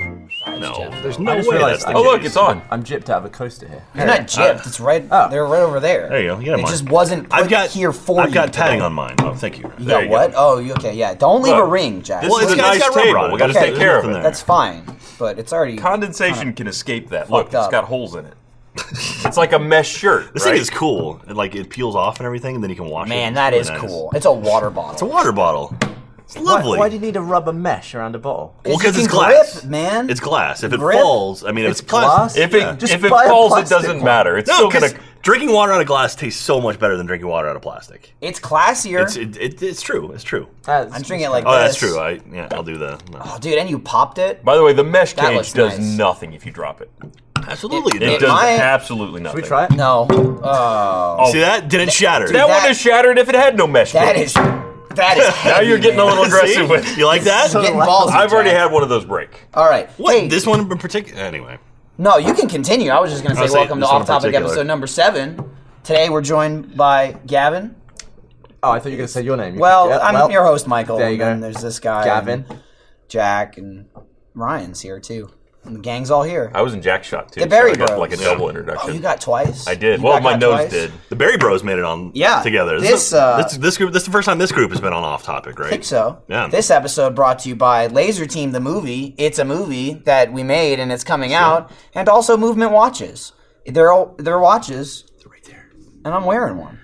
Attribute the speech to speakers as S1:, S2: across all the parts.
S1: No.
S2: Jeff.
S3: There's no
S1: I just
S3: way.
S1: realized
S3: That's
S1: that-
S3: the
S1: Oh, look,
S3: case.
S1: it's on.
S4: I'm gypped out of a coaster here.
S2: It's not gypped. It's right.
S4: Oh.
S2: They're right over there.
S3: There you go. You got
S2: it
S3: mine.
S2: just wasn't put
S3: I've got
S2: here for
S3: I've
S2: you.
S3: got padding on mine. Oh, thank you.
S2: You got what? Oh, you okay? Yeah. Don't leave a
S3: Look,
S2: ring, Jack.
S3: This
S1: Well,
S3: is
S1: it's
S3: a
S1: got- it's
S3: nice
S1: got rubber
S3: table.
S1: on it.
S3: We got to
S1: Okay.
S3: take care of it.
S2: That's fine, but it's already.
S1: Condensation can escape that. Look,
S2: fucked
S1: it's
S2: up.
S1: got holes in it. It's like a mesh shirt.
S3: This
S1: right?
S3: thing is cool. It, like it peels off and everything, and then you can wash it.
S2: man,
S3: It's
S2: that
S3: really
S2: is
S3: nice.
S2: cool. It's a water bottle.
S3: It's a water bottle. It's
S4: Why,
S3: lovely.
S4: why do you need a rubber mesh around a bottle?
S3: Well, 'cause
S2: you
S3: it's
S2: can
S3: glass,
S2: grip, man.
S3: It's glass. If it
S2: Grip.
S3: falls, I mean, if it's,
S4: It's glass?
S3: plastic-
S1: If it
S3: Yeah.
S4: Just
S1: if it
S4: buy a
S1: falls, it
S4: plastic
S1: doesn't
S4: one.
S1: matter. It's
S3: no,
S1: still
S3: 'cause
S1: gonna.
S3: drinking water out of glass tastes so much better than drinking water out of plastic.
S2: It's classier.
S3: It's it, it, it's true. It's true.
S2: I'm drinking it like
S3: Oh, that's
S2: this.
S3: true. I yeah, I'll do the
S2: Oh, dude, and you popped it.
S1: By the way, the mesh
S2: That
S1: cage
S2: looks
S1: does
S2: nice.
S1: nothing if you drop it.
S3: absolutely.
S1: It
S3: It
S1: does
S2: might-
S1: absolutely nothing.
S4: we try it?
S2: No. Oh,
S3: See that? Didn't shatter.
S1: That,
S2: That-
S1: would have shattered if it had no mesh
S2: that
S1: cage.
S2: is. That is. Heavy,
S1: now you're getting a
S2: man.
S1: little
S3: See?
S1: aggressive with.
S3: You like that?
S4: So-
S2: Getting
S4: Relax.
S2: ballsy.
S1: I've already
S2: Jack.
S1: had one of those break.
S2: All right.
S3: What?
S2: Hey,
S3: This one in particular. Anyway,
S2: No, you can continue. I was just going
S3: I
S2: to
S3: was
S2: say,
S3: saying
S2: welcome to
S3: this one
S2: Off
S3: in
S2: Topic
S3: particular.
S2: episode number seven. Today we're joined by Gavin.
S4: Oh, I thought you were going to say your name. You-
S2: Well,
S4: yeah,
S2: I'm
S4: well,
S2: your host, Michael.
S4: there you
S2: and
S4: go.
S2: then there's this guy,
S4: Gavin.
S2: and Jack, and Ryan's here too. And the gang's all here.
S1: I was in jack shot too.
S2: The
S1: so
S2: Berry
S1: I got
S2: Bros.
S1: like a
S3: Yeah.
S1: double
S2: oh,
S1: introduction.
S2: you got twice.
S1: I did.
S2: You
S1: well,
S2: got
S1: my
S2: got
S1: nose
S2: twice?
S1: did.
S3: the Berry Bros made it on.
S2: Yeah.
S3: together.
S2: This,
S3: is,
S2: uh,
S3: this this group. This is the first time this group has been on off topic, right?
S2: I think so.
S3: Yeah.
S2: This episode brought to you by Laser Team, the movie. It's a movie that we made and it's coming out, and also Movement watches. They're all, they're watches,
S3: Right there.
S2: and I'm wearing one.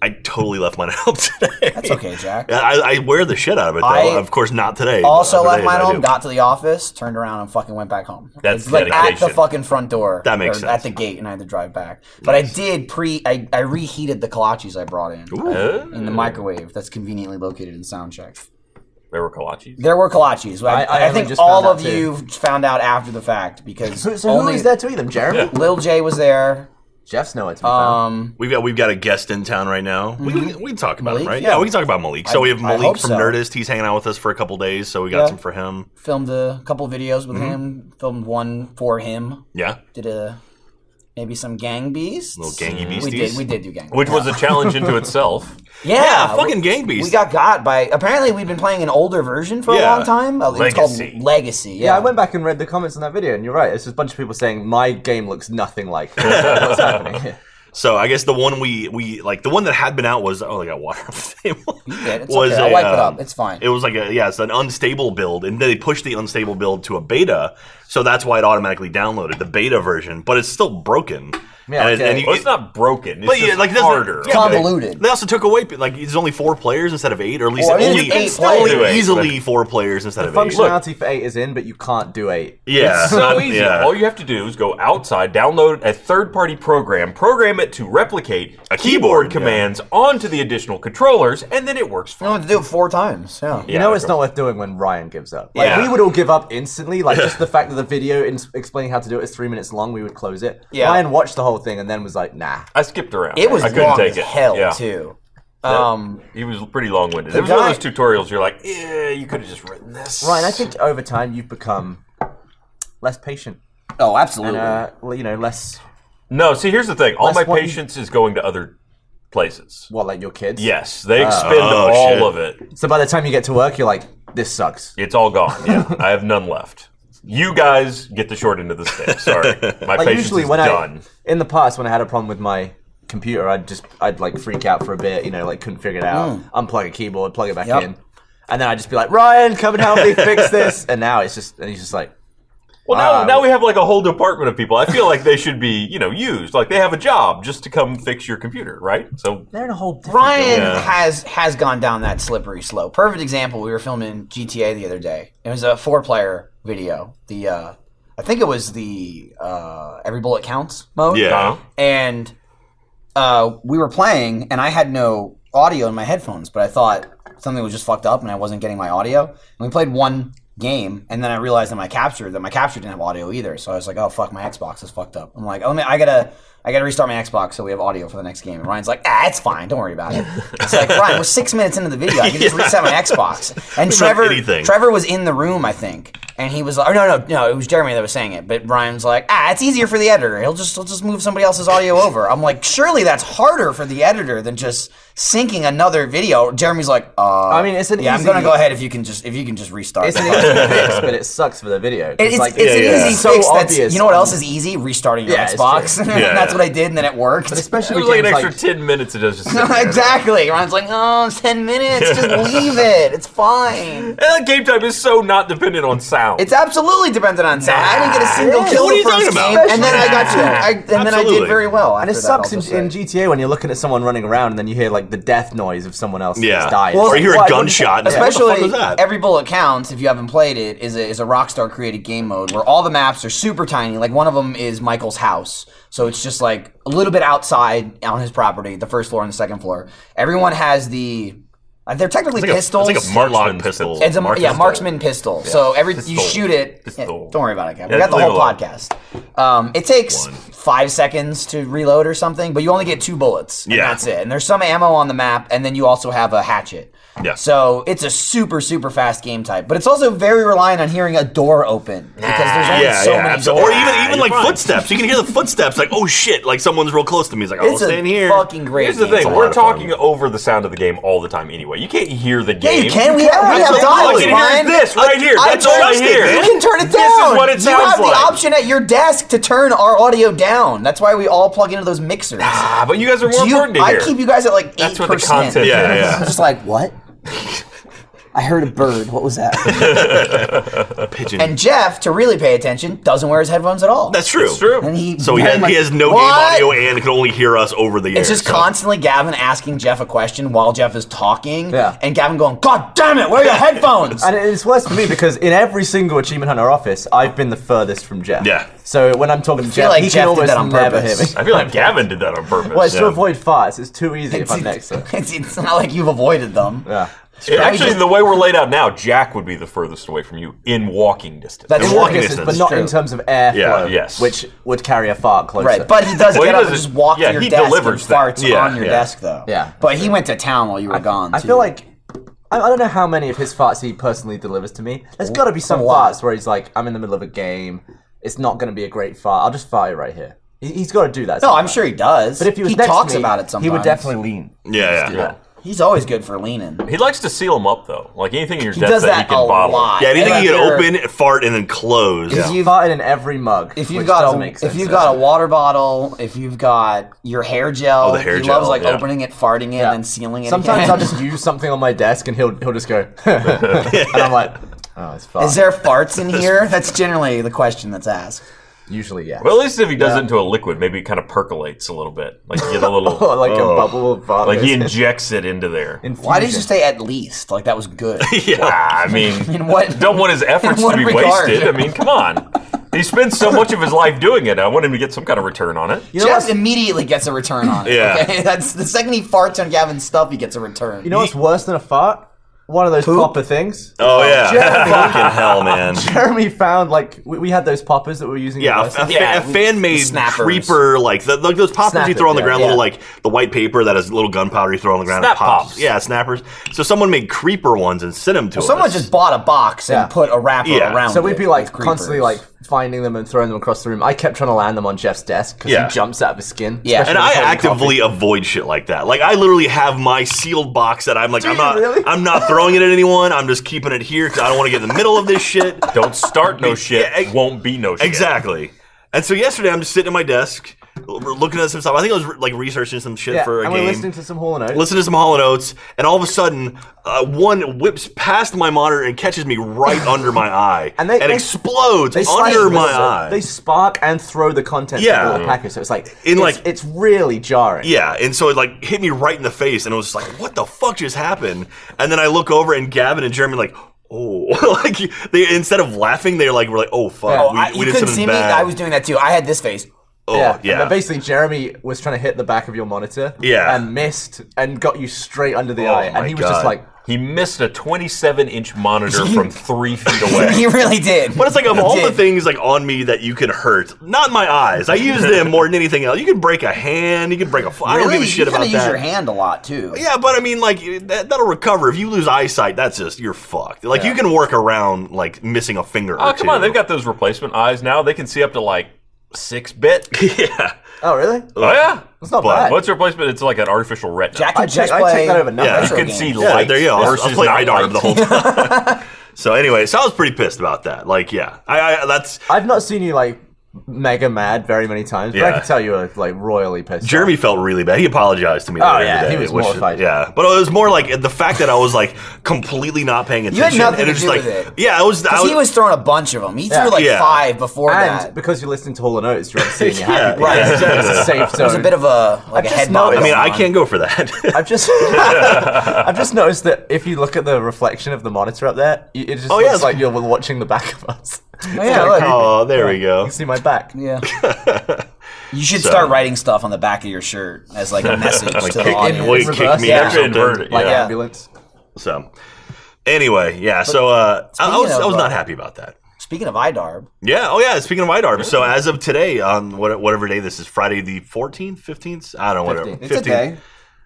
S3: I totally left mine out today.
S2: That's okay, Jack.
S3: I, I wear the shit out of it, though.
S2: I
S3: of course, not today. but
S2: Also
S3: other
S2: left
S3: days
S2: mine
S3: I
S2: home,
S3: do.
S2: got to the office, turned around, and fucking went back home.
S1: That's
S2: It's like at the
S1: dedication.
S2: fucking front door.
S3: That makes
S2: or
S3: sense.
S2: At the gate, and I had to drive back. But I did pre. I, I reheated the kolaches I brought in
S3: Ooh.
S2: in the microwave. That's conveniently located in soundcheck.
S1: There were kolaches.
S2: There were kolaches.
S4: I-
S2: I,
S4: I
S2: I,
S4: only
S2: think
S4: just
S2: all
S4: found
S2: of
S4: out,
S2: you found out after the fact because
S4: So, so who
S2: only
S4: is there to eat them? Jeremy?
S1: Yeah.
S2: Lil J was there.
S4: Jeff's nowhere to be found.
S2: Um,
S3: We've got we've got a guest in town right now. We, we, we can talk about him,
S2: Malik?
S3: right?
S2: Yeah.
S3: Yeah. we can talk about Malik. So we have
S2: I hope
S3: Malik from
S2: so.
S3: Nerdist. He's hanging out with us for a couple days, so we got
S2: Yeah.
S3: some for him.
S2: filmed a couple videos with
S4: Mm-hmm.
S2: him. Filmed one for him.
S3: Yeah,
S2: Did a maybe some gang beasts.
S3: little gangy
S2: We
S4: Mm-hmm.
S3: beasties.
S2: did. We did do gang.
S1: Which was a challenge into itself.
S2: Yeah,
S3: yeah,
S2: we-
S3: fucking gang beast.
S2: We got got by. Apparently, we've been playing an older version for
S3: Yeah.
S2: a long time. Uh, It's
S1: Legacy.
S2: called Legacy. Yeah,
S4: Yeah, I went back and read the comments on that video, and you're right. It's just a bunch of people saying, my game looks nothing like that." what's happening here.
S3: So I guess the one we we like the one that had been out was oh I got water on the table.
S2: Yeah, it's okay. I'll
S3: a,
S2: wipe it
S3: um,
S2: up. It's fine.
S3: It was like a yeah, it's an unstable build, and they pushed the unstable build to a beta, so that's why it automatically downloaded the beta version, but it's still broken.
S4: Yeah,
S3: and, it-
S4: okay.
S3: and you,
S1: Well, it's not broken. It's
S3: but yeah,
S1: just
S3: like that's
S1: harder.
S3: Not, yeah, but they-
S2: Convoluted.
S3: They, also took away like there's only four players instead of eight, or at least
S2: Well, I mean,
S3: only,
S2: it's eight
S3: only
S1: players. Eight,
S3: easily four players instead of eight.
S4: Functionality for 8 is in, but you can't do 8.
S3: yeah,
S1: It's so easy.
S3: Yeah.
S1: All you have to do is go outside, download a third-party program, program it to replicate
S3: A
S1: keyboard,
S3: keyboard, yeah.
S1: commands onto the additional controllers, and then it works
S2: I
S1: fine.
S2: went to do it four times. Yeah.
S4: You
S1: Yeah,
S4: know
S1: of
S4: it's not worth doing when Ryan gives up. Like
S3: Yeah.
S4: we would all give up instantly. Like just the fact that the video in- explaining how to do it is three minutes long, we would close it.
S2: Yeah.
S4: Ryan watched the whole thing and then was like, "Nah."
S1: I skipped around.
S2: It was
S1: I couldn't
S2: long
S1: take
S2: as
S1: it.
S2: hell
S1: yeah.
S2: too. Um,
S1: He was pretty long-winded. It was one
S2: guy-
S1: of those tutorials you're like, yeah, you could have just written this.
S4: Ryan, I think over time you've become less patient
S2: oh,
S4: and
S2: absolutely.
S4: uh, l- you know less
S1: No, see, here's the thing. All
S4: Less
S1: my
S4: what-
S1: patience is going to other places.
S4: what like your kids.
S1: Yes, they expend
S3: Oh,
S1: all
S3: shit.
S1: of it.
S4: So by the time you get to work, you're like, "This sucks."
S1: It's all gone. Yeah, I have none left. You guys get the short end of the stick. Sorry, my
S4: Like
S1: patience
S4: usually
S1: is
S4: when
S1: done.
S4: I in the past when I had a problem with my computer, I'd just I'd like freak out for a bit, you know, like couldn't figure it out, unplug a keyboard, plug it back
S2: Mm. Yep.
S4: in, and then I'd just be like, "Ryan, come and help me fix this." And now it's just and he's just like.
S1: Well, now,
S4: Uh,
S1: now we have like a whole department of people. I feel like they should be, you know, used. Like they have a job just to come fix your computer, right? So
S4: They're in a whole different
S2: Ryan
S3: Yeah.
S2: has has gone down that slippery slope. Perfect example. We were filming GTA the other day. It was a four player video. The uh, I think it was the uh, every bullet counts mode.
S3: Yeah.
S2: and uh, we were playing, and I had no audio in my headphones, but I thought something was just fucked up, and I wasn't getting my audio. And we played one game, and then I realized in my capture that my capture didn't have audio either. So I was like, "Oh fuck, my Xbox is fucked up." I'm like, "Oh man, I gotta I got to restart my Xbox so we have audio for the next game. And Ryan's like, ah, it's fine. Don't worry about it. It's like, Ryan, we're six minutes into the video. I can just reset my Xbox. And
S3: not
S2: Trevor,
S3: anything.
S2: Trevor was in the room, I think. And he was like, oh, no, no, no, it was Jeremy that was saying it. But Ryan's like, ah, it's easier for the editor. He'll just, he'll just move somebody else's audio over. I'm like, surely that's harder for the editor than just syncing another video. Jeremy's like, uh,
S4: I mean, it's an
S2: yeah, I'm
S4: easy-
S2: gonna go ahead if you can just, if you can just restart.
S4: It's
S2: the
S4: an
S2: fucking-
S4: easy fix, but it sucks for the video.
S2: it's,
S4: like,
S2: it's an
S3: yeah, yeah.
S2: easy
S4: So
S2: fix. That's,
S4: obvious.
S2: you know what else is easy? Restarting your
S4: Yeah, it's
S2: Xbox.
S4: true.
S3: Yeah,
S2: That's
S3: yeah.
S2: what I did, and then it worked.
S4: But especially
S1: It was
S4: with
S1: like an
S4: games
S1: extra ten minutes. It does just sit there.
S2: exactly. Ron's like, oh, it's 10 minutes. Just leave it. It's fine.
S1: And that game type is so not dependent on sound.
S2: It's absolutely dependent on sound. I didn't get a single
S4: it is.
S2: kill
S3: What are
S2: the
S3: you
S2: first
S3: talking about?
S2: game, and then I got to, I, and then I did
S3: Absolutely.
S2: very well.
S4: and it
S2: after that,
S4: sucks
S2: I'll
S4: in,
S2: just
S4: in
S2: say.
S4: GTA when you're looking at someone running around and then you hear like the death noise of someone else
S3: Yeah.
S4: who's dying.
S3: Or
S4: It's
S3: you hear
S4: like,
S3: a
S4: why wouldn't
S3: gunshot.
S4: they-
S3: It's
S4: Yeah.
S3: like, what the fuck
S2: Especially,
S3: was that?
S2: every bullet counts. If you haven't played it, is a is a Rockstar created game mode where all the maps are super tiny. Like one of them is Michael's house, so it's just like a little bit outside on his property, the first floor and the second floor. Everyone has the, uh, they're technically
S3: It's like a-
S2: pistols.
S3: It's like a marksman pistol.
S2: It's a
S1: Mark
S2: yeah
S1: pistol.
S2: marksman pistol. So every you
S1: Pistol.
S2: shoot it.
S1: Pistol.
S2: Yeah, don't worry about it, Kev. We
S1: Yeah,
S2: got the
S1: leave it
S2: whole
S1: alone.
S2: podcast. Um, it takes five seconds to reload or something, but you only get two bullets. And
S3: Yeah.
S2: that's it. And there's some ammo on the map, and then you also have a hatchet.
S3: Yeah.
S2: So it's a super super fast game type, but it's also very reliant on hearing a door open because there's only
S3: Yeah,
S2: so
S3: yeah,
S2: many
S3: absolutely.
S2: doors.
S3: Or even even
S1: you're
S3: like
S1: fine.
S3: footsteps. You can hear the footsteps. Like, oh shit! Like someone's real close to me. It's like, I'll
S2: it's
S3: stay
S2: a
S3: in here.
S2: fucking great.
S1: Here's the
S2: game
S1: thing:
S2: type.
S1: we're
S3: of fun.
S1: talking over the sound of the game all the time anyway. You can't hear the
S2: Yeah,
S1: game.
S2: you can. We have, we have
S1: Absolutely.
S2: dials,
S1: All I can hear
S2: Ryan.
S1: is this right here.
S2: I
S1: That's all I
S2: turned-
S1: hear.
S2: You can turn it down.
S1: This is what it sounds
S2: You have
S1: like.
S2: the option at your desk to turn our audio down. That's why we all plug into those mixers.
S1: Ah, but you guys are more
S2: Do you-
S1: important to
S2: I
S1: hear.
S2: keep you guys at like eight
S1: That's what the
S2: percent.
S1: content
S3: Yeah,
S1: is.
S3: yeah.
S2: I'm just like what? I heard a bird. What was that?
S3: Pigeon.
S2: and Jeff, to really pay attention, doesn't wear his headphones at all.
S3: That's true.
S1: It's true.
S2: and he
S3: So he
S2: very
S3: has,
S2: much-
S3: he has no
S2: What?
S3: game audio and can only hear us over the air.
S2: It's just
S3: so.
S2: constantly Gavin asking Jeff a question while Jeff is talking,
S4: Yeah.
S2: and Gavin going, "God damn it, where are your headphones?"
S4: And it's worse for me because in every single achievement hunter office, I've been the furthest from Jeff.
S3: Yeah.
S4: So when I'm talking to
S2: feel
S4: Jeff,
S2: like
S4: he
S2: Jeff
S4: can
S2: did
S4: almost
S2: that on
S4: never
S2: purpose.
S4: hear me.
S1: I feel like Gavin did that on purpose.
S4: Well, it's to
S3: Yeah.
S4: avoid farts. It's too easy if I'm next to him.
S2: it's, it's not like you've avoided them.
S4: Yeah.
S1: Yeah, actually,
S2: just-
S1: the way we're laid out now, Jack would be the furthest away from you in walking distance.
S2: That's
S3: In
S2: true.
S3: walking
S4: Distance, but
S3: distance.
S4: not
S2: True.
S4: in terms of airflow,
S3: Yeah,
S1: yes.
S4: which would carry a fart closer.
S2: Right, but he does
S1: Well,
S2: get
S1: he
S2: up and
S1: doesn't-
S2: just walk
S1: yeah,
S2: to your
S1: he
S2: desk and
S1: delivers that.
S2: farts
S3: Yeah,
S2: on your
S3: yeah.
S2: desk, though.
S4: Yeah.
S2: but he went to town while you were gone.
S4: I
S2: too.
S4: feel like I, I don't know how many of his farts he personally delivers to me. There's got to be some
S2: a lot.
S4: farts where he's like, "I'm in the middle of a game. It's not going to be a great fart. I'll just fart it right here." He, he's got to do that.
S2: no, I'm sure he does.
S4: But if he was
S2: he
S4: next to
S2: talks
S4: me,
S2: about it sometimes.
S4: he would definitely lean.
S3: Yeah, yeah. yeah.
S2: He's always good for leaning.
S1: He likes to seal them up, though. Like anything in your
S2: He
S1: desk
S2: does
S1: that
S2: that
S1: he
S2: a
S1: can bottle.
S2: lot.
S3: Yeah, anything
S2: And
S3: you
S2: if you're-
S3: can open, fart, and then close.
S2: If
S3: Yeah.
S4: You've
S2: you've
S4: farted in every mug.
S2: if
S4: which
S2: you've got
S4: doesn't
S2: a
S4: make sense,
S2: if you've
S4: does
S2: got a
S4: it?
S2: water bottle, if you've got your hair gel,
S3: the hair
S2: he loves
S3: gel,
S2: like
S3: yeah.
S2: opening it, farting it,
S4: Yeah.
S2: and then sealing it.
S4: Sometimes
S2: again.
S4: I'll just use something on my desk and he'll he'll just go, and I'm like, "Oh, it's fart."
S2: Is there farts in here? That's generally the question that's asked.
S4: Usually, yeah.
S1: Well, at least if he does it into a liquid, maybe it kind of percolates a little bit. Like you get a little,
S4: Or like
S1: oh.
S4: a bubble of fart.
S1: Like he injects it into there.
S2: Why did you say at least? Like that was good.
S1: Ah, I mean,
S2: In what-
S1: don't want his efforts
S2: in
S1: to be
S2: what regard?
S1: wasted. I mean, come on. He spends so much of his life doing it. I want him to get some kind of return on it.
S4: You know
S2: Jeff
S4: what's,
S2: immediately gets a return on it.
S3: Yeah.
S2: Okay? That's the second he farts on Gavin's stuff, he gets a return.
S4: you know what's worse than a fart? One of those popper things.
S3: Oh yeah.
S4: Jeremy.
S3: Fucking hell, man.
S4: Jeremy found like we, we had those poppers that we were using.
S3: Yeah, a,
S4: at the
S3: a,
S4: license.
S2: Yeah,
S3: fan made
S2: snappers.
S3: creeper like the, like those poppers you
S4: Snappers,
S3: throw on the
S4: yeah.
S3: ground,
S2: Yeah.
S3: little like the white paper that has little gunpowder you throw on the ground.
S1: Snap
S3: it pops.
S1: pops.
S3: Yeah, snappers. So someone made creeper ones and sent them to us.
S2: Someone just bought a box and
S4: Yeah.
S2: put a wrapper
S3: Yeah.
S2: around it.
S4: So we'd be like
S2: with creepers.
S4: constantly like finding them and throwing them across the room. I kept trying to land them on Jeff's desk because
S3: Yeah.
S4: he jumps out of his skin.
S2: Yeah.
S4: especially
S3: and
S4: when
S3: I
S4: he's holding
S3: actively avoid shit like that. Like I literally have my sealed box that I'm like I'm
S4: you
S3: not
S4: really?
S3: I'm not throwing it at anyone. I'm just keeping it here because I don't want to get in the middle of this shit.
S1: Don't start no shit.
S3: Yeah, ex-
S1: won't be no shit.
S3: Exactly. And so yesterday I'm just sitting at my desk l- looking at some stuff. I think I was like researching some shit
S4: coffee. Yeah,
S3: for a
S4: and
S3: game.
S4: we're listening to some Hall and Oates.
S3: listen to some Hall and Oates, and all of a sudden, uh, one whips past my monitor and catches me right under my eye,
S4: And they- they-
S3: explodes
S4: They slice
S3: under
S4: with
S3: my
S4: it.
S3: eye.
S4: They spark and throw the contents
S3: Yeah.
S4: of the little package. So it's like
S3: In,
S4: it's,
S3: like-
S4: it's really jarring.
S3: yeah, and so it like hit me right in the face, and I was just like, "What the fuck just happened?" And then I look over, and Gavin and Jeremy like, "Oh, like they instead of laughing, they're like, we're like, oh fuck,
S4: Yeah.
S2: I,
S3: we, we
S2: you
S3: did
S2: couldn't
S3: something
S2: see me.
S3: bad."
S2: I was doing that too. I had this face.
S3: Oh
S4: yeah,
S3: yeah.
S4: But basically, Jeremy was trying to hit the back of your monitor.
S3: Yeah.
S4: and missed and got you straight under the
S3: Oh
S4: eye, and
S3: my
S4: he was just
S3: God.
S4: like,
S1: He missed a 27 inch monitor from three feet
S2: he
S1: away.
S2: really did.
S3: but it's like of all the
S2: did.
S3: things like on me that you can hurt, not my eyes. I use them more than anything else. You could break a hand. You could break a. F- I don't
S2: Really?
S3: give a shit
S2: you
S3: about
S2: kinda use
S3: that.
S2: your hand a lot too.
S3: Yeah, but I mean, like that, that'll recover. If you lose eyesight, that's just you're fucked. Like you can work around like missing a finger.
S1: Oh,
S3: or
S1: come
S3: two.
S1: on. They've got those replacement eyes now. They can see up to like six bit.
S3: yeah.
S4: "Oh, really?
S1: Oh, yeah.
S4: That's not
S3: But
S4: bad."
S1: What's replacement? It's like an artificial retina.
S2: Jack
S4: I
S2: and
S4: take,
S2: just
S4: I
S2: play.
S4: take that over now.
S3: Yeah,
S1: you
S2: retro
S1: can
S2: games.
S1: see
S3: Yeah,
S1: light
S3: there you go. I was, I
S1: versus
S3: was playing
S1: not
S3: IDARB the
S1: light.
S3: whole time. so anyway, so I was pretty pissed about that. Like, yeah, I, I that's
S4: I've not seen you like mega mad very many times, but I
S3: Yeah.
S4: can tell you were like royally pissed. off.
S3: Jeremy felt really bad. He apologized
S2: Oh,
S3: to me. later
S4: yeah,
S3: in the
S4: he
S3: day,
S4: was
S3: which-
S4: mortified.
S3: Yeah, but it was more like the fact that I was like completely not paying attention.
S2: nothing
S3: and
S2: to
S3: it's
S2: do
S3: like,
S2: with it.
S3: Yeah, I was. I
S2: 'Cause
S3: was,
S2: he was throwing a bunch of them. He
S4: Yeah.
S2: threw like
S3: Yeah.
S2: five before that.
S4: and because you're listening to Hall and Oates, you're obviously in your happy
S3: Yeah,
S4: place.
S3: yeah,
S4: It's a safe zone.
S2: There's a bit of a like a
S4: just
S2: head
S3: I
S4: noticed-
S2: bob.
S3: mean,
S2: going
S3: I
S2: on.
S3: can't go for that.
S4: I've just I've just noticed that if you look at the reflection of the monitor up there, y- it just
S3: Oh, yeah,
S4: looks
S3: it's-
S4: like you're watching the back of us.
S2: Oh, yeah, look.
S3: oh, there we
S4: You
S3: go.
S4: can see my back.
S2: Yeah. you should start writing stuff on the back of your shirt as like a message to the
S3: kick-
S2: audience.
S3: will you kick
S4: reverse,
S3: me
S2: yeah.
S3: or something?
S1: Inverted,
S4: Like
S2: Yeah.
S4: ambulance.
S3: So, anyway, yeah. So uh, I, I was
S2: Speaking
S3: I was
S2: of,
S3: not
S2: uh,
S3: happy about that.
S2: Speaking of IDARB,
S3: Yeah. Oh, yeah. Speaking of IDARB, so
S2: Mm-hmm.
S3: as of today, on what, whatever day this is, Friday the 14th, 15th? I don't know, whatever.
S4: 15th.
S2: It's a day.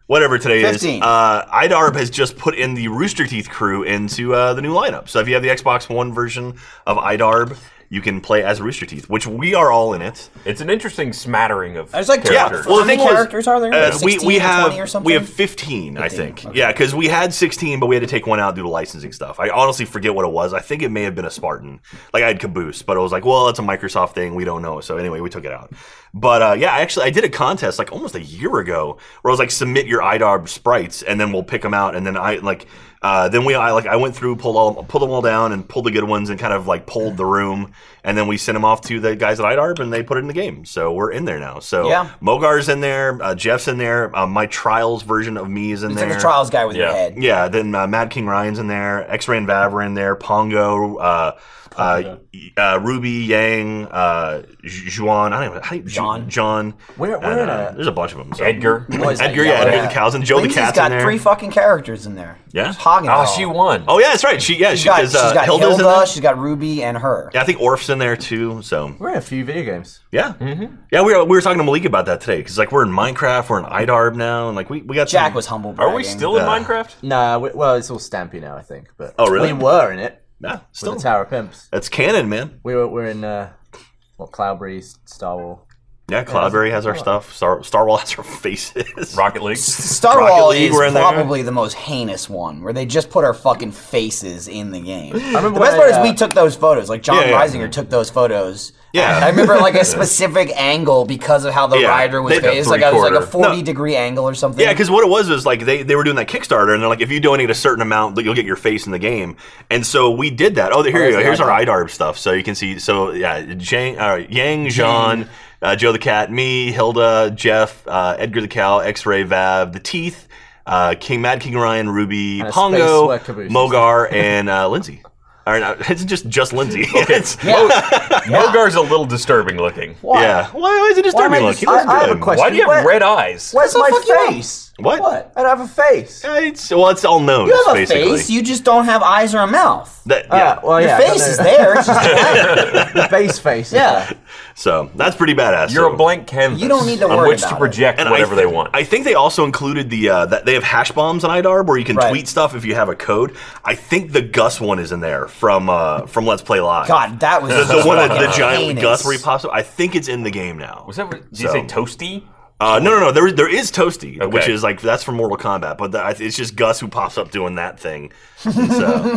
S3: Whatever today
S2: 15th.
S3: is, uh, IDARB has just put in the Rooster Teeth crew into uh, the new lineup. So if you have the Xbox One version of IDARB, you can play as Rooster Teeth, which we are all in it.
S1: It's an interesting smattering of.
S2: there's like
S3: Yeah,
S2: characters.
S3: well,
S2: How
S3: the thing
S2: many
S3: is,
S2: characters are there?
S3: Uh,
S2: Like
S3: we
S2: 16
S3: we
S2: or
S3: have
S2: 20 or something?
S3: we have 15, I think. Yeah, because we had 16, but we had to take one out due to licensing stuff. I honestly forget what it was. I think it may have been a Spartan. Like I had Caboose, but it was like, well, that's a Microsoft thing. We don't know. So anyway, we took it out. But uh, yeah, actually, I did a contest like almost a year ago where I was like, submit your IDARB sprites, and then we'll pick them out. And then I like. Uh, then we, I like, I went through, pulled all, pulled them all down, and pulled the good ones, and kind of like pulled the room, and then we sent them off to the guys at IDARB, and they put it in the game. So we're in there now. So
S2: Yeah.
S3: Mogar's in there. Uh, Jeff's in there. Uh, my trials version of me is in
S2: It's
S3: there.
S2: like a trials guy with your
S1: Yeah.
S2: head.
S3: Yeah. Then uh, Mad King Ryan's in there. X Ran Vavra in there. Pongo. Uh, uh, y- uh, Ruby Yang. Uh, Ju- Juan. I don't know. How do you, Ju-
S2: John.
S3: John.
S4: Where- where
S3: and,
S4: in
S3: uh,
S4: a-
S3: There's a bunch of them. So.
S1: Edgar.
S2: Boys,
S3: Edgar,
S2: like,
S3: yeah, Edgar
S2: yeah.
S3: the cows and Joe the
S2: Lindsay's
S3: cat's
S2: got
S3: in there.
S2: three fucking characters in there.
S3: Yeah.
S2: Just hogging it
S1: Oh,
S2: all.
S1: she won.
S3: oh yeah, that's right. She yeah, she
S2: She's got,
S3: because uh,
S2: she's got
S3: Hilda's in
S2: Hilda,
S3: there.
S2: she's got Ruby, and her.
S3: Yeah, I think Orph's in there too. So
S4: We're in a few video games.
S3: yeah,
S2: Mm-hmm.
S3: yeah, we were, we were talking to Malik about that today because like we're in Minecraft, we're in IDARB now, and like we, we got
S2: Jack
S3: some,
S2: was humble
S1: Are
S2: bragging.
S1: we still in
S3: Yeah.
S1: Minecraft?
S4: Nah, we, well, it's all Stampy now, I think. But
S3: Oh, really?
S4: We were in it
S3: yeah,
S4: with
S3: still
S4: the Tower of Pimps.
S3: that's canon, man.
S4: We were we're in uh, what Cloudberry, Star Wars.
S3: Yeah, Cloudberry has our stuff. Star Starwall has our faces.
S1: Rocket League.
S2: Starwall
S3: League
S2: is
S3: were in there.
S2: probably the most heinous one, where they just put our fucking faces in the game. the
S4: remember
S2: best
S4: when
S2: part
S4: I,
S2: is
S4: uh,
S2: we took those photos. Like John
S3: Yeah, yeah.
S2: Reisinger took those photos.
S3: Yeah.
S2: I remember like a specific angle because of how the
S3: Yeah.
S2: rider was
S3: They-
S2: faced. It's Like I was like a
S1: three-quarter.
S2: forty degree angle or something.
S3: Yeah, because what it was was like they, they were doing that Kickstarter, and they're like, if you donate a certain amount, you'll get your face in the game. And so we did that. Oh, here you go. Here's our IDARB stuff. So you can see. So yeah, Jang, uh, Yang, Jean, uh, Joe the Cat, me, Hilda, Jeff, uh, Edgar the Cow, X Ray, Vav, the Teeth, uh, King Mad King Ryan, Ruby,
S4: a
S3: Pongo,
S4: space where Caboose is.
S3: Mogar, and uh, Lindsay. All right, uh, it's just just Lindsay. It's- yeah.
S1: Mogar's a little disturbing looking.
S4: Why?
S3: Why is it
S4: Why am I
S3: disturbing? Look, he
S4: just-
S3: looks
S4: I- I have a
S3: good.
S4: question.
S1: Why do you have
S4: What-
S1: red eyes?
S4: Where's
S2: the
S4: my
S2: fuck you up?
S4: face?
S3: What?
S4: I don't have a face.
S3: Uh, It's well, it's all known.
S2: you have a
S3: basically.
S2: face. You just don't have eyes or a mouth.
S3: That-
S4: Ah,
S3: yeah.
S4: well,
S2: Your
S4: yeah, I don't
S2: face is
S4: know.
S2: there. It's just blank.
S4: the base face. is
S2: yeah.
S4: there.
S3: So that's pretty badass.
S1: You're
S3: So-
S1: a blank canvas.
S2: You don't need to
S1: on
S2: worry
S1: which
S2: about
S1: to
S2: it.
S1: project
S3: And I
S1: whatever
S3: thi-
S1: they want.
S3: I think they also included the uh, that they have hash bombs on IDARB where you can
S2: Right.
S3: tweet stuff if you have a code. I think the Gus one is in there from uh, from Let's Play Live.
S2: God, that was
S3: the, the one that the
S2: fucking
S3: giant
S2: heinous.
S3: Gus where he pops up. I think it's in the game now.
S1: was that? What, did you
S3: So-
S1: say toasty?
S3: Uh, no, no, no. There, there is Toasty, which
S1: Okay.
S3: is like that's from Mortal Kombat, but that, it's just Gus who pops up doing that thing. And so,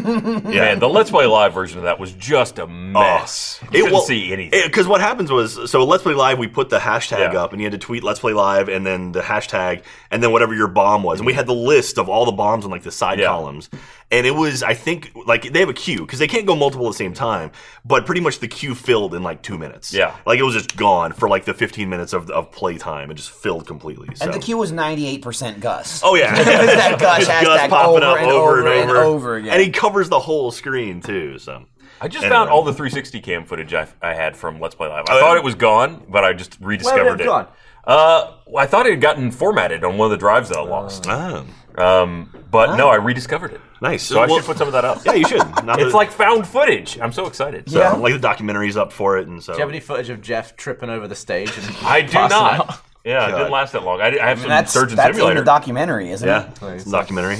S3: yeah,
S1: Man, the Let's Play Live version of that was just a mess. you couldn't
S3: will-
S1: see anything.
S3: Oh. it- Because what happens was, so Let's Play Live, we put the hashtag
S1: Yeah.
S3: up, and you had to tweet Let's Play Live, and then the hashtag, and then whatever your bomb was, and we had the list of all the bombs on like the side
S1: Yeah.
S3: columns, and it was, I think, like they have a queue because they can't go multiple at the same time, but pretty much the queue filled in like two minutes.
S1: Yeah.
S3: like it was just gone for like the 15 minutes of, of play time, it just filled completely. So.
S2: And the queue was ninety eight percent Gus.
S3: Oh yeah,
S2: It's that Gus
S3: Just
S2: hashtag over and over and over again.
S3: and he covers the whole screen too. So
S1: I just
S3: Anyway.
S1: found all the 360 cam footage I, I had from Let's Play Live. I
S3: Oh,
S1: thought
S3: yeah.
S1: it was gone, but I just rediscovered
S4: Where did it
S1: it.
S4: gone?
S1: Uh, I thought it had gotten formatted on one of the drives that I lost.
S3: Oh,
S1: Um, but no, I rediscovered it.
S3: nice.
S1: So I
S3: Well-
S1: should put some of that up.
S3: Yeah, you should. Now that-
S1: It's like found footage. I'm so excited. So.
S2: Yeah.
S3: like the documentary's up for it, and so
S4: Do you have any footage of Jeff tripping over the stage? And
S1: I do
S4: passing
S1: not.
S4: out?
S1: Yeah, it didn't
S3: God.
S1: last that long. I, I have some
S2: That's
S1: Surgeon
S2: that's in
S1: Simulator.
S2: the documentary, isn't
S3: Yeah,
S2: it?
S3: it's a documentary.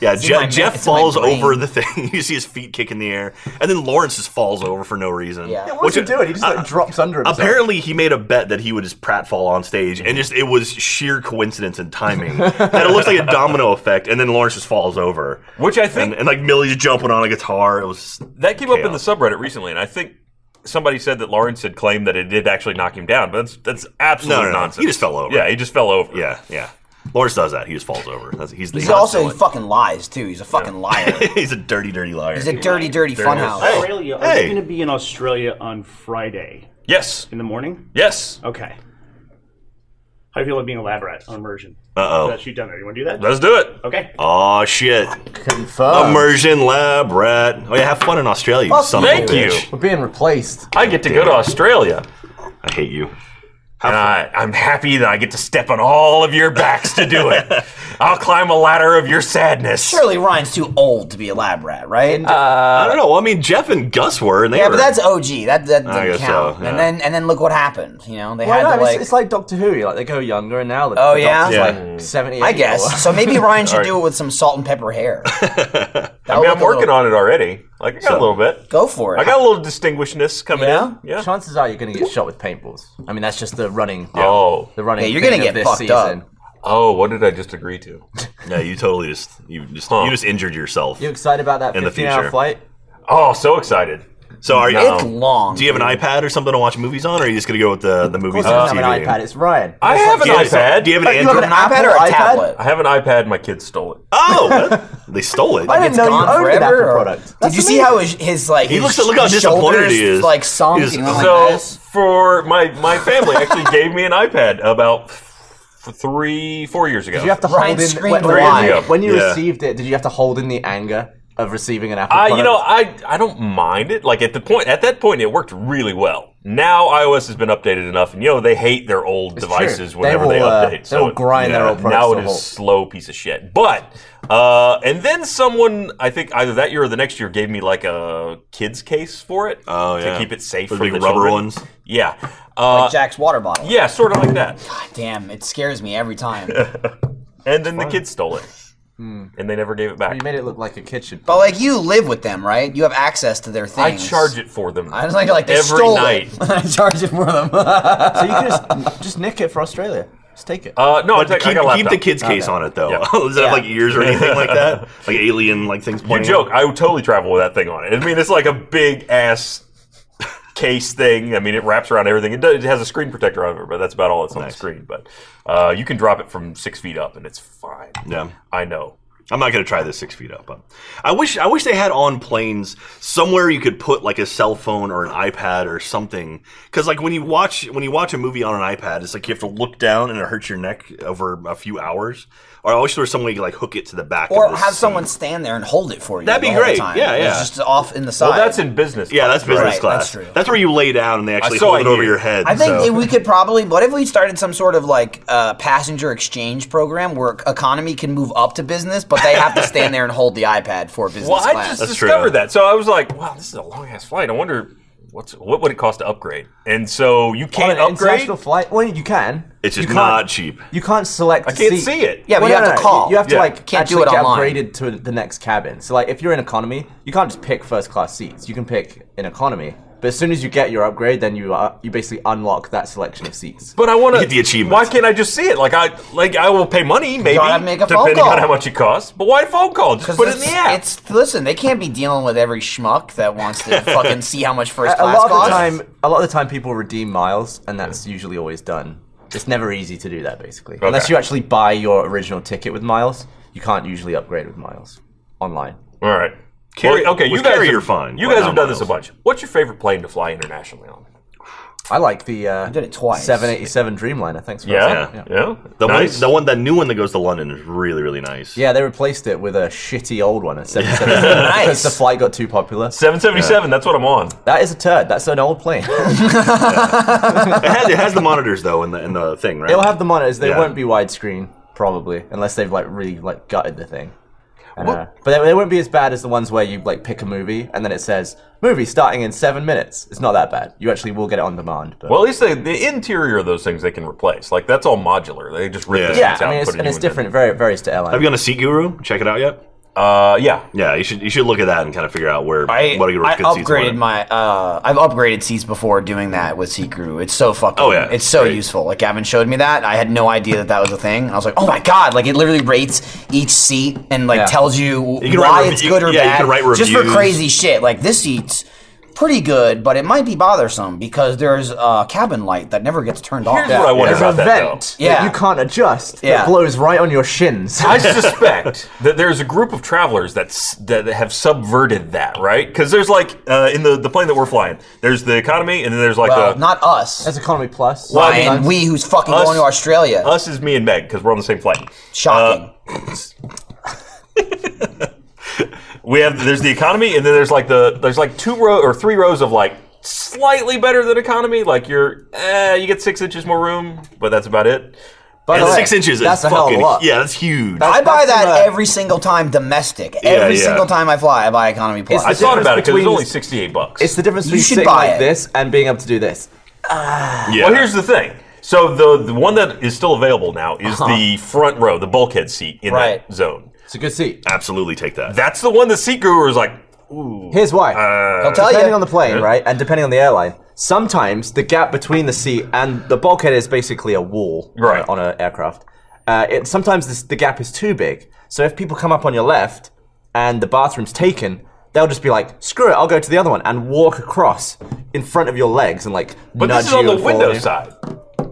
S3: Yeah,
S2: my
S3: Jeff,
S2: ma-
S3: Jeff
S2: Oh, it's in my
S3: falls
S2: brain.
S3: over the thing. you see his feet kick in the air, and then Lawrence just falls over for no reason.
S2: Yeah. Yeah,
S4: What's he doing? He just like drops under himself.
S3: Apparently, he made a bet that he would just pratfall on stage, and just it was sheer coincidence and timing that it looks like a domino effect, and then Lawrence just falls over,
S1: Which I think
S3: and, and like Millie's jumping on a guitar. It was
S1: that came up in the
S3: chaos.
S1: subreddit recently, and I think somebody said that Lawrence had claimed that it did actually knock him down, but that's that's absolute
S3: No, no, no.
S1: nonsense.
S3: He just fell over.
S1: Yeah, he just fell over.
S3: yeah, yeah. Lawrence does that. He just falls over. That's, he's the
S2: He's also he fucking lies too. He's a fucking liar.
S3: he's a dirty, dirty liar.
S2: He's a dirty, dirty funhouse.
S5: Australia, are
S3: Hey.
S5: you going to be in Australia on Friday
S1: Yes.
S5: in the morning?
S1: Yes.
S5: Okay. How do you feel about being a lab rat on immersion?
S3: Uh oh.
S5: That's you done there. You want to do that?
S1: Let's do it.
S5: Okay.
S3: Oh shit.
S4: confirmed.
S3: Immersion lab rat. Oh yeah, have fun in Australia. You son of a
S1: Thank you.
S3: bitch.
S4: We're being replaced.
S1: I get to go to Australia.
S3: I hate you.
S1: And I, I'm happy that I get to step on all of your backs to do it. I'll climb a ladder of your sadness.
S2: Surely Ryan's too old to be a lab rat, right?
S4: Uh,
S3: I don't know. Well, I mean, Jeff and Gus were, and they
S2: yeah,
S3: were.
S2: but that's OG. That that
S3: I
S2: doesn't
S3: guess
S2: count.
S3: so, yeah.
S2: And then and then look what happened. You know they
S4: Why
S2: had
S4: not?
S2: to like.
S4: it's, it's like Hmm. Doctor Who. Like they go younger, and now the,
S2: Oh,
S4: the
S2: yeah?
S4: Doctor's
S3: Yeah.
S4: like seventy.
S2: I guess so. Maybe Ryan should do it with some salt and pepper hair.
S1: I mean, I'm working on it already. Like, I got a little bit.
S2: Go for it.
S1: I got a little distinguishedness coming
S2: Yeah?
S1: in. Yeah.
S4: Chances are you're going to get shot with paintballs. I mean, that's just the running.
S1: Oh.
S4: The running.
S2: Yeah, you're gonna
S4: thing of
S2: get
S4: this
S2: fucked up.
S4: season.
S1: Oh, what did I just agree to?
S3: no, you totally just you just you just injured yourself.
S4: You excited about that
S3: In the
S4: 15 hour
S3: future.
S4: flight?
S1: Oh, so excited.
S3: So are you?
S2: It's long.
S3: um, do you have an iPad or something to watch movies on, or are you just gonna go with the the
S4: Of
S3: movies
S4: course, I
S3: on TV?
S4: don't have an iPad. It's Ryan.
S1: I have an
S3: Do you have,
S1: iPad.
S3: do you have an
S4: Oh, you have
S3: Android?
S2: an iPad or a
S4: Apple iPad?
S2: tablet?
S1: I have an iPad. My kids stole it.
S3: oh, they stole it.
S4: I didn't
S2: It's
S4: know you
S2: gone
S4: owned an Apple
S2: forever. or-
S4: product.
S2: Did you see how his, his like
S3: He
S2: his
S3: looks- look how
S2: sh-
S3: disappointed he
S2: shoulders,
S3: is.
S2: Like sunk.
S3: He is-
S2: you know, like
S1: so
S2: this?
S1: for my my family actually gave me an iPad about f- three four years ago.
S4: Did you have to
S2: Ryan
S4: hold in
S2: screamed
S4: when,
S2: why.
S4: when you- when you
S3: Yeah.
S4: received it? Did you have to hold in the anger of receiving an Apple?
S1: I,
S4: product?
S1: Ah, you know, I I don't mind it. Like at the point at that point, it worked really well. Now iOS has been updated enough, and you know they hate their old
S4: It's
S1: devices
S4: true.
S1: whenever
S4: they,
S1: they
S4: will, uh,
S1: update.
S4: they will grind their old products
S1: now
S4: to
S1: it
S4: a
S1: is
S4: halt.
S1: slow piece of shit. But uh, and then someone, I think either that year or the next year, gave me like a kids case for it
S3: Oh,
S1: to
S3: yeah.
S1: keep it safe
S3: Those
S1: from
S3: big
S1: the
S3: rubber
S1: children.
S3: ones?
S1: Yeah, uh,
S2: Jack's water bottle.
S1: yeah, sort of like that.
S2: Damn, it scares me every time.
S1: And then the kids stole it,
S4: Hmm.
S1: and they never gave it back.
S4: You made it look like a kitchen.
S2: but like you live with them, right? You have access to their
S1: I
S2: things.
S1: charge it for them.
S2: I was like, like they
S1: Every
S2: stole
S1: night.
S2: It. I charge it for them.
S4: so you could just just nick it for Australia. Just take it.
S1: uh, no, I,
S3: But
S1: take, I
S3: keep,
S1: got a
S3: keep the
S1: laptop.
S3: kids case on it though.
S1: Yeah.
S3: Does it have like
S2: Yeah.
S3: ears or anything like that? Like alien like things.
S1: You
S3: pointing out?
S1: joke. I would totally travel with that thing on it. I mean, it's like a big ass case thing. I mean, it wraps around everything. It, does, it has a screen protector over, it, but that's about all it's on the screen. But uh, you can drop it from six feet up, and it's fine.
S3: Yeah.
S1: I know.
S3: I'm not gonna try this six feet up. But I wish I wish they had on planes somewhere you could put like a cell phone or an iPad or something. Because like when you watch when you watch a movie on an iPad, it's like you have to look down and it hurts your neck over a few hours. Or I wish there was some way you could, like hook it to the back.
S2: or
S3: of the
S2: have
S3: seat.
S2: someone stand there and hold it for you.
S3: That'd be
S2: the whole
S3: great.
S2: Time.
S3: Yeah,
S2: It's
S3: yeah.
S2: just off in the side.
S1: Well, that's in business.
S3: Yeah, that's business
S2: Right,
S3: class.
S2: that's true.
S3: where you lay down and they actually
S1: I saw
S3: hold it
S1: it
S3: over
S1: here.
S3: your head.
S2: I think
S3: so-
S2: that we could probably. What if we started some sort of like uh, passenger exchange program where e-, economy can move up to business, but they have to stand there and hold the iPad for business
S1: Well, I
S2: class?
S1: just
S3: That's true.
S1: discovered that. So I was like, wow, this is a long ass flight. I wonder what's what would it cost to upgrade. And so you
S4: on
S1: can't
S4: an
S1: upgrade.
S4: international flight. Well, you can.
S3: It's just
S4: You can't-
S3: not cheap.
S4: You can't select.
S1: I can't see it.
S2: Yeah, but you have to call.
S4: You have to
S1: Yeah.
S4: like
S2: Can't do
S4: actually
S2: it
S4: get
S2: online.
S4: upgraded to the next cabin. So like, if you're in economy, you can't just pick first class seats. You can pick in economy. But as soon as you get your upgrade, then you are, you basically unlock that selection of seats.
S1: But I want to
S3: Get the achievements.
S1: Why can't I just see it? Like I like I will pay money maybe
S2: gotta make a phone
S1: depending
S2: call.
S1: on how much it costs. But why a phone call? Just
S2: 'Cause
S1: put it in
S2: it's-
S1: the app.
S2: It's listen, they can't be dealing with every schmuck that wants to fucking see how much first
S4: a
S2: class
S4: lot of the
S2: costs.
S4: time, a lot of the time, people redeem miles, and that's usually always done. It's never easy to do that, basically, unless you actually buy your original ticket with miles. You can't usually upgrade with miles online.
S1: All right.
S3: Carry-
S1: Well, okay,
S3: with
S1: you guys
S3: carrier
S1: have,
S3: fine,
S1: You
S3: but
S1: guys
S3: not
S1: have done this a
S3: miles.
S1: bunch. What's your favorite plane to fly internationally on?
S4: I like the uh, I
S2: did it twice.
S4: 787 Dreamliner. Thanks for
S1: Yeah,
S4: asking.
S1: yeah.
S4: yeah.
S3: The,
S1: nice.
S3: one, the one, that new one that goes to London is really, really nice.
S4: Yeah, they replaced it with a shitty old one, a 777.
S2: Nice.
S4: Because the flight got too popular.
S1: 777. That's what I'm on.
S4: That is a turd. That's an old
S3: it,
S4: plane.
S3: has, it has the monitors though in the in the thing, right?
S4: It'll have the monitors. They
S3: Yeah.
S4: won't be widescreen, probably, unless they've like really like gutted the thing. And, uh, but they, they won't be as bad as the ones where you like pick a movie and then it says movie starting in seven minutes. It's not that bad. You actually will get it on demand. But
S1: Well, at least they, the interior of those things they can replace. Like that's all modular. They just rip
S3: Yeah.
S1: the
S4: yeah,
S1: seats out
S4: I mean,
S1: and
S4: it's,
S1: put a
S4: and
S1: new
S4: it's
S1: one in.
S4: different. Very, varies to airline.
S3: Have you gone to Seat Guru? Check it out yet?
S1: Uh, yeah,
S3: Yeah, you should you should look at that and kind of figure out where
S2: I,
S3: what a good
S2: I
S3: good seats were.
S2: upgraded my uh, I've upgraded seats before doing that with Seat Guru. It's so fucking
S3: Oh, yeah.
S2: it's so
S3: Great.
S2: useful. Like Gavin showed me that. I had no idea that that was a thing. And I was like, "Oh my god, like it literally rates each seat and like
S4: Yeah.
S2: tells you,
S3: You can
S2: why
S3: write rev-
S2: it's
S3: you-
S2: good or
S3: yeah, you
S2: bad."
S3: can write
S2: just for
S3: reviews.
S2: crazy shit. Like this seat's pretty good, but it might be bothersome because there's a cabin light that never gets turned off.
S1: Here's what I wonder
S4: There's
S1: about
S4: a
S1: that, though.
S4: vent
S2: Yeah.
S4: that you can't adjust
S2: Yeah.
S4: that blows right on your shins.
S1: I suspect that there's a group of travelers that's, that have subverted that, right? Because there's like uh, in the, the plane that we're flying, there's the economy, and then there's like
S2: Well,
S1: the
S2: not us.
S4: That's economy plus.
S1: Well, I mean,
S2: Ryan, we who's fucking
S1: us-
S2: going to Australia.
S1: us is me and Meg because we're on the same flight.
S2: Shocking.
S3: Uh,
S1: We have there's the economy, and then there's like the there's like two row or three rows of like slightly better than economy. Like you're eh, you get six inches more room, but that's about it.
S4: By the
S3: And
S4: way,
S3: six inches
S4: That's
S3: is
S4: a hell of a
S3: fucking
S4: lot.
S3: yeah, that's huge.
S2: I buy
S4: that's
S2: that
S4: in a-
S2: every single time domestic. every
S3: yeah.
S2: single time I fly, I buy economy plus.
S1: I thought about
S4: difference
S1: it because it's
S4: between-
S1: only sixty eight bucks.
S4: It's the difference
S2: You
S4: between
S2: should
S4: sitting
S2: buy
S4: like
S2: it.
S4: this and being able to do this.
S3: yeah.
S1: Well, here's the thing. So the the one that is still available now is the front row, the bulkhead seat in
S2: Right.
S1: that zone.
S4: It's a good seat.
S3: absolutely take that.
S1: That's the one the seat guru is like, ooh.
S4: Here's why.
S2: I'll tell
S4: depending
S2: you.
S4: on the plane, right, and depending on the airline, sometimes the gap between the seat and the bulkhead is basically a wall on a-
S1: Right.
S4: on an aircraft. Uh, it, sometimes this, the gap is too big, so if people come up on your left and the bathroom's taken, they'll just be like, "Screw it, I'll go to the other one," and walk across in front of your legs and like
S1: But
S4: nudge
S1: this is on
S4: you
S1: the
S4: and follow
S1: window
S4: you.
S1: side.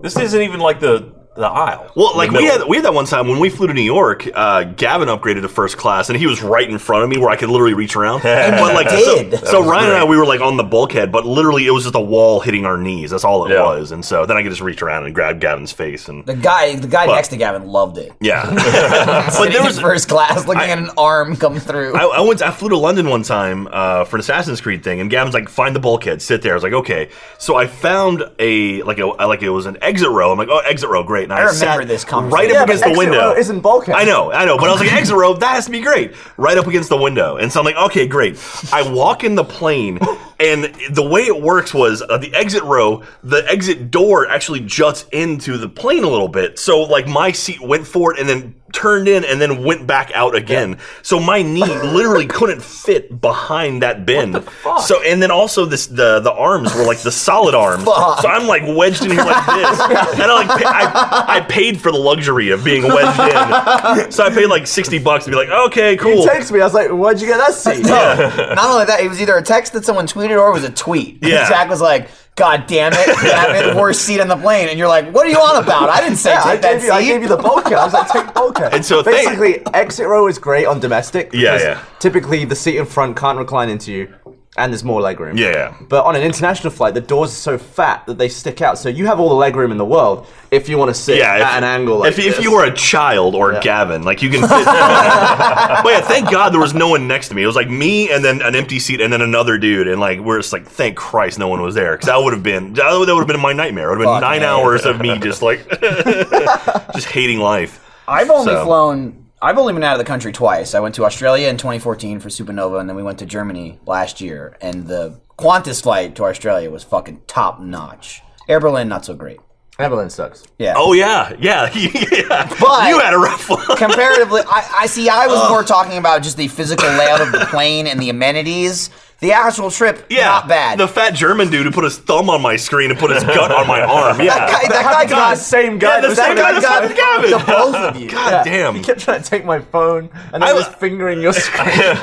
S1: This isn't even like the the aisle.
S3: Well, like
S1: The
S3: we
S1: middle.
S3: had we had that one time when we flew to New York. Uh, Gavin upgraded to first class, and he was right in front of me where I could literally reach around. And but, like,
S2: did.
S3: So, so Ryan and I, we were like on the bulkhead, but literally it was just a wall hitting our knees. That's all it
S1: Yeah.
S3: was. And so then I could just reach around and grab Gavin's face, and
S2: The guy, the guy next to Gavin loved it.
S3: yeah. but
S2: Sitting
S3: there
S2: in
S3: was
S2: first class, looking at an arm come through.
S3: I, I went. I flew to London one time uh, for an Assassin's Creed thing, and Gavin's like, "Find the bulkhead, sit there." I was like, "Okay." So I found a like a like it was an exit row. I'm like, "Oh, exit row, great." And I,
S2: remember
S3: sat
S2: this
S3: right up
S2: conversation. Yeah,
S4: but
S3: against the
S4: exit
S3: window.
S4: row isn't bulkhead.
S3: I know, I know, but I was like, "Exit row, that has to be great." Right up against the window, and so I'm like, "Okay, great." I walk in the plane, and the way it works was uh, the exit row. The exit door actually juts into the plane a little bit, so like my seat went forward and then turned in and then went back out again. So my knee literally couldn't fit behind that bend. So and then also this the the arms were like the solid arms. So I'm like wedged in here like this, and I like pa- I, I paid for the luxury of being wedged in. So I paid like sixty bucks to be like, okay, cool.
S4: He texted me. I was like, "Where'd you get that seat?"
S2: Not only that, it was either a text that someone tweeted or it was a tweet.
S3: Yeah.
S2: Zach was like, "God damn it, Gavin, worst seat on the plane," and you're like, "What are you on about? I didn't say
S4: Yeah, I
S2: take that
S4: gave, you, I
S2: seat."
S4: gave you the bulkhead. I was like, take bulkhead.
S3: And so they-
S4: basically, exit row is great on domestic.
S3: Yeah,
S4: because
S3: yeah.
S4: Typically, the seat in front can't recline into you, and there's more legroom.
S3: Yeah, yeah.
S4: But on an international flight, the doors are so fat that they stick out. So you have all the legroom in the world if you want to sit
S3: yeah, if,
S4: at an angle. Like
S3: if, if
S4: this.
S3: you were a child or Gavin, like you can. Fit. but yeah, thank God there was no one next to me. It was like me and then an empty seat and then another dude, and like we're just like, thank Christ, no one was there because that would have been that would have been my nightmare. It would have been
S2: Fuck,
S3: nine
S2: man.
S3: hours of me just like just hating life.
S2: I've only
S3: So-
S2: flown. I've only been out of the country twice. I went to Australia in 2014 for Supernova, and then we went to Germany last year. And the Qantas flight to Australia was fucking top notch. Air Berlin, not so great.
S4: Evelyn sucks.
S2: Yeah.
S3: Oh yeah, yeah, yeah.
S2: But-
S3: you had a rough one.
S2: comparatively, I, I see. I was more talking about just the physical layout of the plane and the amenities. The actual trip,
S3: Yeah,
S2: not bad.
S3: The fat German dude who put his thumb on my screen and put his gut on my arm. Yeah,
S2: that guy, that
S4: happened
S2: guy
S4: to
S2: got
S4: the same guy
S3: Yeah, the
S4: that
S3: same
S4: that
S3: guy
S4: guy
S3: that
S4: got-
S3: with Gavin.
S2: the both of you.
S3: God damn.
S4: He kept trying to take my phone and I
S3: I-
S4: was fingering your screen.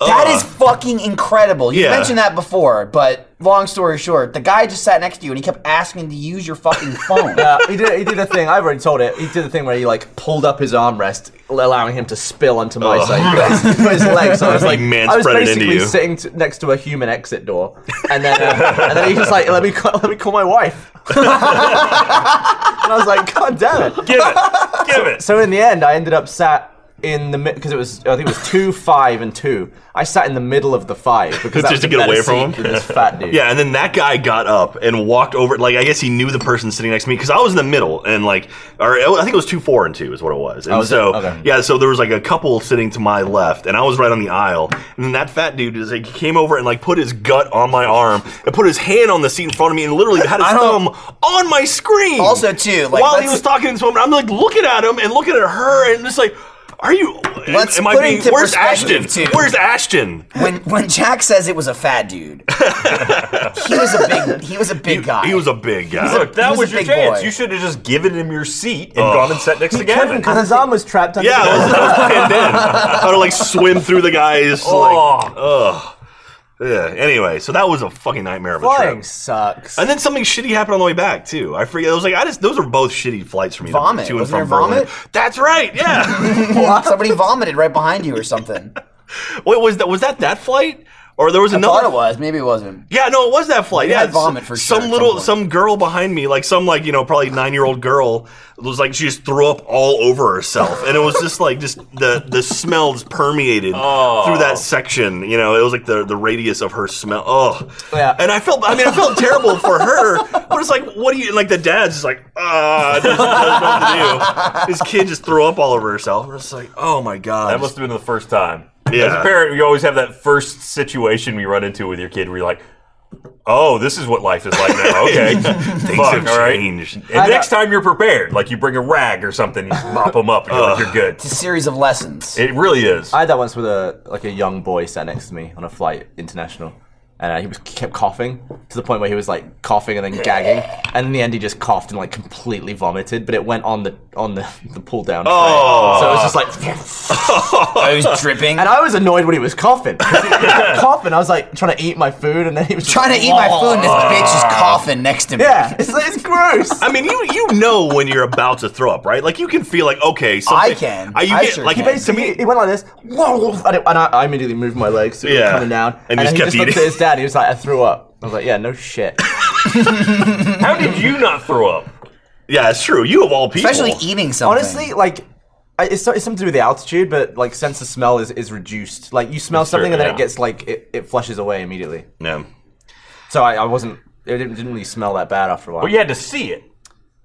S2: That is fucking incredible. You
S3: Yeah.
S2: mentioned that before, but long story short, the guy just sat next to you and he kept asking to use your fucking phone.
S4: Uh, he did. He did a thing. I've already told it. He did a thing where he like pulled up his armrest, allowing him to spill onto my side. He Put his legs on. I was
S3: Oh. Like
S4: like,
S3: manspread
S4: I was
S3: it into
S4: basically
S3: you.
S4: sitting t- next to a human exit door, and then uh, and then he was like, "Let me call, let me call my wife." and I was like, "God damn it!"
S1: Give it. Give it.
S4: So in the end, I ended up sat in the because it was I think it was two five and two. I sat in the middle of the five because that
S3: Just
S4: was
S3: to
S4: a
S3: get
S4: better
S3: away from
S4: seat
S3: him?
S4: than This fat dude.
S3: Yeah, and then that guy got up and walked over. Like, I guess he knew the person sitting next to me because I was in the middle, and like, or I think it was two four and two is what it was.
S2: Oh,
S3: And
S4: was it?
S3: so,
S4: Okay.
S3: yeah, so there was like a couple sitting to my left, and I was right on the aisle. And then that fat dude is like, he came over and like put his gut on my arm and put his hand on the seat in front of me, and literally had his thumb on my screen.
S2: Also, too, like,
S3: while he
S2: let's-
S3: was talking to this woman, I'm like looking at him and looking at her, and just like, are you?
S2: Let's
S3: am I
S2: put it
S3: being?
S2: into
S3: Where's
S2: perspective,
S3: Ashton?
S2: too.
S3: Where's Ashton?
S2: when when Jack says it was a fat dude, he was a big he was a big guy.
S3: He was a big guy.
S1: Look, that
S2: was
S1: was,
S2: a
S1: your
S2: big
S1: chance.
S2: boy.
S1: You should have just given him your seat and gone and sat next to Gavin.
S4: because his arm was trapped under
S3: Yeah,
S4: the
S3: I was, I was pinned in. How to like swim through the guys. Like,
S1: Oh,
S3: yeah. Anyway, so that was a fucking nightmare of a
S4: flying
S3: trip.
S4: sucks.
S3: And then something shitty happened on the way back too. I forget. I was like, I just those are both shitty flights for me. to-
S2: Vomit.
S3: To, and
S2: Wasn't
S3: from
S2: there
S3: Berlin.
S2: vomit?
S3: That's right. Yeah.
S2: Somebody vomited right behind you or something.
S3: Wait, was that was that that flight? Or there was
S2: I
S3: another
S2: thought it was. Maybe it wasn't.
S3: Yeah, no, it was that flight.
S2: Maybe I
S3: Yeah,
S2: had vomit
S3: s-
S2: for sure
S3: some
S2: at some
S3: little
S2: point.
S3: some girl behind me, like some like you know probably nine year old girl was like she just threw up all over herself, and it was just like just the the smells permeated through that section. You know, it was like the the radius of her smell. Oh,
S4: Yeah.
S3: And I felt, I mean, I felt terrible for her, but it's like, what do you and, like? The dad's just like, ah, doesn't know what to do. His kid just threw up all over herself. We're just like, oh my god,
S1: that must have been the first time.
S3: Yeah.
S1: As a parent, you always have that first situation you run into with your kid where you're like, "Oh, this is what life is like now." Okay,
S3: things
S1: Fuck,
S3: have
S1: all right.
S3: changed.
S1: And next time you're prepared, like you bring a rag or something, you mop them up, and you're, like, you're good.
S2: It's a series of lessons.
S1: It really is.
S4: I had that once with a like a young boy sat next to me on a flight international, and uh, he was kept coughing to the point where he was like coughing and then gagging, and in the end he just coughed and like completely vomited, but it went on the on the, the pull down.
S3: Oh.
S4: so it was just like,
S2: I was dripping.
S4: and I was annoyed when he was coughing. 'cause He, he kept coughing, I was like trying to eat my food, and then he was just
S2: trying to eat my food, and this bitch is coughing next to me.
S4: Yeah, it's, it's gross.
S3: I mean, you you know when you're about to throw up, right? Like you can feel like okay, something,
S2: I can.
S3: Uh, you
S2: I
S3: get,
S2: sure
S3: like
S2: can.
S4: He basically he, he went like this, whoa, and, it, and I, I immediately moved my legs, so it
S3: Yeah.
S4: was coming down.
S3: And he just
S4: then he
S3: kept
S4: just looked
S3: eating.
S4: at his dad. He was like, "I threw up." I was like, "Yeah, no shit."
S1: How did you not throw up?
S3: yeah, it's true. You of all people,
S2: Especially eating something.
S4: Honestly, like I, it's, so- it's something to do with the altitude, but like sense of smell is, is reduced. Like you smell something and then
S3: yeah.
S4: it gets like it, it flushes away immediately.
S3: Yeah.
S4: So I, I wasn't. It didn't, didn't really smell that bad after a while.
S1: Well, you had to see it.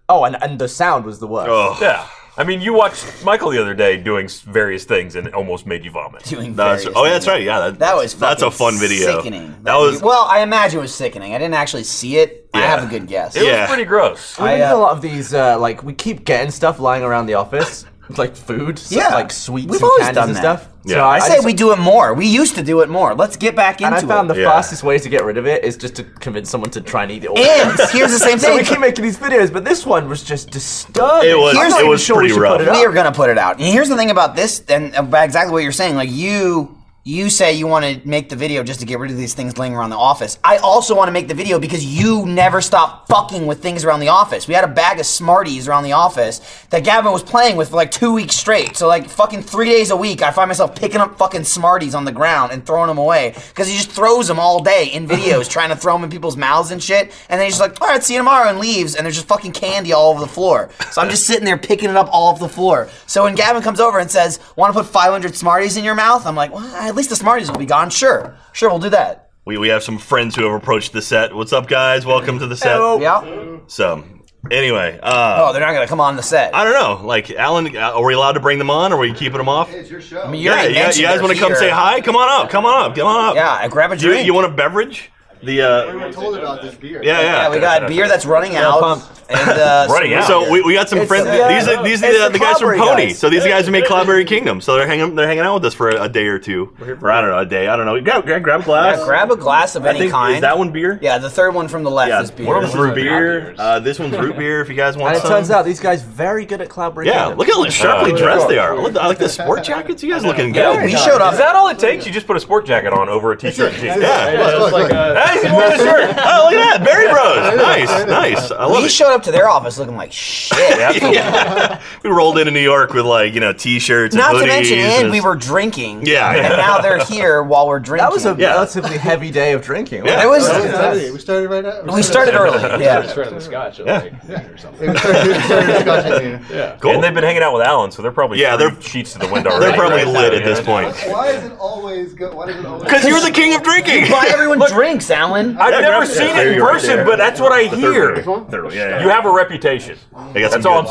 S4: Oh, and, and the sound was the worst.
S3: Ugh.
S1: Yeah. I mean, you watched Michael the other day doing s- various things and it almost made you vomit.
S2: doing
S3: That's,
S2: various
S3: oh, yeah,
S2: things.
S3: that's right. Yeah, that,
S2: That was
S3: that's a fun
S2: fucking
S3: video.
S2: Sickening.
S3: That was
S2: well, I imagine it was sickening. I didn't actually see it. I
S3: Yeah.
S2: have a good guess.
S1: It
S3: Yeah.
S1: was pretty gross.
S4: We
S2: I,
S4: get
S2: uh,
S4: a lot of these. Uh, like we keep getting stuff lying around the office, like food, so-
S2: Yeah.
S4: like sweets
S2: We've
S4: and
S2: always
S4: candies
S2: done
S4: and
S2: that.
S4: stuff.
S3: Yeah.
S4: So
S3: I
S4: I,
S2: I say
S4: just-
S2: we do it more. We used to do it more. Let's get back
S4: And
S2: into
S4: I found
S2: it.
S4: the
S3: Yeah.
S4: fastest way to get rid of it is just to convince someone to try and eat it all.
S2: and here's the same
S4: so we
S2: thing.
S4: keep making these videos, but this one was just disturbing.
S3: It was-
S4: I'm
S2: it
S4: not even
S3: was
S4: sure we
S3: pretty
S4: should
S3: rough.
S4: Put it up.
S2: we are gonna put it out. And here's the thing about this, and about exactly what you're saying. Like you, you say you want to make the video just to get rid of these things laying around the office. I also want to make the video because you never stop fucking with things around the office. We had a bag of Smarties around the office that Gavin was playing with for like two weeks straight. So like fucking three days a week, I find myself picking up fucking Smarties on the ground and throwing them away because he just throws them all day in videos, trying to throw them in people's mouths and shit. And then he's just like, "All right, see you tomorrow," and leaves. And there's just fucking candy all over the floor. So I'm just sitting there picking it up all over the floor. So when Gavin comes over and says, "Want to put 500 Smarties in your mouth?" I'm like, "Well, at least the Smarties will be gone. Sure, sure, we'll do that."
S3: we, we have some friends who have approached the set. What's up, guys? Welcome to the set.
S4: Hello.
S2: Yeah.
S3: So, anyway, uh,
S2: Oh, they're not gonna come on the set.
S3: I don't know. Like, Alan, uh, are we allowed to bring them on? Or are we keeping them off?
S6: It's your show.
S2: mean, you
S3: Yeah,
S2: already
S3: you, guys- you
S2: mentioned
S3: guys
S2: they're
S3: want to come
S2: here.
S3: say hi? Come on up. Come on up. Come on up.
S2: Yeah, I grab a
S3: Do you,
S2: drink.
S3: you want a beverage? The uh,
S6: we were told about this beer.
S3: yeah, yeah.
S2: yeah, we got beer that's running
S4: Yeah,
S2: out.
S4: pump.
S2: And uh, so
S1: Running out.
S3: So we, we got some
S4: It's,
S3: friends.
S4: uh,
S3: these are, these are
S4: it's
S3: the,
S4: the
S3: the guys from
S4: Cloudberry
S3: Pony.
S4: guys.
S3: So these guys who make Cloudberry Kingdom. So they're hanging they're hanging out with us for a, a day or two, or I don't know a day. I don't know. Grab grab, grab a glass.
S2: yeah, grab a glass of
S3: I
S2: any
S3: think
S2: kind.
S3: is that one beer?
S2: Yeah, the third one from the left
S3: yeah.
S2: is beer.
S3: One of them's
S1: Those
S3: root
S1: are
S3: beer.
S1: not beers.
S3: Uh, this one's root beer. If you guys want
S4: And it
S3: some.
S4: turns out these guys very good at cloud breaking.
S3: yeah, look at how sharply
S1: Uh,
S3: dressed they are. I like the- I like the sport jackets. You guys looking
S2: Yeah,
S3: good.
S2: we showed up.
S1: Is that all it takes? You just put a sport jacket on over a t-shirt. and jeans.
S3: Yeah.
S6: Yeah, it's like uh,
S1: Hey, he's wearing a shirt.
S3: Oh, look at that, Berry Bros. Nice, nice. I love
S2: we
S3: it.
S2: showed up to their office looking like shit.
S3: Yeah. we rolled into New York with like you know t-shirts.
S2: Not
S3: and
S2: to mention,
S3: hoodies
S2: and
S3: and
S2: we were drinking.
S3: Yeah.
S2: And now they're here while we're drinking.
S4: That was a
S3: Yeah.
S4: relatively heavy day of drinking.
S3: Yeah.
S2: It was.
S6: oh, it's early. We started right now.
S2: we started early. Yeah.
S7: Just running the scotch at like noon or
S6: We
S7: something.
S6: started, we started discussing the-
S7: Yeah.
S3: cool.
S1: And they've been hanging out with Alan, so they're probably
S3: Yeah,
S1: three
S3: they're-
S1: sheets to the window.
S3: They're
S1: already,
S3: probably
S1: right?
S3: lit at
S1: Yeah.
S3: this point.
S6: Why is it always good? Why does it always?
S3: Because you're the king of drinking.
S2: Why everyone drinks, Alan?
S1: I've
S3: Yeah, yeah,
S1: never seen
S3: there
S1: it in
S3: you are,
S1: person,
S3: there.
S1: but that's what I hear.
S3: Thoroughly, yeah, yeah.
S1: You have a reputation.
S3: They got
S1: That's
S3: some
S1: all I'm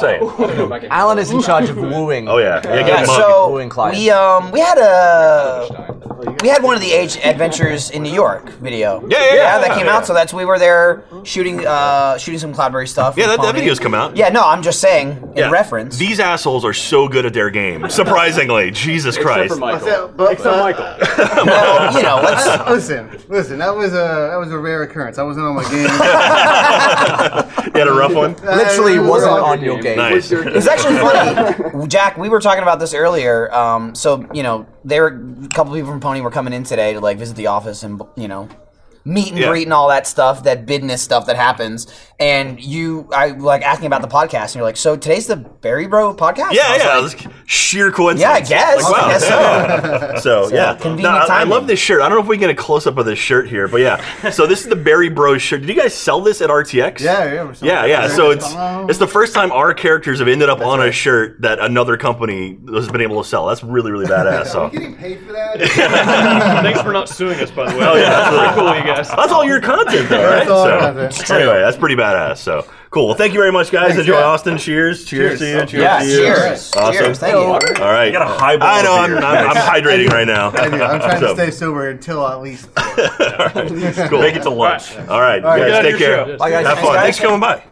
S3: good-
S1: saying.
S4: Alan is in charge of wooing.
S3: Oh yeah, yeah.
S2: Yeah,
S3: Get mugged.
S2: so
S4: Wooing clients.
S2: we um we had a we had one of the Age Adventures in New York video.
S3: Yeah, yeah, yeah,
S2: that came
S3: yeah.
S2: out. So that's we were there shooting uh shooting some Cloudberry stuff.
S3: yeah,
S2: with
S3: that, that
S2: Pony.
S3: video's come out.
S2: Yeah, no, I'm just saying in
S3: Yeah.
S2: reference.
S3: These assholes are so good at their game. Surprisingly, Jesus
S7: Except
S3: Christ.
S7: for Michael.
S6: Except- but-
S7: Except
S6: but-
S7: Michael.
S2: well, you know, let's
S6: Listen, listen. That was a that was a rare occurrence. I wasn't on my game.
S3: You had a rough one.
S4: Literally
S6: Uh,
S4: wasn't
S6: we're all-
S4: on your game.
S3: Nice.
S2: It's actually funny, Jack. We were talking about this earlier. Um, so you know, there were a couple people from Pony were coming in today to like visit the office and you know, meet and
S3: Yeah.
S2: greet and all that stuff, that business stuff that happens. And you, I like asking about the podcast, and you're like, "So today's the Barry Bro podcast?" And I
S3: Yeah,
S2: was
S3: yeah.
S2: like,
S3: that's sheer coincidence.
S2: yeah, I guess.
S3: Like, wow.
S2: I guess so.
S3: So, yeah,
S2: convenient
S3: I- I,
S2: timing.
S3: love this shirt. I don't know if we can get a close up of this shirt here, but yeah. So this is the Barry Bros shirt. Did you guys sell this at RTX?
S6: Yeah, yeah, we're selling
S3: yeah,
S6: it.
S3: yeah. So it's
S6: Hello.
S3: it's the first time our characters have ended up on a shirt that another company has been able to sell. That's really really badass.
S6: Are
S3: So
S6: we getting paid for that?
S5: Thanks for not suing us, by the way. Oh,
S3: yeah,
S5: That's pretty cool, you guys.
S3: that's all your content, though, right?
S6: That's all
S3: so
S6: content.
S3: anyway, that's pretty badass. So cool. Well, thank you very much, guys. Enjoy Austin. Cheers. Cheers, to you. Cheers.
S2: yeah,
S3: to you.
S2: cheers,
S3: Awesome.
S2: cheers. Thank you.
S3: All right.
S1: got a highball
S3: I know. I'm,
S1: beer.
S3: I'm, I'm hydrating right now.
S6: I'm trying
S3: So,
S6: to stay sober until at least.
S3: Cool.
S1: Make it to lunch.
S3: All right,
S6: right,
S3: you guys,
S6: get
S5: out of
S3: take
S5: your
S3: care.
S5: show.
S4: Bye, guys.
S3: Have
S4: Thanks,
S3: fun.
S4: guys.
S3: Thanks for coming by.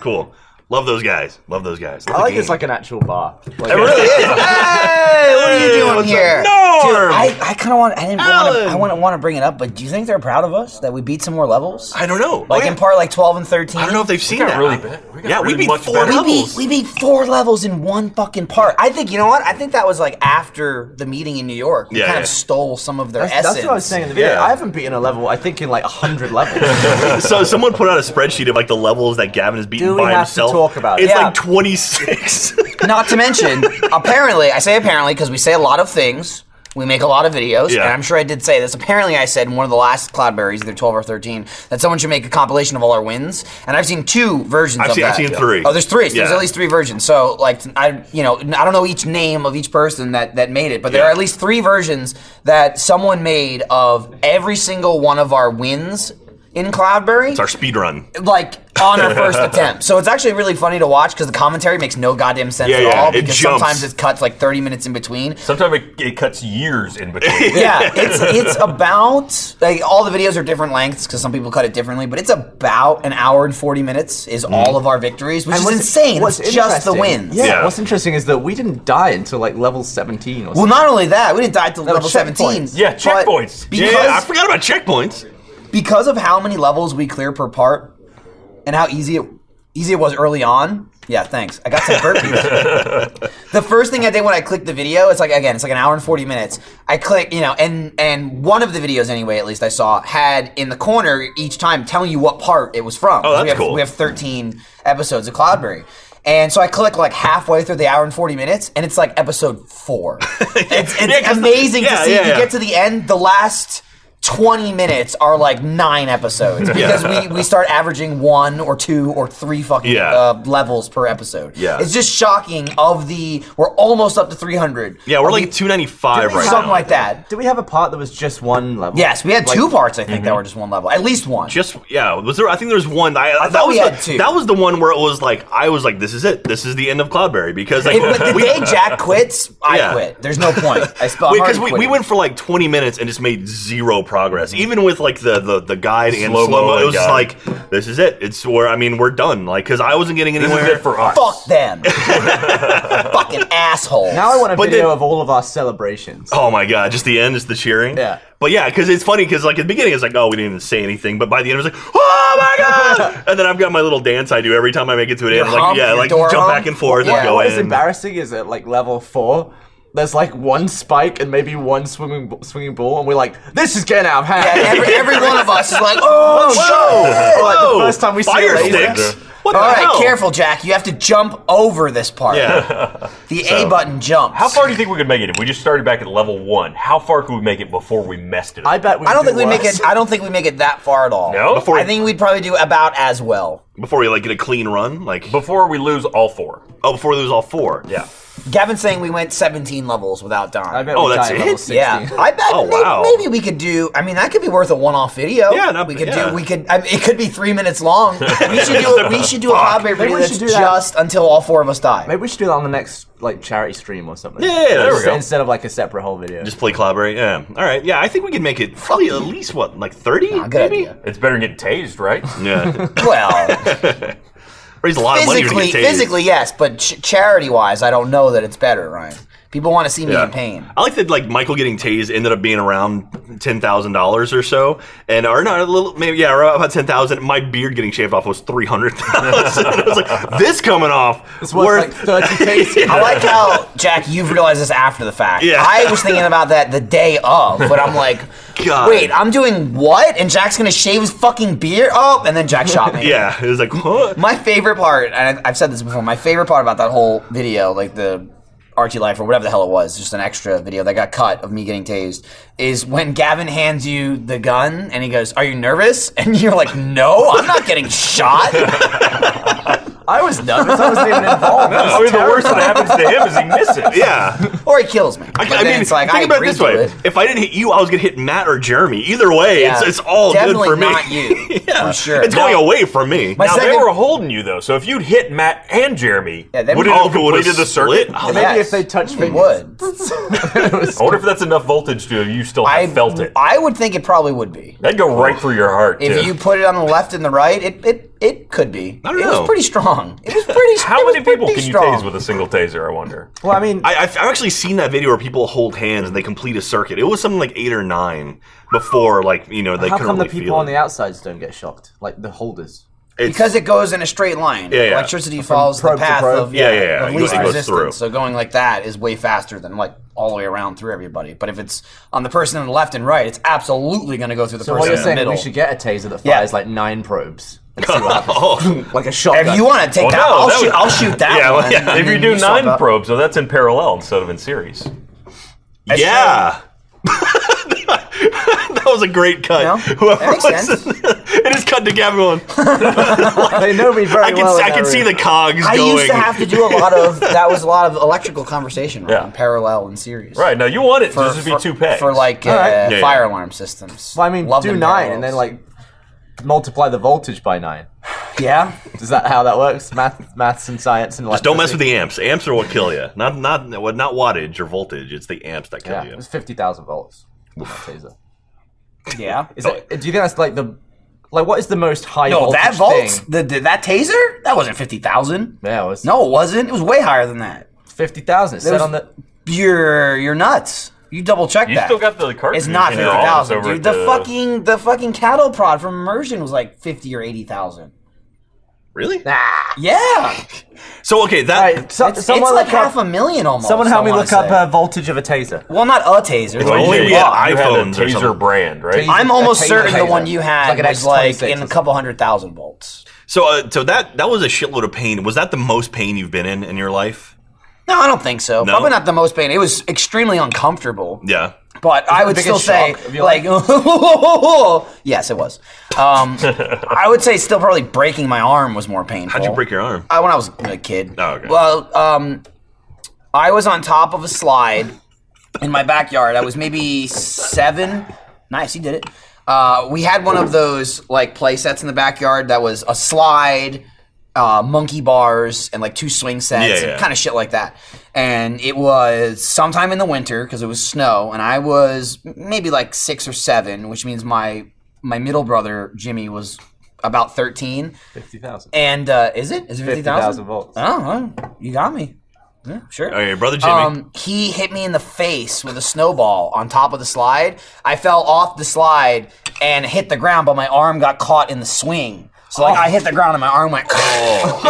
S3: cool. Love those guys. Love those guys. Love
S4: I
S3: the
S4: like
S3: game.
S4: it's like an actual bar. Like,
S2: Really is. Hey, what are you
S3: Hey,
S2: doing
S3: what's up?
S2: here?
S3: Norm!
S2: Dude, I, I kind of want. I didn't want
S3: Alan!
S2: to. I wouldn't want to bring it up, but do you think they're proud of us that we beat some more levels?
S3: I don't know.
S2: Like
S3: Oh, yeah.
S2: in part like twelve and thirteen.
S3: I don't know if they've seen that.
S1: really bad- we got
S3: yeah, we
S1: really
S3: beat
S1: much
S3: four
S1: better.
S2: We
S3: levels.
S2: beat, we beat four levels in one fucking part. I think you know what? I think that was like after the meeting in New York. We
S3: Yeah,
S2: kind
S3: yeah.
S2: of stole some of their
S4: That's,
S2: essence.
S4: that's what I was saying in the video.
S3: Yeah.
S4: I haven't beaten a level, I think, in like 100 levels.
S3: so someone put out a spreadsheet of like the levels that Gavin has beaten
S4: Do we
S3: by
S4: have to
S3: himself.
S4: talk about it?
S3: it's
S2: Yeah.
S3: like 26.
S2: Not to mention, apparently, I say apparently because we say a lot of things. We make a lot of videos,
S3: Yeah.
S2: and I'm sure I did say this. Apparently, I said in one of the last Cloudberries, either 12 or 13, that someone should make a compilation of all our wins. And I've seen two versions
S3: I've
S2: of
S3: seen- I've
S2: that.
S3: seen three.
S2: Oh, there's three. So There's
S3: Yeah.
S2: at least three versions. So, like, I you know, I don't know each name of each person that that made it, but there
S3: Yeah.
S2: are at least three versions that someone made of every single one of our wins in Cloudberry
S3: it's our speed run.
S2: like on our first attempt. So it's actually really funny to watch because the commentary makes no goddamn sense
S3: Yeah,
S2: at
S3: yeah,
S2: all
S3: it
S2: because
S3: jumps.
S2: sometimes it cuts like 30 minutes in between.
S1: Sometimes it, it cuts years in between.
S2: Yeah, it's it's about like all the videos are different lengths because some people cut it differently, but it's about an hour and 40 minutes is
S3: Mm.
S2: all of our victories, which
S4: And
S2: is
S4: what's-
S2: insane.
S4: what's
S2: it's just the
S4: interesting-
S2: wins.
S4: Yeah,
S3: Yeah.
S4: What's interesting is that we didn't die until like level 17 or
S2: Well,
S4: something.
S2: not only that, we didn't die till level 17.
S4: checkpoints.
S1: Yeah,
S2: but
S1: checkpoints.
S2: Because
S3: yeah, I forgot about checkpoints.
S2: because of how many levels we clear per part and how easy it easy it was early on. Yeah, thanks. I got some burpees. the first thing I did when I clicked the video, it's like again, it's like an hour and forty minutes. I click, you know, and and one of the videos anyway, at least I saw, had in the corner each time telling you what part it was from.
S3: Oh, that's
S2: we have,
S3: cool.
S2: We have thirteen episodes of Cloudberry. And so I click like halfway through the hour and forty minutes, and it's like episode four. It's,
S3: Yeah,
S2: it's
S3: 'cause the-
S2: amazing
S3: yeah,
S2: to see.
S3: yeah,
S2: you
S3: yeah.
S2: get to the end, the last 20 minutes are like nine episodes because we, we start averaging one or two or three fucking
S3: Yeah.
S2: uh, levels per episode.
S3: Yeah.
S2: It's just shocking of the, we're almost up to 300.
S3: Yeah, we're
S2: Of
S3: like
S2: the-
S3: 295 right
S2: Something
S3: now.
S2: like that.
S4: Did we have a part that was just one level?
S2: Yes, we had
S4: Like-
S2: two parts, I think, that were just one level. At least one.
S3: mm-hmm. Just yeah, was there? I think there's one. I, I that
S2: thought
S3: was
S2: we
S3: the,
S2: had two.
S3: that was the one where it was like I was like, this is it. This is the end of Cloudberry because like
S2: If- but the
S3: we-
S2: day Jack quits, I
S3: Yeah.
S2: quit. There's no point. I spell
S3: because we, we went for like 20 minutes and just made zero progress. Even with like the the, the guide and
S1: Slow-mo
S3: slow mo, it
S1: and
S3: was just
S1: guide.
S3: like this is it. It's where I mean we're done. Like because I wasn't getting
S1: This
S3: anywhere.
S1: is it for us.
S2: Fuck them. Fucking assholes.
S4: Now I want a
S3: But
S4: video
S3: then-
S4: of all of our celebrations.
S3: Oh my god! Just the end, just the cheering.
S4: Yeah.
S3: But yeah, because it's funny because like at the beginning it's like oh we didn't even say anything, but by the end it was like oh my god! and then I've got my little dance I do every time I make it to an end. Like
S2: hump,
S3: yeah,
S2: your
S3: like
S2: door
S3: jump
S2: hump.
S3: back and forth
S2: Yeah,
S3: and go
S4: what
S3: in.
S4: is embarrassing is at like level four, there's like one spike and maybe one swinging b- swinging ball, and we're like, this is getting out of hand.
S2: Every, every one of us is like, oh,
S3: Whoa!
S4: Or, like, the
S3: Whoa!
S4: first time we see
S3: fire
S4: a laser.
S3: sticks. What the
S2: All right,
S3: hell?
S2: careful, Jack. You have to jump over this part.
S3: Yeah.
S2: The A button jumps.
S1: How far do you think we could make it if we just started back at level one? How far could we make it before we messed it up?
S4: I bet we.
S2: I don't
S4: do
S2: think we make
S4: worse.
S2: it. I don't think we make it that far at all.
S1: No?
S3: Before-
S2: I think we'd probably do about as well.
S3: Before we like get a clean run, like
S1: before we lose all four.
S3: oh before we lose all four.
S1: Yeah.
S2: Gavin's saying we went 17 levels without Don.
S4: I bet
S3: Oh,
S4: we
S3: that's
S4: die
S3: it?
S4: at level 16.
S2: yeah, I bet
S3: Oh,
S2: may-
S3: wow.
S2: maybe, we could do. I mean, that could be worth a one-off video.
S3: Yeah, not-
S2: we could
S3: yeah.
S2: do. We could. I mean, it could be three minutes long. we should do. A, we should do a hobby
S4: Maybe
S2: video
S4: we
S2: that's
S4: should do that.
S2: just until all four of us die.
S4: Maybe we should do that on the next like charity stream or something.
S3: Yeah, there we
S4: Instead-
S3: go.
S4: Instead of like a separate whole video.
S3: Just play collaborate. Yeah. All right. Yeah, I think we can make it probably at least what like thirty,
S2: good
S3: maybe.
S2: idea.
S1: It's better than getting tased, right?
S3: Yeah.
S2: Well,
S3: Raise a lot of money. when you
S2: physically,
S3: get tased.
S2: physically, yes, but ch- charity-wise, I don't know that it's better, Ryan. People want to see me in pain.
S3: I like that. Like Michael getting tased ended up being around ten thousand dollars or so, and or not a little, maybe yeah, around about ten thousand. My beard getting shaved off was three hundred thousand. I was like, this coming off
S4: It's worth like 30 takes.
S2: I like how Jack, you've realized this after the fact.
S3: Yeah.
S2: I was thinking about that the day of, but I'm like,
S3: God.
S2: wait, I'm doing what? And Jack's gonna shave his fucking beard? Oh, and then Jack shot me.
S3: yeah, it was like huh?
S2: My favorite part, and I- I've said this before, my favorite part about that whole video, like the Archie Life or whatever the hell it was, just an extra video that got cut of me getting tased, is when Gavin hands you the gun and he goes, Are you nervous? And you're like, No, I'm not getting shot.
S4: I was nervous. I wasn't even involved. That was
S1: I mean, the worst that happens to him is he misses.
S3: yeah.
S2: or he kills me.
S3: I,
S2: But
S3: I
S2: then
S3: mean,
S2: it's like,
S3: think
S2: I
S3: about it
S2: agreed
S3: this way:
S2: to it.
S3: if I didn't hit you, I was gonna hit Matt or Jeremy. Either way, it's
S2: Yeah,
S3: it's all good
S2: definitely
S3: for me.
S2: not you,
S3: yeah,
S2: for sure.
S3: It's going away from me.
S2: My
S1: Now they
S2: second-
S1: were holding you though, so if you'd hit Matt and Jeremy,
S2: Yeah, they
S1: would
S2: would-
S1: it
S3: Oh,
S1: have
S3: if it would've
S1: completed the
S3: split?
S1: circuit?
S3: Oh,
S4: Maybe
S2: Yes.
S4: if they touch
S2: It
S4: fingers.
S2: would.
S4: It was-
S1: I wonder if that's enough voltage to you still
S2: I
S1: have felt it.
S2: I would think it probably would be.
S1: That'd go right through your heart.
S2: If
S1: too.
S2: you put it on the left and the right, it it, it could be.
S3: I don't
S2: it
S3: know.
S2: was pretty strong. It was pretty.
S1: How
S2: it was
S1: many people
S2: pretty
S1: can you
S2: strong.
S1: tase with a single taser? I wonder.
S4: well, I mean,
S3: I, I've, I've actually seen that video where people hold hands and they complete a circuit. It was something like eight or nine before, like you know, they
S4: how
S3: couldn't
S4: come the
S3: really
S4: people
S3: feel
S4: on
S3: it.
S4: the outsides don't get shocked? Like the holders.
S3: It's-
S2: Because it goes in a straight line.
S3: yeah.
S2: Electricity follows the
S4: probe to
S2: path
S4: probe.
S2: of,
S3: Yeah, yeah, yeah.
S2: of
S3: It goes-
S2: least
S3: it goes
S2: resistance.
S3: through.
S2: So going like that is way faster than like all the way around through everybody. But if it's on the person on the left and right, it's absolutely going to go through the
S4: So what
S2: person
S4: you're
S2: in the
S4: saying?
S2: middle.
S4: We should get a taser that fires
S2: Yeah.
S4: like nine probes and see what happens. like a shotgun.
S2: if you want to take
S3: Oh,
S1: Well,
S2: that,
S1: no,
S2: I'll,
S1: that
S2: shoot,
S1: would-
S2: I'll shoot that
S3: Yeah, well,
S2: one.
S3: yeah.
S2: and
S1: If you
S2: then
S1: do
S2: swap
S1: nine
S2: out.
S1: probes, though, that's in parallel instead of in series.
S3: yeah. that was a great cut.
S2: No, that makes
S3: was-
S2: sense.
S3: it just cut to Gavin going,
S4: they know me very
S3: I can,
S4: well. in
S3: I
S4: that
S3: can see
S4: room.
S3: the cogs
S2: I
S3: going.
S2: used to have to do a lot of that was a lot of electrical conversation, right?
S1: Yeah.
S2: in parallel and series,
S1: Right now, you want it
S2: For,
S1: to just be
S2: for-
S1: two pegs
S2: for like uh,
S4: right. Yeah,
S3: yeah.
S2: fire alarm systems.
S4: Well, I mean,
S2: Love
S4: do
S2: them
S4: nine and then
S2: parallels.
S4: like multiply the voltage by nine.
S2: yeah,
S4: Is that how that works? Math, maths, and science, and like
S3: Just don't mess with the amps. Amps are what kill you. Not not well, not wattage or voltage. It's the amps that kill
S4: Yeah,
S3: you.
S4: it's fifty thousand volts. on that taser.
S2: yeah.
S4: Is it, do you think that's like the like what is the most high
S2: No,
S4: voltage
S2: that volts,
S4: thing?
S2: the, the, that taser, that wasn't fifty thousand.
S4: Yeah, it was
S2: No, it wasn't. It was way higher than that.
S4: fifty thousand. It said
S2: was-
S4: on the
S2: You're you're nuts. You double check
S1: You
S2: that.
S1: still got the cartridge.
S2: it's not
S1: in
S2: fifty
S1: your office
S2: thousand,
S1: over
S2: dude.
S1: at
S2: The, fucking the fucking cattle prod from immersion was like fifty or eighty thousand.
S3: Really?
S2: Yeah,
S3: So okay, that
S4: Alright, so-
S2: it's,
S4: someone
S2: it's like
S4: look up-
S2: half a million almost.
S4: Someone help
S2: I
S4: me
S2: wanna
S4: look up
S2: say.
S4: uh, voltage of a taser.
S2: Well, not a taser.
S1: Well,
S3: only
S1: you-
S3: we had
S1: you had a
S3: iPhones or
S1: taser
S3: something.
S1: brand, right?
S4: Taser.
S2: I'm almost
S4: a taser
S2: certain the
S4: taser.
S2: one you had
S4: Like an
S2: was like
S4: X26
S2: in
S4: or
S2: a couple hundred thousand volts.
S3: So, uh, so that that was a shitload of pain. Was that the most pain you've been in in your life?
S2: No, I don't think so.
S3: No?
S2: Probably not the most pain. It was extremely uncomfortable.
S3: Yeah.
S2: But I would
S4: the
S2: still
S4: biggest
S2: say,
S4: shock of your
S2: like, yes, it was. Um, I would say, still probably breaking my arm was more painful.
S3: How'd you break your arm?
S2: I, when I was a kid.
S3: Oh, okay.
S2: Well, um, I was on top of a slide in my backyard. I was maybe seven. Nice, you did it. Uh, we had one of those like play sets in the backyard that was a slide, uh, monkey bars and like two swing sets
S3: Yeah, yeah.
S2: and kind of shit like that. And it was sometime in the winter because it was snow, and I was maybe like six or seven, which means my my middle brother Jimmy was about thirteen.
S4: Fifty thousand.
S2: And uh, is it is it fifty
S4: 50,000
S2: thousand
S4: volts.
S2: Oh, well, you got me. Yeah, sure.
S3: Okay, Oh, brother Jimmy.
S2: Um, he hit me in the face with a snowball on top of the slide. I fell off the slide and hit the ground, but my arm got caught in the swing. So like I hit the ground and my arm went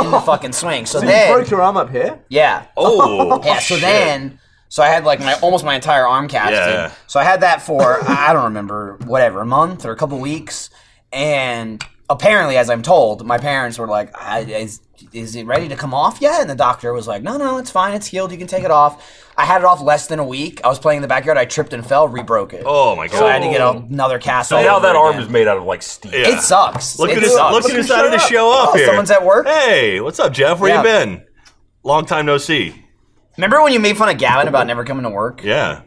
S2: in the fucking swing. So,
S4: Oh. So you
S2: then,
S4: broke your arm up here?
S2: yeah,
S3: oh,
S2: yeah. So
S3: shit.
S2: then, so I had like my almost my entire arm cast
S3: Yeah.
S2: in. So I had that for I I don't remember whatever a month or a couple weeks, and apparently, as I'm told, my parents were like, I, "Is is it ready to come off yet?" And the doctor was like, "No, no, it's fine. It's healed. You can take it off." I had it off less than a week. I was playing in the backyard. I tripped and fell, rebroke it.
S3: Oh my god!
S2: So I had to get another cast.
S1: So
S2: all
S1: now
S2: over
S1: that arm
S2: again.
S1: is made out of like steel.
S3: Yeah.
S2: It sucks.
S3: Look
S2: it
S3: at who's
S2: sucks.
S3: look who decided to show up
S2: Oh,
S3: here.
S2: someone's at work?
S3: Hey, what's up, Jeff? Where
S2: Yeah.
S3: you been? Long time no see.
S2: Remember when you made fun of Gavin about never coming to work?
S3: Yeah.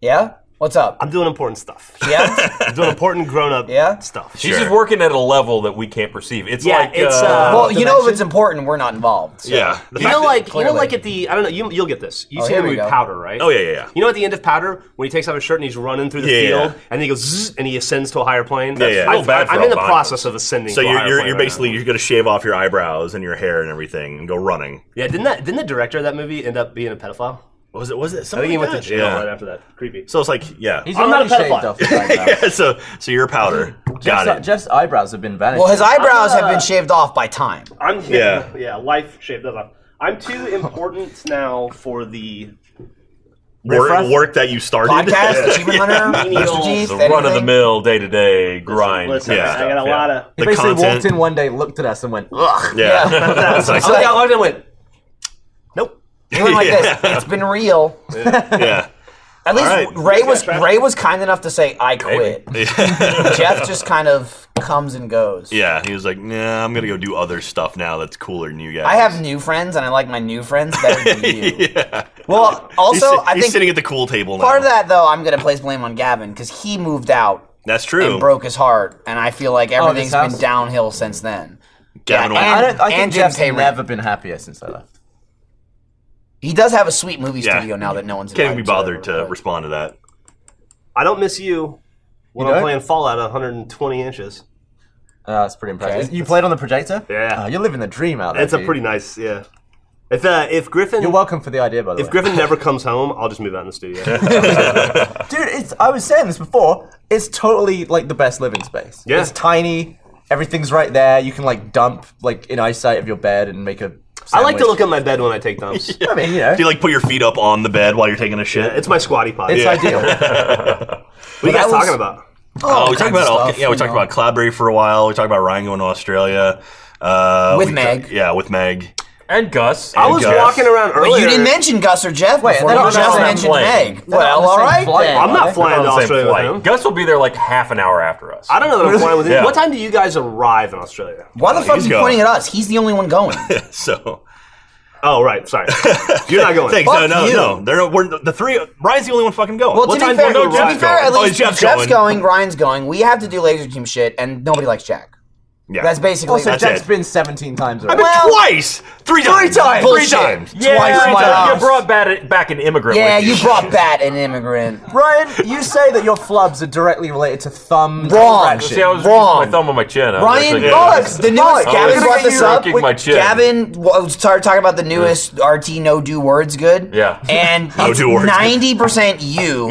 S2: Yeah. What's up?
S8: I'm doing important stuff.
S2: Yeah.
S8: I'm doing important grown up
S2: Yeah?
S8: stuff.
S1: She's just
S3: Sure.
S1: working at a level that we can't perceive. It's
S8: Yeah,
S1: like
S8: it's,
S1: uh,
S8: uh,
S2: well, you know if
S8: dimension?
S2: it's important, we're not involved.
S3: Yeah. The
S8: You
S3: fact
S8: know,
S3: that-
S8: like you know,
S2: clearly.
S8: like at the I don't know. You you'll get this. You
S2: Oh,
S8: see
S2: here
S8: him
S2: we
S8: with
S2: go.
S8: powder, right?
S3: Oh yeah, yeah, yeah.
S8: You know, at the end of Powder, when he takes off his shirt and he's running through the
S3: Yeah, yeah,
S8: field,
S3: yeah.
S8: and then he goes zzz, and he ascends to a higher plane.
S3: Yeah, yeah.
S8: I
S3: Feel bad
S8: I'm
S3: for
S8: in the
S3: Alvin.
S8: process of ascending.
S3: So
S8: to a
S3: you're
S8: higher
S3: you're,
S8: plane
S3: you're
S8: right
S3: basically
S8: now.
S3: you're gonna shave off your eyebrows and your hair and everything and go running.
S8: yeah. Didn't that didn't the director of that movie end up being a pedophile?
S3: What was it? Was it?
S8: I
S3: Something
S8: think he
S3: like
S8: went to
S3: that?
S8: jail
S3: Oh Yeah.
S8: right after that. Creepy.
S3: So it's like yeah.
S4: He's
S8: I'm not a
S4: already shaved
S8: pedophile.
S4: off his eyebrows.
S3: yeah. So so you're powder. Got
S4: Jeff's,
S3: it.
S4: Jeff's eyebrows have been vanishing.
S2: Well, his eyebrows have
S8: I'm, uh,
S2: been shaved off by time.
S8: I'm
S3: Yeah.
S8: yeah. Life shaped that up. I'm too important now for the
S3: Work,
S4: Riffraff?
S3: work that you started.
S2: Podcast,
S3: Yeah.
S2: Achievement Hunter, Mr.
S8: Menial-
S2: G,
S1: the run of the mill, day to day grind.
S8: Listen,
S3: Yeah.
S8: I got a
S3: Yeah.
S8: lot of.
S4: He
S3: The
S4: basically
S3: content.
S4: walked in one day, looked at us, and went, ugh.
S3: Yeah.
S2: Yeah.
S3: It's like,
S8: I looked out- looked and went. Nope.
S2: He went like
S3: Yeah.
S2: this. It's been real.
S3: yeah.
S2: At least
S3: right.
S2: Ray was
S8: Yeah,
S2: Ray was kind enough to say, "I quit." Jeff just kind of comes and goes.
S3: Yeah. He was like, nah, I'm gonna go do other stuff now that's cooler than you guys.
S2: I have new friends, and I like my new friends better than you.
S3: yeah.
S2: Well,
S3: He's,
S2: also,
S3: sit-
S2: I
S3: he's
S2: think
S3: sitting at the cool table now.
S2: part of that though, I'm gonna place blame on Gavin because he moved out
S3: That's true.
S2: and broke his heart, and I feel like everything's
S4: house?
S2: been downhill since then.
S3: Gavin
S2: Yeah,
S3: went-
S4: I, don't, I
S2: And
S4: think
S2: didn't
S4: Jeff's
S2: pay rent.
S4: never been happier since I left.
S2: He does have a sweet movie
S3: Yeah.
S2: studio now that no one's
S3: can't even be
S2: invited
S3: bothered to
S2: but-
S3: respond to that.
S8: I don't miss you when I'm
S4: don't?
S8: playing Fallout 120 inches.
S4: Uh, that's pretty impressive. You played on the projector?
S8: Yeah.
S4: Oh, you're living the dream out there.
S8: It's a
S4: dude.
S8: pretty nice, yeah. If uh, if Griffin
S4: You're welcome for the idea, by the
S8: if
S4: way.
S8: Griffin never comes home, I'll just move out in the studio.
S4: Dude, it's, I was saying this before. It's totally like the best living space.
S8: Yeah.
S4: It's tiny. Everything's right there. You can like dump like in eyesight of your bed and make a.
S8: I like to look
S4: sandwich.
S8: at my bed when I take dumps.
S4: I mean, you know,
S3: Do you like put your feet up on the bed while you're taking a shit?
S8: It's my squatty pot.
S4: it's
S8: yeah.
S4: ideal.
S8: What are
S2: That
S8: you guys
S2: was-
S8: talking about?
S3: oh, we
S2: kinds
S3: talked about
S2: of
S3: all-
S2: stuff,
S3: yeah, we
S2: you
S3: talked
S2: know.
S3: about Cloudberry for a while. We talked about Ryan going to Australia. Uh,
S2: With
S3: we-
S2: Meg.
S3: yeah, with Meg.
S1: And Gus.
S8: I
S3: And
S8: was
S3: Gus.
S8: walking around
S2: But
S8: earlier.
S2: you didn't mention Gus or Jeff Wait, before.
S4: they're
S2: You
S4: not on
S2: just
S4: the
S2: mentioned
S1: plane.
S2: Meg.
S4: They're not
S2: Well,
S4: on the
S2: all
S4: same
S2: right
S4: flight.
S2: then.
S8: I'm not
S1: We're on
S8: flying to
S1: the same
S8: Australia
S1: flight.
S8: with him.
S1: Gus will be there like half an hour after us.
S8: I don't know that I'm flying with him.
S1: Yeah.
S8: What time do you guys arrive in Australia?
S2: Why the fuck are
S3: he's
S2: you
S3: going.
S2: pointing at us? He's the only one going.
S3: So
S8: Oh, right. Sorry. You're not going.
S3: thanks.
S2: Fuck
S3: no, no,
S2: you.
S3: no. They're we're the three. Ryan's the only one fucking going.
S2: Well,
S3: what
S2: to be
S3: time
S2: fair,
S3: no,
S2: to be
S3: Jeff's
S2: fair,
S3: going.
S2: at
S3: Oh,
S2: least
S3: Jeff's, going.
S2: Ryan's going. We have to do laser team shit, and nobody likes Jack.
S3: Yeah.
S2: That's basically
S4: also,
S3: That's
S4: Jeff's
S3: it.
S4: been 17 times
S3: But
S4: already.
S2: Well-
S3: twice, three times,
S2: times.
S3: three
S2: Bullshit.
S3: times.
S2: Yeah, Twice
S1: you
S2: my
S1: brought- you
S2: house.
S1: brought back, back an immigrant.
S2: yeah,
S1: with
S2: you brought Bat an immigrant.
S4: Ryan, you say that your flubs are directly related to thumb
S2: Wrong.
S4: direction.
S1: See, I was
S2: Wrong.
S1: my thumb on my chin. I was
S2: Ryan
S1: actually-
S2: Bullocks, the newest.
S4: Bollocks.
S1: I
S2: Gavin
S1: was
S2: brought this up.
S1: stroking my chin.
S2: Gavin wa- started talking about the newest RT No Do Words Good.
S1: Yeah.
S2: And it's
S3: Do Words Good.
S2: 90% you,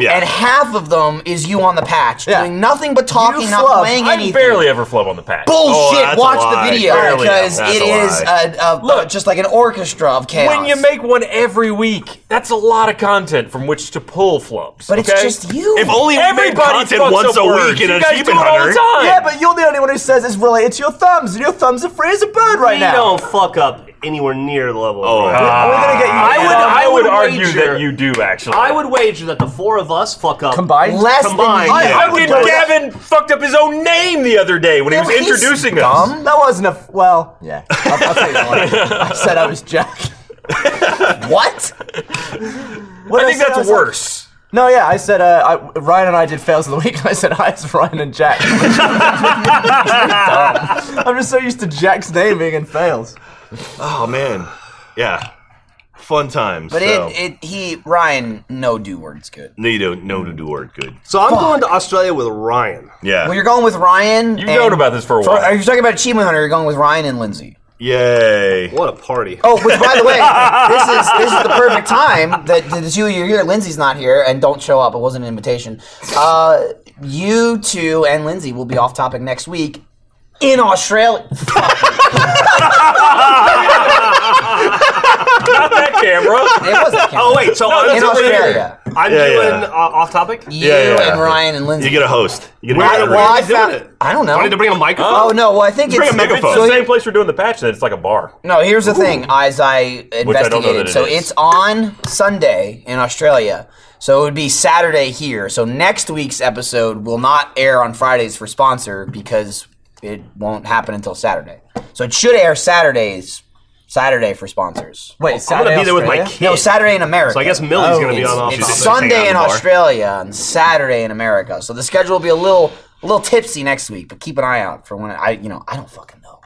S3: Yeah.
S2: and half of them is you on the patch,
S4: Yeah.
S2: doing nothing but talking, not
S4: flub.
S2: playing
S1: I
S2: anything.
S1: barely ever flub on the patch.
S3: Oh,
S2: Bullshit!
S3: that's a
S2: Watch
S3: lie.
S2: the video
S3: Barely.
S2: because
S3: That's
S2: it
S3: a
S2: is
S3: lie.
S2: a, a,
S1: Look.
S2: just like an orchestra of chaos.
S1: When you make one every week, that's a lot of content from which to pull flubs.
S2: But it's
S1: okay?
S2: just you.
S3: If only we made
S1: Everybody
S3: content
S1: fucks
S3: once
S1: up
S3: a
S1: words.
S3: week in
S1: You
S3: an
S1: guys do
S3: achievement
S1: it all the
S3: hunter.
S1: time.
S4: Yeah, but you're the only one who says it's related to your thumbs, and your thumbs are free as a bird right
S8: we
S4: now.
S8: don't fuck up anywhere near the level.
S3: Oh,
S8: of
S3: God.
S4: We're gonna get you.
S1: I would, I would argue
S8: wager-
S1: that you do actually.
S8: I would wager that the four of us fuck up.
S4: combined.
S2: less
S8: Combined,
S2: than you.
S8: yeah.
S4: I would
S1: Fucking
S4: go-
S1: Gavin fucked up his own name the other day when he
S2: Yeah,
S1: was
S2: but he's
S1: introducing us.
S2: dumb.
S4: That wasn't a. Well, yeah. I'll, I'll tell you what. I said I was Jack.
S2: What?
S4: What
S1: I
S4: did
S1: think
S4: say?
S1: that's
S4: was
S1: worse.
S4: No, yeah, I said uh, I, Ryan and I did fails of the week, and I said hi, it's Ryan and Jack. I'm just so used to Jack's name being in fails.
S3: Oh man, yeah, fun times.
S2: But
S3: so.
S2: it, it, he, Ryan, no do word's good.
S3: no, you don't know to do word good.
S9: So I'm going to Australia with Ryan.
S3: Yeah,
S2: Well, you're going with Ryan.
S1: You've
S2: and-
S1: known about this for a
S2: So are
S1: while.
S2: you talking about Achievement Hunter? You're going with Ryan and Lindsay.
S3: yay.
S9: What a party!
S2: Oh, which by the way, this is this is the perfect time that the two of you are here. Lindsay's not here, and don't show up. It wasn't an invitation. Uh, you two and Lindsay will be off topic next week in Australia.
S1: Not that camera.
S2: It wasn't
S9: Oh
S2: Canada.
S9: wait, so I'm
S2: in
S9: doing-
S2: Australia.
S9: I'm
S3: Yeah,
S9: doing
S3: yeah.
S9: Uh, off topic.
S2: You
S3: Yeah, yeah.
S2: and Ryan and Lindsay.
S3: You get a host. You get
S9: Where-
S3: a
S9: where
S2: well,
S9: are
S2: I
S9: you doing
S2: found.
S9: it?
S2: I don't know.
S9: Do I need to bring a microphone?
S2: oh no! Well, I think
S3: Bring
S2: it's
S3: a megaphone.
S1: It's
S2: So
S1: the
S2: he-
S1: same place we're doing the patch. Then it's like a bar.
S2: No, here's the thing, as I
S1: I don't know that
S2: investigated.
S1: it
S2: so
S1: is.
S2: it's on Sunday in Australia. So it would be Saturday here. So next week's episode will not air on Fridays for sponsor because it won't happen until Saturday. So it should air Saturdays, Saturday for sponsors.
S4: Wait,
S9: I'm
S4: Saturday,
S9: gonna be there with my
S4: Australia? Oh,
S9: kid.
S2: No, Saturday in America.
S9: So I guess Millie's gonna be
S2: it's,
S9: on off
S2: It's
S9: topic.
S2: Sunday in
S3: Hang on, bar.
S2: Australia and Saturday in America. So the schedule will be a little a little tipsy next week, but keep an eye out for when I you know, I don't fucking know.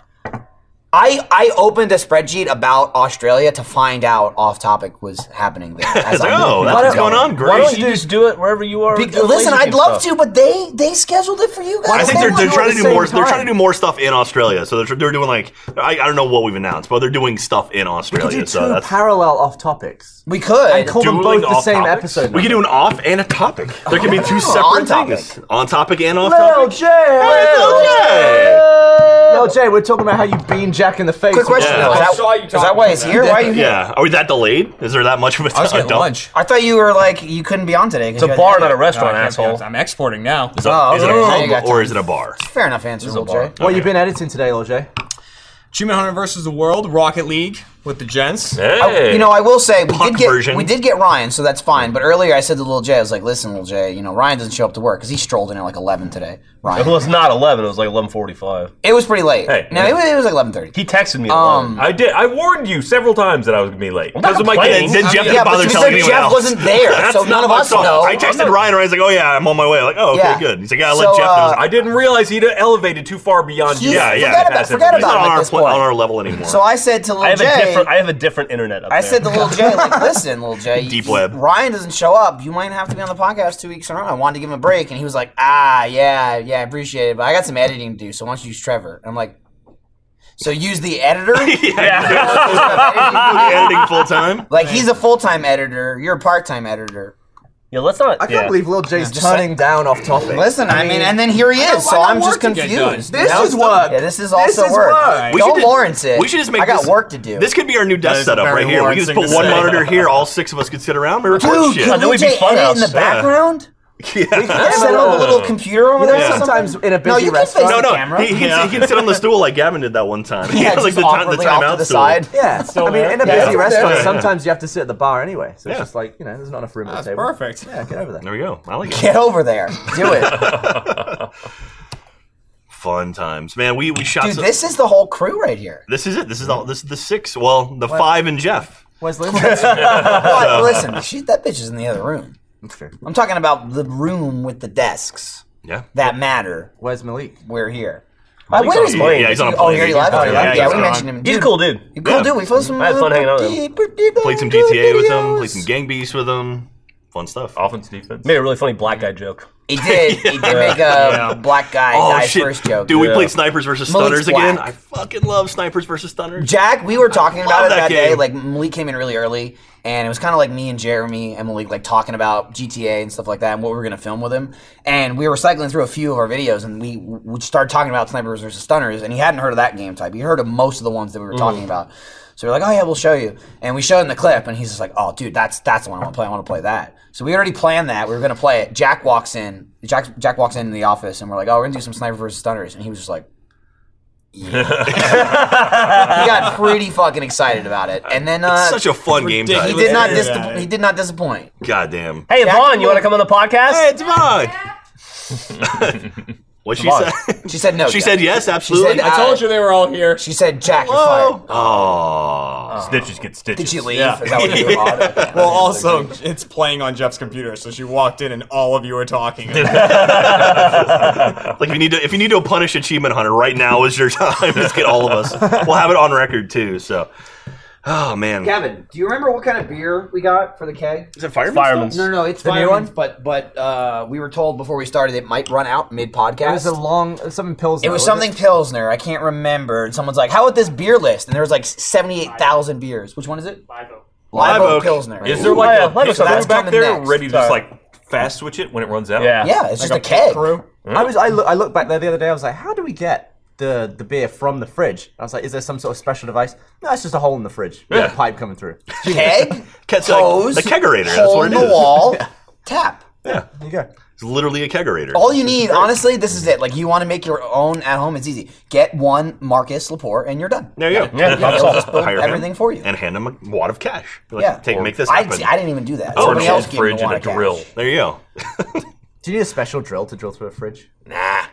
S2: I I opened a spreadsheet about Australia to find out off topic was happening there. As I
S3: Oh,
S2: moved
S3: that's
S2: around.
S3: what's going on. Great.
S10: Why don't you just do it wherever you are?
S2: Be- listen, I'd love to, but they they scheduled it for you guys.
S3: I think
S2: They
S3: they're,
S2: want
S3: they're
S2: you
S3: trying
S2: at
S3: to
S2: the
S3: do more.
S2: same
S3: They're
S2: time.
S3: trying to do more stuff in Australia. So they're, they're doing like I, I don't know what we've announced, but they're doing stuff in
S4: We could
S3: Australia.
S4: do
S3: So
S4: two
S3: that's
S4: parallel off topics.
S2: We could.
S4: And call them both
S3: Dueling
S4: the
S3: off
S4: same
S3: topics?
S4: episode.
S3: We could do an off and a topic. There could be two
S2: on
S3: separate
S2: topic.
S3: things. On topic and off
S4: Lil
S3: topic.
S4: J!
S2: Oh,
S4: Lil J! Lil J, we're talking about how you beam Jack in the face.
S2: Quick question
S3: Yeah.
S2: though. Is
S3: I
S2: that,
S10: saw you
S2: is
S10: talking
S2: that why
S10: about
S2: he's here? Why are you here?
S3: Yeah. Are we that delayed? Is there that much of a time?
S10: I was getting
S3: don't-
S10: lunch.
S2: I thought you were like you couldn't be on today.
S10: It's a bar, not a restaurant, asshole. I'm exporting now.
S3: Is it,
S2: Oh,
S3: is it
S2: okay. Yeah, you
S3: a
S2: got
S3: pub or is it a bar?
S2: Fair enough answer, Lil Jay.
S4: What you been editing today, Lil J?
S10: Achievement Hunter versus the World, Rocket League with the gents.
S1: Hey.
S2: You know, I will say we
S3: Puck
S2: did get
S3: version.
S2: we did get Ryan, so that's fine. But earlier I said to Lil Jay, I was like, "Listen, Lil Jay, you know Ryan doesn't show up to work because he strolled in at like 11 today." Ryan,
S9: Well, it's not 11. It was like 11:45.
S2: it was pretty late.
S1: Hey.
S2: no, it was, it was like 11:30.
S9: He texted me. at
S2: Um,
S9: 11.
S1: I did. I warned you several times that I was going to be late because of my
S3: Why
S1: kids.
S3: did, did Jeff
S2: yeah,
S3: didn't
S2: but
S3: bother
S2: you
S3: telling
S2: said
S3: anyone
S2: Jeff
S3: else?
S2: wasn't there,
S3: That's
S2: so none
S3: not
S2: of
S3: my
S2: us
S3: fault.
S2: know.
S3: I texted Ryan. Ryan's like, "Oh yeah, I'm on my way." Like, "Oh okay,
S2: Yeah.
S3: good." He's like, "Yeah, I let
S2: So,
S3: Jeff know."
S2: uh,
S1: I didn't realize he'd elevated too far beyond you.
S2: He's-
S3: yeah, yeah.
S2: Forget about,
S1: Passive
S2: forget
S1: information.
S3: Not on
S2: about him at
S3: our
S2: this
S3: pla- on our
S2: point.
S3: level anymore.
S2: So I said to Lil
S9: I have
S2: Jay,
S9: a different. I have a different internet. Up
S2: I
S9: there.
S2: said to Lil Jay, like, listen, Lil Jay, you-
S3: Deep web.
S2: Ryan doesn't show up. You might have to be on the podcast two weeks in a row. I wanted to give him a break, and he was like, ah, yeah, yeah, I appreciate it, but I got some editing to do, so why don't you use Trevor? And I'm like, so use the editor?
S3: yeah. editing full time.
S2: Like, he's a full time editor. You're a part time editor.
S9: yeah, let's not.
S4: I can't
S9: yeah.
S4: believe Lil J's
S2: just
S4: turning down off topic.
S2: Listen, I mean, and then here he is, so
S10: I got
S2: I'm just
S10: work to get
S2: confused.
S10: done.
S2: you
S4: This
S2: know?
S4: is work.
S2: Yeah, this is
S4: This
S2: also
S4: is
S2: work.
S4: work.
S3: We
S2: Don't
S3: should just-
S2: Lawrence it.
S3: we should just make
S2: I got
S3: this-
S2: work to do.
S3: This could be our new desk
S9: is a
S3: setup
S9: very
S3: right here. We
S9: Lawrence
S3: can just put
S9: thing to
S3: one
S9: say.
S3: monitor here. All six of us could sit around and record
S2: Dude,
S3: shit.
S2: can
S9: then
S2: Lil
S9: we'd be
S2: Jay
S9: fun
S2: edit in the
S9: house, yeah.
S2: background?
S3: Yeah.
S4: "Oh,
S2: Set up a little computer over
S4: You know,
S2: there. or
S4: sometimes
S2: something?
S4: in a
S2: no,
S4: busy
S2: you
S4: restaurant-
S3: No,
S2: Can face the
S3: no,
S2: camera.
S3: he, he, he can sit on the stool like Gavin did that one time.
S2: Yeah,
S3: like
S2: just
S3: the, time, the
S2: awkwardly off
S3: timeout
S2: to the
S3: stool.
S2: side.
S4: Yeah, I mean,
S10: there.
S4: in a
S10: Yeah,
S4: busy
S10: it's
S4: restaurant,
S3: there.
S4: sometimes you have to sit at the bar anyway. So it's
S3: Yeah.
S4: just like, you know, there's not enough room at
S10: That's
S4: the table.
S10: perfect.
S4: Yeah, get over
S3: There
S4: there.
S3: we go. I like it.
S2: Get over there. Do it.
S3: Fun times, man. We we shot.
S2: Dude,
S3: some-
S2: this is the whole crew right here.
S3: this is it. This is all. This is the six. Well, the five and Jeff.
S4: Where's Lindsay?
S2: But listen, she, that bitch is in the other room. I'm talking about the room with the desks
S3: Yeah.
S2: that matter.
S4: Where's Malik?
S2: We're here. Uh, where is
S3: on a plane. Yeah, he's on a
S2: Oh,
S3: plane.
S2: here he
S3: He's
S2: left.
S3: on
S2: Oh,
S3: a plane.
S2: yeah,
S3: Yeah,
S2: yeah, we
S3: he's
S2: mentioned him.
S9: He's a
S2: Dude,
S9: cool dude.
S2: you cool
S3: Yeah.
S2: dude. We flew some.
S9: I had fun hanging out with
S3: Played some GTA with him. Played some Gang Beasts with him. Fun stuff.
S1: Offense, defense.
S9: Made a really funny black guy joke.
S2: He did. He did make a black guy die first joke.
S3: Oh, Dude, we
S9: Yeah.
S3: played Snipers versus
S2: Malik's
S3: Stunners again.
S2: black.
S3: I fucking love Snipers versus Stunners.
S2: Jack, we were talking about it
S3: that
S2: that day.
S3: game.
S2: Like Malik came in really early, and it was kind of like me and Jeremy and Malik like talking about GTA and stuff like that, and what we were gonna film with him. And we were cycling through a few of our videos, and we we started talking about snipers versus stunners, and he hadn't heard of that game type. He heard of most of the ones that we were talking
S3: Mm.
S2: about. So we we're like, oh yeah, we'll show you. And we showed him the clip, and he's just like, oh dude, that's that's the one I want to play. I want to play that. So we already planned that. We were gonna play it. Jack walks in. Jack Jack walks in the office, and we're like, oh, we're gonna do some sniper versus stunners, and he was just like. he got pretty fucking excited about it, and then uh,
S3: Such a fun game
S2: he
S3: time.
S2: did not
S10: Yeah.
S2: dis- he did not disappoint.
S3: Goddamn.
S9: Hey, Vaughn, you want to come on the podcast?
S3: Hey, Devon. what she said?
S2: She said no.
S3: She
S2: Jack.
S3: said yes,
S2: She said,
S3: absolutely.
S10: I told you they were all here.
S2: She said Jack, you're
S3: Oh.
S2: fired.
S3: Oh.
S1: Snitches get stitches.
S2: Did she leave?
S10: Yeah.
S2: Is that what you bought? Okay.
S10: Well, also, it's playing on Jeff's computer, so she walked in and all of you were talking.
S3: Like if you need to, if you need to punish Achievement Hunter right now is your time. Just get all of us. We'll have it on record too. So, oh man,
S2: Gavin, do you remember what kind of beer we got for the keg?
S3: is it fireman?
S9: Fireman's.
S2: No, no, no, it's
S4: The new
S2: fine.
S4: one?
S2: But but uh, we were told before we started it might run out mid
S4: It was a
S2: podcast.
S4: long something pills.
S2: It was something Pilsner. I can't remember. And someone's like, "How about this beer list?" And there was like seventy-eight thousand beers. Which one is it?
S5: Live oak.
S2: Live Oak
S3: Oak.
S2: Pilsner.
S1: Is there
S9: Ooh,
S1: like
S9: yeah,
S1: a
S9: let us
S1: pit
S9: know.
S1: crew
S2: That's
S1: back
S2: coming
S1: there
S2: next.
S1: ready to just like fast switch it when it runs out?
S9: Yeah.
S2: Yeah, it's just a,
S10: pit
S2: keg.
S10: crew.
S4: I was. I, look, I looked back there the other day. I was like, how do we get the the beer from the fridge? I was like, is there some sort of special device? No, it's just a hole in the fridge. with
S1: Yeah.
S4: a pipe coming through. There
S2: Keg,
S3: Cat's like
S2: hose,
S3: the kegerator. That's
S2: hole
S3: what
S2: in
S3: it
S2: the
S3: is.
S2: wall, tap.
S4: you go.
S3: It's literally a kegerator.
S2: All you need, honestly, this is it. Like you want to make your own at home, it's easy. Get one Marcus Laporte, and you're done.
S3: there you go.
S9: Yeah,
S2: Yeah,
S9: that's
S2: they'll
S9: all.
S2: just build
S3: Hire him
S2: everything for you.
S3: and hand him a wad of cash. Be like,
S2: Yeah.
S3: take,
S2: Or-
S3: make this
S2: I,
S3: happen.
S2: I didn't even do that.
S1: Oh,
S2: Somebody
S1: an old
S2: else gave me
S1: fridge
S2: a
S1: and
S2: lot
S1: a
S2: of cash.
S1: drill.
S3: there you go.
S4: Do you need a special drill to drill through a fridge? Nah. Aren't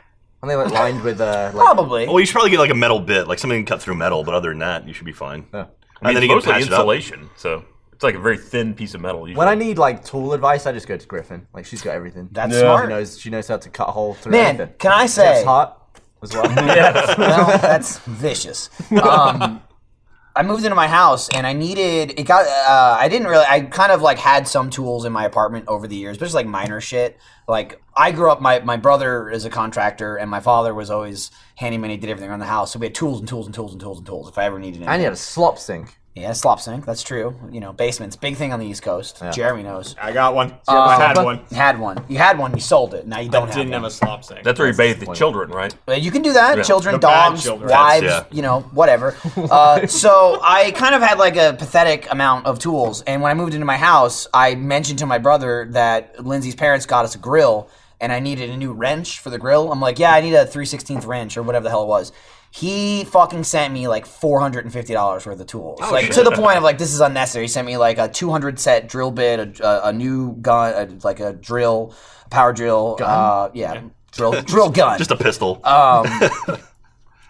S4: they like lined with uh, like,
S2: Probably.
S3: Well, you should probably get like a metal bit, like something cut through metal. But other than that, you should be fine.
S4: Yeah.
S1: I mean,
S3: and then you
S1: it's
S3: can
S1: mostly
S3: patch it up.
S1: insulation, so it's like a very thin piece of metal. Usually.
S4: When I need like tool advice, I just go to Griffin. Like she's got everything.
S2: That's
S4: she
S2: smart.
S4: knows she knows how to cut a hole through
S2: Man,
S4: everything.
S2: can I say-
S4: Jeff's hot as well? yeah.
S2: well, that's vicious. Um, I moved into my house and I needed it got uh, I didn't really I kind of like had some tools in my apartment over the years, but just like minor shit. Like I grew up my my brother is a contractor and my father was always handyman, he did everything around the house. So we had tools and tools and tools and tools and tools if I ever needed
S4: And
S2: anything.
S4: you have a slop sink.
S2: Yeah, slop sink, that's true. You know, basements, big thing on the East Coast. Jeremy knows. Um,
S10: I got one. I had one.
S2: Had one. You had one, you sold it. Now you don't have
S10: Didn't
S2: one.
S10: have a slop sink.
S1: That's where you bathe the children, right?
S2: Uh, You can do that. Children,
S10: The bad
S2: dogs,
S10: children.
S2: wives,
S3: Pets, yeah.
S2: you know, whatever. Uh, so I kind of had like a pathetic amount of tools. And when I moved into my house, I mentioned to my brother that Lindsay's parents got us a grill and I needed a new wrench for the grill. I'm like, yeah, I need a 316th wrench or whatever the hell it was. He fucking sent me like $450 worth of tools.
S3: Oh,
S2: like to the point of like, this is unnecessary. He sent me like a 200 set drill bit, a, a, a new gun, a, like a drill, power drill. Uh, yeah. Drill, drill gun
S3: Just a pistol.
S2: Um,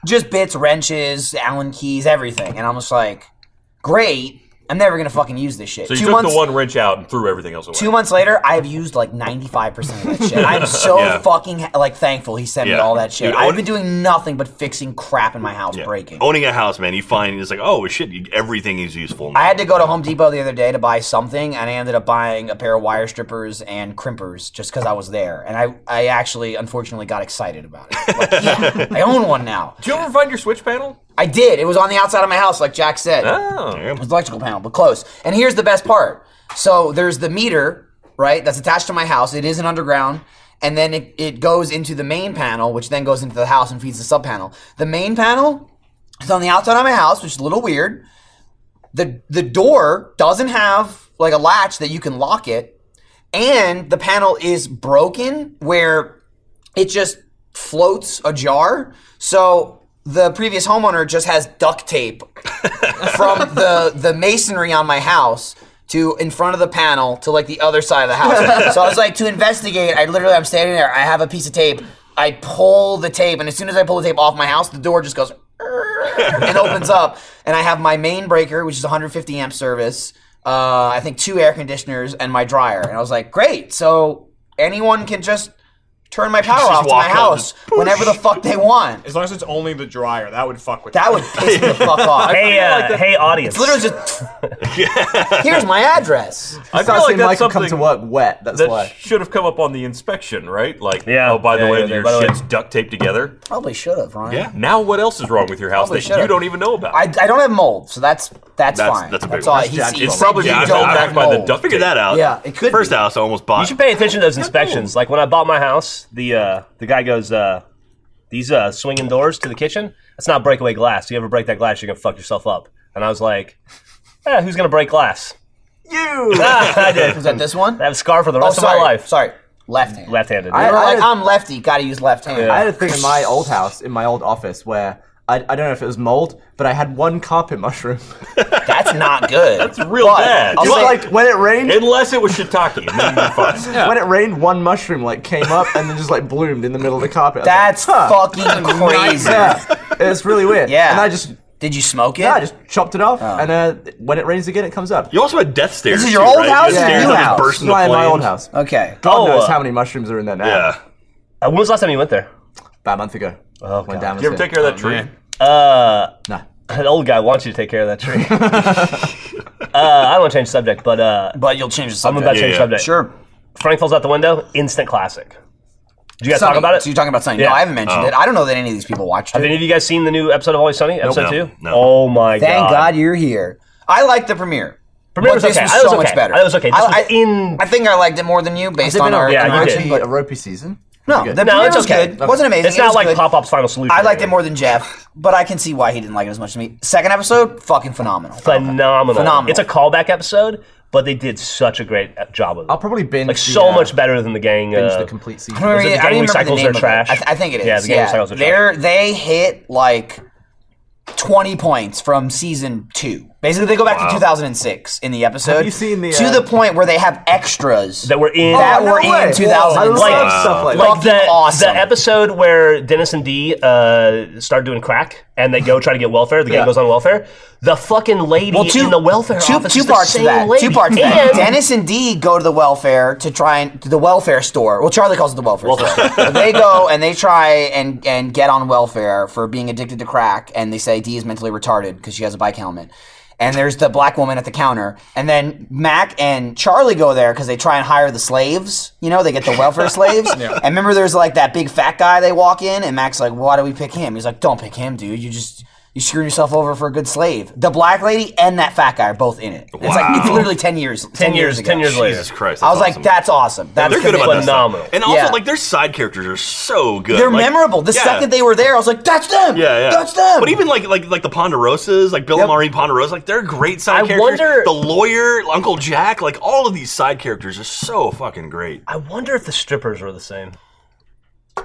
S2: just bits, wrenches, Allen keys, everything. And I'm just like, great. I'm never gonna fucking use this shit.
S1: So you
S2: two
S1: took
S2: months,
S1: the one wrench out and threw everything else away.
S2: two months later, I have used like 95 percent of that shit. I'm so
S3: Yeah.
S2: fucking like thankful he sent me
S3: Yeah.
S2: all that shit.
S3: Dude,
S2: I've
S3: own-
S2: been doing nothing but fixing crap in my house,
S3: Yeah.
S2: breaking.
S3: Owning a house, man, you find it's like, oh shit, you, everything is useful. Now.
S2: I had to go to Home Depot the other day to buy something, and I ended up buying a pair of wire strippers and crimpers just because I was there. And I, I actually, unfortunately, got excited about it. Like, yeah, I own one now.
S1: Do you ever find your switch panel?
S2: I did. It was on the outside of my house, like Jack said.
S1: Oh,
S2: It was electrical panel, but close. And here's the best part. So there's the meter, right, that's attached to my house. It is an underground. And then it, it goes into the main panel, which then goes into the house and feeds the sub panel. The main panel is on the outside of my house, which is a little weird. The the door doesn't have like a latch that you can lock it. And the panel is broken where it just floats ajar. So the previous homeowner just has duct tape from the the masonry on my house to in front of the panel to like the other side of the house. so I was like to investigate. I literally I'm standing there. I have a piece of tape. I pull the tape, and as soon as I pull the tape off my house, the door just goes and opens up, and I have my main breaker, which is 150 amp service. Uh, I think two air conditioners and my dryer, and I was like, great. So anyone can just turn my power off to
S3: walk
S2: my
S3: up,
S2: house whenever the fuck they want.
S10: As long as it's only the dryer, that would fuck with
S2: That would piss me the fuck off.
S9: Hey, uh, hey, audience.
S2: Literally just. Here's my address.
S1: I
S4: I've
S1: feel like
S4: seen
S1: that's
S4: Michael come
S1: something
S4: to work wet. That's
S1: that
S4: why.
S1: should have come up on the inspection, right? Like,
S9: Yeah.
S1: oh, by the
S9: Yeah,
S1: way,
S9: yeah, yeah,
S1: your
S9: by the way.
S1: shit's duct taped together.
S2: Probably should have, Ryan.
S3: Yeah.
S1: Now, what else is wrong with your house
S2: Probably
S1: that
S2: should
S1: you
S2: have.
S1: don't even know about?
S2: I, I don't have mold, so that's that's,
S3: That's-
S2: fine.
S3: that's a big
S2: all.
S3: one.
S2: He's-
S4: That's
S2: he's-
S1: it's probably
S2: you
S1: yeah,
S2: don't
S1: back
S2: have
S1: by the
S2: mold.
S1: duct
S3: Figure
S1: tape.
S3: that out.
S2: Yeah, it could
S3: First
S2: be.
S3: house I almost bought.
S9: You should pay attention to those inspections. Like when I bought my house, the uh, the guy goes, uh, "These uh, swinging doors to the kitchen, that's not breakaway glass. You ever break that glass, you're gonna fuck yourself up." And I was like, eh, "Who's gonna break glass?" You. I did.
S2: Was that this one?
S9: I have a scar for the
S2: oh,
S9: rest of
S2: sorry.
S9: my life.
S2: Sorry, left hand.
S9: Left-handed.
S4: I-
S2: They were like,
S4: had-
S2: I'm lefty. Got to use left hand.
S4: I had a thing in my old house, in my old office, where I, I don't know if it was mold, but I had one carpet mushroom.
S2: That's not good. that's
S1: real bad.
S2: I'll
S1: You're
S2: say,
S4: like when it rained,
S1: Unless it was shiitake, and then you're fine.
S4: when it rained, one mushroom like came up and then just like bloomed in the middle of the carpet. I was
S2: that's
S4: like, huh.
S2: fucking crazy.
S4: Yeah, it's really weird.
S2: Yeah.
S4: and I just
S2: Did you smoke it?
S4: Yeah, I just chopped it off, and uh, when it rains again, it comes up.
S3: You also had death stairs.
S2: This is your
S3: too,
S2: old
S3: right?
S2: house
S3: Death
S2: or your
S3: stairs
S2: new
S3: that just
S2: house?
S3: burst into
S4: Right, my
S3: flames.
S4: old house.
S2: Okay.
S4: God
S9: Oh,
S4: knows
S9: uh,
S4: how many mushrooms are in there now.
S3: Yeah.
S9: Uh, when was the last time you went there?
S4: About a month ago.
S9: Oh,
S4: Went
S9: God.
S4: down
S1: You ever take care of that tree?
S9: Uh,
S4: No.
S9: an old guy wants you to take care of that tree. uh, I don't want to change the subject, but uh,
S2: But you'll change the
S9: I'm
S2: subject.
S9: about to change
S3: yeah.
S9: the subject.
S2: Sure.
S9: Frank falls out the window. Instant classic. Did you guys
S2: Sunny.
S9: talk about it?
S2: So you're talking about Sunny.
S9: Yeah.
S2: No, I haven't mentioned it. I don't know that any of these people watched it.
S9: Have any of you guys seen the new episode of Always Sunny? Episode
S3: No.
S9: two.
S3: No.
S9: Oh my god.
S2: Thank God. you're here. I liked the premiere.
S9: Premiere
S2: But
S9: was
S2: this
S9: okay.
S2: was
S9: I was
S2: so
S9: okay.
S2: much better.
S9: I was okay. This
S2: I,
S9: was
S2: I-
S9: in-
S2: I think I liked it more than you based
S4: Has it
S2: on
S4: been
S2: our.
S4: a,
S9: Yeah, you
S4: an
S9: did.
S4: RP, a ropey season?
S2: No,
S4: good.
S2: the
S9: No,
S2: premiere
S9: it's
S2: was
S9: okay.
S2: good. It wasn't amazing.
S9: It's not
S2: It was
S9: like
S2: good.
S9: Pop Pop's Final Solution.
S2: I liked
S9: or
S2: it more than Jeff, but I can see why he didn't like it as much as me. Second episode, fucking phenomenal.
S9: whatever. Phenomenal.
S2: Phenomenal.
S9: It's a callback episode, but they did such a great uh, job of it.
S4: I'll probably binge
S9: like
S4: the,
S9: so
S4: uh,
S9: much better than the gang.
S4: binge
S9: Uh,
S4: the complete
S2: I
S4: season.
S2: don't,
S9: Was it
S2: really,
S9: the
S2: I don't
S9: gang
S2: even remember
S9: recycles
S2: the
S9: their
S2: name of
S9: trash?
S2: It. I, th- I think it is.
S9: Yeah, the gang recycles their
S2: They're- They hit like 20 points from season two. Basically, they go back to 2006 in the episode.
S4: Have you seen the,
S2: to
S4: uh,
S2: the point where they have extras
S9: that were in
S2: that
S4: Oh, no
S2: were
S4: way.
S2: in 2006.
S4: I love
S9: Like-
S4: stuff like,
S9: like
S2: fucking
S9: the,
S2: awesome.
S9: the episode where Dennis and Dee uh, start doing crack and they go try to get welfare. The gang
S4: Yeah.
S9: goes on welfare. The fucking lady
S2: Well, two
S9: in the welfare
S2: two,
S9: office
S2: two
S9: is the
S2: parts
S9: same
S2: to that.
S9: lady.
S2: Two parts. to that.
S9: And-
S2: Dennis and Dee go to the welfare to try and to the welfare store. Well, Charlie calls it the welfare, store. But they go and they try and and get on welfare for being addicted to crack, and they say Dee is mentally retarded because she has a bike helmet. And there's the black woman at the counter, and then Mac and Charlie go there because they try and hire the slaves. You know, they get the welfare slaves. And remember, there's like that big fat guy. They walk in, and Mac's like, "Why do we pick him?" He's like, "Don't pick him, dude. You just." You screwed yourself over for a good slave. The black lady and that fat guy are both in it. It's like it's literally ten years. Ten, years.
S9: years,
S2: ago.
S9: 10 years later.
S3: Jesus Christ.
S2: I was
S3: that's
S2: like,
S3: awesome.
S2: that's awesome. That's
S3: They're good about
S2: commitment.
S3: that stuff.
S9: Phenomenal.
S3: And also,
S2: Yeah.
S3: like their side characters are so good.
S2: They're
S3: Like-
S2: memorable. The
S3: Yeah.
S2: second they were there, I was like, that's them.
S3: Yeah, yeah.
S2: That's them.
S3: But even like like like the Ponderosas, like Bill and Maureen Ponderosa, like they're great side
S9: I
S3: characters.
S9: wonder-
S3: the lawyer, Uncle Jack, like all of these side characters are so fucking great.
S9: I wonder if the strippers were the same.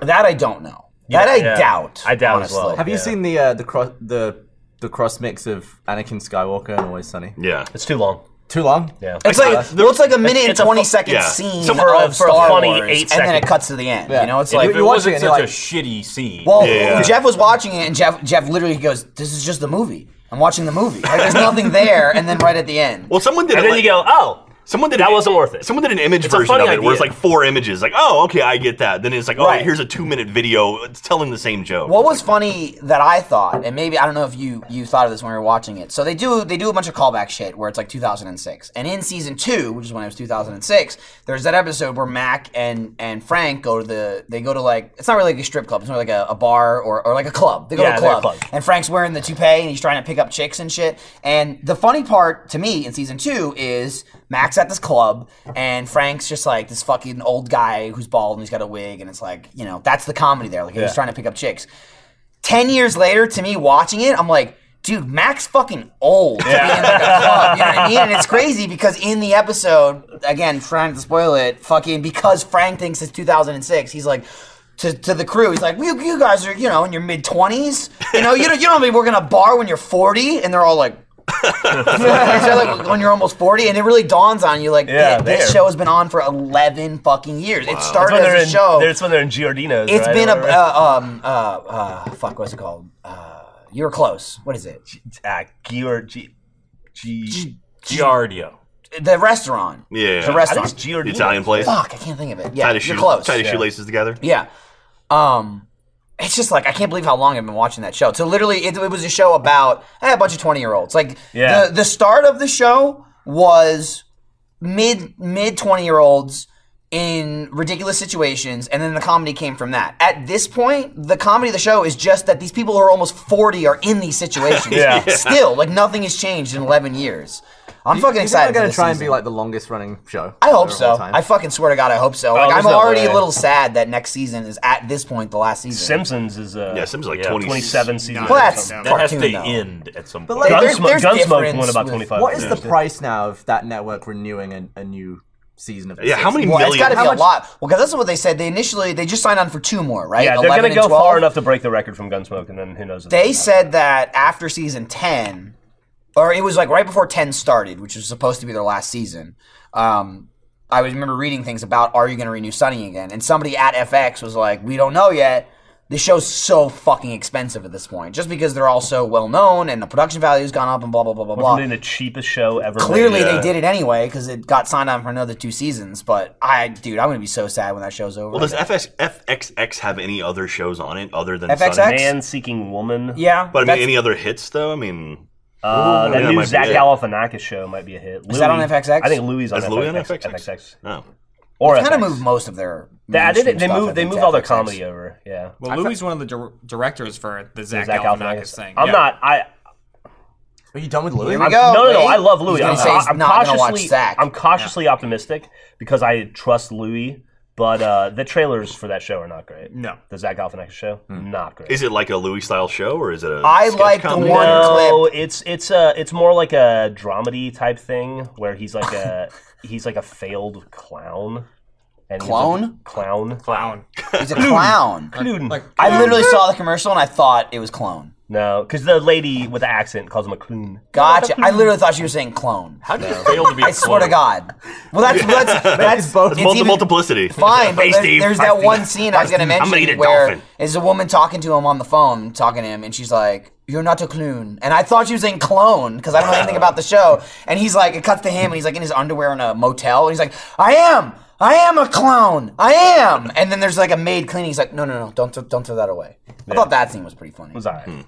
S2: that, I don't know. That I
S9: Yeah.
S2: doubt.
S9: I doubt as
S2: honestly.
S9: well.
S4: Have you
S9: Yeah.
S4: seen the uh, the cross the the cross mix of Anakin Skywalker and Always Sunny?
S3: Yeah.
S9: It's too long.
S4: Too long.
S9: Yeah.
S2: It's like well, it's like a minute
S9: it's a
S2: and
S9: fu-
S2: twenty second
S3: uh, yeah.
S2: scene
S3: So
S9: for a-
S2: of
S9: for a
S2: Star
S9: funny
S2: Wars,
S9: eight
S2: and then it
S9: second-
S2: cuts to the end.
S4: Yeah.
S2: You know, it's
S4: If
S2: like
S1: If it
S4: you watch it
S1: wasn't
S4: and
S1: such
S4: you're
S1: a
S4: like-
S1: shitty scene.
S2: Well,
S3: Yeah.
S2: Jeff was watching it, and Jeff Jeff literally goes, "This is just the movie. I'm watching the movie. Like, there's nothing there." And then right at the end,
S3: Well, someone did.
S9: And
S3: it,
S9: then
S3: like-
S9: you go, oh,
S3: Someone did
S9: That
S3: an-
S9: wasn't worth it.
S3: Someone did an image
S9: It's a
S3: version of
S9: funny
S3: it where it's
S9: idea.
S3: like four images. Like, oh, okay, I get that. Then it's like, oh,
S2: Right.
S3: here's a two minute video it's telling the same joke.
S2: What was funny that I thought, and maybe I don't know if you you thought of this when we were watching it. So they do they do a bunch of callback shit where it's like 2006, and in season two, which is when it was 2006, there's that episode where Mac and and Frank go to the they go to like it's not really like a strip club, it's more like a, a bar or, or like a club. They go
S9: Yeah,
S2: to a
S9: they're a
S2: club,
S9: club.
S2: and Frank's wearing the toupee and he's trying to pick up chicks and shit. And the funny part to me in season two is Mac's at this club and Frank's just like this fucking old guy who's bald and he's got a wig and it's like, you know, that's the comedy there. Like he's trying to pick up chicks. Ten years later, to me watching it, I'm like, dude, Mac's fucking old to be in like a club. You know what I mean? And it's crazy because in the episode, again, trying to spoil it, fucking because Frank thinks it's 2006, he's like, to, to the crew, he's like, you, you guys are, you know, in your mid 20s. You know, you don't, you don't be working a bar when you're 40. And they're all like, so like when you're almost 40 and it really dawns on you like
S9: Yeah,
S2: "Th- this
S9: there.
S2: show has been on for 11 fucking years it
S9: it's
S2: started
S9: when, they're
S2: as a
S9: in,
S2: show
S9: it's when they're in Giordino's.
S2: it's
S9: right,
S2: been
S9: or
S2: a
S9: whatever.
S2: uh, um uh, uh fuck what's it called? Uh, you were close. What is it?
S9: Ah, Gior- G- G-
S1: Giardio.
S2: The restaurant.
S3: Yeah.
S2: The
S9: I think it's
S3: the
S2: restaurant.
S9: Giordino's.
S3: Italian place?
S2: Fuck, I can't think of it. Yeah,
S3: Tied
S2: you're
S3: his shoe-
S2: close.
S3: Tied his shoelaces together.
S2: Yeah. Um, it's just like I can't believe how long I've been watching that show. So literally, it, it was a show about eh, a bunch of twenty year olds. Like
S9: Yeah.
S2: the the start of the show was mid mid twenty year olds in ridiculous situations, and then the comedy came from that. At this point, the comedy of the show is just that these people who are almost forty are in these situations.
S9: Yeah.
S2: Still, like nothing has changed in eleven years. I'm
S4: You-
S2: fucking
S4: you think
S2: excited.
S4: They're
S2: for
S4: gonna
S2: this
S4: try and
S2: season.
S4: be like the longest running show.
S2: I hope
S4: of all
S2: so.
S4: time.
S2: I fucking swear to God, I hope so. like
S9: there's
S2: I'm
S9: no
S2: already
S9: way.
S2: a little sad that next season is at this point the last season.
S9: Simpsons is uh,
S3: Yeah, Simpsons like
S1: Yeah.
S3: 20
S9: 27 season.
S2: well, that's
S1: That has to
S2: cartoon, though.
S1: end at some point.
S4: like-
S2: There's-
S9: Gunsmoke,
S2: there's
S9: Gunsmoke
S2: difference
S9: won about
S2: with-
S9: 25.
S4: What is the
S9: years.
S4: price now of that network renewing a, a new season of? The
S3: Yeah, how
S4: Simpsons?
S3: many
S2: Well, it's
S3: million?
S2: got to be
S3: how
S2: a
S3: much-
S2: lot. Well, because that's what they said. They initially they just signed on for two more, right?
S9: Yeah, they're
S2: 11
S9: going to
S2: and
S9: go
S2: 12.
S9: far enough to break the record from Gunsmoke, and then who knows?
S2: They said that after season ten, or it was like right before ten started, which was supposed to be their last season. Um, I was remember reading things about are you going to renew Sunny again, and somebody at FX was like, we don't know yet. the show's so fucking expensive at this point, just because they're all so well known and the production value's gone up and blah blah blah blah
S11: Went from
S2: blah.
S11: being the cheapest show ever. made-
S2: Clearly,
S11: Yeah.
S2: they did it anyway because it got signed on for another two seasons. But I, dude, I'm gonna be so sad when that show's over.
S3: Well, does FX, FXX have any other shows on it other than
S2: FXX?
S3: Sonic?
S11: Man seeking woman.
S2: yeah,
S3: But I mean,
S2: that's-
S3: any other hits though? I mean,
S11: Uh,
S3: Ooh,
S11: that
S3: yeah, might
S11: new
S3: be
S11: Zach
S3: it.
S11: Galifianakis show might be a hit.
S2: Is that
S11: Louis-
S2: on FXX?
S11: I think Louis is on
S3: Is
S11: FXX.
S3: Louis on FXX?
S11: FXX.
S3: no.
S11: Or
S2: they kind of
S11: FX.
S2: moved most of their.
S11: They, I
S2: mainstream
S11: didn't- they
S2: stuff, I
S11: moved. They
S2: think,
S11: moved
S2: to
S11: all their
S2: FXX.
S11: comedy over. Yeah.
S12: Well, Louis is one of the dir- directors for the Zach,
S11: Zach
S12: Galifianakis
S11: Galifianakis.
S12: thing.
S11: I'm
S12: Yeah.
S11: not. I.
S4: Are you done with Louis?
S2: Here we
S11: I'm-
S2: go.
S11: no, no, no.
S2: Wait.
S11: I love Louis.
S2: He's
S11: I'm,
S2: gonna say he's
S11: I'm
S2: not gonna watch
S11: cautiously.
S2: Zach.
S11: I'm cautiously optimistic because I trust Louis, but uh, the trailers for that show are not great.
S12: No.
S11: The Zach Galifianakis show, not great.
S3: Is it like a Louis style show or is it a?
S2: I
S3: sketch
S2: like the
S3: comedy?
S2: one
S11: no, it's it's a it's more like a dramedy type thing where he's like a he's like a failed clown. And he's like-
S2: Clone?
S11: clown,
S12: Clown.
S2: He's a clown.
S11: Clune.
S12: Like,
S2: I literally saw the commercial and I thought it was clone.
S11: No, because the lady with the accent calls him a clune.
S2: Gotcha. I literally thought you were saying clone.
S1: How did it fail to be?
S2: I swear to God. Well, that's that's that's both.
S3: It's multi- multiplicity.
S2: Fine, but
S3: Hey,
S2: there's,
S3: Steve.
S2: there's
S3: Hi,
S2: that
S3: Steve.
S2: one scene I was gonna
S3: Steve. I'm
S2: mention
S3: gonna eat a
S2: where
S3: dolphin.
S2: is a woman talking to him on the phone, talking to him, and she's like, "You're not a clone," and I thought she was saying clone because I don't know anything about the show. And he's like, it cuts to him, and he's like in his underwear in a motel, and he's like, "I am." I am a clone. I am, and then there's like a maid cleaning. He's like, no, no, no, don't, don't throw that away. I thought that scene was pretty funny.
S11: It was all right.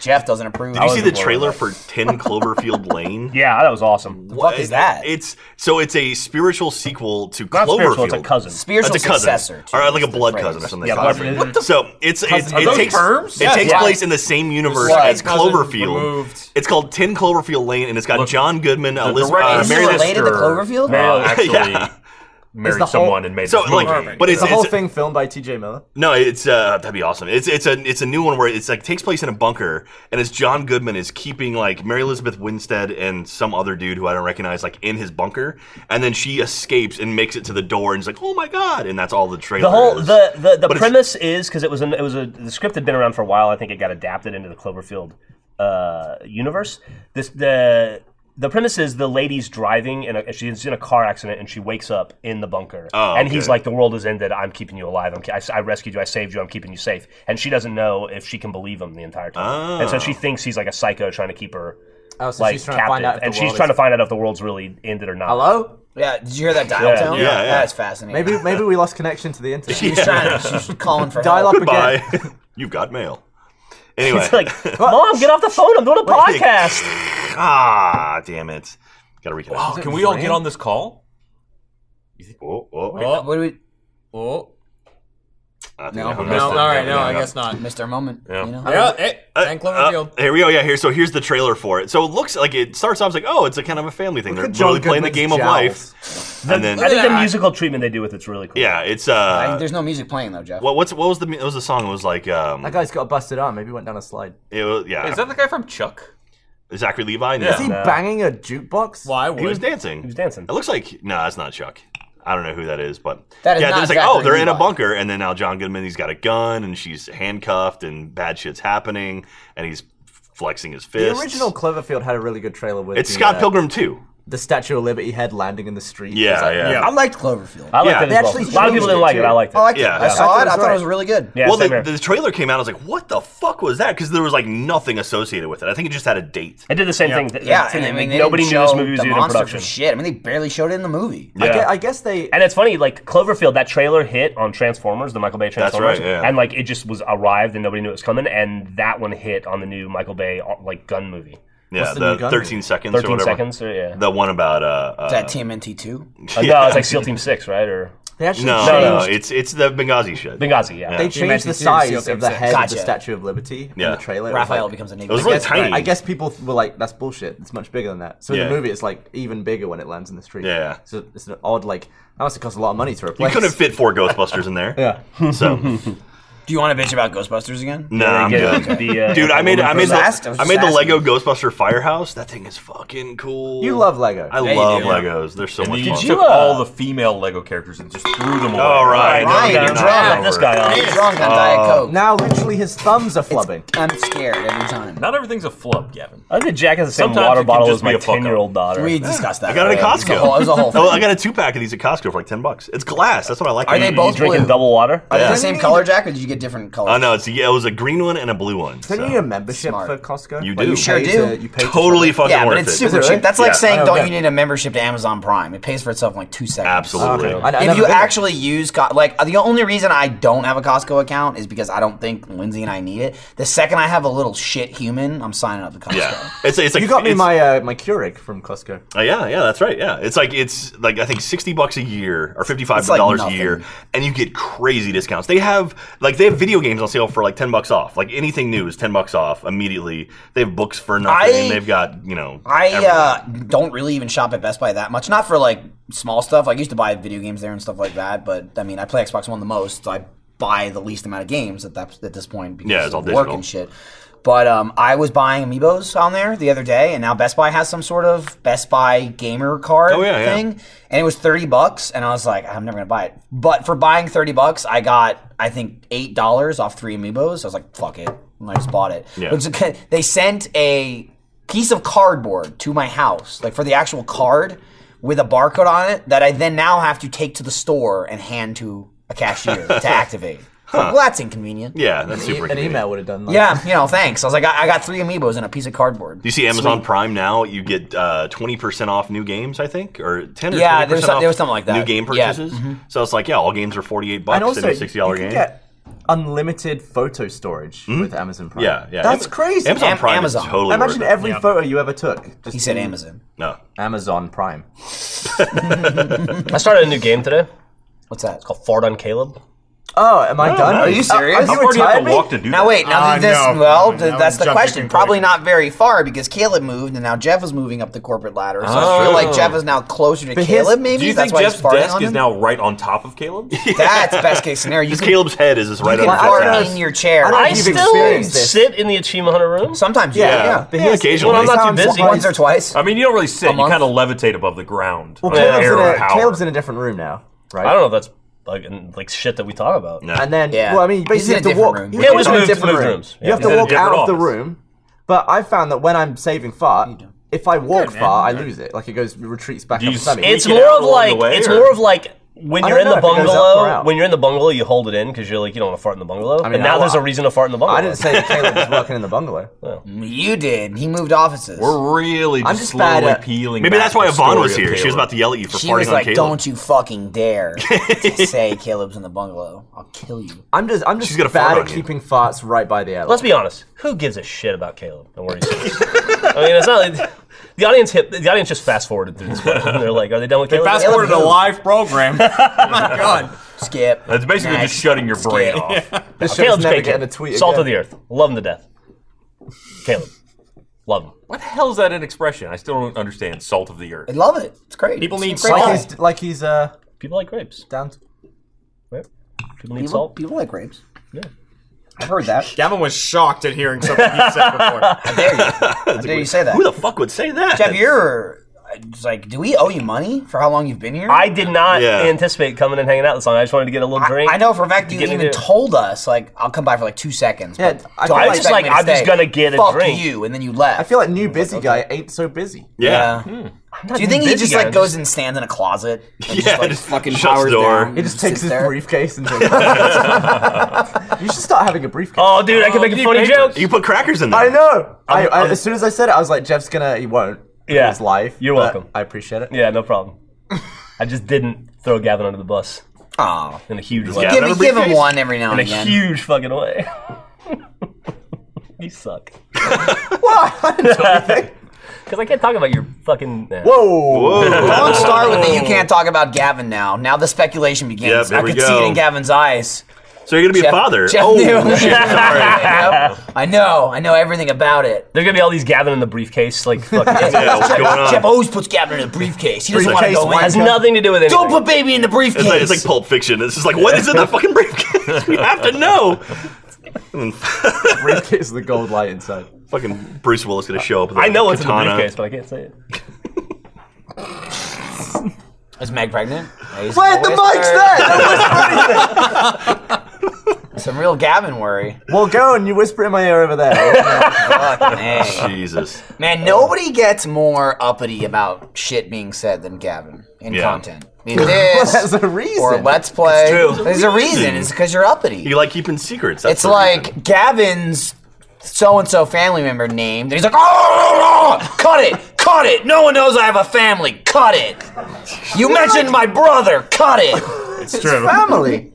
S2: Jeff doesn't approve.
S3: Hmm. Did you see the trailer for Ten Cloverfield Lane?
S11: Yeah, that was awesome.
S2: What the fuck is that?
S3: It's so it's a spiritual sequel to
S11: Not
S3: Cloverfield.
S11: spiritual, it's a cousin.
S2: spiritual
S3: That's a cousin,
S2: successor. to
S3: or like a
S2: the
S3: blood
S2: phrase.
S3: cousin or something.
S11: Yeah,
S3: That's
S11: blood-
S3: what- so it's, it's
S12: Are
S3: it
S12: those
S3: takes
S12: terms?
S3: it
S12: Yeah,
S3: takes
S12: yeah.
S3: place in the same universe
S2: Blood
S3: as
S12: cousin
S3: Cloverfield.
S12: removed.
S3: It's called Ten Cloverfield Lane, and it's got John Goodman, Elizabeth,
S1: director-
S3: uh,
S2: Is he
S3: Mary.
S1: Meredith
S2: related to
S1: Strur,
S2: Cloverfield?
S1: Uh, actually,
S3: Yeah.
S1: married
S4: the whole-
S1: someone and made
S3: So
S1: this movie.
S3: like, but it's,
S4: the whole
S3: it's-
S4: thing filmed by T.J. Miller.
S3: No, it's uh, that'd be awesome. It's it's a it's a new one where it's like takes place in a bunker, and it's John Goodman is keeping like Mary Elizabeth Winstead and some other dude who I don't recognize like in his bunker, and then she escapes and makes it to the door and is like, oh my god, and that's all the trailer.
S11: The whole
S3: is.
S11: the the, the
S3: But it's-
S11: premise is because it was an, it was a the script had been around for a while. I think it got adapted into the Cloverfield uh, universe. This the the premise is the lady's driving and she's in a car accident and she wakes up in the bunker
S3: Oh,
S11: and he's
S3: okay.
S11: like the world has ended i'm keeping you alive I'm, ki- I, s- I rescued you i saved you i'm keeping you safe and she doesn't know if she can believe him the entire time and so
S3: Oh.
S11: she thinks he's like a psycho trying to keep her
S4: Oh, so
S11: like
S4: she's trying
S11: captive
S4: to find out. If the
S11: and
S4: world
S11: she's
S4: is-
S11: trying to find out if the world's really ended or not
S4: Hello?
S2: Yeah, did you hear that dial
S11: Yeah.
S2: tone?
S3: Yeah, yeah.
S2: That's fascinating.
S4: Maybe maybe we lost connection to the internet.
S2: she was trying to, she was calling for
S4: Dial up
S2: help.
S4: again.
S3: Bye. You've got mail. Anyway,
S11: it's like mom get off the phone i'm doing a podcast
S3: ah, damn it, gotta reconnect.
S1: Oh, can we all get on this call?
S3: Oh, oh,
S12: Oh,
S2: What do we,
S12: oh.
S3: I think
S2: No,
S3: I hung
S12: No,
S3: up.
S12: all right, no,
S3: Yeah,
S12: I
S3: yeah.
S12: guess not.
S2: Mr. Moment?
S1: Yeah.
S2: You know?
S12: Yeah, hey,
S3: Uh,
S12: and
S3: uh,
S12: Cloverfield.
S3: here we go. Yeah, here. So here's the trailer for it. So it looks like it starts off it's like, oh, it's a kind of a family thing. They're
S4: at John
S3: literally playing the game
S4: Goodman's
S3: of life, and then
S11: I think the
S12: Yeah.
S11: musical treatment they do with it's really cool.
S3: yeah, it's uh,
S2: There's no music playing though, Jeff.
S3: What what's what was the what was the song? It was like um,
S4: That guy's got a busted arm. Maybe he went down a slide.
S3: it was, yeah,
S1: Is that the guy from Chuck?
S3: Zachary Levi.
S1: Yeah.
S3: Yeah,
S4: Is he banging a jukebox?
S12: Why would
S3: he was dancing.
S11: he was dancing.
S3: It looks like no, that's not Chuck. I don't know who that is, but
S2: That is
S3: yeah,
S2: not
S3: there's like
S2: Zachary
S3: oh, they're in a
S2: Levi.
S3: bunker, and then now John Goodman he's got a gun, and she's handcuffed, and bad shit's happening, and he's flexing his
S4: The
S3: fists.
S4: original Cloverfield had a really good trailer with
S3: It's
S4: the,
S3: Scott
S4: uh,
S3: Pilgrim too.
S4: the Statue of Liberty head landing in the street.
S3: Yeah,
S4: It's like-
S3: yeah.
S2: I liked Cloverfield.
S3: Yeah.
S11: I liked
S3: They
S11: it as
S4: actually
S11: well. A lot of people didn't
S4: changed
S11: like
S4: it,
S11: it. I
S4: too.
S11: liked it.
S2: I liked
S3: Yeah.
S2: it. I saw it. I thought it was
S4: right.
S2: really good.
S11: yeah,
S3: well,
S11: same
S3: the,
S11: here.
S3: the trailer came out. I was like, "What the fuck was that?" Because there was like nothing associated with it. I think it just had a date.
S11: I did the same thing. that-
S2: Yeah,
S11: that-
S2: and I mean, they
S11: nobody
S2: didn't
S11: knew this
S2: show
S11: movie was
S2: the
S11: even in
S2: monster
S11: production.
S2: for shit. I mean, they barely showed it in the movie.
S4: I,
S3: Yeah.
S4: guess, I guess they.
S11: And it's funny, like Cloverfield, that trailer hit on Transformers, the Michael Bay Transformers,
S3: right, yeah.
S11: and like it just was arrived and nobody knew it was coming, and that one hit on the new Michael Bay uh, like gun movie,
S3: Yeah,
S4: the new
S3: the,
S4: gun?
S3: 13 seconds or
S11: thirteen
S3: whatever.
S11: seconds or yeah.
S3: The one about uh, uh
S2: Is that TMNT two?
S11: Uh, no, it's like SEAL Team Six, right? Or
S4: They actually
S3: no,
S4: changed.
S3: no, it's it's the Benghazi shit.
S11: Benghazi, yeah.
S4: They
S12: meant
S4: changed the
S12: to see
S4: size
S12: Seal
S4: of the
S12: Team
S4: head
S2: Gotcha.
S4: of the Statue of Liberty in
S3: Yeah.
S4: the trailer. It was
S2: Raphael
S4: like-
S2: becomes a
S3: It was
S2: nigga.
S3: really
S4: Yes,
S3: tiny.
S4: I guess people were like, "That's bullshit. It's much bigger than that." So in
S3: Yeah.
S4: the movie, it's like even bigger when it lands in the street.
S3: Yeah.
S4: So it's an odd, like that must have cost a lot of money to
S3: you
S4: replace.
S3: couldn't fit four Ghostbusters in there.
S4: Yeah.
S3: So
S2: Do you want to bitch about Ghostbusters again?
S3: no, I'm
S11: Yeah,
S3: good.
S11: the, uh,
S3: Dude, I made I made
S2: was asked-
S3: the,
S2: I was
S3: I made
S2: just
S3: the Lego Ghostbuster Firehouse. That thing is fucking cool.
S4: You love Lego.
S3: I
S4: I,
S2: you
S3: love
S2: do.
S3: Legos. They're so much
S1: You
S3: fun.
S1: took
S11: uh,
S1: all the female Lego characters and just threw them away.
S3: All right,
S2: Ryan,
S3: no,
S2: you're
S3: no, no,
S2: drunk.
S3: no,
S11: this
S3: no.
S11: guy on.
S2: He's drunk on Diet Coke.
S4: now literally his thumbs are flubbing.
S2: I'm scared every time.
S1: Not everything's a flub, Gavin.
S11: I think Jack has the same
S1: Sometimes it
S11: water
S1: can
S11: bottle
S1: just
S11: as
S1: be
S11: my
S1: a fuck-up.
S11: ten-year-old daughter.
S2: We discussed that.
S3: I got it at
S2: already.
S3: Costco.
S2: It was a whole, it was a whole
S3: Oh, I
S2: thing.
S3: got a two pack of these at Costco for like ten bucks. It's glass. That's what I like.
S2: Are they
S3: Mm.
S2: both
S11: drinking
S2: blue?
S11: double water.
S2: Are they
S3: Yeah.
S2: the same color, Jack, or did you get different colors.
S3: Oh no, it's yeah, it was a green one and a blue one.
S4: Don't
S3: so.
S4: you need a membership
S2: Smart.
S4: for Costco?
S3: You
S4: Like,
S3: do.
S4: you
S2: Sure
S4: pay
S2: do.
S4: To, you pay to-
S3: totally fucking
S2: yeah,
S3: worth
S2: but it's
S3: it.
S2: super
S4: Is it
S2: cheap.
S4: really?
S2: That's like
S3: Yeah.
S2: saying,
S4: Oh,
S2: don't
S4: okay.
S2: you need a membership to Amazon Prime? It pays for itself in like two seconds.
S3: Absolutely.
S4: Okay. I- I
S2: if
S4: never
S2: you
S4: did.
S2: actually use Co- like the only reason I don't have a Costco account is because I don't think Lindsay and I need it. The second I have a little shit human, I'm signing up to Costco.
S3: Yeah, it's it's like
S4: you got me
S3: it's-
S4: my uh, my Keurig from Costco.
S3: Uh, yeah, yeah, that's right. Yeah, it's like it's like I think sixty bucks a year or fifty five
S2: It's like
S3: dollars a
S2: nothing.
S3: year, and you get crazy discounts. They have like they have video games on sale for like ten bucks off. Like anything new is ten bucks off immediately. They have books for nothing.
S2: I-
S3: They've got you know.
S2: I
S3: everything.
S2: uh, don't really even shop at Best Buy that much. Not for like small stuff. Like, I used to buy video games there and stuff like that. But I mean, I play Xbox One the most. So I buy the least amount of games at that at this point because
S3: Yeah, it's all
S2: of work
S3: digital.
S2: and shit. But um, I was buying amiibos on there the other day, and now Best Buy has some sort of Best Buy gamer card
S3: Oh, yeah, yeah.
S2: thing, and it was thirty bucks, and I was like, I'm never gonna buy it. But for buying thirty bucks, I got I think eight dollars off three amiibos. I was like, fuck it, and I just bought it.
S3: Yeah.
S2: But it's okay. They sent a piece of cardboard to my house, like for the actual card with a barcode on it, that I then now have to take to the store and hand to a cashier to activate. Well, that's inconvenient.
S3: yeah, that's super.
S4: E, An
S3: convenient.
S4: email would have done. Like,
S2: Yeah, you know, thanks. I was like, I, I got three amiibos and a piece of cardboard.
S3: Do you see Amazon Prime now? You get uh, twenty percent off new games, I think, or ten or
S2: Yeah,
S3: twenty
S2: there was
S3: percent
S2: some-
S3: off
S2: there was something like that.
S3: New game
S2: Yeah, Mm-hmm.
S3: purchases. So it's like, yeah, all games are forty eight bucks
S4: and also
S3: a sixty dollar
S4: you
S3: game.
S4: can get unlimited photo storage with Amazon Prime.
S3: yeah, yeah,
S4: That's
S3: Am-
S4: crazy.
S3: Amazon
S2: Am-
S3: Prime
S2: Amazon.
S3: is totally.
S4: Imagine
S3: worth it.
S4: every photo you ever took. Just
S2: He said
S4: in
S2: Amazon.
S3: No.
S4: Amazon Prime.
S9: I started a new game today
S2: What's that? It's called.
S9: called Ford on Caleb.
S4: Oh, am I done?
S2: Are you serious?
S4: Uh,
S1: How
S4: have you
S1: far do you have
S4: retired
S1: to
S4: me?
S1: walk to do
S2: Now
S1: that?
S2: wait, now
S10: Ah,
S2: that this
S10: no.
S2: well,
S10: No,
S2: th-
S10: no,
S2: that's the
S10: jumping
S2: question.
S10: conclusions.
S2: Probably not very far because Caleb moved and now Jeff is moving up the corporate ladder. So I feel like Jeff is now closer to
S4: But his-
S2: Caleb. Maybe
S1: Do you
S2: that's
S1: think
S2: why
S1: Jeff's
S2: he's farting
S1: desk
S2: on
S1: is
S2: him.
S1: now right on top of Caleb?
S2: that's best case scenario. You
S3: Because
S2: can,
S3: Caleb's head is just right
S2: you
S3: over
S2: can
S4: I
S3: Jeff's
S4: don't
S2: fart
S3: ass.
S2: in your chair.
S4: I don't
S9: I
S4: You've
S9: still
S4: experienced this.
S9: sit in the Achievement Hunter room.
S2: Sometimes, yeah, yeah.
S4: But
S3: Yeah,
S4: he's-
S3: occasionally.
S9: Well, I'm not too
S4: Sometimes
S9: busy.
S2: Once or twice.
S1: I mean, you don't really sit.
S2: A
S1: You
S2: month?
S1: kind of levitate above the ground.
S4: Well,
S1: in an
S4: Caleb's,
S1: air
S4: in
S1: or
S4: a,
S1: however.
S4: Caleb's in a different room now, right?
S9: I don't know if that's like, in- like shit that we talk about.
S3: No.
S4: And then,
S2: Yeah.
S4: well, I mean,
S2: But he's
S4: you
S2: in
S4: have
S2: a
S4: to
S2: different
S4: walk.
S2: room.
S4: you
S2: Yeah,
S4: have
S9: we
S4: to
S9: just
S4: go
S9: moved- moved
S4: room.
S9: rooms.
S4: You have
S9: Yeah.
S4: to
S1: He's in a
S4: walk
S1: different
S4: out of the
S1: office.
S4: room. But I found that when I'm saving fart, if I walk far, I lose it. Like it goes retreats back
S1: Do
S4: up
S1: you
S4: the stomach.
S1: sneak
S9: It's
S1: it
S9: more
S1: out
S9: of
S1: along the
S9: like
S1: way,
S9: it's
S1: or-
S9: more of like when
S4: I
S9: you're in
S4: don't
S9: the
S4: know if it goes up or
S9: bungalow.
S4: out.
S9: When you're in the bungalow, you hold it in because you're like you don't want to fart in the bungalow.
S4: mean,
S9: and now
S4: I-
S9: there's a reason to fart in the bungalow.
S4: I didn't say that Caleb was working in the bungalow.
S2: You did. He moved offices.
S1: We're really just,
S4: I'm just bad
S1: slowly
S4: at-
S1: peeling.
S3: Maybe
S1: back
S3: that's why
S1: the
S3: Yvonne
S1: story
S3: was
S1: of
S3: here. She was
S1: Caleb.
S3: about to yell at you for
S2: she
S3: farting
S2: was
S3: on
S2: like,
S3: Caleb.
S2: "Don't you fucking dare to say Caleb's in the bungalow. I'll kill you."
S4: I'm just, I'm
S3: She's
S4: just
S3: gonna fart
S4: bad
S3: on
S4: at
S3: you.
S4: keeping farts right by the alley.
S9: Let's be honest. Who gives a shit about Caleb and where he's? I mean, it's not. Like, the audience hit. The audience just fast forwarded through this. Question. They're like, are they done with Caleb?
S10: Fast
S9: yet?
S10: forward to the live program. oh my god.
S2: Skip.
S1: That's basically just shutting your brain off.
S4: This show's
S9: Caleb's
S4: never
S9: bacon.
S4: getting a tweet
S9: Salt
S4: again.
S9: of the earth. Love him to death. Caleb, love him.
S1: What the hell is that an expression? I still don't understand. Salt of the earth.
S2: I love it. It's great.
S10: People
S2: It's
S10: need
S2: great
S4: Like
S10: salt.
S2: guy.
S4: he's, like he's uh
S9: People like grapes.
S4: down. To,
S9: Right? People need
S2: People,
S9: salt.
S2: people like grapes.
S9: Yeah.
S2: I've heard that.
S10: Gavin was shocked at hearing something he said before.
S2: How dare you? How dare you say that?
S3: Who the fuck would say that?
S2: Jeff, you're uh, just like, do we owe you money for how long you've been here?
S9: I did not
S3: Yeah.
S9: anticipate coming and hanging out this long. I just wanted to get a little drink.
S2: I know for a fact you
S9: Get me
S2: even
S9: there.
S2: told us like I'll come by for like two seconds.
S4: Yeah,
S2: but
S4: I
S2: don't
S4: feel
S2: expect
S9: just like,
S2: me to
S9: I'm just
S2: stay.
S9: gonna get a
S2: Fuck
S9: drink.
S2: you, and then you left.
S4: I feel like new busy guy ain't so busy.
S3: yeah.
S2: Do you think he
S9: busy
S2: just
S9: guy,
S2: like
S9: I'm
S2: goes and stands in a closet? And
S3: Yeah,
S2: just, like,
S3: just
S2: fucking
S3: shuts
S2: powers
S3: the door.
S2: down.
S4: He just takes
S2: sits
S4: his
S2: there?
S4: briefcase and. takes- you should start having a briefcase.
S9: Oh, dude, I can make a funny joke.
S3: You put crackers in there.
S4: I know. I, I, as soon as I said it, I was like, Jeff's gonna. He won't.
S9: Yeah.
S4: It's live.
S9: You're
S4: but
S9: welcome.
S4: I appreciate it.
S9: Yeah, no problem. I just didn't throw Gavin under the bus
S2: Aw.
S9: in a huge way.
S3: Gavin-
S2: Give, me,
S3: Another
S2: give him
S3: briefcase?
S2: one every now
S9: in
S2: and
S9: a
S2: again.
S9: huge fucking way. you suck.
S4: Whoa.
S9: Because I can't talk about your fucking. nah.
S2: Don't start with the you can't talk about Gavin now. Now the speculation begins.
S3: Oh. Yep, here
S2: I
S3: we
S2: could see it
S3: go.
S2: in Gavin's eyes.
S3: So you're gonna be
S2: Jeff-
S3: a father.
S2: Jeff
S3: oh
S2: knew.
S3: shit! Sorry.
S2: Yep. I know. I know everything about it.
S9: There's gonna be all these Gavin in the briefcase, like fucking.
S3: Yeah, what's going on?
S2: Jeff always puts Gavin in a briefcase. He doesn't want to
S4: Briefcase,
S2: go in.
S4: wine
S9: has nothing to do with anything.
S2: Don't put baby in the briefcase.
S3: It's like, it's like Pulp Fiction. It's just like what is in the fucking briefcase? We have to know. And then
S4: Briefcase with the gold light inside.
S3: fucking Bruce Willis gonna show up. With a
S9: I know what's in the
S3: katana.
S9: briefcase, but I can't say it.
S2: Is Meg pregnant? Wait,
S4: Wait, the mic's there. Don't whisper anything.
S2: Some real Gavin worry.
S4: Well, go and you whisper in my ear over there.
S2: Fucking A.
S3: Jesus.
S2: Man, nobody gets more uppity about shit being said than Gavin in
S3: Yeah.
S2: content. You this.
S4: There's a reason.
S2: Or let's play.
S3: It's true.
S2: There's a reason. It's because you're uppity.
S3: You like keeping secrets. That's
S2: it's
S3: the
S2: like
S3: reason.
S2: Gavin's so and so family member named, and he's like, "Oh, no, no, cut it, cut it! No one knows I have a family. Cut it! You mentioned my brother. Cut it!
S10: It's true.
S4: family.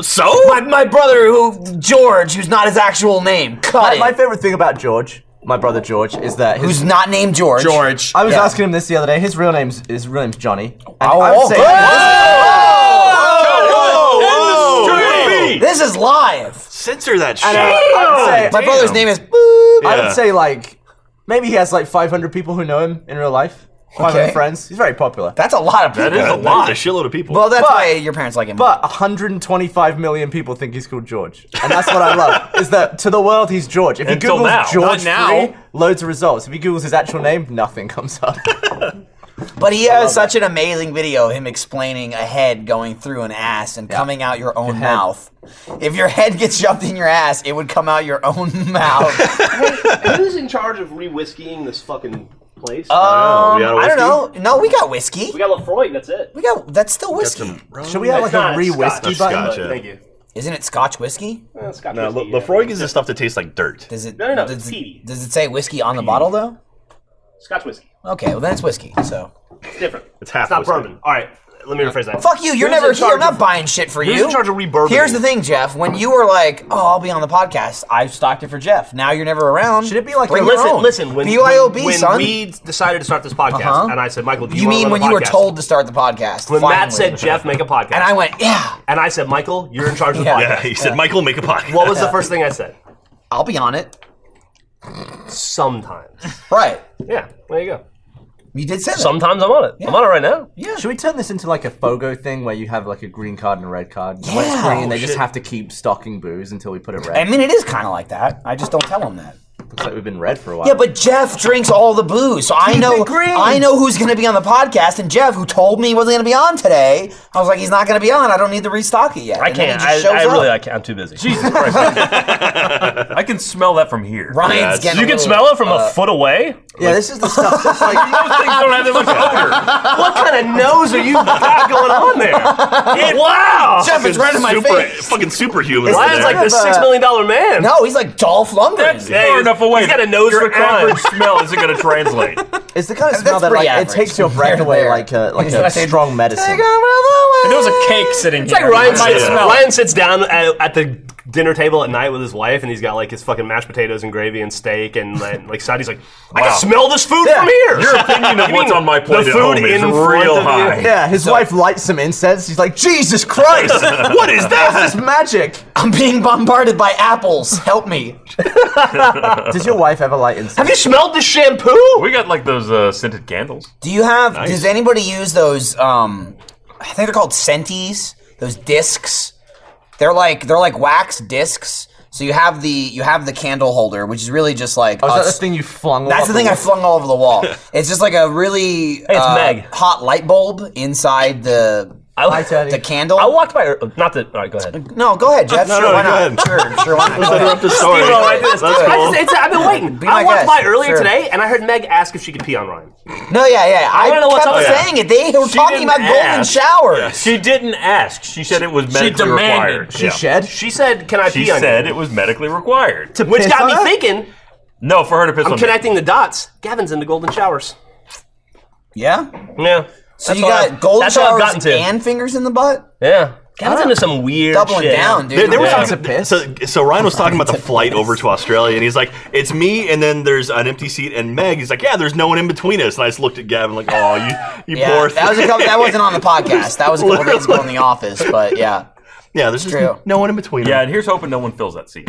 S3: so.
S2: My, my brother, who George, who's not his actual name. Cut
S4: My, my
S2: it.
S4: favorite thing about George, my brother George, is that his.
S2: Who's not named George?
S10: George.
S4: I was
S2: Yeah.
S4: asking him this the other day. His real name's his real name's Johnny. And
S2: Oh,
S4: I would say-
S1: Oh,
S3: Whoa,
S1: Hey!
S3: baby!
S2: This is live.
S3: Censor that shit.
S4: I would say-
S2: My brother's name is.
S4: I
S3: Yeah.
S4: would say like maybe he has like 500 people who know him in real life. 500
S2: Okay.
S4: friends. He's very popular.
S2: That's a lot of people.
S3: That is
S1: Yeah,
S3: a
S1: that
S3: lot. That's a shitload of people.
S2: well, that's
S4: But-
S2: why your parents like him.
S4: But 125 million people think he's called George, and that's what I love. is that to the world he's George. If he
S1: Until
S4: googles
S1: now.
S10: Not
S4: George
S10: now.
S4: Free, loads of results. If he googles his actual name, nothing comes up.
S2: But he has such an amazing video of him explaining a head going through an ass and coming out your own mouth. If your head gets shoved in your ass, it would come out your own mouth.
S8: Who's in charge of re-whiskying this fucking place?
S3: Oh, we
S2: Um,
S3: out of
S2: I don't know.
S3: whiskey?
S2: No, we got whiskey.
S8: we got Lefroy. That's it.
S2: We got that's still
S3: Got
S2: whiskey,
S3: some rum.
S4: Should we have like
S8: not
S4: a re whiskey
S8: Scotch.
S4: button?
S3: Scotch, yeah.
S8: Thank you.
S2: isn't it? Scotch whiskey?
S8: Well, Scotch
S3: No,
S8: whiskey,
S3: Le-
S8: yeah.
S3: Lefroy gives us stuff that tastes like dirt.
S2: Does it?
S8: No, no, no, it's
S2: Does,
S8: peaty.
S2: does it say whiskey on the bottle though?
S8: Scotch whiskey.
S2: Okay, well then it's whiskey. So
S8: It's different.
S3: It's half
S8: It's not
S3: whiskey.
S8: bourbon. All right. Let me rephrase that.
S2: fuck you. You're
S3: Who's
S2: never
S3: in charge
S2: here. I'm not
S3: of-
S2: buying shit for
S3: who's
S2: you.
S3: in charge of re-bourbon?
S2: Here's the thing, Jeff. When you were like, "Oh, I'll be on the podcast," I stocked it for Jeff. Now you're never around.
S4: Should it be like
S2: Bring
S4: a-
S2: your
S4: Listen,
S2: own.
S5: Listen, when,
S2: BYOB,
S5: when, when
S2: son.
S5: we decided to start this podcast,
S2: Uh-huh.
S5: and I said, Michael, do you,
S2: You
S5: want to
S2: mean
S5: run
S2: when
S5: a
S2: you were
S5: podcast?
S2: told to start the podcast?
S5: When Matt
S2: finally?
S5: said, Jeff, make a podcast.
S2: and I went, yeah,
S5: and I said, Michael, you're in charge of the
S2: Yeah.
S5: podcast.
S3: Yeah, he said, Michael, make a podcast.
S5: What was the first thing I said?
S2: I'll be on it.
S5: Sometimes.
S2: Right.
S5: Yeah, there you go.
S2: You did say that.
S9: Sometimes I'm on it. I'm on it right now.
S4: Should we turn this into like a Fogo thing where you have like a green card and a red card? And When it's
S2: Yeah.
S4: green, they
S2: Oh,
S4: just have to keep stocking booze until we put it red.
S2: I mean, it is kind of like that. I just don't tell him that.
S4: Looks like we've been red for a while.
S2: Yeah, but Jeff drinks all the booze, so I know
S4: it green.
S2: I know who's going to be on the podcast. And Jeff, who told me he wasn't going to be on today, I was like, he's not going to be on. I don't need to restock it yet.
S9: I
S2: And then
S9: can't.
S2: he just
S9: I, I
S2: shows
S9: really.
S2: up.
S9: I can't. I'm too busy.
S1: I can smell that from here.
S2: Ryan's
S3: Yeah,
S2: getting.
S9: You
S2: a
S9: can
S2: little-
S9: smell it from a foot away.
S4: yeah, this is the stuff. That's like,
S9: Those things don't have that much odor.
S5: What kind of nose are you got going on there? It- wow!
S2: Jeff, it's right in my
S3: super,
S2: face.
S3: Fucking superhuman. right
S5: Ryan's
S3: there.
S5: like the
S4: Kind of
S5: six
S4: a-
S5: million dollar man.
S2: No, he's like Dolph Lundgren.
S1: Far
S5: he's-
S1: enough away.
S5: he's got
S1: that
S5: a nose
S1: your
S5: for crime.
S1: average smell isn't going to translate. And
S4: it's the kind of smell
S2: That's
S4: that
S2: pretty
S4: like
S2: average.
S4: it takes your breath
S2: There,
S4: away
S2: there.
S4: like a like
S2: I
S4: a
S2: said,
S4: strong medicine.
S10: There was a cake sitting
S5: It's like
S10: here.
S5: Ryan,
S10: I might
S5: sits,
S10: smell it.
S5: Ryan sits down at, at the dinner table at night with his wife, and he's got like his fucking mashed potatoes and gravy and steak and like, like side. He's like, I
S1: Wow.
S5: can smell this food from here.
S1: Your opinion of
S5: You
S1: what's
S5: mean
S1: on my plate
S5: the
S1: at
S5: food
S1: home is
S5: in
S1: real
S5: front of you?
S1: high.
S4: Yeah, his wife lights some incense. He's like, Jesus Christ, what is that? This magic.
S2: I'm being bombarded by apples. Help me.
S4: Does your wife ever light incense?
S5: Have you smelled the shampoo?
S1: We got like those uh, scented candles.
S2: Do you have? Does anybody use those? Um, I think they're called centis. Those discs. They're like they're like wax discs. So you have the you have the candle holder, which is really just like
S4: Oh, is
S2: a
S4: that the
S2: s-
S4: thing you flung?
S2: that's
S4: off
S2: the thing I flung all over the wall. it's just like a really uh,
S9: Meg.
S2: hot light bulb inside the
S4: Hi, Teddy.
S2: the candle.
S9: I walked by. Not that. All right, go ahead.
S2: no, go ahead, Jeff. sure,
S3: no,
S2: why
S3: go
S2: not? Sure, sure, why not? Go ahead.
S3: Interrupt the story.
S5: Steve-O right there.
S3: That's
S5: I
S3: cool.
S5: just, it's, I've been waiting.
S2: my
S5: I walked
S2: guest.
S5: by earlier
S2: Sure.
S5: today, and I heard Meg ask if she could pee on Ryan.
S2: No, yeah, yeah. I,
S5: wanna know what's
S2: kept
S5: up with that.
S2: saying it. They were
S1: She
S2: talking
S1: didn't
S2: about golden
S1: ask.
S2: showers.
S1: She didn't ask. She said it was medically
S10: demanded.
S1: required.
S4: She
S1: Yeah.
S4: shed.
S5: She said, "Can I
S1: She
S5: pee on
S1: said
S5: you?"
S1: it was medically required.
S5: Which
S4: piss
S5: got
S4: on
S5: me
S4: her?
S5: thinking.
S1: No, for her to piss
S5: I'm
S1: on
S5: connecting the dots. Gavin's in the golden showers.
S2: Yeah.
S9: Yeah.
S2: So you
S9: what I've-
S2: got golden
S9: that's what I've
S2: showers
S9: gotten to.
S2: and fingers in the butt.
S9: Yeah. Gavin's into some weird
S2: doubling
S9: shit.
S2: down, dude.
S3: There, there was
S9: Yeah.
S3: some-
S4: To piss?
S3: So, so Ryan was talking about the flight over to Australia, and he's like, "It's me," and then there's an empty seat, and Meg. He's like, "Yeah, there's no one in between us." And I just looked at Gavin like, "Oh, you, you
S2: yeah,
S3: poor."
S2: that was a
S3: thing."
S2: couple, that wasn't on the podcast. That was a couple days ago in the office, but yeah.
S3: yeah, there's just
S2: True.
S3: no one in between.
S1: Yeah,
S3: Yeah,
S1: and here's hoping no one fills that seat.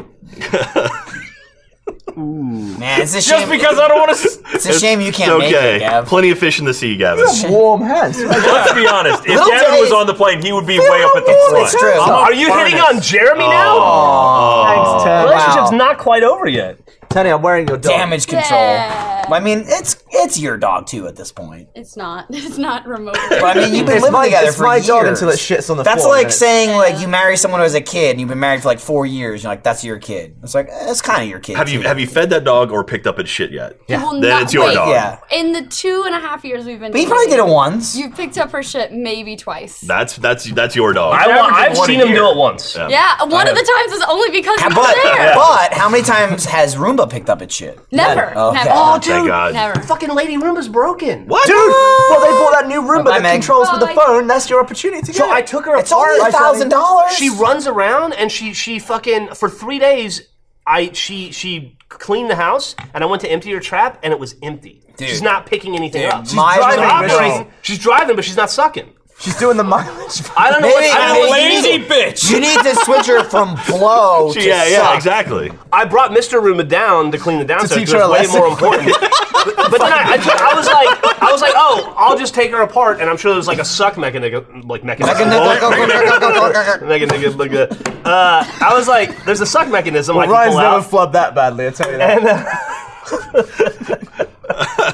S2: Man, it's a shame.
S1: Just because I don't want to.
S2: it's a shame you can't make
S3: okay.
S2: it, Gav.
S3: Plenty of fish in the sea, Gavin.
S4: Warm hands.
S1: Let's be honest. If
S2: Little
S1: Gavin was
S2: Dave-
S1: on the plane, he would be way up at the front.
S2: It's true.
S5: Are you hitting on Jeremy
S4: Thanks,
S9: The
S4: Ted.
S9: Relationship's not quite over yet.
S4: Teddy, I'm wearing your dog.
S2: Damage control. I mean, it's it It's your dog too at this point.
S11: It's not. It's not remote.
S2: But I mean, you've been
S4: It's
S2: living
S4: my-
S2: together
S4: it's
S2: for
S4: my
S2: years.
S4: dog until it shits on the
S2: That's
S4: floor,
S2: like
S4: and it-
S2: saying like you marry someone who was a kid and you've been married for like four years. You're like, that's your kid. It's like eh, it's kind of your kid.
S3: Have you have you fed that dog or picked up its shit yet?
S11: Yeah. Well,
S3: Then
S11: not-
S3: it's your
S11: wait.
S3: dog.
S2: Yeah.
S11: In the two and a half years we've been,
S2: But you probably did
S11: dating,
S2: it once.
S11: You picked up her shit maybe twice.
S3: That's that's that's your dog.
S13: I, wa- I've seen him do it once.
S11: yeah, one of the times was only because you were
S2: But
S11: there.
S2: but how many times has Roomba picked up its shit?
S11: Never.
S2: Okay.
S11: Never.
S2: Oh,
S3: dude. Thank God.
S11: Never.
S9: Fucking Lady Roomba's broken.
S3: What?
S4: Dude, well, they bought that new Roomba
S2: Bye,
S4: that
S2: Meg.
S4: controls with the
S11: Bye.
S4: phone. That's your opportunity to
S9: So
S4: get
S9: I
S4: it.
S9: took her
S2: It's only
S9: apart.
S2: a thousand dollars.
S9: she runs around and she she fucking for three days. I she she cleaned the house and I went to empty her trap and it was empty. she's not picking anything
S2: Dude,
S9: up. She's
S2: my
S9: driving,
S2: mom-
S9: but she's, she's driving, but she's not sucking.
S4: She's doing the mileage.
S9: I don't know.
S2: Maybe-
S9: what, I, don't know what
S2: maybe-
S9: you need.
S14: bitch.
S2: You need to switch her from blow to
S3: yeah, yeah,
S2: suck.
S3: exactly.
S9: I brought Mr. Roomba down to clean the downstairs.
S4: teach
S9: it was
S4: her a
S9: way
S4: lesson.
S9: more important. but, but then I, I, took- I was like, I was like, oh, I'll just take her apart, and I'm sure there's like a suck mechanism, like mechanism. Mega nigga, look good. Uh, I was like, there's a suck mechanism I can
S4: Ryan's
S9: pull
S4: never
S9: out. uh,
S4: flubbed that badly, I tell you that.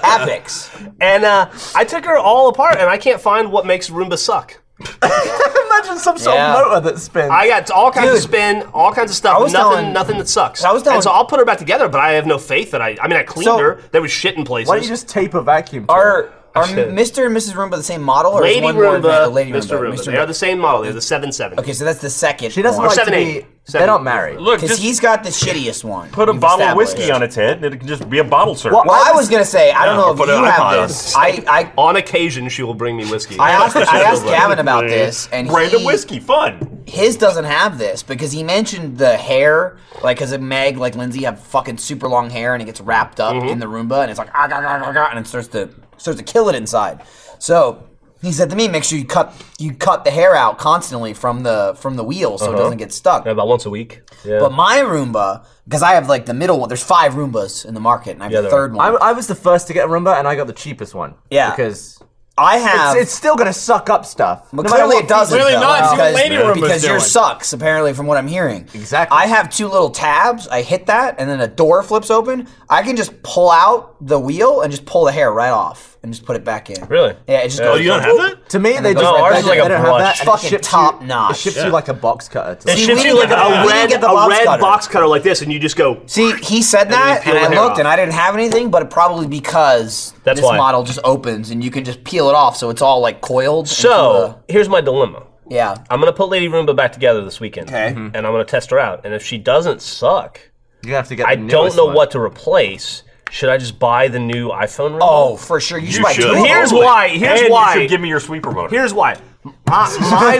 S2: Epics.
S9: and uh, I took her all apart, and I can't find what makes Roomba suck.
S4: Imagine some sort
S2: Yeah.
S4: of motor that spins.
S9: I got all kinds of
S2: Dude.
S9: spin, all kinds of stuff,
S2: was
S9: nothing,
S2: telling-
S9: nothing that sucks.
S2: I was telling-
S9: and so I'll put her back together, but I have no faith that I. I mean, I cleaned
S4: So-
S9: her. There was shit in places.
S4: Why don't you just tape a vacuum? to it?
S2: Are are
S9: shit.
S2: Mr. and Mrs. Roomba the same model or is
S9: Lady
S2: one more
S9: Roomba,
S2: advanced? Lady
S9: Mr. Roomba. They are the same model. They're the seven seven.
S2: Okay, so that's the second.
S4: She doesn't
S2: one.
S4: like
S9: seven,
S4: to
S9: eight.
S4: be.
S9: Seven.
S4: They're not married.
S1: Look,
S2: Because
S1: just
S2: he's got the shittiest one.
S1: put a
S2: We've
S1: bottle of
S2: established.
S1: whiskey on its head, and it can just be a bottle service.
S2: Well, I was gonna say, I don't
S3: Yeah,
S2: know
S3: or
S2: if
S3: put
S2: you
S3: an iPod on
S2: have this. I, I,
S9: On occasion, she will bring me whiskey.
S2: I asked, I asked Gavin about this, and
S1: Random
S2: he-
S1: whiskey, fun.
S2: His doesn't have this because he mentioned the hair, like because Meg, like Lindsay, have fucking super long hair, and it gets wrapped up
S13: Mm-hmm.
S2: in the Roomba, and it's like ah, ah, ah, ah, ah, and it starts to starts to kill it inside. So he said to me, make sure you cut you cut the hair out constantly from the from the wheel so it doesn't get stuck.
S13: About once a week. Uh-huh. Yeah.
S2: But my Roomba, because I have like the middle one. There's five Roombas in the market, and I have the
S13: there
S2: third
S4: I,
S2: one.
S4: I was the first to get a Roomba, and I got the cheapest one.
S2: Yeah.
S4: because
S2: I have.
S4: it's, it's still gonna suck up stuff.
S2: But
S4: No matter
S2: clearly
S4: what
S2: it doesn't.
S4: feature-
S14: Clearly
S2: though,
S14: not, it's what
S2: Because,
S14: Lady Roomba's
S2: because
S14: doing.
S2: yours sucks, apparently, from what I'm hearing.
S4: Exactly.
S2: I have two little tabs. I hit that, and then a door flips open. I can just pull out the wheel and just pull the hair right off and just put it back in.
S13: Really?
S2: Yeah, it just
S13: Yeah.
S2: goes.
S3: Oh, you don't have that?
S4: To me, they
S2: No,
S4: just
S13: ours
S4: they,
S13: is like
S4: they
S13: a brush.
S4: don't have that. and it
S2: Fucking
S4: ships you-
S2: top notch.
S4: It ships you like a box cutter.
S13: It
S4: To like-
S2: See,
S13: ships
S2: we
S13: you
S2: didn't
S13: like
S2: get the-
S13: a
S2: we didn't
S13: red,
S2: get the
S13: a
S2: box
S13: red
S2: cutter.
S13: box cutter like this, and you just go.
S2: See, he said that,
S9: peel
S2: and,
S9: the
S2: I
S9: hair
S2: looked,
S9: off.
S2: and I didn't have anything, but it probably because
S13: That's
S2: this
S13: why.
S2: model just opens, and you can just peel it off, so it's all like coiled.
S13: So here's my dilemma.
S2: into the- yeah,
S13: I'm gonna put Lady Roomba back together this weekend, okay.
S2: Mm-hmm.
S13: and I'm gonna test her out. And if she doesn't suck,
S4: you have to get.
S13: I
S4: the
S13: don't
S4: newest
S13: know
S4: one.
S13: what to replace. Should I just buy the new iPhone remote?
S2: oh, for sure, you should. buy
S3: should.
S2: two of
S9: Here's
S2: them.
S9: why. Here's
S1: and you
S9: why.
S1: should give me your sweeper motor.
S9: Here's why. My,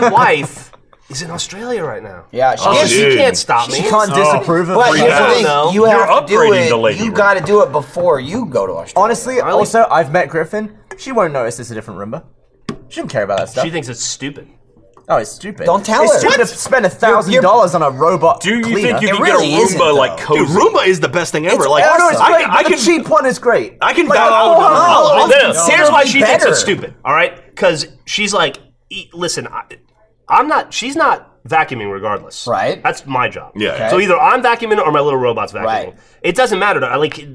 S9: my wife is in Australia right now.
S2: Yeah, she
S9: Oh,
S2: is.
S9: she
S3: dude.
S9: can't stop me.
S4: You can't disapprove of.
S2: But
S4: free
S2: here's the
S4: ads.
S2: thing,
S9: No.
S2: you
S1: You're
S2: have to do
S1: upgrading
S2: it.
S1: the lady
S2: you
S1: room.
S2: got to do it before you go to Australia.
S4: Honestly, also I've met Griffin. She won't notice it's a different Roomba. She don't care about that stuff.
S9: She thinks it's stupid.
S4: oh, it's stupid.
S2: Don't tell
S4: it's
S2: her.
S4: stupid
S2: What?
S4: to spend a thousand dollars on a robot
S1: Do you
S4: cleaner.
S1: think you
S2: It
S1: can
S2: really
S1: get a
S2: isn't,
S1: Roomba like
S2: though.
S1: cozy?
S3: Dude, Roomba is the best thing ever. like,
S4: Oh no, it's
S3: I,
S4: great.
S3: I
S4: but
S3: can
S4: the cheap one is great.
S3: I can
S4: Like,
S3: bow out
S4: $400.
S3: now.
S2: Oh,
S9: No,
S2: no.
S9: Here's why she thinks
S2: Better.
S9: it's stupid. All right, because she's like, e- listen, I, I'm not. She's not vacuuming regardless.
S2: Right.
S9: That's my job.
S3: Yeah. Okay.
S9: So either I'm vacuuming or my little robot's vacuuming.
S2: Right.
S9: It doesn't matter. to- I like.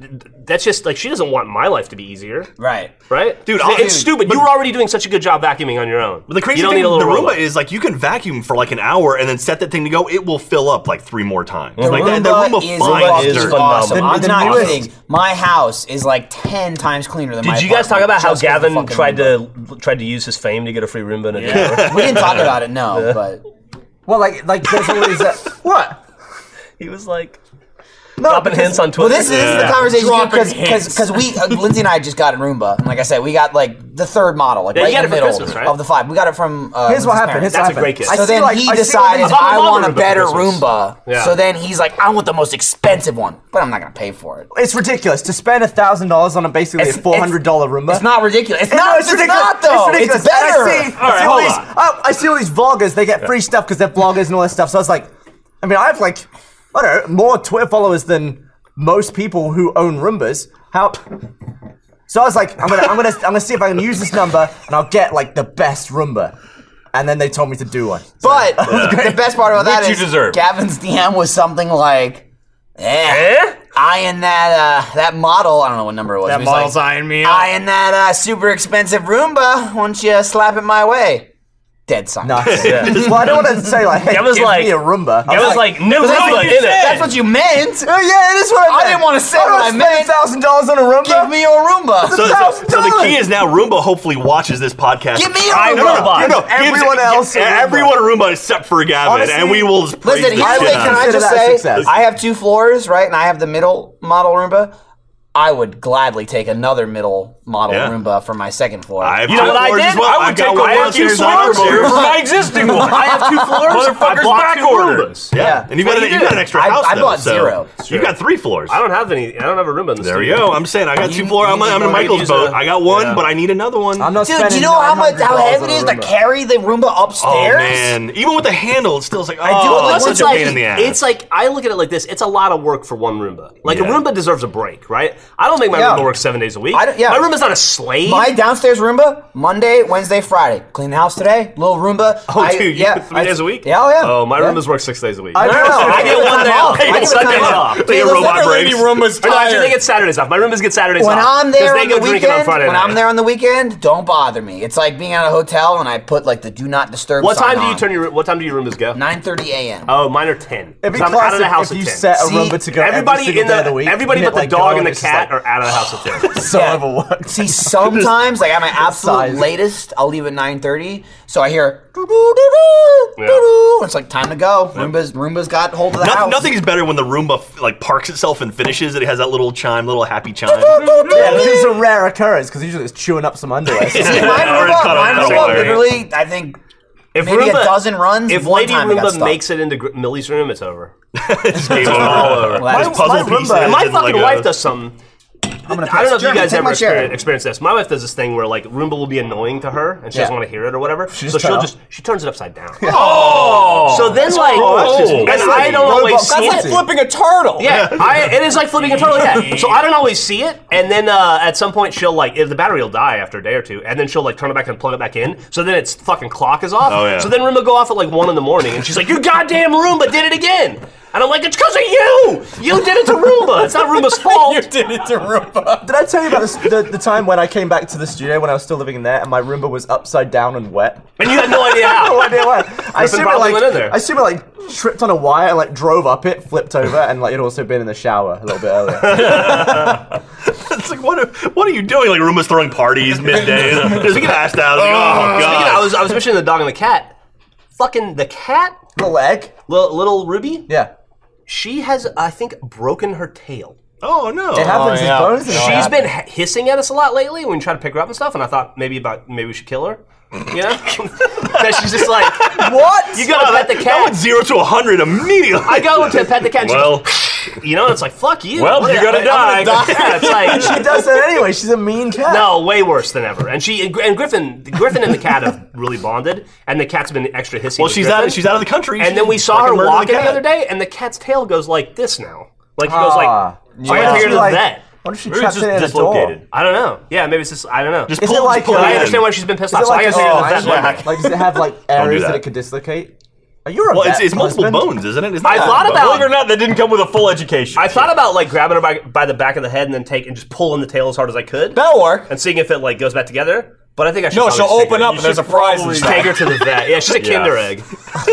S9: That's just like she doesn't want my life to be easier.
S2: right.
S9: Right.
S3: Dude,
S9: It's-
S3: I'll-
S9: it's stupid. You were already doing such a good job vacuuming on your own.
S3: But the crazy
S9: you don't
S3: thing
S9: need a
S3: with the
S9: little
S3: Roomba
S9: robot.
S3: is like you can vacuum for like an hour and then set that thing to go. It will fill up like three more times.
S2: The
S3: like
S2: Roomba,
S3: that, the
S2: is,
S3: Roomba fine
S2: fucking
S3: is
S13: is
S3: dirt.
S2: awesome.
S4: phenomenal.
S2: I'm
S4: The
S2: not
S4: newest-
S2: kidding. My house is like ten times cleaner than my.
S13: Did you guys talk
S2: apartment
S13: about how
S2: just 'cause of the
S13: Gavin
S2: fucking
S13: tried
S2: Roomba.
S13: to tried to use his fame to get a free Roomba and a
S2: We didn't talk about it, no. But
S4: Well, like, like there's always that. What?
S13: He was like
S4: No,
S13: dropping
S4: because-
S13: hints on Twitter.
S2: well, this, this is the
S13: Yeah.
S2: conversation
S14: Dropping
S2: because
S14: hints.
S2: because we uh, Lindsay and I just got a Roomba, and like I said, we got like the third model, like
S9: Yeah, you
S2: right
S9: got
S2: in the
S9: it for
S2: middle
S9: Christmas, right?
S2: of the five. We got it from. Uh,
S4: Here's what
S2: Lindsay's
S4: happened. Here's what
S2: parents.
S9: That's a
S4: happened.
S9: great kid.
S4: I
S2: so
S4: see,
S2: then
S4: like,
S2: he
S4: I see all
S2: decided
S4: these-
S9: I bought my
S2: I
S9: mom
S2: want
S9: a
S2: a
S9: Roomba
S2: better
S9: for Christmas."
S2: Roomba.
S9: Yeah.
S2: So then he's like, I want the most expensive one, but I'm not gonna pay for it.
S4: It's ridiculous to spend a thousand dollars on a basically
S2: It's-
S4: a four hundred dollar Roomba.
S2: It's not ridiculous. It's
S4: No,
S2: not. It's, not though. It's,
S4: ridiculous. And
S2: better.
S4: I see, I,
S9: right,
S4: see all
S9: hold
S4: these, oh,
S9: on.
S4: I, I see all these vloggers. They get free stuff because they're vloggers and all this stuff. So I was like, I mean, I have like, I don't know, more Twitter followers than most people who own Roombas. How? So I was like, I'm gonna, I'm gonna, I'm gonna see if I can use this number and I'll get like the best Roomba. And then they told me to do one.
S2: But the best part about that
S1: Which you
S2: is
S1: deserve.
S2: Gavin's DM was something like, "Eh,
S13: Eh?
S2: eyeing that uh, that model. I don't know what number it was.
S15: That
S2: but he's
S15: model's eyeing me up.
S2: Eyeing that uh, super expensive Roomba. Won't you slap it my way? Dead silence.
S4: Yeah. Well, I don't want to say like, hey,
S2: That was
S4: give
S2: like-
S4: me a Roomba.
S2: that was like, no
S4: but that's
S2: Roomba
S4: what you
S2: in it.
S4: said.
S2: That's what you meant.
S4: Oh, yeah, it is what I
S2: I
S4: meant.
S2: didn't wanna say
S4: I don't
S2: what I
S4: wanna
S2: meant.
S4: Spend thousand dollars on a Roomba.
S2: Give me a Roomba.
S4: It's
S3: So,
S4: a
S3: so-
S4: thousand
S3: so the key
S4: dollars.
S3: is now Roomba hopefully watches this podcast.
S2: Give me a
S3: I know,
S2: Roomba.
S3: you know,
S4: Give everyone
S3: gives-
S4: else a
S3: yeah,
S4: Roomba.
S3: everyone a Roomba except for Gavin,
S4: Honestly,
S3: and we will just praise
S2: Listen,
S3: the
S2: here's the
S3: shit
S2: thing.
S3: out
S2: Can
S3: of
S2: I
S3: it.
S4: Consider that
S2: just
S4: a
S2: say,
S4: success.
S2: I have two floors, right, and I have the middle model Roomba. I would gladly take another middle model
S3: Yeah.
S2: Roomba for my second floor.
S3: I have
S16: You know
S3: two
S16: what I
S3: floors
S16: did?
S3: as well.
S16: I would
S3: I've got
S16: take a
S3: one
S16: one
S3: upstairs
S16: two
S3: and one
S16: floor
S3: upstairs.
S16: for my existing one. I have two floors. I
S1: Motherfuckers
S16: bought
S1: back
S16: two
S1: ordered.
S16: Roombas.
S3: Yeah,
S4: Yeah.
S3: and you got, an, you got an extra
S2: I-
S3: house.
S2: I
S3: though,
S2: bought
S3: so
S2: zero.
S3: You got three floors.
S9: I don't have any. I don't have a room in the
S3: There
S9: studio.
S3: you go. I'm saying I got two floors. I'm, I'm in
S9: you
S3: Michael's
S9: use
S3: boat.
S9: a-
S3: I got one,
S9: yeah.
S3: but I need another one.
S4: I'm not
S2: Dude,
S4: spending
S2: do you know how much how
S4: $900
S2: heavy
S4: on
S2: it
S4: a
S2: is to
S4: Roomba.
S2: carry the Roomba
S3: oh
S2: upstairs?
S3: man, even with the handle, it's still like oh,
S2: do it
S3: that's
S2: once
S3: such a
S9: like,
S3: pain in the ass.
S9: It's like I look at it like this: it's a lot of work for one Roomba. Like
S3: Yeah.
S9: a Roomba deserves a break, right? I don't make my
S2: Yeah.
S9: Roomba work seven days a week.
S2: I don't- yeah.
S9: my Roomba's not a slave.
S2: My downstairs Roomba, Monday, Wednesday, Friday. Clean the house today, little Roomba.
S9: Oh, dude, you put three days a week?
S2: Yeah, oh, yeah.
S9: oh, my
S2: yeah.
S9: Roomba's work six days a week.
S2: I
S9: Or
S2: don't know.
S9: I get
S2: give it
S9: one
S2: time
S9: day off. I
S2: give
S9: get
S2: it time
S9: Sundays off. They
S2: Dude,
S3: get
S2: listen,
S3: robot
S15: Lady
S3: breaks.
S15: Roomba's
S9: no, actually, they
S15: tired.
S9: get Saturdays off. My Roomba's get Saturdays
S2: When
S9: off.
S2: I'm
S9: 'cause
S2: there
S9: they
S2: on
S9: go
S2: the
S9: drinking on
S2: weekend,
S9: Friday
S2: when
S9: night.
S2: I'm there on the weekend, don't bother me. It's like being at a hotel and I put like the do not disturb.
S9: what time do you turn your? What time do your Roombas go?
S2: 9:30 a.m.
S9: Oh, mine are ten.
S4: It'd be
S9: So I'm out of the
S4: classic
S9: house
S4: if you
S9: at ten.
S4: set a
S2: See,
S4: Roomba to go every
S9: everybody
S4: single
S9: in
S4: day
S9: the,
S4: of the week.
S9: everybody
S4: and
S9: but
S4: it,
S9: the
S4: like,
S9: dog
S4: go
S9: and the
S4: it's just
S9: cat
S4: like,
S9: are out of the house at ten.
S4: so
S2: Yeah.
S4: overworked.
S2: See, sometimes like I'm at absolute
S4: Size.
S2: latest, I'll leave at 9:30, so I hear doo doo doo doo
S9: Yeah.
S2: doo. It's like time to go. Roomba's Roomba's got hold of the
S3: Nothing,
S2: house.
S3: nothing's better when the Roomba like parks itself and finishes. It has that little chime, little happy chime.
S4: Yeah, this is a rare occurrence because usually it's chewing up some underwear.
S2: See, my
S3: Yeah, or
S2: Roomba,
S3: cut
S2: my
S3: on that
S2: Roomba
S3: wire.
S2: literally, I think
S9: If
S2: Maybe a dozen runs,
S9: If
S2: one
S9: Lady
S2: time it got
S9: Roomba
S2: stuck.
S9: makes it into Gr- Millie's room, it's over.
S3: It's game
S1: Oh,
S3: over.
S2: Well,
S3: Just
S2: my-
S3: puzzle
S4: my
S3: pieces.
S4: Roomba-
S9: And my
S3: and
S9: fucking
S3: Legos.
S9: wife does something.
S2: I'm gonna.
S9: I don't know if you
S2: Jeremy,
S9: guys
S2: take
S9: ever
S2: my chair.
S9: experienced, experienced this. My wife does this thing where like Roomba will be annoying to her and she doesn't
S4: Yeah.
S9: want to hear it or whatever. so
S4: just
S9: she'll
S4: turn it
S9: just she turns it upside down. Oh, so then like
S3: that's just-
S9: and
S3: that's
S9: I
S3: like
S9: don't always
S4: Robocop.
S9: see
S4: That's
S9: it.
S4: like
S15: Flipping a turtle.
S9: Yeah, I, it is like flipping a turtle like that. So I don't always see it, and then uh, at some point she'll like if the battery will die after a day or two, and then she'll like turn it back and plug it back in. So then its fucking clock is off.
S3: Oh, yeah.
S9: So then Roomba go off at like one in the morning, and she's like, "You goddamn Roomba did it again." And I'm like, "It's because of you. You did it to Roomba. It's not Roomba's fault."
S15: You did it to Roomba.
S4: Did I tell you about this, the, the time when I came back to the studio when I was still living in there and my Roomba was upside down and wet?
S9: and you had no idea
S4: no
S9: how.
S4: idea why. I assume it
S9: probably
S4: like
S9: went in there.
S4: I assume it like tripped on a wire and like drove up it, flipped over, and like it also been in the shower a little bit earlier.
S3: It's like what? Are, what are you doing? Like Roomba's throwing parties midday. Just passed out. It's Like, oh
S9: Speaking of, I
S3: god.
S9: was I was mentioning the dog and the cat. Fucking the cat,
S4: the leg?
S9: little, little Ruby.
S4: Yeah.
S9: She has, I think, broken her tail.
S3: Oh no.
S4: It happens.
S15: yeah.
S4: His bones. are
S9: She's
S4: bad.
S9: been h- hissing at us a lot lately when we try to pick her up and stuff, and I thought maybe about maybe we should kill her. You know? that she's just like,
S4: what?
S9: you gotta pet the
S3: That went
S9: cat.
S3: zero to hundred immediately.
S9: I go to pet the cat. And well,
S3: Well,
S9: you know, and it's like fuck you.
S1: Well,
S9: What
S1: you
S9: the-
S1: gotta
S9: I'm gonna
S1: die.
S9: Yeah, it's like
S4: She does that anyway. She's a mean cat.
S9: no, way worse than ever. And she and Gr- and Griffin, Griffin and the cat have really bonded, and the cat's been extra hissy.
S3: well,
S9: with
S3: she's
S9: Griffin.
S3: out. She's out of the country.
S9: And then we saw her walking the other day, and the cat's tail goes like this now. Like he goes
S4: Ah.
S9: like, so I
S4: Why
S9: gotta
S4: don't
S9: take her
S4: she,
S9: to
S4: like-
S9: the vet.
S4: Why don't she
S1: Maybe
S4: trap
S1: it's
S4: it in a
S1: just
S4: door?
S1: dislocated.
S9: I don't know. Yeah, Yeah, maybe it's just I don't know.
S3: Just
S4: Is
S3: pull,
S4: it like,
S3: just pull
S4: uh,
S3: it
S9: I
S3: in.
S9: understand why she's been pissed off.
S4: Is it
S9: So I
S4: like,
S9: gotta take her to the vet.
S4: oh,
S9: one day.
S4: like, does it have like areas that.
S3: that.
S4: it could dislocate? Oh, You're a
S3: Well,
S4: vet
S3: it's, it's multiple
S4: husband.
S3: bones, isn't it? Isn't
S9: I
S3: it?
S9: thought about-
S1: Believe it or not, that didn't come with a full education.
S9: I thought about like grabbing her by, by the back of the head and then take and just pulling the tail as hard as I could
S2: That'll work.
S9: and seeing if it like goes back together. But I think I should.
S15: No,
S9: probably
S15: she'll
S9: just take
S15: open
S9: her-
S15: up and there's a prize
S9: Just
S15: inside.
S9: Take her to the vet. Yeah, she's a Kinder Egg.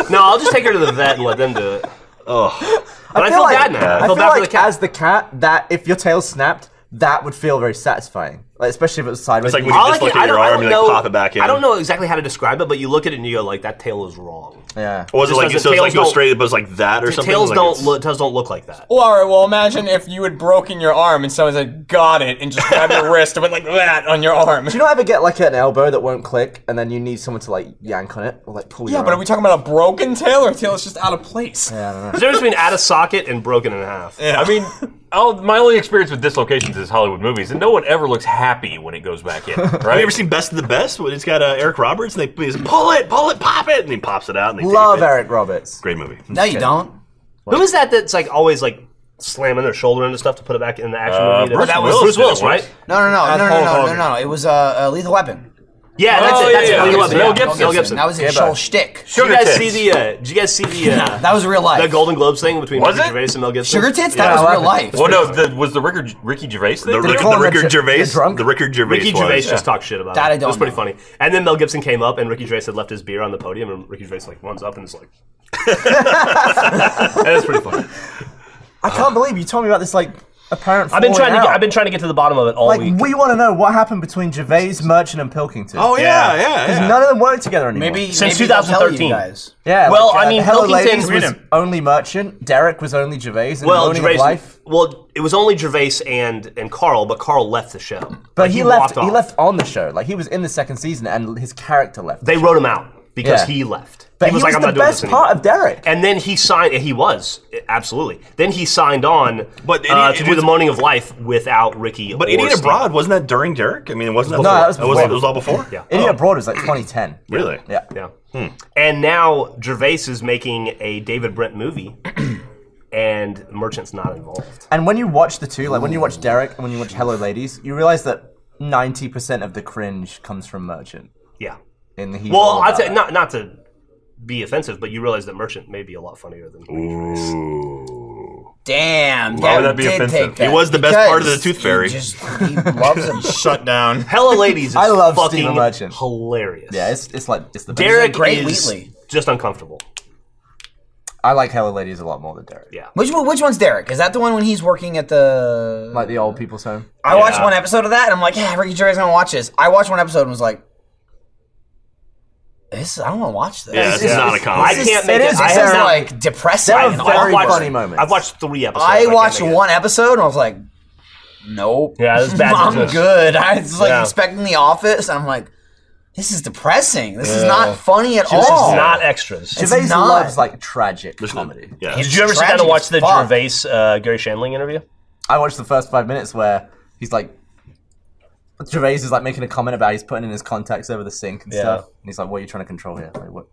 S9: No, I'll just take her to the vet and let them do it. But I feel,
S4: like,
S9: bad now. I feel bad
S4: like
S9: for the cat.
S4: as the cat, that if your tail snapped, that would feel very satisfying. Like especially if it was sideways.
S3: like
S4: You
S3: when
S4: could
S3: you
S9: All I
S3: dislocate
S9: can- I
S3: your
S9: don't- I
S3: arm
S9: don't
S3: and, like,
S9: know-
S3: pop it back in.
S9: I don't know exactly how to describe it, but you look at it and you go like that tail is wrong.
S4: just- yeah.
S3: Or was it
S9: Just
S3: like
S9: doesn't-
S3: so? It's like
S9: tails
S3: go
S9: don't-
S3: straight, but it's like that or something.
S9: Tails
S3: Like
S9: don't
S3: it's-
S9: look tails don't look like that.
S15: Well, all right. Well, imagine if you had broken your arm and someone had got it and just grabbed your wrist and went like that on your arm.
S4: Do you not ever get like an elbow that won't click, and then you need someone to like yank on it or like pull?
S15: Yeah,
S4: your
S15: but are
S4: arm?
S15: we talking about a broken tail or a tail that's just out of place? Yeah.
S9: There's a difference between out of socket and broken in half.
S1: I mean, I'll, my only experience with dislocations is Hollywood movies, and no one ever looks happy when it goes back in,
S3: Have
S1: right?
S3: you ever seen Best of the Best? When it's got uh, Eric Roberts, and they he's like, pull it, pull it, pop it, and he pops it out. And they tape
S4: Love
S3: it.
S4: Eric Roberts.
S3: Great movie.
S2: No, you don't.
S9: Who is that? That's like always like slamming their shoulder into stuff to put it back in the action
S1: Uh,
S9: movie.
S1: Bruce
S9: that
S1: Willis
S9: Bruce
S1: did it
S9: Willis,
S1: once.
S9: right?
S2: No, no, no, no, no,
S15: Hulk
S2: no, no,
S15: Hogan.
S2: no, no. It was uh, uh, Lethal Weapon.
S5: Yeah, that's
S9: Oh,
S5: it.
S9: yeah,
S5: That's
S9: yeah,
S5: it.
S9: yeah.
S5: Mel Gibson. Mel Gibson.
S2: That was his whole shtick.
S5: Did you guys see the? Uh, did you guys see the? Uh,
S2: that was real life.
S5: The Golden Globes thing between
S1: Was
S5: Ricky
S1: it?
S5: Gervais and Mel Gibson.
S2: Sugar tits? That was real life.
S1: Well, Oh, no, the, was the Rickard, Ricky Gervais thing?
S5: The Did he Rick-
S3: call the him Rickard Rick- Gervais- the drunk? the Rickard Gervais
S5: Ricky
S3: was,
S5: Gervais
S3: yeah.
S5: just talked shit about
S2: That
S5: it.
S2: I don't
S5: It was pretty funny. And then Mel Gibson came up, and Ricky Gervais had left his beer on the podium, and Ricky Gervais like runs up and is like, "That's pretty funny."
S4: I can't believe you told me about this like apparent.
S9: I've been
S4: falling
S9: trying to. Get,
S4: out.
S9: I've been trying to get to the bottom of it all
S4: like
S9: week.
S4: we want to know what happened between Gervais, Merchant, and Pilkington.
S9: Oh, yeah, Yeah. yeah,
S4: because
S9: yeah.
S4: none of them work together anymore.
S9: Maybe- Since maybe they'll tell you 2013. guys.
S4: Yeah.
S9: Well,
S4: like, uh,
S9: I mean,
S4: Hello
S9: Pilkington-
S4: Ladies
S9: Read
S4: was
S9: 'em.
S4: only Merchant. Derek was only Gervais. And
S5: Well,
S4: Moaning of
S5: Gervais.
S4: Life.
S5: Well, it was only Gervais and and Carl, but Carl left the show.
S4: But
S5: Like,
S4: he,
S5: walked
S4: left.
S5: off.
S4: He left on the show. Like he was in the second season, and his character left.
S5: They wrote him out because
S4: Yeah.
S5: he left.
S4: But he was the best part of Derek.
S5: And then he signed. He was absolutely. Then he signed on, but
S3: it-
S5: uh,
S3: it
S5: to
S3: was-
S5: do the moaning of life without Ricky.
S3: But
S5: or
S3: Idiot
S5: Steve.
S3: Abroad wasn't that during Derek? I mean, wasn't
S5: No,
S3: that
S5: that was
S3: It was,
S5: before.
S3: it was all before.
S5: Yeah.
S4: Idiot Abroad was like 2010.
S3: Really?
S4: Yeah.
S5: Yeah. Hmm. And now Gervais is making a David Brent movie, and Merchant's not involved.
S4: And when you watch the two, like when you watch Derek and when you watch Hello Ladies, you realize that 90% of the cringe comes from Merchant.
S5: Yeah.
S4: In the he's all
S5: well, I'll
S4: about
S5: tell
S4: it.
S5: not not to be offensive, but you realize that Merchant may be a lot funnier than
S2: Damn.
S5: Why
S2: yeah,
S5: would that be
S2: we did
S5: offensive?
S2: take that.
S5: He was the best
S2: Because
S5: part of the Tooth
S2: he
S5: Fairy.
S2: just- he loves him.
S5: Shut down. Hello, ladies. Is
S4: I love
S5: fucking
S4: Stephen Merchant.
S5: Hilarious.
S4: Yeah, it's, it's like it's the best.
S5: Derek
S2: Great
S5: is
S2: Wheatley.
S5: just uncomfortable.
S4: I like Hello Ladies a lot more than Derek.
S5: Yeah.
S2: Which one, which one's Derek? Is that the one when he's working at the?
S4: Like the old people's home.
S2: I watched
S4: Yeah.
S2: one episode of that, and I'm like, yeah, Ricky Gervais is gonna watch this. I watched one episode and was like, this I don't want to watch this.
S5: Yeah, this is not a comedy. I can't make
S2: it
S5: it-
S2: is
S5: I have
S2: very,
S5: not-
S2: like depressing.
S5: I've
S2: and
S5: watched-
S2: awkward.
S5: I've watched three episodes.
S2: I
S5: can't
S2: watched
S5: make it.
S2: one episode and I was like, nope.
S5: Yeah, this is bad
S2: I'm
S5: business.
S2: good. I was like
S5: Yeah.
S2: expecting The Office, and I'm like, this is depressing. This is
S9: Yeah.
S2: not funny at
S9: Just
S2: all.
S9: not extras.
S2: It's Gervais not. loves,
S4: like tragic comedy.
S3: Yeah.
S9: Did you ever sit down
S4: tragic
S9: and watch
S4: as
S9: the
S4: fuck.
S9: Gervais uh, Gary Shandling interview?
S4: I watched the first five minutes where he's like, Gervais is like making a comment about he's putting in his contacts over the sink and
S9: Yeah.
S4: stuff, and he's like, "What are you trying to control here? Like, what?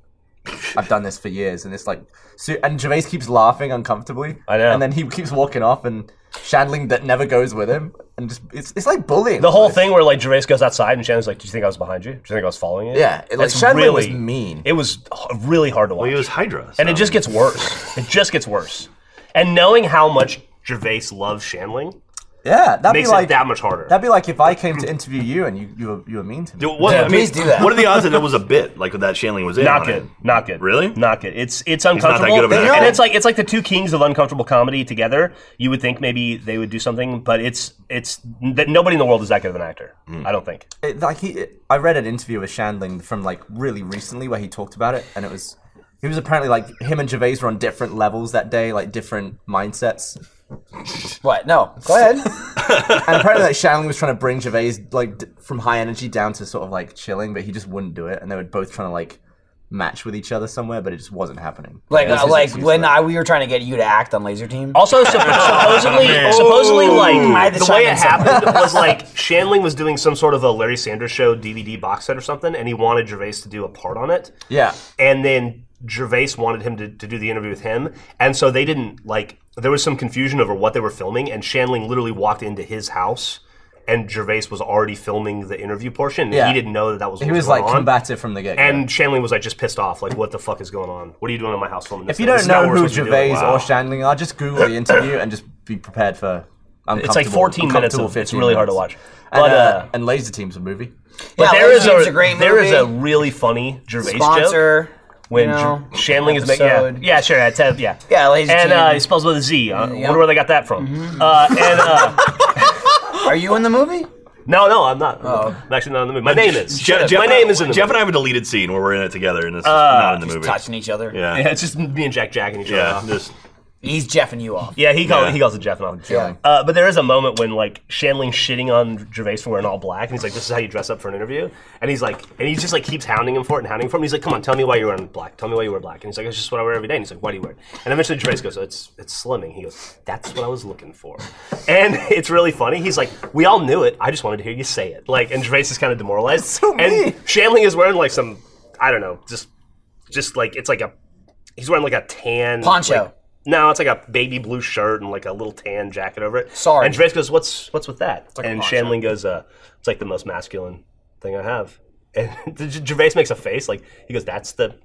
S4: I've done this for years, and it's like." So, and Gervais keeps laughing uncomfortably, I know. and then he keeps walking off, and Shandling that never goes with him, and just it's, it's like bullying.
S9: The whole thing where like Gervais goes outside and Shannon's like, "Do you think I was behind you? Do you think I was following you?"
S4: Yeah, it- like,
S9: It's
S4: Shandling was mean.
S9: It was h- really hard to watch. Well,
S3: he was Hydra,
S9: and it just gets worse. it just gets worse. And knowing how much
S5: Gervais loves Shandling
S4: yeah, that'd
S5: makes
S4: be like
S5: it that much harder.
S4: that'd be like if I came to interview you and you you were, you were mean to me.
S3: Dude, what, I mean, What are the odds that it was a bit like that? Shanley was in.
S9: Not
S3: on
S9: good.
S3: It?
S9: Not good.
S3: Really?
S9: Not good. It's it's
S3: that
S9: uncomfortable.
S3: good of an They actor.
S9: and
S3: don't.
S9: it's like it's like the two kings of uncomfortable comedy together. You would think maybe they would do something, but it's it's that nobody in the world is that good of an actor. I don't think.
S4: It, like he, I read an interview with Shandling from like really recently where he talked about it, and it was he was apparently like him and Gervais were on different levels that day, like different mindsets.
S2: What? No. Go ahead.
S4: and apparently, like Shandling was trying to bring Gervais like d- from high energy down to sort of like chilling, but he just wouldn't do it, and they were both trying to like match with each other somewhere, but it just wasn't happening.
S2: Like,
S4: That was
S2: uh,
S4: his
S2: like
S4: excuse.
S2: when I, we were trying to get you to act on Laser Team.
S9: Also, supposedly,
S5: supposedly,
S2: I
S5: like
S2: had to
S5: the
S2: chime
S5: way
S2: in
S5: it
S2: somewhere.
S5: happened was like Shanling was doing some sort of a Larry Sanders Show DVD box set or something, and he wanted Gervais to do a part on it.
S4: yeah,
S5: and then Gervais wanted him to, to do the interview with him, and so they didn't like. There was some confusion over what they were filming, and Shanling literally walked into his house, and Gervais was already filming the interview portion. And
S4: Yeah.
S5: he didn't know that that was. What
S4: he was
S5: going
S4: like
S5: on.
S4: combative from the get. go.
S5: And Shanling was like just pissed off, like, "What the fuck is going on? What are you doing in my house filming this?"
S4: If you
S5: thing? This is
S4: don't
S5: not
S4: know
S5: what we're
S4: who
S5: supposed to be doing."
S4: Gervais
S5: Wow.
S4: or Shandling are, just Google the interview and just be prepared for.
S9: It's like
S4: uncomfortable-
S9: 14 minutes
S4: uncomfortable
S9: of- it's
S4: 15
S9: really hard to
S4: minutes.
S9: watch.
S4: And,
S9: But,
S4: uh,
S9: uh,
S4: and Laser Team's a movie.
S9: But
S2: Yeah,
S9: there
S2: Laser
S9: is
S2: Team's
S9: a,
S2: a great
S9: there is a
S2: movie.
S9: really funny Gervais
S2: Sponsor,
S9: joke when
S2: you know,
S9: Ger- Shandling is making yeah,
S2: episode.
S9: yeah sure that's it, yeah
S2: Yeah, Laser Mm-hmm.
S9: and
S2: Team.
S9: uh, he spells with a Z. I
S2: yeah.
S9: wonder where they got that from. Uh, and uh,
S2: Are you in the movie?
S5: No, no, I'm not.
S3: Oh.
S5: I'm actually not in the movie. My name is.
S3: Jeff,
S5: my
S3: and I-
S5: name is in the
S3: Jeff
S5: movie.
S3: and I have a deleted scene where we're in it together, and it's
S5: Uh,
S3: not in the
S5: just
S3: movie.
S2: Touching each other.
S3: Yeah.
S5: Yeah, it's just me and Jack jacking each
S3: Yeah,
S5: other.
S3: just-
S2: He's jeffing you off.
S9: Yeah, he calls
S3: Yeah.
S9: he calls it Jeff and i
S2: Yeah.
S9: Uh, but there is a moment when like Shanling's shitting on Gervais for wearing all black, and he's like, "This is how you dress up for an interview." And he's like, and he just like keeps hounding him for it and hounding him for it. And he's like, "Come on, tell me why you're wearing black. Tell me why you wear black." And he's like, "It's just what I wear every day." And he's like, "Why do you wear it?" And eventually Gervais goes, "It's it's slimming." He goes, "That's what I was looking for," and it's really funny. He's like, "We all knew it. I just wanted to hear you say it." Like, and Gervais is kind of demoralized. and Shanling is wearing like some, I don't know, just just like it's like a he's wearing like a tan
S2: Poncho.
S5: like- no, it's like a baby blue shirt and like a little tan jacket over it.
S2: Sorry.
S5: And Gervais goes, "What's what's with that?"
S2: like a
S5: and
S2: poncho.
S5: Shanling goes, uh, "It's like the most masculine thing I have." and Gervais makes a face like he goes, "That's the."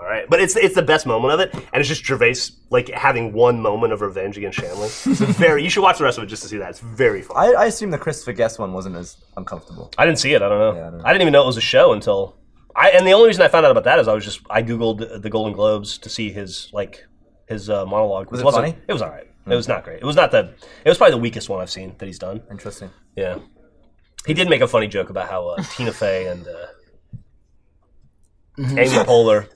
S5: All right, but it's it's the best moment of it, and it's just Gervais like having one moment of revenge against Shanley. It's a very you should watch the rest of it just to see that. It's very fun.
S4: I, I assume the Christopher Guest one wasn't as uncomfortable.
S9: I didn't see it. I don't know. I didn't even know it was a show until I. And the only reason I found out about that is I was just I googled the Golden Globes to see his like his uh, monologue.
S4: Was it
S9: wasn't-
S4: funny?
S9: It was all right. It was not great. It was not the. It was probably the weakest one I've seen that he's done.
S4: Interesting.
S9: Yeah, he did make a funny joke about how uh, Tina Fey and uh, Amy Poehler.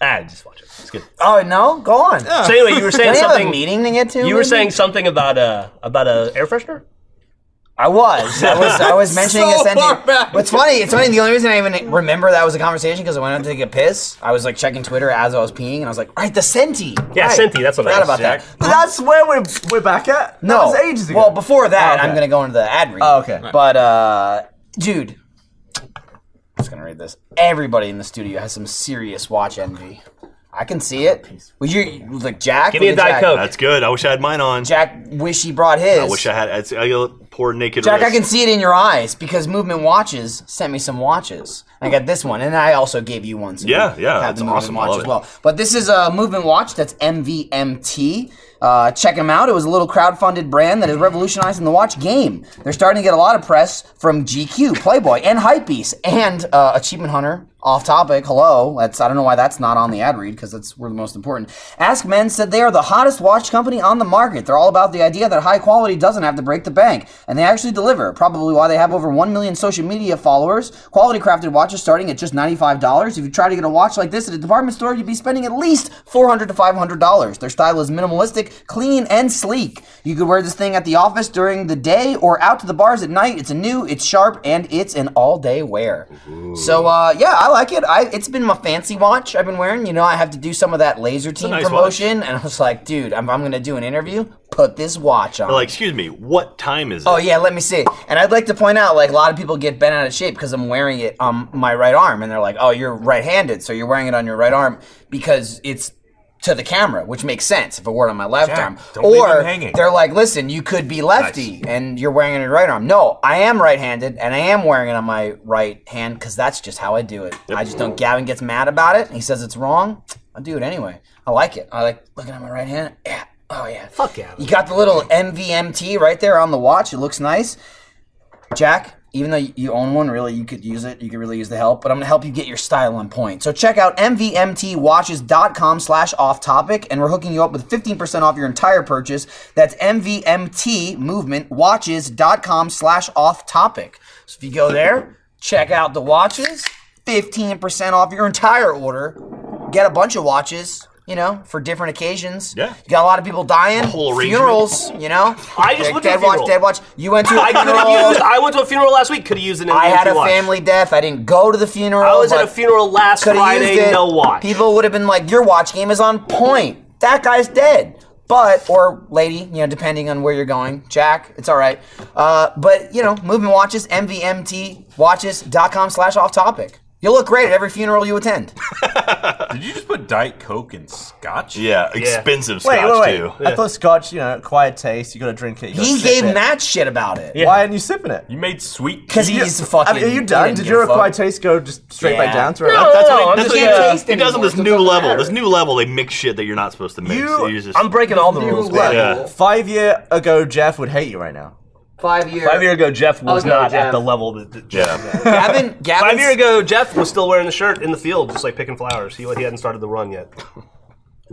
S9: ah, just watch it. It's good.
S2: Oh no, go on.
S9: So anyway, you were saying
S2: Don't have a
S9: something.
S2: meeting to get to.
S9: You were
S2: maybe?
S9: saying something about a about a air freshener.
S2: I was. I was. I was mentioning
S9: So
S2: this. Ending.
S9: far back.
S2: What's funny? It's funny. The only reason I even remember that was a conversation because I went out to take a piss. I was like checking Twitter as I was peeing, and I was like, "Right, the Senti."
S9: Yeah,
S2: right.
S9: Senti, that's what I
S2: Forgot
S9: was,
S2: about
S9: Jack.
S2: that.
S4: But that's where we're we're back at.
S2: No,
S4: that was ages ago.
S2: Well, before that,
S4: Oh, okay.
S2: I'm going to go into the ad read.
S4: Oh, okay. Right.
S2: But uh, dude, I'm just going to read this. Everybody in the studio has some serious watch envy. I can see it. Was you like Jack? Look at Jack.
S3: That's good. I wish I had mine on.
S2: Jack, wish he brought his.
S3: I wish I had. It's, I got poor naked.
S2: Jack, I
S3: wrist.
S2: can see it in your eyes because Movement Watches sent me some watches. I got this one, and I also gave you one. So
S3: Yeah,
S2: we
S3: yeah,
S2: have
S3: that's
S2: the Movement
S3: awesome. I
S2: Watch
S3: love
S2: as
S3: it.
S2: well. But this is a Movement Watch that's MVMT. Uh, check them out. It was a little crowdfunded brand that is revolutionizing the watch game. They're starting to get a lot of press from GQ, Playboy, and Hypebeast, and uh, Achievement Hunter. Off topic. Hello. That's I don't know why that's not on the ad read because that's we're the most important. Ask Men said they are the hottest watch company on the market. They're all about the idea that high quality doesn't have to break the bank, and they actually deliver. Probably why they have over 1 million social media followers. Quality crafted watches starting at just $95. If you try to get a watch like this at a department store, you'd be spending at least $400 to $500. Their style is minimalistic, clean, and sleek. You could wear this thing at the office during the day or out to the bars at night. It's a new, it's sharp, and it's an all day wear. So, uh, yeah, I like it. I, it's been my fancy watch I've been wearing. You know, I have to do some of that laser team
S3: nice
S2: promotion, and I was like, dude, I'm, I'm going to do an interview. Put this watch on.
S3: They're like, excuse me, what time is it?
S2: Oh yeah, let me see. And I'd like to point out, like a lot of people get bent out of shape because I'm wearing it on my right arm, and they're like, "Oh, you're right-handed, so you're wearing it on your right arm because it's to the camera," which makes sense if it were on my left
S1: Jack,
S2: arm.
S1: don't leave
S2: Or
S1: him hanging.
S2: they're like, "Listen, you could be lefty, and you're wearing it on your right arm." No, I am right-handed, and I am wearing it on my right hand because that's just how I do it. I just don't. Gavin gets mad about it. and He says it's wrong. I do it anyway. I like it. I like looking at my right hand. Yeah. Oh yeah. Fuck yeah. You got the little MVMT right there on the watch. It looks nice. Jack, even though you own one, really, you could use it. You could really use the help, but I'm going to help you get your style on point. So check out mvmtwatches.com slash off topic, and we're hooking you up with 15% off your entire purchase. That's mvmtmovementwatches.com slash off topic. So if you go there, check out the watches, 15% off your entire order. Get a bunch of watches, you know, for different occasions. Yeah. You got a lot of people dying,
S5: whole arrangement.
S2: funerals, you know.
S5: I just went to a
S2: dead watch,
S5: funeral.
S2: dead watch. You went to a
S5: I could
S2: funeral.
S5: have used. I went to a funeral last week. Could have used an.
S2: Oh. I had
S5: NFT
S2: a
S5: watch.
S2: family death. I didn't go to the funeral.
S5: I was at
S2: but
S5: a funeral last
S2: coulda
S5: Friday,
S2: used it.
S5: no watch.
S2: People would have been like, "Your watch game is on point. That guy's dead." But or lady, you know, depending on where you're going, Jack, it's all right. Uh, but you know, movement watches, mvmtwatches.com slash off topic. You'll look great at every funeral you attend.
S1: Did you just put Diet Coke and Scotch?
S3: Yeah, expensive
S4: Wait,
S3: scotch
S4: wait,
S3: too.
S4: wait. I thought scotch, you know, acquired taste. You got to drink it. You gotta
S2: He
S4: sip
S2: gave
S4: it.
S2: Matt shit about it.
S4: Why aren't you sipping it?
S1: You made sweet.
S2: Because he's a fucking.
S4: I mean, are you
S2: he
S4: done?
S2: didn't
S4: Did
S2: give
S4: your
S2: a fuck.
S4: acquired taste go just straight
S2: Yeah.
S4: back down to it?
S9: No,
S3: That's
S9: no,
S3: what
S9: I'm
S3: he, that's
S9: just-
S3: what he
S9: yeah.
S3: does.
S2: Taste
S3: He does on
S2: anymore,
S3: this
S2: so it
S3: new
S2: doesn't
S3: level.
S2: matter.
S3: This new level, they mix shit that you're not supposed to mix.
S4: You-
S3: You're just-
S9: I'm breaking all the
S4: You
S9: rules.
S4: were
S9: man.
S3: Yeah.
S4: Five year ago, Jeff would hate you right now.
S2: Five years.
S9: Five year ago, Jeff was
S2: Okay,
S9: not
S2: Jeff.
S9: at the level that. that Jeff.
S3: yeah.
S2: Gavin, Gavin.
S5: Five years ago, Jeff was still wearing the shirt in the field, just like picking flowers. He, he hadn't started the run yet.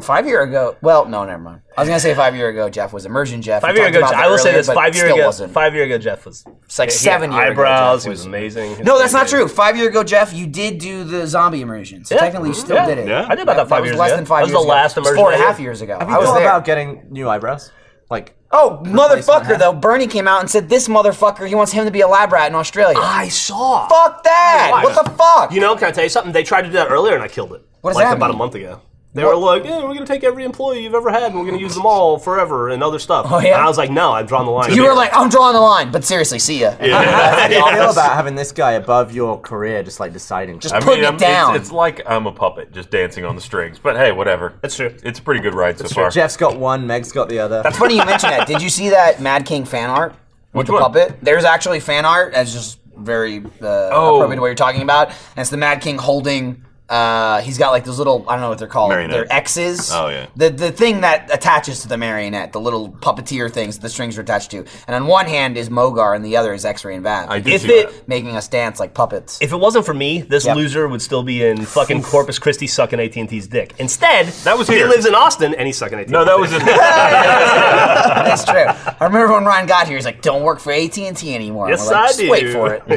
S2: Five year ago, well, no, never mind. I was gonna say five year ago, Jeff was immersion Jeff. We
S9: Five year
S2: talked
S9: ago,
S2: about that
S9: I will say
S2: earlier,
S9: this.
S2: but
S9: Five year
S2: still
S9: ago,
S2: wasn't.
S9: five year ago, Jeff was.
S2: It's like
S9: he had
S2: seven year
S9: eyebrows.
S2: Ago,
S9: he was amazing. He
S2: no,
S9: was
S2: that's not
S9: amazing.
S2: true. Five year ago, Jeff, you did do the zombie immersion, so
S9: Yeah.
S2: technically you still
S9: Yeah.
S2: did it.
S3: Yeah.
S9: I did about that five
S2: was
S9: years
S2: less
S9: ago.
S2: than five
S9: That was
S2: years
S9: the last
S2: ago. It was
S9: immersion.
S2: four
S9: I
S2: and a
S9: did.
S2: half years ago.
S4: Have you
S2: I was
S4: thought
S2: there.
S4: about getting new eyebrows? Like,
S2: oh, motherfucker!
S4: half.
S2: Though Bernie came out and said this motherfucker, he wants him to be a lab rat in Australia.
S5: I saw.
S2: fuck that!
S5: Why?
S2: What the fuck?
S5: You know, can I tell you something? They tried to do that earlier, and I killed it.
S2: What does
S5: like
S2: that
S5: about
S2: mean?
S5: a month ago. They were like, "Yeah, we're gonna take every employee you've ever had, and we're gonna use them all forever and other stuff."
S2: Oh, yeah?
S5: And I was like, "No, I've drawn the line."
S2: You were like, I'm drawing the line, but seriously, see ya.
S4: how do you feel about having this guy above your career, just like deciding? Just
S1: I
S2: Put
S1: mean,
S2: it
S1: I'm,
S2: down.
S1: It's, it's like I'm a puppet just dancing on the strings. But hey, whatever.
S5: That's true.
S1: It's a pretty good ride so far.
S4: Jeff's got one, Meg's got the other.
S2: Funny you mention that. Did you see that Mad King fan art?
S1: Which
S2: the
S1: one?
S2: puppet. There's actually fan art as just very uh, appropriate to what you're talking about. And it's the Mad King holding. Uh, he's got like those little I don't know what they're called.
S3: Marionette.
S2: They're X's.
S3: Oh, yeah.
S2: The the thing that attaches to the marionette, the little puppeteer things the strings are attached to. And on one hand is Mogar, and the other is X-ray and Vav.
S9: I did
S2: If
S9: see
S2: it making us dance like puppets.
S9: If it wasn't for me, this
S2: Yep.
S9: loser would still be in fucking Corpus Christi sucking AT and T's dick. Instead, that
S5: was
S9: he
S5: here.
S9: lives in Austin and he's sucking AT.
S5: No, that was in-
S2: That's true. I remember when Ryan got here, he's like, "Don't work for AT and T anymore."
S9: Yes,
S2: We're like,
S9: I
S2: "Just
S9: do.
S2: Wait for it.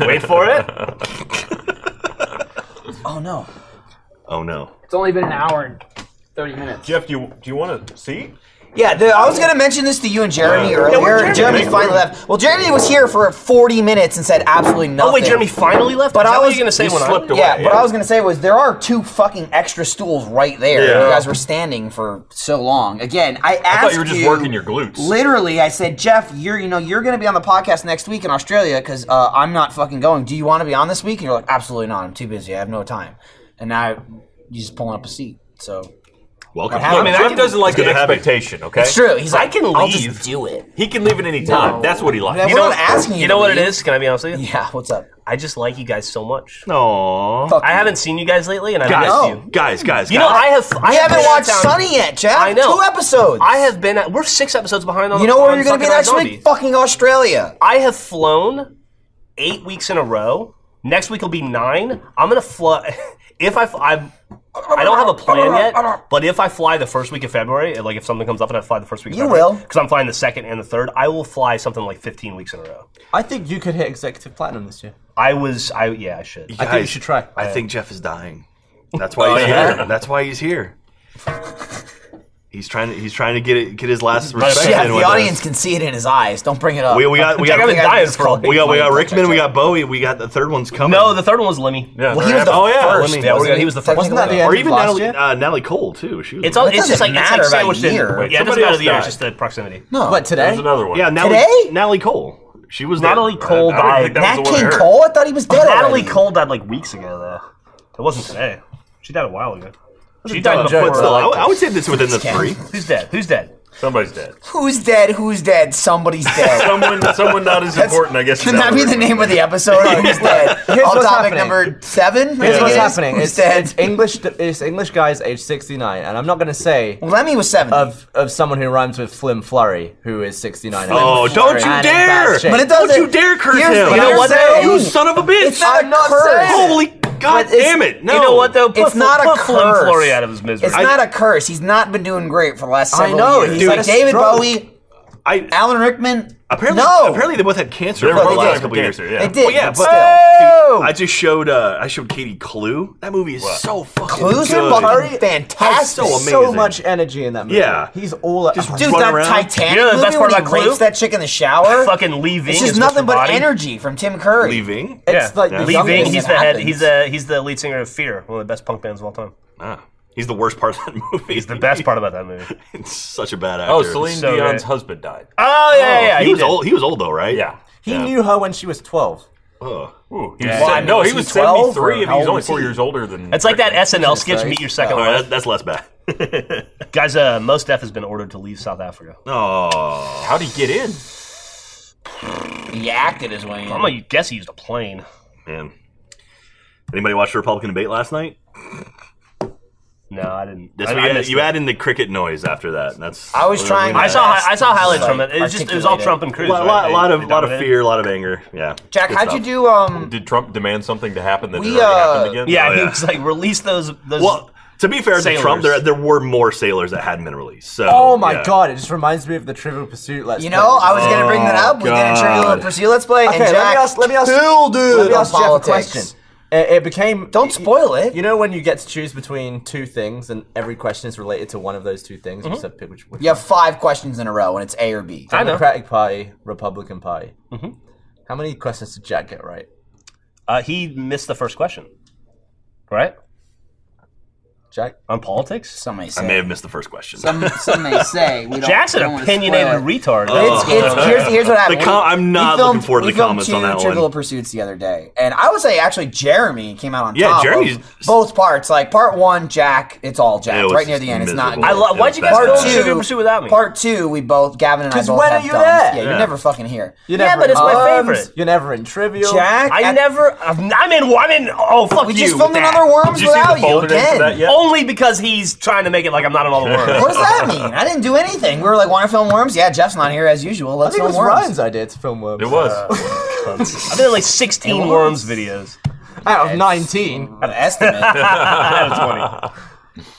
S9: Wait for it.
S2: Oh no.
S3: Oh no.
S11: It's only been an hour and thirty minutes.
S1: Jeff, do you do you want to see?
S2: Yeah, the, I was gonna mention this to you and Jeremy
S1: Yeah.
S2: earlier.
S1: Yeah, well, Jeremy-
S2: Jeremy, finally left. Well, Jeremy was here for 40 minutes and said absolutely
S1: Oh,
S2: nothing.
S9: Jeremy finally left?
S2: But
S9: Is that
S2: I
S9: what
S2: was
S9: you're gonna say You when I- slipped away,
S2: Yeah, but
S9: yeah.
S2: I was gonna say was there are two fucking extra stools right there.
S1: Yeah.
S2: You guys were standing for so long. Again, I asked
S1: I thought you were just working your glutes.
S2: Literally, I said, Jeff, you're you know you're gonna be on the podcast next week in Australia because uh, I'm not fucking going. Do you want to be on this week? And you're like, absolutely not. I'm too busy. I have no time. And now you're just pulling up a seat. So
S3: Welcome.
S2: What happened?
S1: I mean, Jeff doesn't like the
S2: It's gonna
S1: expectation. Okay,
S2: It's true. He's
S1: I
S2: like,
S1: can leave.
S2: "I'll just do it.
S1: He can leave at any time. That's what he likes.
S9: You know, asking you, know what it is? Can I be honest with you?
S2: Yeah, what's up?
S9: I just like you guys so much.
S3: Aww.
S9: I haven't seen you guys lately, and I
S3: Guys,
S9: miss you.
S3: guys, guys,
S9: You know,
S3: guys.
S9: I have. I
S2: We
S9: have
S2: haven't
S9: been
S2: watched
S9: down-
S2: Sunny yet, Jeff.
S9: I know.
S2: Two episodes.
S9: I have been. At, we're six episodes behind on.
S2: You know where
S9: on
S2: you're gonna be
S9: Fucking
S2: next
S9: Rob
S2: week? Fucking Australia.
S9: I have flown eight weeks in a row. Next week will be nine. I'm gonna fly. If I, f- I'm, I don't have a plan yet. But if I fly the first week of February, like if something comes up and I fly the first week, of
S4: You
S9: February,
S4: will.
S9: because I'm flying the second and the third. I will fly something like 15 weeks in a row.
S4: I think you could hit executive platinum this year.
S9: I was, I yeah, I should.
S4: I think you should try.
S3: I think Jeff is dying. That's why
S9: Oh,
S3: he's
S9: yeah?
S3: here. That's why he's here. He's trying to. He's trying to get it, get his last respect
S2: Jeff,
S3: in
S2: the
S3: with us.
S2: audience can see it in his eyes. Don't bring it up.
S3: We, we got we got
S2: I've been dying for a
S3: we got we
S2: long
S3: got
S2: time.
S3: Rickman. We got Bowie. We got the third one's coming.
S9: No, the third one was Lemmy.
S3: Yeah,
S9: Well, he was the
S3: oh, yeah,
S9: first,
S3: Lemmy.
S9: yeah, we're gonna- he was the first Wasn't one. that the end
S3: or
S9: of
S3: even
S9: last
S3: Natalie,
S9: year?
S3: uh, Natalie Cole too. She was
S9: It's all.
S3: That
S9: It's just
S3: doesn't
S9: like it's like
S3: matter about
S9: sandwiched in.
S3: year. Wait,
S9: Yeah, it doesn't
S3: somebody
S9: matter
S3: else
S9: the year.
S3: died.
S9: It's just the proximity.
S3: No. What, today? There's another one. Yeah, Natalie-
S2: today.
S3: Natalie Cole. She was
S9: Natalie Cole
S3: I don't
S9: died.
S3: think that was the one I
S2: King
S3: heard.
S2: Cole. I thought he was dead.
S9: Natalie
S2: already.
S9: Cole died like weeks ago though. It wasn't today. She died a while ago.
S3: She died before- but still, I would- I would say this within the
S2: Okay.
S3: three.
S9: Who's dead? Who's dead?
S1: Somebody's dead.
S2: Who's dead? Who's dead? Somebody's dead.
S1: Someone- someone not as important, I guess, is
S2: Can that
S1: out
S2: be
S1: there.
S2: the name of the episode? Who's dead?
S4: Here's
S2: All
S4: what's
S2: topic
S4: happening.
S2: number seven. I
S4: Here's
S2: think
S4: what's
S2: it is.
S4: happening.
S2: Who's
S4: It's,
S2: dead?
S4: it's English. It's English guys age sixty nine, and I'm not going to say.
S2: Lemmy was seventy.
S4: Of of someone who rhymes with Flim Flurry, who is sixty nine.
S3: Oh, don't you dare!
S4: But it
S3: Don't
S4: doesn't.
S3: you dare curse
S4: Here's
S3: him!
S4: the- You know what,
S3: Curse
S4: though?
S3: You son of a bitch!
S4: It's not a I'm not curse. saying it.
S3: Holy god damn it! No,
S9: You know what though? Put,
S2: it's not a
S9: put
S2: curse.
S9: Flynn Flurry out of his misery.
S2: It's not a curse. He's not been doing great for the last
S4: I
S2: several
S4: know,
S2: years.
S4: he's
S2: Dude,
S4: had a
S2: like David
S4: stroke.
S2: Bowie,
S3: I,
S2: Alan Rickman.
S3: Apparently,
S2: no.
S3: apparently they both had cancer
S2: They
S3: for the
S2: both
S3: last
S2: had
S3: couple years.
S2: cancer,
S3: Yeah.
S2: yeah. They did,
S3: Well, yeah,
S2: but
S3: but
S2: still.
S3: Dude, I just showed uh, I showed Katie Clue. That movie is so fucking
S2: Clues
S3: good.
S2: are fucking fantastic.
S3: so amazing.
S4: So much energy in that movie.
S3: Yeah.
S4: he's all just
S2: Dude, that Titanic
S9: You know the
S2: movie
S9: best
S2: when
S9: part
S2: he
S9: about Clue?
S2: rapes that chick in the shower.
S9: Fucking Lee Ving
S2: It's
S9: is
S2: just nothing
S9: Mr.
S2: but
S9: Body.
S2: energy from Tim Curry.
S3: Leaving.
S4: It's like the
S9: Lee
S4: youngest
S9: Ving. He's
S4: that
S9: the head.
S4: happens.
S9: He's the he's the lead singer of Fear, one of the best punk bands of all time.
S3: He's the worst part of that movie. He's
S9: the best part about that movie.
S3: it's such a bad actor.
S1: Oh, Celine
S9: So
S1: Dion's
S9: great.
S1: husband died.
S9: Oh yeah, yeah. yeah,
S3: he, was
S9: did.
S3: old. He was old though, right? Yeah.
S4: He knew her when she was twelve.
S3: Oh.
S1: He was seven- no, he was 73 and he was only four years older than.
S9: It's like that SNL sketch,
S1: Sorry.
S9: Meet Your Second
S3: All
S9: Wife.
S3: right, that- that's less bad.
S9: Guys, uh, Most Def has been ordered to leave South Africa.
S3: Oh. How'd he get in?
S2: He acted his way in.
S9: I'm gonna guess he used a plane.
S3: Man. Anybody watch the Republican debate last night?
S9: No, I didn't.
S3: That's
S9: I-
S3: what
S9: I
S3: you, add,
S9: missed
S3: you
S9: it.
S3: add in the cricket noise after that. and That's
S2: I was trying
S9: I
S2: to-
S9: saw hi- I saw highlights
S2: Like,
S9: from it. It was just it was all
S2: articulate it.
S9: Trump and Cruz.
S3: A lot,
S9: right?
S3: lot,
S9: They-
S3: lot
S9: they
S3: of lot of
S9: dominated.
S3: fear, a lot of anger. Yeah.
S2: Jack,
S3: Good
S2: how'd
S3: stuff.
S2: you do? Um,
S1: Did Trump demand something to happen that
S2: We,
S1: never
S2: uh,
S1: happened again?
S9: Yeah,
S3: Oh,
S9: he
S3: yeah.
S9: was like release those those.
S3: Well, to be fair to
S9: Sailors.
S3: Trump, there there were more sailors that hadn't been released. So.
S4: Oh my
S3: yeah.
S4: god! It just reminds me of the Trivial Pursuit. Let's
S2: You know, I was gonna bring that up. We did a
S3: God.
S2: trivial pursue let's play.
S4: Oh, Okay, let
S2: and
S4: me
S2: Jack
S4: ask. Let me ask.
S2: killed it
S4: Let me
S2: on
S4: ask Jeff a
S2: politics.
S4: question. It, it became.
S2: Don't spoil it.
S4: You know when you get to choose between two things, and every question is related to one of those two things. You just have to pick which. which
S2: You have five questions in a row, and it's A or B.
S4: Democratic Party, Republican Party. How many questions did Jack get right?
S9: Uh, he missed the first question, right?
S2: Jack?
S9: On politics?
S2: Some may
S3: I may have missed the first question.
S2: Some- some may say we don't- Jackson don't wanna opinionated spoil it.
S9: retard.
S2: It's, it's, here's, here's what happened.
S3: The com- I'm not looking forward to
S2: we
S3: the
S2: filmed
S3: comments
S2: two
S3: on that
S2: Trivial
S3: one.
S2: Pursuits the other day, and I would say actually Jeremy came out on
S3: Yeah,
S2: top.
S3: Jeremy's-
S2: of both parts. Like part one, Jack, it's all Jack.
S9: It was
S2: right near the end, it's
S9: miserable.
S2: not.
S9: I lo-
S2: good.
S9: why'd you guys
S2: part
S9: film
S2: two,
S9: Trivial Pursuit without me?
S2: Part two, we both Gavin and I
S9: 'Cause
S2: both
S9: when
S2: have
S9: are you
S2: thumbs.
S9: there?
S2: Yeah,
S9: Yeah.
S2: you're never fucking here.
S9: You're Yeah, never but in it's my Thumbs, favorite.
S4: You're never in trivial.
S2: Jack,
S9: I never. I'm I'm in. I'm in. Oh fuck
S2: We
S9: you!
S2: just
S9: with
S2: filmed
S9: that.
S2: another Worms Did you see without the you folded into again. that yet?
S9: Only because he's trying to make it like I'm not in all the worms.
S2: What does that mean? I didn't do anything. We were like, want to film worms? Yeah, Jeff's not here as usual. Let's
S4: I think it
S2: film
S4: was
S2: worms.
S4: Ryan's idea to film worms.
S9: It was. I did like 16 worms videos.
S4: Out of 19.
S2: An estimate.
S9: Out of 20.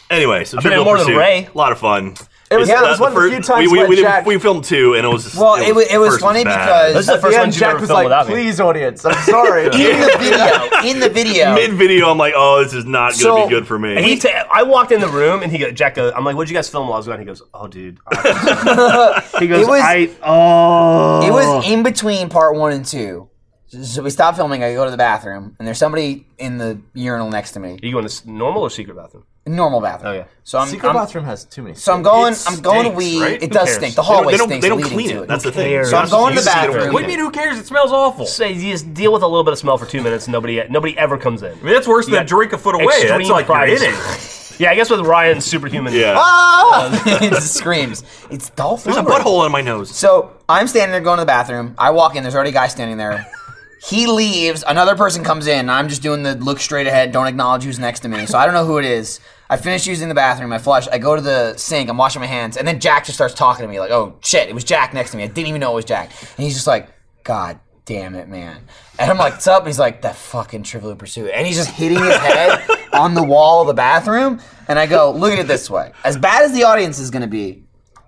S3: Anyway, so
S9: I've been
S3: Trivial
S9: in more than
S3: Pursuit,
S9: Ray.
S3: a lot of fun.
S4: It was-
S3: It's
S4: yeah, it was
S3: the
S4: one of the
S3: fir-
S4: few times
S3: we, we,
S4: where
S3: we, didn't-
S4: Jack-
S3: we filmed two, and it was just,
S2: Well, it was, it was
S3: first
S2: funny
S3: bad.
S2: because
S4: At the end, Jack was like, please, audience, I'm sorry.
S2: in the video, in the video,
S3: Mid video, I'm like, oh, this is not going to be good for me.
S9: And he ta- I walked in the room and he goes, Jack goes, I'm like, what'd you guys film while I was gone? He goes, oh, dude. he goes,
S2: It was-
S9: I, oh.
S2: it was in between part one and two. So we stopped filming. I go to the bathroom, and there's somebody in the urinal next to me.
S9: you going to normal or secret bathroom?
S2: Normal bathroom.
S9: Oh, yeah.
S2: So I'm,
S4: Secret
S2: I'm-
S4: bathroom has too many.
S2: So I'm going.
S4: It
S2: I'm going to
S4: stinks,
S2: weed.
S4: right?
S2: It
S4: Who
S2: does
S4: cares?
S2: stink. The
S4: They don't-
S2: hallway
S4: they don't-
S2: stinks.
S4: they don't
S2: leading
S4: clean
S2: to
S4: it. That's the thing.
S9: Cares.
S2: So I'm going to the
S1: What do you mean?
S2: bathroom.
S1: Who cares? It smells awful.
S9: Say you just deal with a little bit of smell for two minutes. and Nobody, nobody ever comes in.
S1: I mean, that's worse than a drink a foot away.
S9: Extreme
S1: That's like you're in
S9: privacy.
S1: it.
S9: Yeah, I guess with Ryan's superhuman.
S3: Yeah.
S2: Ah! it just screams. It's dolphin.
S3: There's a butthole in my nose.
S2: So I'm standing there going to the bathroom. I walk in. There's already a guy standing there. He leaves. Another person comes in. I'm just doing the look straight ahead. Don't acknowledge who's next to me. So I don't know who it is. I finish using the bathroom. I flush. I go to the sink. I'm washing my hands. And then Jack just starts talking to me like, oh, shit, it was Jack next to me. I didn't even know it was Jack. And he's just like, God damn it, man. And I'm like, what's up? And he's like, that fucking Trivial Pursuit. And he's just hitting his head on the wall of the bathroom. And I go, look at it this way. As bad as the audience is going to be,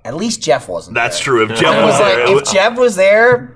S2: at least Jeff wasn't.
S3: That's true. If
S2: I
S3: Jeff was
S2: was
S3: there,
S2: like,
S3: it would-
S2: if Jeff was there,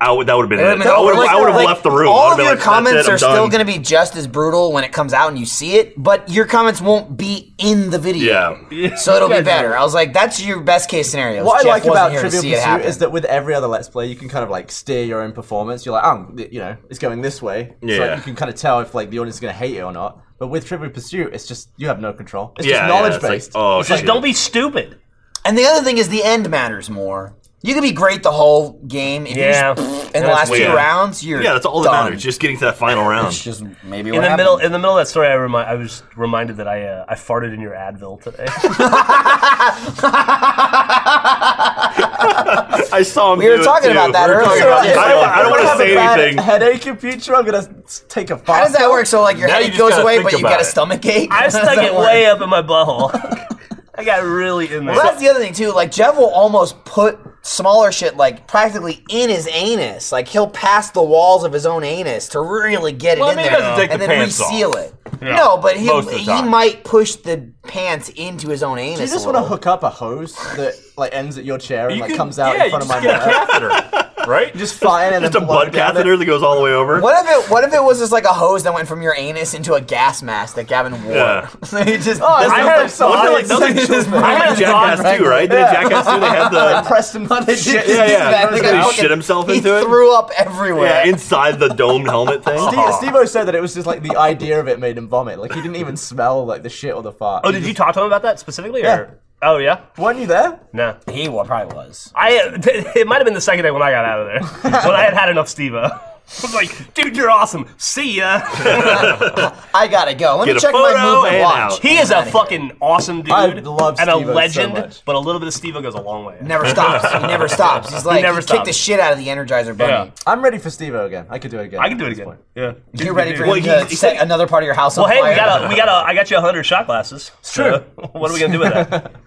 S3: I would, that would have been
S2: it would've
S3: it.
S2: been
S3: I would
S2: over.
S3: have I
S2: Like,
S3: would have
S2: like,
S3: left the room. I
S2: All
S3: would've
S2: of
S3: been
S2: your
S3: like, that's
S2: comments
S3: it, I'm
S2: are still
S3: done.
S2: going to be just as brutal when it comes out and you see it, but your comments won't be in the video.
S4: Yeah.
S2: So it'll be
S4: Yeah.
S2: better. I was like, that's your best case scenario.
S4: What
S2: Jeff
S4: I like
S2: wasn't
S4: about
S2: here to
S4: Trivial
S2: see it
S4: Pursuit
S2: happen.
S4: is that with every other Let's Play, you can kind of like steer your own performance. You're like, oh, th- you know, it's going this way. So
S3: Yeah.
S4: like, you can kind of tell if like the audience is going to hate you or not. But with Trivial Pursuit, it's just, you have no control. It's
S3: Yeah, yeah,
S4: just knowledge
S3: it's like,
S4: based.
S3: oh,
S4: It's
S3: shit.
S4: like,
S9: Don't be stupid.
S2: And the other thing is the end matters more. You can be great the whole game. If
S9: Yeah.
S2: yeah. in the
S9: That's
S2: last two
S9: weird.
S2: rounds, you're
S3: Yeah, that's all that
S2: done.
S3: matters. Just getting to that final round.
S2: It's just maybe
S9: In
S2: what
S9: the
S2: happened.
S9: middle, in the middle of that story, I, remi- I was reminded that I uh, I farted in your Advil today.
S3: I saw him.
S2: We were
S3: do it,
S2: talking
S3: too.
S2: about that
S3: We were talking
S2: earlier.
S3: about it. I don't, I don't want
S4: have
S3: to say
S4: a bad
S3: anything.
S4: headache in future. I'm going to take a
S2: How does
S4: bath.
S2: that work? So like your
S1: Now you
S2: headache
S1: just
S2: goes
S1: gotta
S2: away,
S1: think
S2: but you
S1: about
S2: got a
S1: it.
S2: stomach ache.
S9: I stuck it way up in my butthole. I got really in there.
S2: Well, that's the other thing too. Like Jeff will almost put smaller shit like practically in his anus. Like he'll pass the walls of his own anus to really get it
S1: Well, I
S2: in
S1: mean, he
S2: there,
S1: doesn't take
S2: and
S1: the
S2: then
S1: pants off.
S2: reseal it.
S1: Yeah.
S2: No, but he
S1: Most of the
S2: he
S1: time.
S2: might push the pants into his own anus.
S4: Do you just
S2: a
S4: want to
S2: little.
S4: hook up a hose that like ends at your chair and
S1: You
S4: like
S1: could-
S4: comes out
S1: yeah,
S4: in front
S1: you
S4: of my
S1: just
S4: mouth?
S1: get a catheter, right?
S4: Just fly in and
S3: Just a
S4: then blow
S3: butt
S4: it down it.
S3: catheter that goes all the way over.
S2: What if it? What if it was just like a hose that went from your anus into a gas mask that Gavin wore?
S3: Yeah.
S2: he just
S4: Oh, it's
S9: I
S4: I
S9: had
S4: had
S9: a thought-
S4: like,
S3: that was like-
S4: sexual thing.
S9: I had a
S3: Jackass
S9: thought.
S3: too, right? Did
S4: Yeah.
S3: Jackass too? They had
S4: Like,
S3: the
S4: pressed him on his
S3: shit. Yeah, yeah.
S2: That
S3: Did
S2: guy
S3: he
S2: fucking-
S3: shit himself
S2: he
S3: into it.
S2: threw up everywhere.
S3: Yeah, inside the domed helmet thing.
S4: Steve, Steve-O said that it was just like the idea of it made him vomit. Like he didn't even smell like the shit or the fart.
S9: Oh, did you talk to him about that specifically? Or?
S4: Yeah.
S9: Oh yeah.
S4: Weren't you there?
S9: No.
S2: He wa- probably was.
S9: I uh, it might have been the second day when I got out of there when I had had enough Steve-O. I was like, dude, you're awesome. See ya.
S2: I gotta go. Let
S3: Get
S2: me
S3: a
S2: check my
S3: photo
S2: movement
S3: and
S2: watch.
S3: out.
S9: he is a fucking awesome dude
S4: I love
S9: and a
S4: Steve-O so
S9: legend,
S4: much.
S9: but a little bit of Steve-O goes a long way.
S2: Never stops. He never stops. He's like, he
S9: never
S2: kicked the
S9: stops.
S2: shit out of the Energizer Bunny.
S4: I'm ready for Steve-O again. I could do it again.
S9: I can do
S4: at
S9: it
S4: this
S9: again.
S4: point.
S9: Yeah.
S2: You're ready for
S3: Well,
S2: him
S3: he-
S2: to
S3: he
S2: set another part of your house on
S9: Well, hey,
S2: fire.
S9: we got a, we got a, I got you hundred shot glasses. It's
S4: true.
S9: what are we gonna do with that?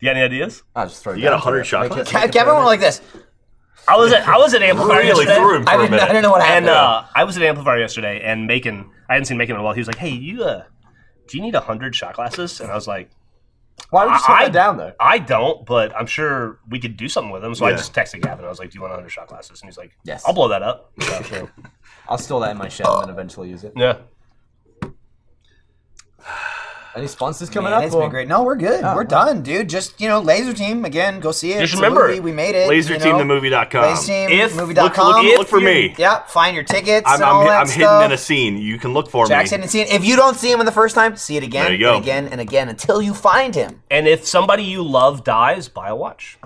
S9: You got any ideas?
S4: I'll just throw it
S3: You got
S4: down
S3: a hundred
S4: to it.
S3: shot
S4: Make it-
S2: Ke-
S4: make it throw
S2: Kevin went
S4: it.
S2: like this.
S9: I was at I was at Amplifier
S1: Really
S9: yesterday.
S1: threw him
S2: I
S1: for a
S2: didn't, I
S1: minute.
S2: didn't know what happened.
S9: And uh, I was at Amplifier yesterday, and Macon, I hadn't seen Macon in a while. He was like, "Hey, you, uh, do you need hundred shot glasses?" And I was like,
S4: Why would you shut
S9: I-
S4: that down though?
S9: "I don't, but I'm sure we could do something with them." So I
S3: Yeah.
S9: just texted Gavin. I was like, "Do you want hundred shot glasses?" And he's like,
S4: Yes.
S9: I'll blow that up."
S4: I'll store that in my shed and then eventually use it.
S9: yeah.
S4: Any sponsors coming
S2: Man,
S4: up?
S2: It's been
S4: or-
S2: great. No, we're good. we're done, dude. Just you know, Laser Team again. Go see it.
S3: Just
S2: It's a
S3: remember,
S2: movie. we made it. you know.
S3: LaserTeamTheMovie.com. um, If-
S2: LaserTeamTheMovie.com.
S3: look- look- look for me.
S2: Yep. Find your tickets
S3: I'm,
S2: and all
S3: I'm,
S2: that
S3: I'm
S2: stuff.
S3: hidden in a scene. You can look for
S2: Jack's
S3: me.
S2: hidden and seen. If you don't see him in the first time, see it again
S3: There you go.
S2: and again and again until you find him.
S9: And if somebody you love dies, buy a watch.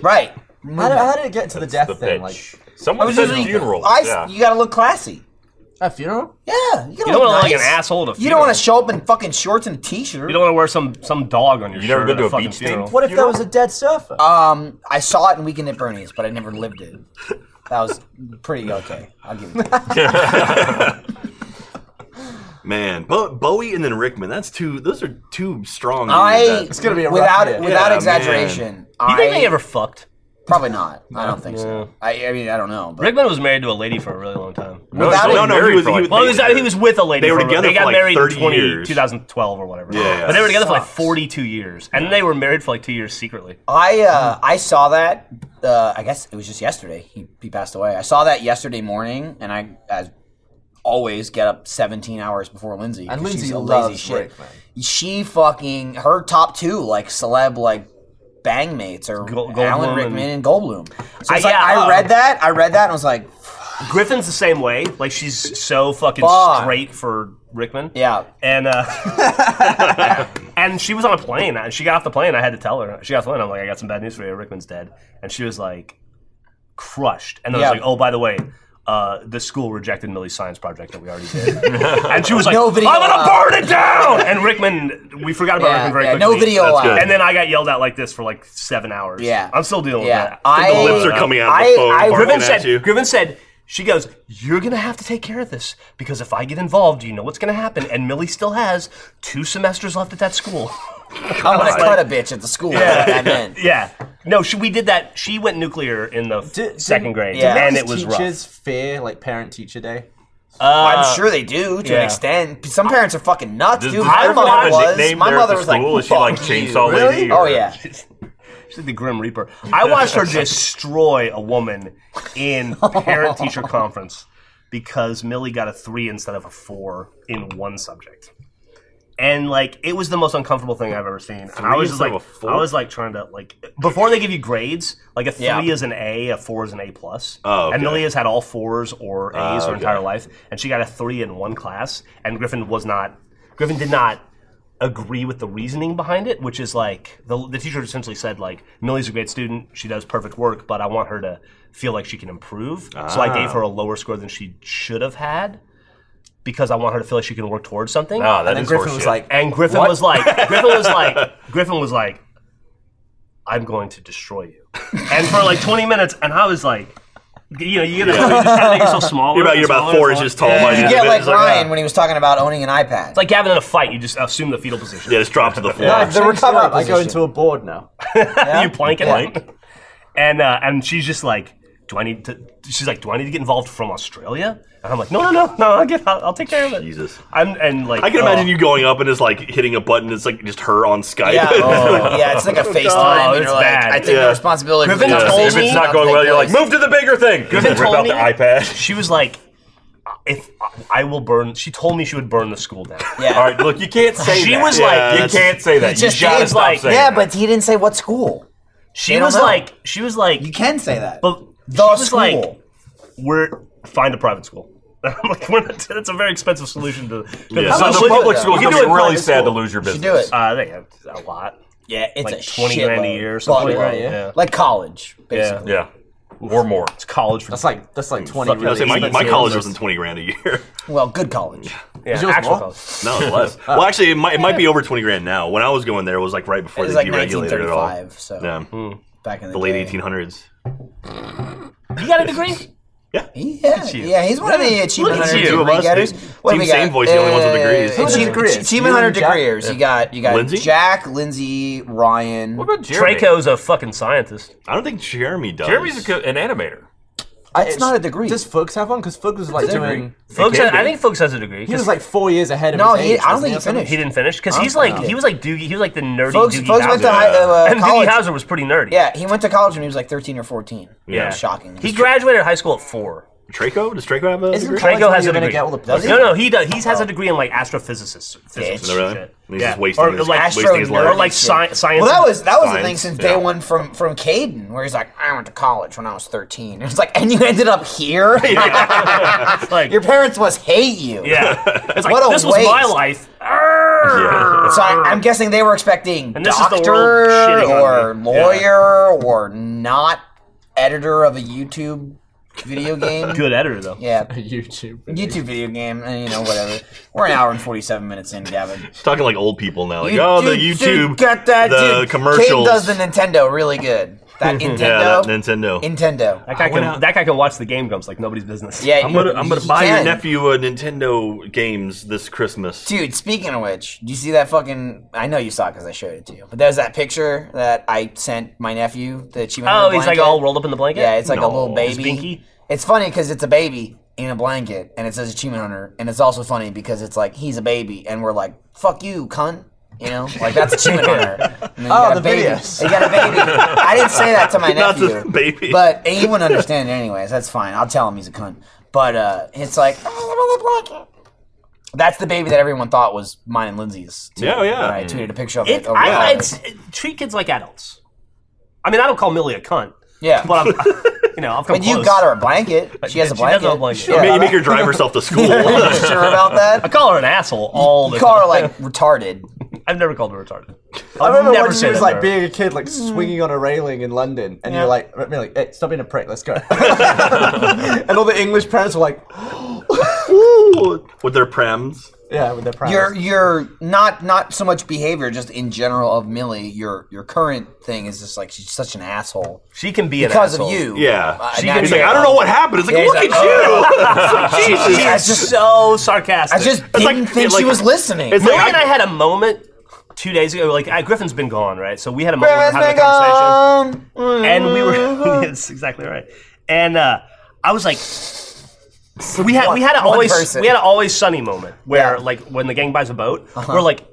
S2: Right.
S4: How did, how did it get to the death thing? Like
S9: Someone
S4: I was
S9: said
S4: usually-
S9: funeral,
S2: I s-
S9: yeah.
S2: You gotta look classy.
S4: A funeral?
S2: Yeah. You, gotta
S9: You don't
S2: look
S9: wanna look like
S2: nice.
S9: an asshole at a
S2: You don't want to
S9: funeral.
S2: show up in fucking shorts and a t-shirt.
S9: You don't want to wear some some dog on your
S2: You
S9: shirt.
S2: never been
S9: at
S2: to a
S9: fucking
S2: beach thing?
S9: funeral.
S2: What if
S4: That was a dead surfer.
S2: Um, I saw it in Weekend at Bernie's, but I never lived it. That was pretty okay. I'll give you that.
S3: Man, Bo- Bowie and then Rickman. That's two. Those are two strong.
S2: I-
S3: dudes that-
S2: It's gonna be a rough without- year. without exaggeration,
S9: You think
S2: I-
S9: they ever fucked?
S2: Probably not. I don't think so. I, I mean, I don't know. But
S9: Rickman was married to a lady for a really long time.
S2: No, Without he's only it- married for like-
S9: well, he was, he was with a lady.
S3: They were
S9: for a-
S3: together
S9: They got
S3: for like
S9: married
S3: 30
S9: in 20,
S3: years.
S9: 2012 or whatever.
S3: Yeah.
S9: but they were together for like
S2: Sucks.
S9: 42 years, and they were married for like two years secretly.
S2: I uh, I saw that. Uh, I guess it was just yesterday. He, he passed away. I saw that yesterday morning, and I as always get up 17 hours before Lindsay.
S4: And
S2: 'cause
S4: Lindsay
S2: she's a lazy
S4: loves
S2: shit.
S4: Rickman.
S2: She fucking her top two like celeb like bang mates are Alan
S9: Goldblum
S2: Rickman
S9: and-
S2: and Goldblum. So
S9: I-
S2: it's like,
S9: yeah,
S2: I
S9: uh,
S2: read that. I read that and was like,
S9: Griffin's the same way. Like she's so fucking
S2: Fuck.
S9: straight for Rickman.
S2: Yeah.
S9: And uh and she was on a plane. and She got off the plane. I had to tell her. She got off the plane. I'm like, I got some bad news for you. Rickman's dead. And she was like, crushed. And then I
S2: Yeah.
S9: was like, oh, by the way. Uh, the school rejected Millie's science project that we already did, and she was like,
S2: Nobody
S9: "I'm gonna
S2: allowed."
S9: burn it down." And Rickman, we forgot about
S2: Yeah,
S9: Rickman very
S2: yeah, no
S9: quickly.
S2: video That's allowed. good.
S9: And then I got yelled at like this for like seven hours.
S2: Yeah.
S9: I'm still dealing
S2: Yeah.
S9: with that.
S2: I- The lips are coming out of the I- phone, I- barking
S9: Griffin
S2: at
S9: said,
S2: you.
S9: Griffin said, she goes, You're going to have to take care of this because if I get involved, you know what's going to happen. And Millie still has two semesters left at that school.
S2: I'm gonna cut a bitch at the school.
S9: Yeah.
S2: That meant.
S9: yeah. No, she, we did that. She went nuclear in the second grade.
S4: Do
S9: And
S4: most
S9: it was rough.
S4: teachers fear like parent teacher day.
S2: I'm sure they do to
S9: Uh, yeah.
S2: an extent. Some parents are fucking nuts,
S9: Does-
S2: dude.
S9: does
S2: My
S9: Griffin have
S2: mother
S9: a
S2: was.
S9: nickname
S2: My
S9: there at
S2: mother
S9: the
S2: was like,
S9: school? Is she, like,
S2: "Fuck
S9: Chainsaw
S2: you."
S9: Lady,
S2: Oh
S9: or-
S2: yeah.
S9: She's the Grim Reaper. I watched her destroy a woman in parent teacher conference because Millie got a three instead of a four in one subject. And like it was the most uncomfortable thing I've ever seen. And I
S3: Three
S9: was just
S3: instead
S9: like,
S3: of a four?
S9: I was like trying to like before they give you grades, like a three
S3: Yeah.
S9: is an A, a four is an A plus.
S3: Oh, okay.
S9: And Millie has had all fours or A's
S3: Oh,
S9: her entire
S3: okay.
S9: life, and she got a three in one class. And Griffin was not. Griffin did not agree with the reasoning behind it, which is like the, the teacher essentially said like Millie's a great student, she does perfect work, but I want her to feel like she can improve. So I gave
S3: Ah.
S9: her a lower score than she should have had because I want her to feel like she can work towards something.
S3: Ah, that And then is Griffin was horseshit. like,
S9: and Griffin
S3: "What?"
S9: was like, Griffin was like, Griffin was like, I'm going to destroy you. And for like 20 minutes, and I was like, you know, you get that, you just kind of make yourself smaller.
S3: You're about-
S9: and
S3: you're about
S9: smaller and
S3: four
S9: smaller.
S3: inches tall by the
S2: You
S3: end
S2: get
S3: of it.
S2: like uh,
S3: It's
S2: Ryan
S3: ah.
S2: when he was talking about owning an iPad.
S9: It's like Gavin in a fight, you just assume the fetal position.
S3: Yeah, just drop to the floor.
S4: I've
S2: the
S4: changed it
S2: recovery
S4: up. I go
S2: position.
S4: into a board now.
S9: you plank it.
S4: Plank.
S9: And uh, and she's just like, do I need to? She's like, do I need to get involved from Australia? And I'm like, no, no, no, no. I'll get, I'll, I'll take care of it. Jesus. I'm and like,
S3: I can
S9: oh.
S3: imagine you going up and just like hitting a button. It's like just her on Skype.
S2: Yeah, oh, yeah, it's like a FaceTime.
S9: Oh,
S2: and
S9: it's
S2: you're like,
S9: bad.
S2: I take
S3: Yeah.
S2: the responsibility. for
S9: Griffin
S2: the
S9: told
S2: conversation.
S1: If it's not going well, you're like, move to the bigger thing.
S9: Griffin
S1: Rip
S9: told
S1: out
S9: me
S1: the iPad.
S9: She was like, if I will burn. She told me she would burn the school down.
S2: Yeah.
S1: All right, look, you can't say
S9: She
S1: that.
S9: was
S1: Yeah,
S9: like-
S1: you
S9: that's-
S1: can't say that.
S9: It's
S1: You
S9: just-
S1: gotta
S9: it's
S1: stop
S9: like-
S1: saying
S2: yeah,
S1: that.
S2: but he didn't say what school. They
S9: She
S2: don't
S9: was
S2: know.
S9: like, she was like, you
S2: can say that.
S9: But
S2: The
S9: she was
S2: school.
S9: like, we're find a private school. I'm like, we're not, that's a very expensive solution to. to
S1: Yeah.
S9: the
S1: So the
S9: solution.
S1: public school's
S9: You
S1: gonna
S9: do
S1: be
S9: it
S1: really
S9: private
S1: sad
S9: school.
S1: to lose your
S9: You should
S2: business.
S9: do it. Uh, they have a lot.
S2: Yeah, it's
S9: like
S2: a
S9: twenty grand a
S2: shitload.
S9: year or something.
S2: Fuck, yeah. Like college, basically.
S1: Yeah. Or more. It's
S9: college. For
S4: that's like that's like twenty.
S3: Fuck, I was
S4: Really
S3: saying, my, my
S4: expensive
S3: college
S4: ones.
S3: wasn't twenty grand a year.
S2: Well, good college.
S9: Yeah,
S4: Is yours
S9: actual
S4: more?
S9: college.
S3: No, it was. well, actually, it might, it might be over twenty grand now. When I was going there, it was like right before
S2: It was
S3: they
S2: like
S3: deregulated it all.
S2: 1935, so
S3: yeah,
S2: back
S9: Hmm.
S2: in the
S3: late
S2: day.
S3: eighteen hundreds.
S9: You got a degree?
S2: Yeah, yeah, he's one of the
S9: Yeah.
S2: achievement
S9: Look at
S2: hunter
S9: you. Two of
S2: degree
S9: us,
S2: getters.
S9: dude.
S2: What
S9: Team
S2: we got?
S9: Same Voice, the only ones with
S2: Uh,
S9: degrees. Who are the
S2: achie-
S9: degrees?
S2: Achievement
S9: You
S2: hunter
S9: and Jack?
S2: degrees.
S9: Yeah.
S2: You got you got
S3: Lindsay?
S2: Jack, Lindsay, Ryan. What about
S9: Draco's a fucking scientist.
S3: I don't think Jeremy does.
S1: Jeremy's a co- an animator.
S4: it's not a degree. Does Fugs have one? Because Fugs was like
S9: a degree.
S4: doing.
S9: Folks, I, I think folks has a degree.
S4: He was like four years ahead of
S2: No,
S4: his
S2: he-
S4: age,
S2: I don't
S4: wasn't
S2: think he
S4: or something?
S2: finished.
S9: he didn't finish because
S2: I
S9: he's
S2: don't
S9: like
S2: know.
S9: he was like Doogie. He was like the nerdy
S2: Folks-
S9: Doogie
S2: folks
S9: Howser.
S2: went to high- uh, uh,
S9: and
S2: college.
S9: Doogie Hauser was pretty nerdy.
S2: Yeah, he went to college when he was like 13 or 14.
S9: Yeah.
S2: shocking.
S9: He graduated high school at four.
S3: Traco? Does Traco have a?
S9: Isn't
S3: degree?
S9: college Traco where has you're a gonna degree. get all the- Does he? No, no, he does. He's has
S3: Oh.
S9: a degree in like astrophysicist. physics
S3: Is that really?
S9: and shit.
S3: He's just wasting
S9: or
S3: his-
S9: like
S3: wasting his life.
S9: or like sci- science.
S2: Well, that was that was the
S9: Science,
S2: thing since
S9: yeah.
S2: day one from from Caden, where he's like, I went to college when I was 13. It's like, and you ended up here.
S9: like
S2: your parents must hate you.
S9: Yeah, it's like
S2: What a
S9: this was my
S2: waste.
S9: life.
S2: So I, I'm guessing they were expecting
S9: Uh, And this is the
S2: doctor
S9: world shitting
S2: or
S9: on me. Yeah.
S2: lawyer or not editor of a YouTube video game.
S9: Good editor though.
S2: Yeah,
S10: YouTube
S2: YouTube video game, and you know whatever. We're an hour and 47 minutes in, Gavin.
S3: Talking like old people now. Like,
S2: You-
S3: oh, the
S2: dude,
S3: YouTube,
S2: dude, got that,
S3: the
S2: dude. Caden
S3: commercials.
S2: does the Nintendo really good. That
S9: Yeah,
S2: Nintendo.
S3: that Nintendo.
S2: Nintendo.
S9: That guy can that guy can watch the Game Grumps like nobody's business.
S2: Yeah,
S3: I'm gonna, I'm gonna
S2: he
S3: buy your
S2: can.
S3: nephew uh, Nintendo games this Christmas.
S2: Dude, speaking of which, do you see that fucking? I know you saw it because I showed it to you. But there's that picture that I sent my nephew that she.
S9: Oh, he's like all rolled up in the blanket.
S2: Yeah, it's like a little
S9: No. His
S2: baby.
S9: binky?
S2: It's funny because it's a baby in a blanket, and it says achievement hunter, and it's also funny because it's like he's a baby, and we're like, "Fuck you, cunt." You know, like that's achievement hunter. And then you
S10: Oh,
S2: got a
S10: the
S2: baby.
S10: videos.
S2: You got a baby. I didn't say that to my
S10: Not
S2: nephew,
S10: the baby.
S2: but and he wouldn't understand it anyways. That's fine. I'll tell him he's a cunt. But uh, it's like that's the baby that everyone thought was mine and Lindsay's. Too,
S9: Yeah, yeah.
S2: That I tweeted a picture of it.
S9: It,
S2: over
S9: I,
S2: the
S9: I-
S2: holiday.
S9: it's, it- treat kids like adults. I mean, I don't call Millie a cunt.
S2: Yeah,
S9: but I'm, you know, I've come
S2: but you
S9: close.
S2: got her a blanket. She has a
S9: She does have
S2: blanket.
S9: a blanket. Sure. Make- make her drive herself to school.
S2: sure about that?
S9: I call her an asshole all the
S2: You call her
S9: time.
S2: like retarded.
S9: I've never called her retarded.
S4: I
S9: I've
S4: remember
S9: never
S4: when she
S9: said
S4: was
S9: that
S4: like
S9: to her.
S4: being a kid, like swinging on a railing in London, and you're like, remember, like, hey, stop being a prick, let's go. and all the English parents were like,
S3: Ooh, with their prems.
S4: yeah, with their prowess.
S2: Your your not not so much behavior, just in general of Millie. Your your current thing is just like she's such an asshole.
S9: She can be an
S2: because
S9: asshole.
S2: of you.
S9: Yeah.
S2: Uh,
S9: She can
S2: naturally.
S9: be- He's like, "I don't know what happened." It's like,
S2: he's
S9: "Look at you."
S2: "Oh."
S9: It's like, Jesus.
S2: Yeah, it's just-
S9: so sarcastic.
S2: I just didn't think she was listening.
S9: It's Millie and I had a moment two days ago. Like I, Griffin's been gone, right? So we had a moment
S2: Griffin's
S9: having a
S2: been
S9: conversation,
S2: gone.
S9: and we were. that's exactly right. And uh, I was like, we had we had a
S2: One
S9: always
S2: person.
S9: we had an always sunny moment where like when the gang buys a boat,
S4: Uh-huh.
S9: we're like.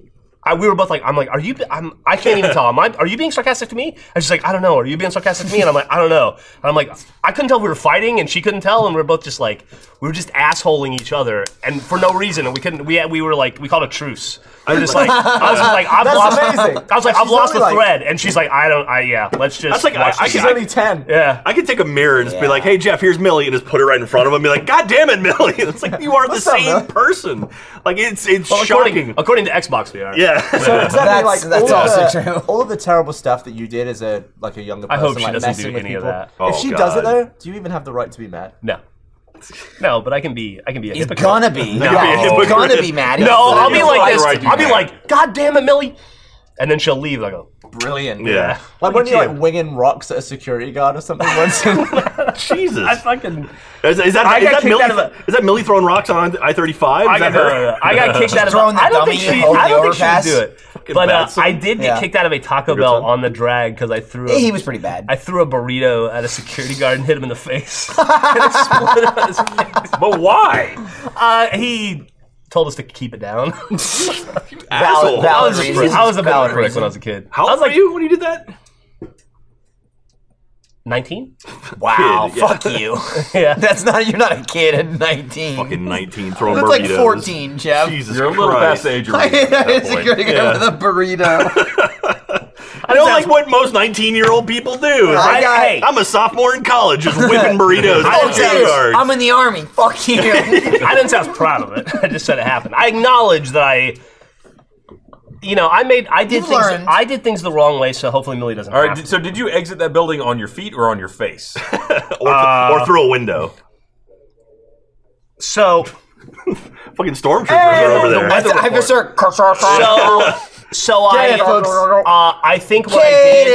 S9: I, we were both like, I'm like, are you? I'm, I can't even tell. Am I, are you being sarcastic to me? And she's like, I don't know. Are you being sarcastic to me? And I'm like, I don't know. And I'm like, I couldn't tell if we were fighting, and she couldn't tell, and we were both just like, we were just assholing each other, and for no reason. And we couldn't. We had, we were like, we called a truce. We were just like, I was just like, I've
S4: That's
S9: lost.
S4: amazing.
S9: I was like, I've
S4: She's
S9: lost the
S4: only, like-
S9: thread, and she's like, I don't. I yeah. Let's just.
S3: That's like I,
S9: watch
S3: I
S9: this.
S3: can,
S9: I-
S3: I,
S4: ten.
S9: Yeah,
S3: I could take a mirror and just be like, "Hey Jeff, here's Millie," and just put it right in front of him and be like, "God damn it, Millie!" It's like you are the
S9: What's up,
S3: same
S9: man?
S3: person. Like it's it's
S9: Well,
S3: shocking.
S9: according, according to Xbox, we are.
S3: Yeah.
S4: So exactly
S3: That's-
S4: like
S3: that's
S4: all
S3: also
S4: the, true. All of the terrible stuff that you did as a like a younger
S9: I
S4: person,
S9: hope she
S4: like
S9: doesn't
S4: messing
S9: do
S4: with
S9: any of
S4: people.
S9: that.
S4: If
S9: Oh,
S4: she does it
S9: God.
S4: though, do you even have the right to be mad?
S9: No. No, but I can be. I can be. A
S4: He's
S9: hypocrite.
S4: gonna be.
S9: No.
S4: You can be a
S9: He's
S4: hypocrite. Maddie.
S9: No, I'll be
S4: Yeah.
S9: like this.
S4: Right, you
S9: I'll be
S4: can.
S9: like, God damn it, Millie, and then she'll leave. and I go,
S4: Brilliant.
S9: Yeah.
S4: Like
S9: Look
S4: when
S9: at
S4: you're
S9: you.
S4: like winging rocks at a security guard or something once.
S3: Jesus.
S9: I fucking.
S3: Is, is that,
S9: I
S3: is
S9: got
S3: that
S9: kicked
S3: Millie?
S9: out of a-
S3: is that Millie throwing rocks on I thirty five?
S9: I got, I got kicked out of.
S2: throwing
S9: A,
S2: the
S9: I don't
S2: dummy
S9: think she.
S2: over
S9: I
S2: the
S9: don't think
S2: overpass.
S9: she would do
S2: Fucking
S9: it. But
S2: bad
S9: uh,
S2: son.
S9: I did get
S2: Yeah.
S9: kicked out of a Taco Bell on the drag because I threw. A,
S2: He was pretty bad.
S9: I threw a burrito at a security guard and hit him in the face.
S1: But why?
S9: Uh, he told us to keep it down.
S3: Asshole.
S9: I was a prick. I was a valid prick when I was a kid.
S3: How old were you when you did that?
S9: 19?
S2: Wow,
S9: Kid, Oh, yeah.
S2: fuck you.
S9: yeah,
S2: that's not. You're not a kid at 19. Fucking
S3: 19
S1: throwing
S2: That's like
S1: burritos.
S2: 14, Jeff.
S1: Jesus You're a little Christ. past the age of
S2: I-
S1: reason at that
S2: it's a
S1: point.
S2: good guy
S1: Yeah.
S2: with a burrito.
S3: I don't like what most 19 year old people do.
S2: I
S3: I,
S2: got-
S3: am a sophomore in college just whipping burritos.
S9: I
S3: at
S9: didn't
S3: security
S9: say-
S3: guards.
S2: I'm in the army. Fuck you.
S9: I didn't say I was proud of it. I just said it happened. I acknowledge that I, you know, I made, I did
S1: You
S9: things,
S1: learned.
S9: I did things the wrong way. So hopefully Millie doesn't.
S1: All right.
S9: have
S1: did-
S9: to.
S1: So, did you exit that building on your feet or on your face?
S3: or,
S1: Uh,
S3: or through a window.
S9: So,
S3: fucking stormtroopers are over there.
S2: I'm just sir.
S9: So, so I,
S2: Get it, folks.
S9: uh, I think what
S2: Get it.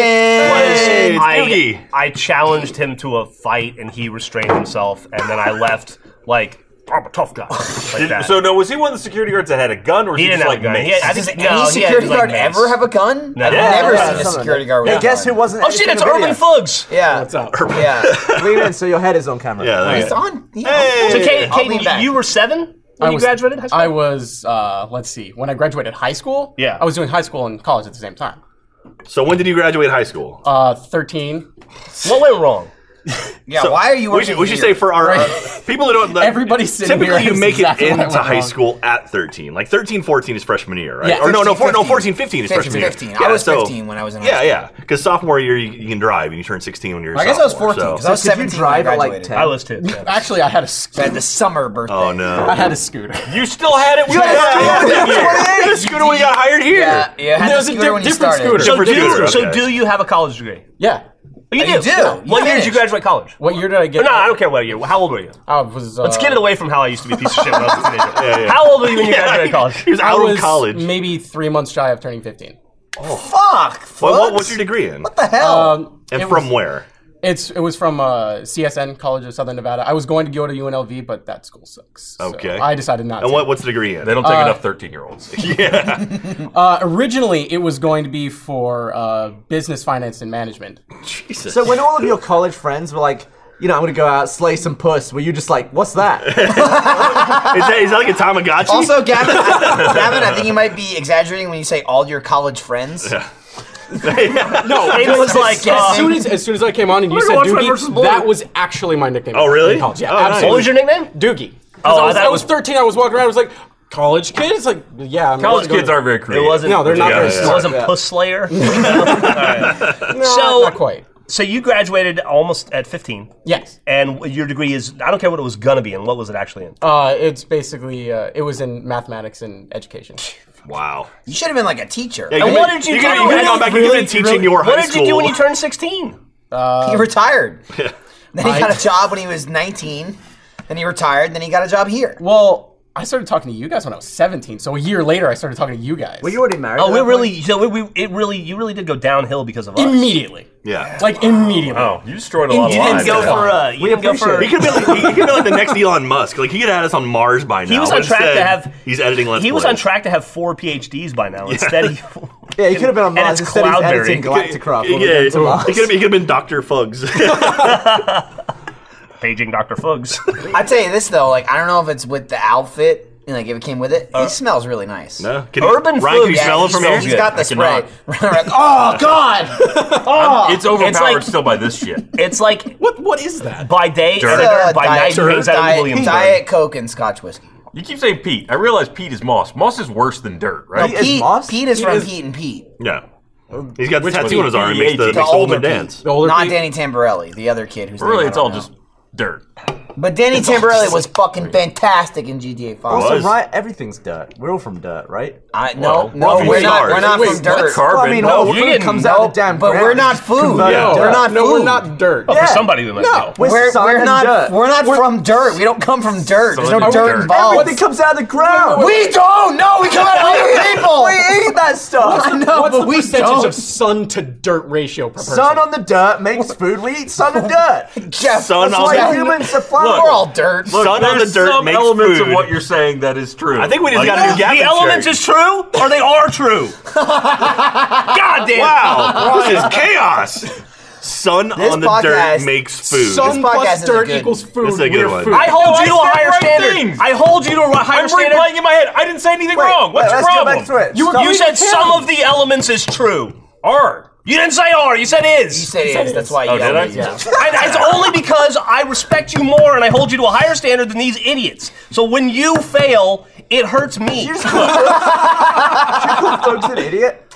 S9: I did
S2: Doogie.
S9: was I, I challenged him to a fight, and he restrained himself, and then I left like I'm a tough guy, like
S1: Did-
S9: that.
S1: so no, was he one of the security guards that had a gun, or was
S9: He
S1: he,
S9: didn't
S1: just like
S9: have a gun. He
S1: mace?
S9: had- I
S2: Does
S9: think-
S2: any
S9: no, he had,
S2: security
S9: like,
S2: guard
S9: mace.
S2: ever have a gun?
S9: No.
S2: I've
S9: Yeah,
S2: never
S9: yeah,
S2: seen a
S9: something.
S2: security guard with
S9: Hey,
S2: a
S9: guess
S2: gun.
S9: who wasn't Oh, shit, editing it's the Urban video? Thugs.
S2: Yeah.
S4: What's up?
S2: Yeah.
S4: Lean in so your head is on camera.
S2: Oh, He's on. Yeah.
S9: So, Kate,
S4: I'll lean
S9: Kate
S4: back.
S9: you, you were seven when
S11: I
S9: you
S11: was,
S9: graduated high school.
S11: I was, uh, let's see, when I graduated high school,
S9: Yeah.
S11: I was doing high school and college at the same time.
S3: So when did you graduate high school?
S11: Uh, 13.
S9: What went wrong?
S2: Yeah, why are you
S3: We should,
S2: working
S3: we should
S2: here?
S3: say for our our people who don't.
S2: Everybody's sitting
S3: Typically,
S2: here
S3: you
S2: is
S3: make
S2: exactly
S3: it
S2: what I
S3: into
S2: went
S3: high
S2: wrong.
S3: school at 13. Like 13, 14 is freshman year, right?
S2: Yeah,
S3: or no, no,
S2: 15,
S3: four, no, 14, 15 is
S2: 15,
S3: freshman year.
S2: 15. I was 15 when I was in high
S3: Yeah,
S2: school.
S3: yeah. Because sophomore year you, you can drive, and you turn 16 when you're. a
S2: I guess I was
S3: sophomore,
S2: 14 because
S3: so-
S2: I was 17 when I graduated.
S3: I was too.
S11: Actually, I had a scooter.
S2: I had the summer birthday.
S3: Oh no!
S11: I had a scooter.
S1: You still had it.
S3: You had a scooter. when you got here. scooter when you got hired here.
S2: Yeah, yeah, I had
S9: There's
S2: the
S9: a
S2: scooter
S9: di-
S2: when you
S9: different
S2: started.
S9: scooter. So,
S3: Different
S9: do,
S3: scooter,
S9: so
S3: okay.
S9: do you have a college degree?
S11: Yeah.
S9: You do.
S2: You do.
S9: Yeah.
S2: You
S9: What year did
S2: finished.
S9: you graduate college?
S11: What year did I get?
S9: No, I don't care what year. How old were you?
S11: I was. Uh,
S9: Let's get it away from how I used to be a piece of shit when I was a teenager.
S3: Yeah, yeah.
S9: How old were you when you
S3: Yeah,
S9: graduated college?
S3: He was
S11: I
S3: out
S11: was
S3: of college.
S11: maybe three months shy of turning 15.
S2: Fuck.
S3: Well,
S2: what?
S3: what, what's your degree in?
S2: What the hell?
S11: Um,
S3: and
S11: it
S3: from
S11: was-
S3: where?
S11: It's it was from uh, CSN College of Southern Nevada. I was going to go to UNLV, but that school sucks. so
S3: Okay.
S11: I decided not
S3: And
S11: to.
S3: what, what's the degree in?
S1: They don't take enough 13 year olds.
S3: yeah.
S11: Uh, originally, it was going to be for uh, business, finance, and management.
S3: Jesus.
S4: So when all of your college friends were like, you know, I'm gonna go out slay some puss, were you just like, what's that?
S3: is, that, is that like a Tamagotchi?
S2: also, Gavin, I, Gavin, I think you might be exaggerating when you say all your college friends.
S11: No,
S9: It was like,
S11: as
S9: uh,
S11: soon as as soon as I came on and you
S9: We're
S11: said
S9: watching Red versus
S11: Doogie,
S9: Blue.
S11: that was actually my nickname.
S3: Oh, really?
S11: in college. Yeah,
S3: Oh, nice.
S11: absolutely.
S9: what was your nickname?
S11: Doogie.
S9: Oh,
S11: Oh, I
S9: I
S11: was,
S9: thought
S11: I
S9: it
S11: was
S9: was-
S11: 13. I was walking around. I was like, college kid. It's like, yeah. I'm
S1: College
S11: going
S1: kids
S11: to-
S1: aren't very creative.
S9: wasn't-
S11: No, they're not
S3: Yeah,
S11: very
S3: yeah.
S9: It
S11: smart.
S9: wasn't Puss Slayer.
S11: No,
S9: So-
S11: not quite.
S9: so you graduated almost at 15.
S11: Yes.
S9: And your degree is, I don't care what it was going to be and what was it actually in?
S11: Uh, it's basically uh, it was in mathematics and education.
S3: Wow.
S2: You should have been like a teacher.
S9: And what did you
S3: you
S9: do?
S3: You could have gone back and you could have been teaching your high
S9: what did
S3: school.
S9: you do when you turned 16?
S2: he retired. Then he
S11: I-
S2: got a job when he was 19. Then he retired. Then he got a job here.
S11: Well, I started talking to you guys when I was 17. So a year later, I started talking to you guys.
S4: were you already married?
S9: Oh, we really, so we, we, it really, you really did go downhill because of us.
S11: immediately,
S3: Yeah.
S11: like immediately.
S1: Oh, you destroyed a lot
S9: You
S1: of
S9: didn't
S1: lives.
S9: go
S1: yeah.
S9: for, uh, you didn't go for,
S3: He could have been, like, he, he could been like the next Elon Musk. Like he could have had us on Mars by now.
S9: he was
S3: but
S9: on track to
S3: instead,
S9: have,
S3: He's editing. Let's
S9: he was
S3: Plays.
S9: on track to have four PhDs by now. Instead, he,
S4: Yeah, you could have been on
S9: And
S4: Mars
S9: it's
S4: instead he's
S9: Cloudberry.
S4: editing Galacticraft.
S3: Yeah,
S4: when we go to Mars.
S3: he could have he could have been Doctor Fugs.
S9: paging Dr. Fugs.
S2: I tell you this though, like I don't know if it's with the outfit, and like if it came with it, he smells really nice.
S3: no, can
S9: Urban
S3: you, Ryan, can
S9: Fugs.
S3: you
S2: Yeah,
S3: smell
S2: he
S3: it from
S2: smells-
S3: here?
S2: He's got the
S1: I
S2: spray.
S1: cannot.
S2: oh God!
S1: It's overpowered
S9: like-
S1: still by this shit.
S9: It's like
S11: What what is that?
S9: by day,
S1: Dirt.
S9: editor,
S2: Uh,
S9: by night, he hangs out in
S2: diet,
S9: Williamsburg.
S2: diet Coke and Scotch whiskey.
S1: You keep saying Pete. I realize Pete is moss. Moss is worse than dirt, right?
S4: is
S2: Pete,
S4: Moss?
S2: Pete is
S11: He
S2: from
S11: is-
S2: Pete and Pete.
S3: Yeah, he's got the
S1: Which
S3: tattoo on
S1: one?
S3: his arm. He makes the,
S1: The
S3: makes the old
S2: older
S3: man
S2: Pete.
S3: dance.
S11: The older
S2: Not
S11: Pete-
S2: Danny Tamborelli, the other kid who's
S1: really, it's all just dirt.
S2: But Danny Tamborelli was fucking fantastic in GTA Five.
S3: What?
S4: So
S3: Was.
S4: right, everything's dirt. We're all from dirt, right?
S2: I,
S1: Well,
S2: no, no,
S1: we're
S2: we're not.
S1: stars.
S2: We're not
S11: Wait,
S2: from
S11: what?
S2: dirt.
S1: Carbon.
S4: Well, I mean,
S1: no,
S4: all
S1: you
S4: food
S1: didn't-
S4: comes out
S2: Nope,
S4: of the damn
S2: but we're
S4: ground.
S2: not food.
S4: Converted
S11: No,
S4: dirt.
S11: we're
S2: not
S11: not. No,
S2: food.
S11: we're not dirt.
S9: For somebody we might
S4: No,
S9: be.
S4: we're,
S2: We're,
S4: sun
S2: we're
S4: and
S2: not
S4: dirt.
S2: we're not from dirt. We don't come from dirt. There's no
S1: Someone did
S2: dirt
S1: dirt.
S4: Everything
S2: involved.
S4: comes out of the ground.
S2: We don't. No, we come out of other people.
S4: we eat that stuff.
S2: I know,
S11: What's
S2: but
S11: the
S2: we
S11: percentage
S2: don't.
S11: of sun to dirt ratio per person?
S4: Sun on the dirt makes food. We eat sun and dirt.
S2: Jeff,
S3: Sun
S2: that's
S3: on
S2: why
S3: the-
S4: humans are flying.
S2: We're all dirt.
S3: Look, sun on the
S1: There's
S3: dirt
S1: some
S3: makes
S1: elements
S3: food.
S1: of what you're saying that is true.
S3: I think we just got a new Gavin
S9: The elements is true, or they are true. God damn!
S3: Wow, this is chaos. Sun
S2: This
S3: on the
S2: podcast-
S3: dirt makes food.
S11: Sun
S2: This podcast
S11: plus
S2: is a
S11: dirt
S2: good-
S11: equals food.
S3: This is a good
S11: We're
S3: one.
S11: food.
S9: I hold
S1: I
S9: you to a
S1: said
S9: higher
S1: right
S9: standard.
S1: things.
S9: I hold you to a higher
S1: I'm
S9: standard.
S1: replaying in my head. I didn't say anything wrong. What's your
S4: Let's go
S1: problem?
S4: back to it.
S11: You were-
S4: Stop
S9: You
S4: eating
S9: said
S4: carrots.
S9: some of the elements is true.
S1: R.
S9: You didn't say are. You said is.
S2: You said it is. That's why you
S1: Oh, did I?
S2: yelled at me.
S9: And it's only because I respect you more and I hold you to a higher standard than these idiots. So when you fail, it hurts me.
S4: folks an idiot.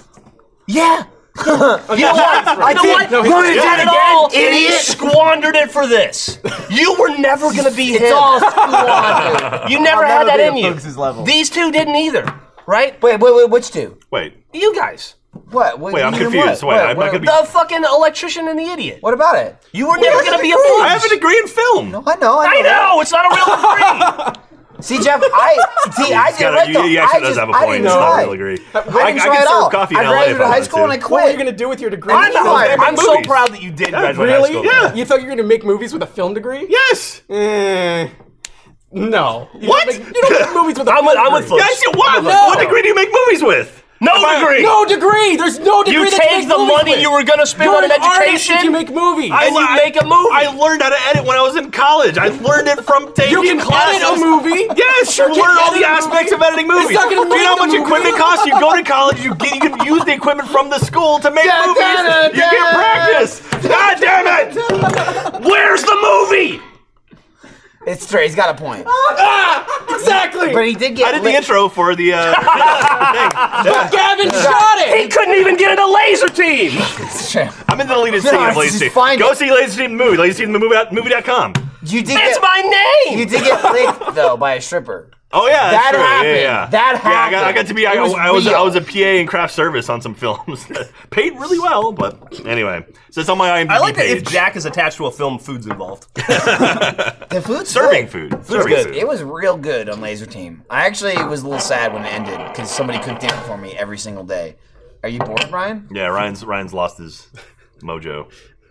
S9: Yeah. you know what? You know what?
S11: No, he-
S9: you
S11: Yeah,
S9: had it all. Idiot. squandered it for this. You were never going to be him.
S2: all squandered.
S9: You never
S4: I'll
S9: had
S4: never
S9: that
S4: be
S9: in
S4: at
S9: you.
S4: Fuchs's level.
S9: These two didn't either, right?
S2: Wait, wait, wait. Which two?
S3: Wait,
S9: You guys.
S2: What? what
S3: Wait, I'm
S2: you did
S3: confused. Wait,
S2: What? What-
S3: I'm not
S2: what,
S3: gonna be-
S9: The fucking electrician and the idiot.
S2: What about it?
S9: You were never going to be a
S3: I have
S9: fool.
S3: a degree in film.
S2: I know. I know.
S9: I know, it's not a real degree.
S2: See, Jeff, I see. I
S3: He's
S2: did
S3: got a-
S2: right
S3: you-
S2: though.
S3: you
S2: I
S3: actually does
S2: just
S3: have a
S2: I
S3: point.
S2: didn't
S3: It's not
S2: try.
S3: real agree.
S2: I
S3: I- I
S2: didn't
S3: can
S2: try at
S3: serve
S2: all.
S3: coffee in
S2: I
S3: LA if
S2: graduated
S3: I
S2: high
S3: wanted
S2: school and
S3: to.
S2: I
S11: What are you
S2: quit.
S11: gonna do with your degree?
S9: I know.
S2: Why?
S9: I'm,
S2: Make
S9: so
S3: movies.
S9: proud that you did
S3: Yeah,
S9: graduate high
S11: Really?
S9: school.
S3: Yeah.
S11: You thought you were gonna make movies with a film degree?
S3: Yes.
S11: Eh, no. You
S3: What?
S11: Don't make, you don't make movies with a
S9: I'm
S11: film
S9: with, I'm with
S11: degree.
S9: folks.
S3: Yes, you what?
S11: No.
S3: What degree do you make movies with?
S9: No degree.
S11: No degree. There's no degree.
S9: You
S11: that
S9: take
S11: make
S9: the
S11: movies
S9: money
S11: with.
S9: you were gonna spend
S11: You're
S9: on
S11: an artist
S9: education,
S11: and You make movies.
S9: and you make a movie.
S3: I learned how to edit when I was in college. I learned it from taking
S11: You can
S3: classes.
S11: edit a movie.
S3: Yes, you
S11: You can
S3: learn all the
S11: edit a
S3: aspects
S11: movie.
S3: of editing
S11: It's
S3: movies.
S11: not gonna
S3: Do you
S11: make
S3: know how
S11: the
S3: much
S11: movie.
S3: equipment costs? You go to college, you get you can use the equipment from the school to make
S11: Da, da,
S3: movies.
S11: da,
S3: you get
S11: da.
S3: practice. God damn it! Where's the movie?
S2: It's true. He's got a point.
S3: Ah, Exactly.
S2: But he did get
S3: I did
S2: lit-
S3: the intro for the. Uh,
S11: Gavin shot it.
S9: He couldn't even get in a laser team.
S3: I'm in the latest team.
S2: No,
S3: latest
S2: just
S3: team.
S2: find
S3: Go
S2: it.
S3: see latest team movie. Latest team movie. Movie.com.
S2: You did
S9: That's
S2: get,
S9: my name.
S2: you did get licked though by a stripper.
S3: Oh yeah, that's
S2: That
S3: true.
S2: happened.
S3: Yeah, yeah.
S2: That
S3: Yeah, I got, I
S2: happened.
S3: got to be. I,
S2: It was
S3: I was. I
S2: real.
S3: was a PA in craft service on some films. Paid really well, but anyway, so it's on my IMDb
S9: I like that if
S3: page.
S9: Jack is attached to a film, food's involved.
S2: The food's
S3: Serving
S2: good.
S3: food.
S2: It was
S3: Serving
S2: good.
S3: food.
S2: It was real good on Laser Team. I actually was a little sad when it ended because somebody cooked dinner for me every single day. Are you bored, Brian?
S3: Yeah, Ryan's Ryan's lost his mojo.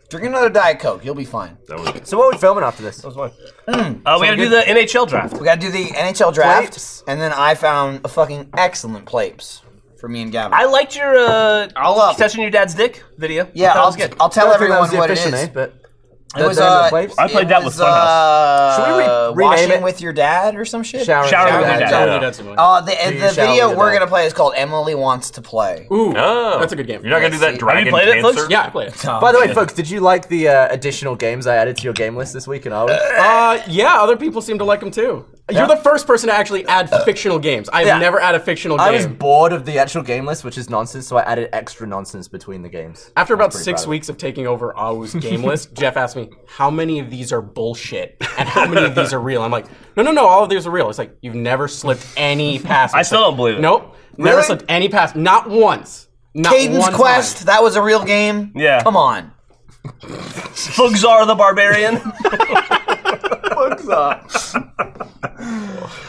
S2: Drink another Diet Coke. You'll be fine.
S3: That was
S4: So what are we filming after this?
S9: Uh, we gotta do the NHL draft.
S2: We got to do the NHL draft,
S4: Plates.
S2: and then I found a fucking excellent plates for me and Gavin.
S9: I liked your uh,
S2: I'll up.
S9: touching your dad's dick video.
S2: yeah,
S9: That
S2: I'll,
S9: was good.
S2: I'll tell
S4: I don't think that was
S2: everyone
S4: the
S2: what it
S4: official
S2: is.
S4: name, but
S2: It was,
S4: The name of
S2: uh,
S4: the plates?
S9: I played that
S2: was,
S9: with Funhouse.
S2: Uh,
S4: Should we re- rename
S2: washing
S4: it?
S2: with your dad or some shit?
S4: Shower-
S9: Shower with your dad.
S2: Shower.
S9: Yeah.
S2: Uh, the
S4: you
S2: the
S4: shower
S2: video
S4: with
S2: we're
S4: your dad?
S2: gonna play is called Emily Wants to Play.
S11: Ooh,
S1: Oh.
S11: that's a good game.
S1: You're not gonna do
S2: See.
S1: that dragon
S9: played it, folks?
S1: cancer.
S11: Yeah, I play it.
S4: By the way, folks, did you like the uh, additional games I added to your game list this week and Arwen?
S11: Uh, yeah, other people seem to like them too. You're the first person to actually add fictional games. I've
S4: Yeah.
S11: never added a fictional
S4: I was
S11: game.
S4: bored of the actual game list, which is nonsense, so I added extra nonsense between the games.
S11: After
S4: I was
S11: about
S4: pretty
S11: six
S4: proud of it.
S11: weeks of taking over Awu's game list, Jeff asked me, How many of these are bullshit? And how many of these are real? I'm like, No, no, no, all of these are real. It's like, You've never slipped any pass.
S9: I still don't believe it.
S11: Nope. Never
S2: Really?
S11: slipped any pass. Not once. Not
S2: Cadence
S11: one
S2: Quest,
S11: time.
S2: that was a real game.
S9: Yeah.
S2: Come on.
S9: Fugzar the Barbarian.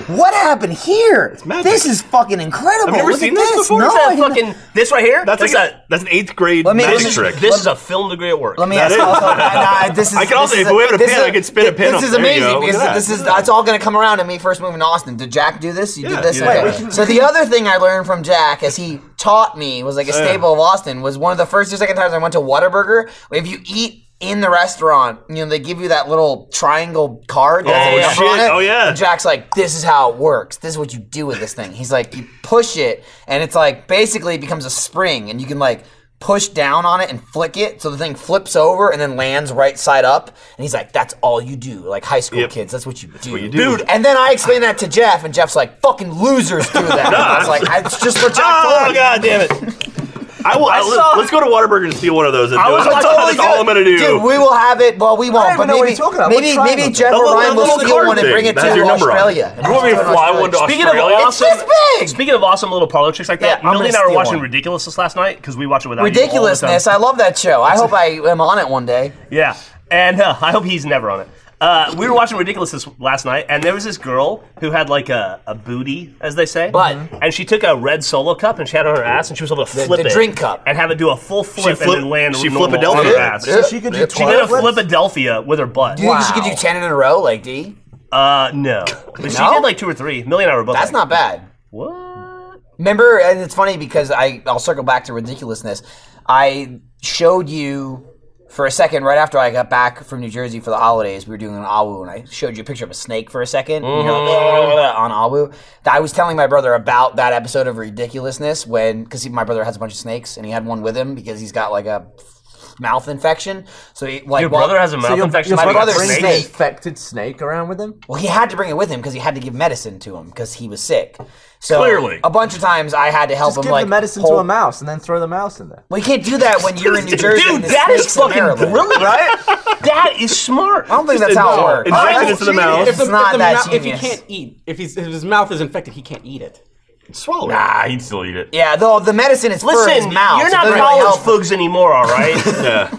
S2: What happened here? This is fucking incredible.
S3: Have you ever
S2: Look
S3: seen
S2: at
S3: this
S2: this.
S3: before?
S2: No,
S3: Is
S2: I
S9: that
S2: didn't-
S9: fucking this right here.
S3: that's like
S9: this
S3: a, that's an eighth grade
S2: Let me-
S3: magic
S2: let me-
S3: trick.
S9: This is a film degree at work.
S2: Let me ask. Also, I, I, this is.
S3: I can also-
S2: this is
S3: if we have a
S2: this
S3: pin,
S2: is-
S3: I can spin a pin
S2: This
S3: up.
S2: is
S3: There you go.
S2: amazing
S3: Look at
S2: because
S3: that.
S2: this is. That's all going to come around to me first moving to Austin. Did Jack do this? You
S3: Yeah,
S2: did this.
S3: you did
S2: Okay.
S3: that. Wait,
S2: So the other thing I learned from Jack, as he taught me, was like a staple of Austin. Was one of the first or second times I went to Whataburger. If you eat. In the restaurant, you know they give you that little triangle card. that has
S3: Oh,
S2: a number on
S3: shit.
S2: it.
S3: Oh, yeah.
S2: And Jack's like, "This is how it works. This is what you do with this thing." He's like, "You push it, and it's like basically it becomes a spring, and you can like push down on it and flick it, so the thing flips over and then lands right side up." And he's like, "That's all you do, like high school
S3: Yep.
S2: kids. That's what you do.
S3: you do.
S2: dude." And then I explained that to Jeff, and Jeff's like, "Fucking losers do that." And I was like, I, "It's just what Jack
S3: Oh
S2: told me."
S3: god damn it! I will. I
S9: saw-
S3: let's go to Waterburger and steal one of those. And I
S9: was
S3: that's
S9: about to-
S3: that's all I'm gonna do.
S2: Dude, we will have it. Well, we won't.
S4: don't
S2: But
S4: even know what
S2: maybe,
S4: he's talking about.
S2: maybe,
S4: What
S2: maybe
S4: triangle?
S2: Jeff
S3: The
S2: or
S3: little-
S2: Ryan will
S3: little
S2: steal
S3: card
S2: one and
S3: thing.
S2: bring it to
S3: That's your number on it.
S2: Australia.
S1: You want me to fly one to
S9: Speaking of
S1: Australia?
S9: awesome,
S2: It's this big!
S9: speaking of awesome little parlor tricks like
S2: Yeah,
S9: that,
S2: I'm
S9: Millie and I
S2: gonna
S9: were
S2: steal
S9: watching
S2: one.
S9: Ridiculous this last night because we watch it without you all the time.
S2: ridiculousness. I love that show. I hope I am on it one day.
S9: Yeah, and uh, I hope he's never on it. Uh, we were watching Ridiculous this last night, and there was this girl who had like a, a booty, as they say, Mm-hmm.
S2: But-
S9: and she took a red Solo cup and she had it on her ass, and she was able to flip
S2: the
S9: it,
S2: drink cup.
S9: and have it do a full flip
S3: flip-
S9: and then land
S3: she
S9: normal
S3: flipadelphia
S9: on her
S3: it.
S9: ass.
S2: Yeah.
S4: She could do
S9: She did a
S4: 12 flips.
S9: flipadelphia with her butt.
S2: Do you think she could do ten in a row, like D?
S9: Uh, no, but she
S2: No?
S9: did like two or three. Millie and I were both.
S2: That's
S9: like,
S2: not bad.
S9: What?
S2: Remember, and it's funny because I I'll circle back to ridiculousness. I showed you for a second right after I got back from New Jersey for the holidays. We were doing an Awu, and I showed you a picture of a snake for a 2nd you
S9: Mm-hmm.
S2: know, on Awu. I was telling my brother about that episode of ridiculousness when because my brother has a bunch of snakes and he had one with him because he's got like a mouth infection. So he like
S9: Your
S2: while-
S9: brother has a mouth
S4: So your,
S9: infection.
S4: your
S9: like a
S4: brother
S2: brother's
S4: brings
S9: snake?
S4: an
S2: snake.
S4: infected snake around with him?
S2: Well, he had to bring it with him because he had to give medicine to him because he was sick. So
S1: Clearly.
S2: a bunch of times I had to help
S4: Just
S2: him
S4: give
S2: like
S4: the medicine
S2: hold-
S4: to a mouse and then throw the mouse in there.
S2: Well, you can't do that when you're in New Jersey.
S9: Dude,
S2: and the
S9: that is
S2: snake's in
S9: fucking
S2: Maryland.
S9: brilliant.
S2: right?
S9: That is smart.
S2: I don't think that's how it works.
S3: Injected into the mouth.
S2: It's not
S11: if,
S2: that
S11: mou- if he
S2: genius.
S11: can't eat, if, he's, if his mouth is infected, he can't eat it.
S3: Swallow it.
S1: Nah, he'd still eat it.
S2: Yeah, though the medicine is for his
S9: Listen,
S2: mouth.
S9: you're
S2: so it
S9: not
S2: doesn't really
S9: college
S2: help.
S9: fugs anymore, all right?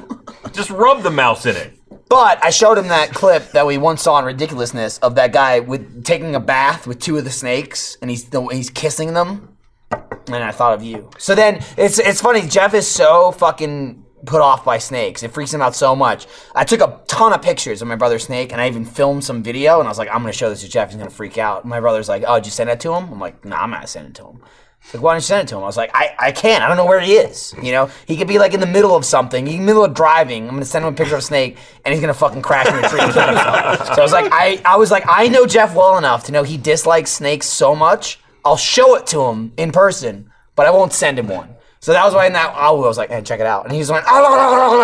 S1: Just rub the mouse in it.
S2: But I showed him that clip that we once saw in Ridiculousness of that guy with taking a bath with two of the snakes, and he's he's kissing them. And I thought of you. So then it's it's funny. Jeff is so fucking put off by snakes. It freaks him out so much. I took a ton of pictures of my brother's snake, and I even filmed some video. And I was like, I'm gonna show this to Jeff. He's gonna freak out. And my brother's like, Oh, did you send that to him? I'm like, No, I'm not sending it to him. Like, why don't you send it to him? I was like, I, I can't. I don't know where he is. You know, he could be like in the middle of something. He in the middle of driving. I'm gonna send him a picture of a snake, and he's gonna fucking crash into a tree and kill himself. so I was like, I, I was like, I know Jeff well enough to know he dislikes snakes so much. I'll show it to him in person, but I won't send him one. So that was why in that hour I was like, hey, check it out, and he was like, "Ah, blah, blah, blah,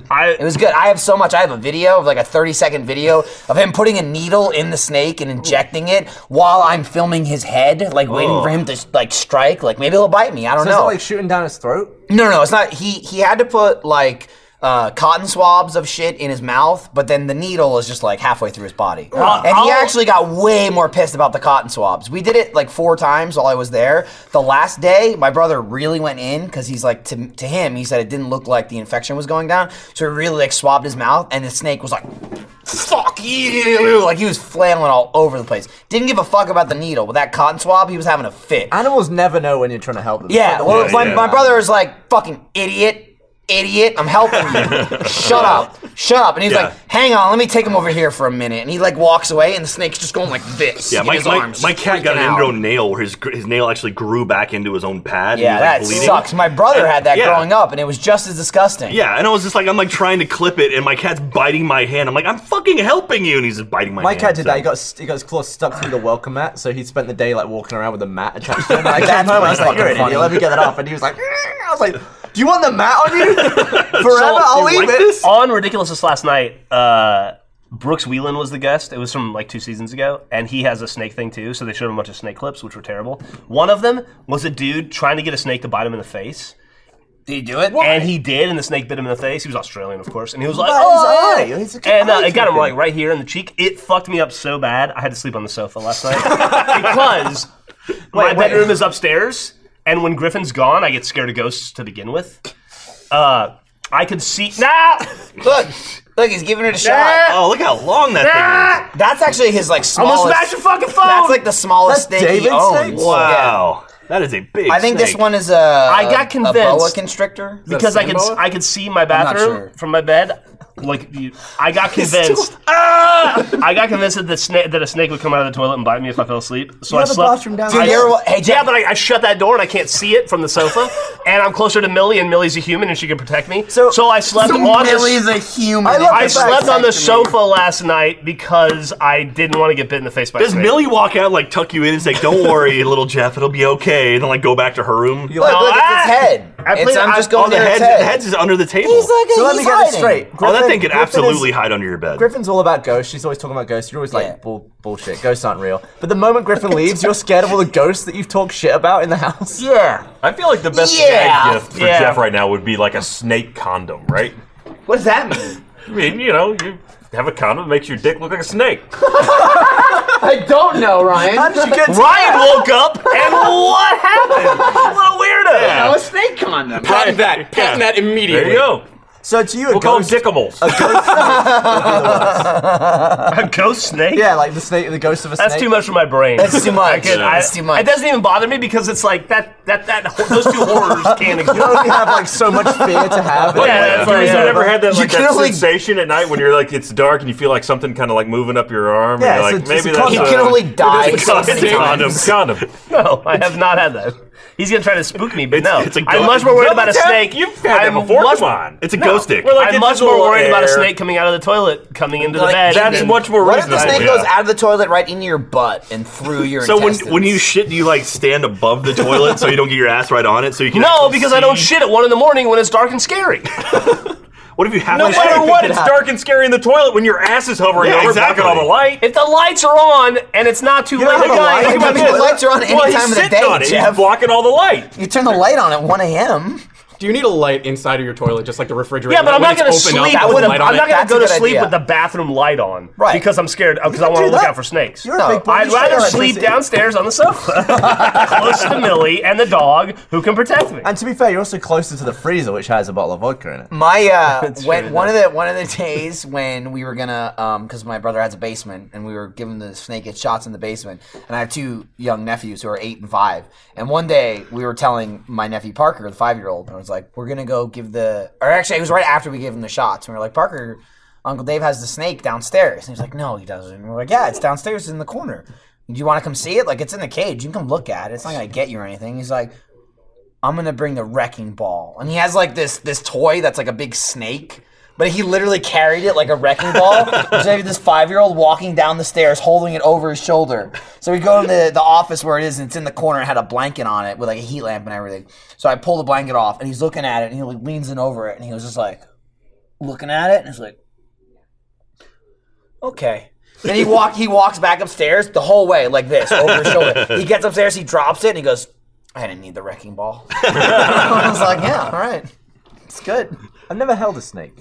S2: blah."
S9: I, it
S2: was good. I have so much. I have a video of like a 30 second video of him putting a needle in the snake and injecting it while I'm filming his head, like waiting for him to like strike. Like maybe he'll bite me. I
S4: Oh. So
S2: don't know.
S4: it's not like shooting down his throat.
S2: No, no, no, it's not. He he had to put like uh, cotton swabs of shit in his mouth, but then the needle is just like halfway through his body.
S9: Uh,
S2: and he actually got way more pissed about the cotton swabs. We did it like four times while I was there. The last day, my brother really went in because he's like to, to him, he said it didn't look like the infection was going down, so he really like swabbed his mouth, and the snake was like. Fuck you! Like he was flailing all over the place. Didn't give a fuck about the needle, but that cotton swab, he was having a fit.
S4: Animals never know when you're trying to help them.
S2: Yeah, well,
S4: Yeah,
S2: my,
S4: yeah.
S2: my brother is like, fucking idiot, idiot, I'm helping you. Shut up, shut up. And he's
S3: Yeah.
S2: like, hang on, let me take him over here for a minute. And he like walks away, and the snake's just going like this.
S3: Yeah,
S2: in
S3: my,
S2: his
S3: my,
S2: arms,
S3: my
S2: just
S3: cat got an
S2: freaking out.
S3: ingrown nail where his gr- his nail actually grew back into his own pad.
S2: Yeah,
S3: and he was, like,
S2: that
S3: bleeding.
S2: sucks. My brother had that
S3: Yeah.
S2: growing up, and it was just as disgusting.
S3: Yeah, and I was just like, I'm like trying to clip it, and my cat's biting my hand. I'm like, I'm fucking helping you, and he's just biting my.
S4: My
S3: hand,
S4: cat did
S3: so-
S4: that. He got st- he got his claw stuck through the welcome mat, so he spent the day like walking around with a mat attached to him. I came
S2: That's
S4: home, I was
S2: pretty
S4: like, "You're an
S2: fucking
S4: idiot. Let me get that off." And he was like, "I was like, do you want the mat on you forever? I'll leave it."
S9: Oh,
S4: Oh,
S9: On Ridiculousness last night, uh, Brooks Wheelan was the guest. It was from like two seasons ago, and he has a snake thing too. So they showed him a bunch of snake clips, which were terrible. One of them was a dude trying to get a snake to bite him in the face.
S2: Did he do it?
S9: And he did, and the snake bit him in the face. He was Australian, of course, and he was like,
S4: But he's
S9: "Oh!"
S4: alright. He's a
S9: and uh, it got him
S4: Australian.
S9: like right here in the cheek. It fucked me up so bad. I had to sleep on the sofa last night because my bedroom is upstairs, and when Griffin's gone, I get scared of ghosts to begin with. Uh, I could see now.
S2: look, look, he's giving it a shot.
S3: Oh, look how long that thing
S2: is. That's actually his like
S9: I'm gonna
S2: smallest.
S9: smash your fucking phone.
S2: That's like the smallest
S9: That's
S2: snake he
S9: David's
S2: owns.
S9: snake?
S3: Wow, that is a big.
S2: I think this
S9: snake.
S2: one is a.
S9: I got
S2: A boa
S9: convinced
S2: constrictor
S9: because I could I could see my
S2: not
S9: bathroom
S2: sure.
S9: from my bed. Like you- I got convinced.
S2: Ah!
S9: I got convinced that the snake that a snake would come out of the toilet and bite me if I fell asleep. So
S2: You
S9: I
S2: have a
S9: slept.
S2: bathroom downstairs.
S9: I-
S2: Dude, there wa- hey,
S9: yeah, but I, I shut that door and I can't see it from the sofa. and I'm closer to Millie, and Millie's a human, and she can protect me. So, I slept
S2: So
S9: on
S2: Millie's
S9: the,
S2: a human.
S9: I,
S2: It just
S9: slept on the
S2: affects me.
S9: sofa last night because I didn't want to get bit in the face by. a
S3: Does
S9: snake.
S3: Millie walk out like tuck you in and say, "Don't worry, little Jeff, it'll be okay," and then like go back to her room?
S2: Look, look, it's his head.
S9: I
S2: It's-
S9: played-
S2: I'm
S9: I-
S2: just going
S3: oh, the
S2: to
S3: head's,
S2: his
S3: the
S2: head.
S3: head's is under the table.
S2: He's like a-
S4: So let me
S2: he's
S4: get this
S2: hiding.
S4: straight.
S3: oh, that thing
S4: Griffin-
S3: could
S4: Griffin is-
S3: absolutely hide under your bed.
S4: Griffin's all about ghosts. She's always talking about ghosts. You're always like, Bull, bullshit. Ghosts aren't real. But the moment Griffin leaves, you're scared of all the ghosts that you've talked shit about in the house.
S2: Yeah.
S4: I feel like the
S2: best Yeah.
S1: gift for
S2: Yeah.
S1: Jeff right now would be like a snake condom, right?
S2: What does that mean?
S1: I mean, you know, you have a condom that makes your dick look like a snake.
S6: I don't know, Ryan.
S1: How did you get to
S9: Ryan woke up and what happened? What a weirdo!
S6: Yeah. a snake condom.
S11: Patent that. Patent that
S1: There
S11: immediately.
S1: you go.
S4: So to you, a
S1: we'll
S4: ghost-
S1: call them dickables.
S9: A ghost snake?
S4: Yeah, like the snake, the ghost of a snake.
S9: That's too much for my brain.
S4: That's too much.
S9: I can't- I-
S4: That's too much.
S9: It doesn't even bother me because it's like that that that ho- those two horrors can't exist.
S4: You only have like so much fear to have.
S1: Like, have
S9: Yeah, that's
S1: you
S9: like,
S1: guys
S9: yeah.
S1: never had that,
S9: You
S1: like,
S9: can
S1: that
S9: only-
S1: sensation at night when you're like it's dark and you feel like something kind of like moving up your arm? and
S9: Yeah,
S1: you're,
S9: it's
S1: like,
S9: a- it's a
S1: maybe that's
S9: condom.
S1: a-
S9: You can only die
S1: It's a
S9: so many
S1: condom.
S9: times.
S1: Condom.
S9: No, I have not had that. He's gonna try to spook me, but no.
S1: it's a
S9: I'm
S1: ghost-
S9: much more worried
S1: No,
S9: about a
S1: Jeff,
S9: snake.
S1: you've had that
S9: I'm
S1: before,
S9: much-
S1: come on. It's a
S9: No.
S1: ghost dick. We're like,
S9: I'm
S1: it's
S9: much
S1: just
S9: more
S1: little
S9: worried about a
S1: air.
S9: snake coming out of the toilet, coming into the
S2: Like,
S9: bed.
S1: that's
S9: than-
S1: much more
S2: What if the
S1: reasonable.
S2: snake
S1: Yeah.
S2: goes out of the toilet right into your butt and through your
S3: So when,
S2: intestines?
S3: when you shit, do you like stand above the toilet so you don't get your ass right on it? So you can
S9: No,
S3: actually
S9: because I don't
S3: see?
S9: shit at one in the morning when it's dark and scary.
S3: What if you have
S1: No
S3: to
S1: matter
S3: shit?
S1: what, it's dark and scary in the toilet when your ass is hovering
S3: Yeah,
S1: over,
S3: exactly.
S1: blocking all the light.
S9: If the lights are on and it's not too
S1: You
S9: late,
S1: don't have a light.
S9: think about
S1: The
S9: this.
S2: lights are on any
S9: Well, he's
S2: time of the
S9: sitting
S2: day,
S9: on it.
S2: Jeff.
S1: blocking all the light.
S2: You turn the light on at 1 a.m.
S11: Do you need a light inside of your toilet, just like the refrigerator?
S9: Yeah, but
S11: That
S9: I'm
S11: when
S9: not
S11: it's
S9: gonna
S11: open
S9: sleep.
S11: up, there's a
S9: with a-
S11: light on
S9: I'm
S11: it.
S9: not gonna
S11: That's a
S9: go to
S11: good
S9: sleep
S11: idea.
S9: with the bathroom light on, right? Because I'm scared because I want to
S11: do
S9: look
S11: that.
S9: out for snakes.
S11: You're a big boy.
S9: I'd
S11: You should
S9: rather
S11: have
S9: sleep
S11: electricity.
S9: downstairs on the sofa, close to Millie and the dog, who can protect me.
S4: And to be fair, you're also closer to the freezer, which has a bottle of vodka in it.
S2: My uh,
S4: That's
S2: when,
S4: true,
S2: one of
S4: that's-
S2: the one of the days when we were gonna um, because my brother has a basement and we were giving the snake its shots in the basement, and I have two young nephews who are eight and five. And one day we were telling my nephew Parker, the five year old, and I was like, "We're gonna go give the," or actually it was right after we gave him the shots, and we were like, "Parker, Uncle Dave has the snake downstairs," and he's like, "No, he doesn't." And we're like, "Yeah, it's downstairs in the corner." Do you want to come see it? Like it's in the cage. You can come look at it. It's not gonna get you or anything. He's like, I'm gonna bring the wrecking ball, and he has like this this toy that's like a big snake. But he literally carried it like a wrecking ball. There's maybe this five year old walking down the stairs holding it over his shoulder. So we go to the, the office where it is, and it's in the corner. It had a blanket on it with like a heat lamp and everything. So I pull the blanket off, and he's looking at it, and he like, leans in over it, and he was just like looking at it, and he's like, okay. Then he walk he walks back upstairs the whole way like this over his shoulder. He gets upstairs, he drops it, and he goes, I didn't need the wrecking ball. I was like, yeah, all right, it's good.
S4: I've never held a snake.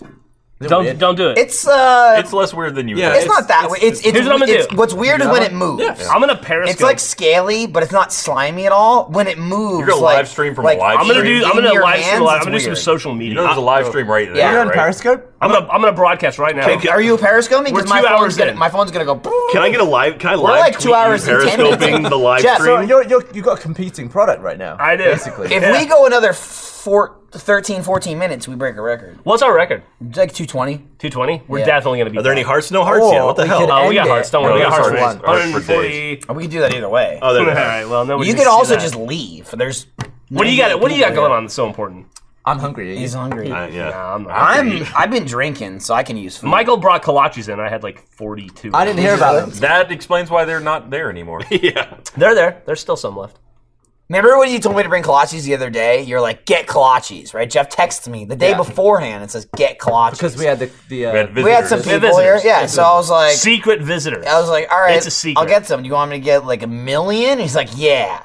S9: Don't don't do it.
S2: It's uh,
S1: it's less weird than you.
S2: Yeah,
S1: think.
S2: it's, not that way. It's, it's,
S9: Here's what I'm gonna
S2: it's-
S9: do.
S2: What's weird is
S9: You
S2: when
S9: know?
S2: it moves.
S9: Yeah. I'm gonna periscope.
S2: It's like scaly, but it's not slimy at all. When it moves,
S1: You're gonna
S2: like,
S1: live stream from
S2: like,
S1: a live.
S9: I'm gonna
S1: stream.
S9: do. I'm
S2: in
S9: gonna
S2: your
S9: live stream.
S2: hands,
S9: a lot. I'm
S2: it's
S9: gonna do some
S2: weird.
S9: social media.
S1: You know, there's a live stream right there.
S2: Yeah. You're on
S1: right?
S4: Periscope?
S9: I'm gonna. I'm gonna broadcast right now.
S2: Are you periscoping?
S9: We're
S2: Because my
S9: two
S2: phone's
S9: hours
S2: gonna
S9: in.
S2: my phone's gonna go.
S3: Can I get a live? Can I
S2: We're
S3: live
S2: like two
S3: tweet you
S2: hours and 10 minutes
S3: periscoping
S2: in.
S3: the live
S2: Jeff,
S4: So
S3: stream?
S4: you're, you're, you've got a competing product right now.
S9: I do.
S4: Basically.
S2: If we go another four, 13, 14 minutes, we break a record.
S9: What's our record?
S2: It's like two twenty.
S9: 220. We're
S2: Yeah.
S9: definitely gonna be.
S3: Are there any hearts? No hearts
S4: Or
S3: yet. What the
S4: we
S3: hell?
S4: could
S9: Oh, we got
S4: end
S9: hearts.
S4: it.
S9: Don't
S1: No,
S9: worry. we got
S1: that's
S9: hearts.
S1: our one. Hearts for
S9: 140.
S1: days.
S2: Oh, We could do that either way.
S3: Oh, there
S9: All
S3: it is.
S9: right. Well, nobody.
S2: you
S9: can
S2: could
S9: see
S2: also
S9: that.
S2: just leave. There's.
S9: What do you got? What do you got going on that's so important?
S4: I'm hungry.
S2: He's hungry.
S3: Uh, yeah.
S9: Nah, I'm not.
S2: I'm. I've been drinking, so I can use food.
S9: Michael brought kolaches in. I had like 42.
S4: I didn't hear about them.
S1: That explains why they're not there anymore.
S3: Yeah.
S9: They're there. There's still some left.
S2: Remember when you told me to bring kolaches the other day? You're like, get kolaches, right? Jeff texts me the day beforehand and says, get kolaches.
S4: Because we had the. the uh,
S1: We had
S2: We had some
S1: visitors.
S9: visitors.
S2: people here.
S9: Visitors.
S2: Yeah, so I was like,
S9: Secret visitors.
S2: I was like, all right,
S9: It's a secret.
S2: I'll get some. Do you want me to get like a million? He's like, yeah,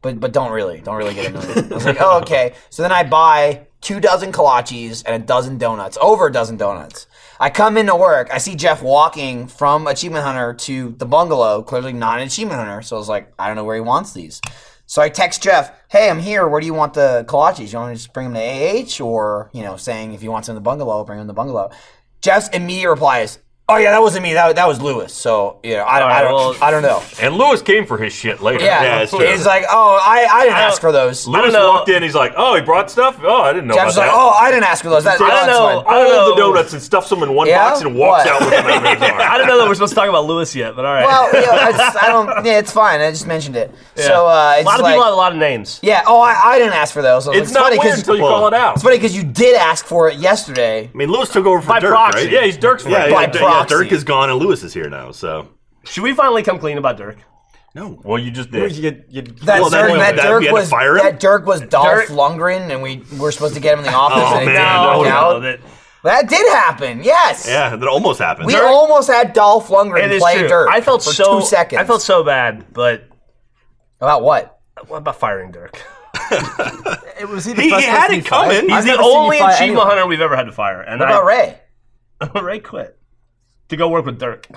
S2: but but don't really, don't really get a million. I was like, oh okay. So then I buy two dozen kolaches and a dozen donuts, over a dozen donuts. I come into work. I see Jeff walking from Achievement Hunter to the bungalow, clearly not an Achievement Hunter. So I was like, I don't know where he wants these. So I text Jeff, hey, I'm here. Where do you want the kolaches? You want me to just bring them to AH? Or, you know, saying if he wants them in the bungalow, bring them in the bungalow. Jeff's immediate reply is, oh, yeah, that wasn't me. That, that was Lewis. So, you know, I,
S9: All right,
S2: I, don't,
S9: well-
S2: I don't know.
S1: And Lewis came for his shit later.
S2: Yeah.
S3: Yeah, it's true.
S2: He's like, oh, I, I didn't
S9: don't-
S2: ask for those.
S1: Lewis
S9: know.
S1: walked in. He's like, "Oh, he brought stuff. Oh, I didn't know
S2: Jeff's
S1: about
S2: like,
S1: that."
S2: oh, I didn't ask for those. That,
S9: I don't
S2: that's
S9: know.
S2: fine."
S9: I don't
S1: all the
S9: know.
S1: donuts and stuffs them in one
S2: Yeah?
S1: box and walks
S2: What?
S1: out with them out of his arm.
S9: I don't know that we're supposed to talk about Lewis yet, but all right.
S2: Well, yeah, I, just, I don't. Yeah, it's fine. I just mentioned it.
S9: Yeah.
S2: So uh, it's
S9: a lot of
S2: like,
S9: people had a lot of names.
S2: yeah. Oh, I, I didn't ask for those. So
S1: It's, not
S2: funny
S1: weird
S2: 'cause-
S1: until you
S3: Well,
S1: call it out.
S2: It's funny because you did ask for it yesterday.
S3: I mean, Lewis took over for
S9: By
S3: Dirk,
S9: proxy.
S3: right?
S1: yeah, he's Dirk's
S3: Yeah,
S1: friend.
S3: yeah,
S2: By
S3: Dirk- yeah,
S2: proxy.
S3: Dirk is gone and Lewis is here now. So
S9: Should we finally come clean about Dirk?
S3: no,
S1: Well, you just
S10: You,
S1: did.
S10: you, you,
S2: That
S3: Well, that
S2: Dirk,
S3: one- that
S2: that
S3: we
S2: Dirk
S3: had to
S2: was
S3: fire him?
S2: that Dirk was Dolph
S9: Dirk-
S2: Lundgren, and we were supposed to get him in the office.
S3: Oh,
S2: and
S3: man,
S2: it didn't
S3: that
S2: work
S3: would've
S2: out.
S9: that-
S2: That did happen. Yes.
S3: yeah, that almost happened.
S2: We
S3: Dirk-
S2: almost had Dolph Lundgren
S9: It is
S2: play
S9: true.
S2: Dirk.
S9: I felt
S2: for
S9: so.
S2: two seconds.
S9: I felt so bad, but
S2: about what?
S9: what about firing Dirk?
S4: It was he, the
S3: he, he
S4: first
S3: had
S4: person
S3: it
S4: you fired?
S3: coming.
S9: He's
S4: I've
S9: the
S4: never seen you
S9: only
S4: fire
S9: achievement
S4: anyone.
S9: hunter we've ever had to fire, and
S2: What about Ray?
S9: I Ray quit to go work with Dirk.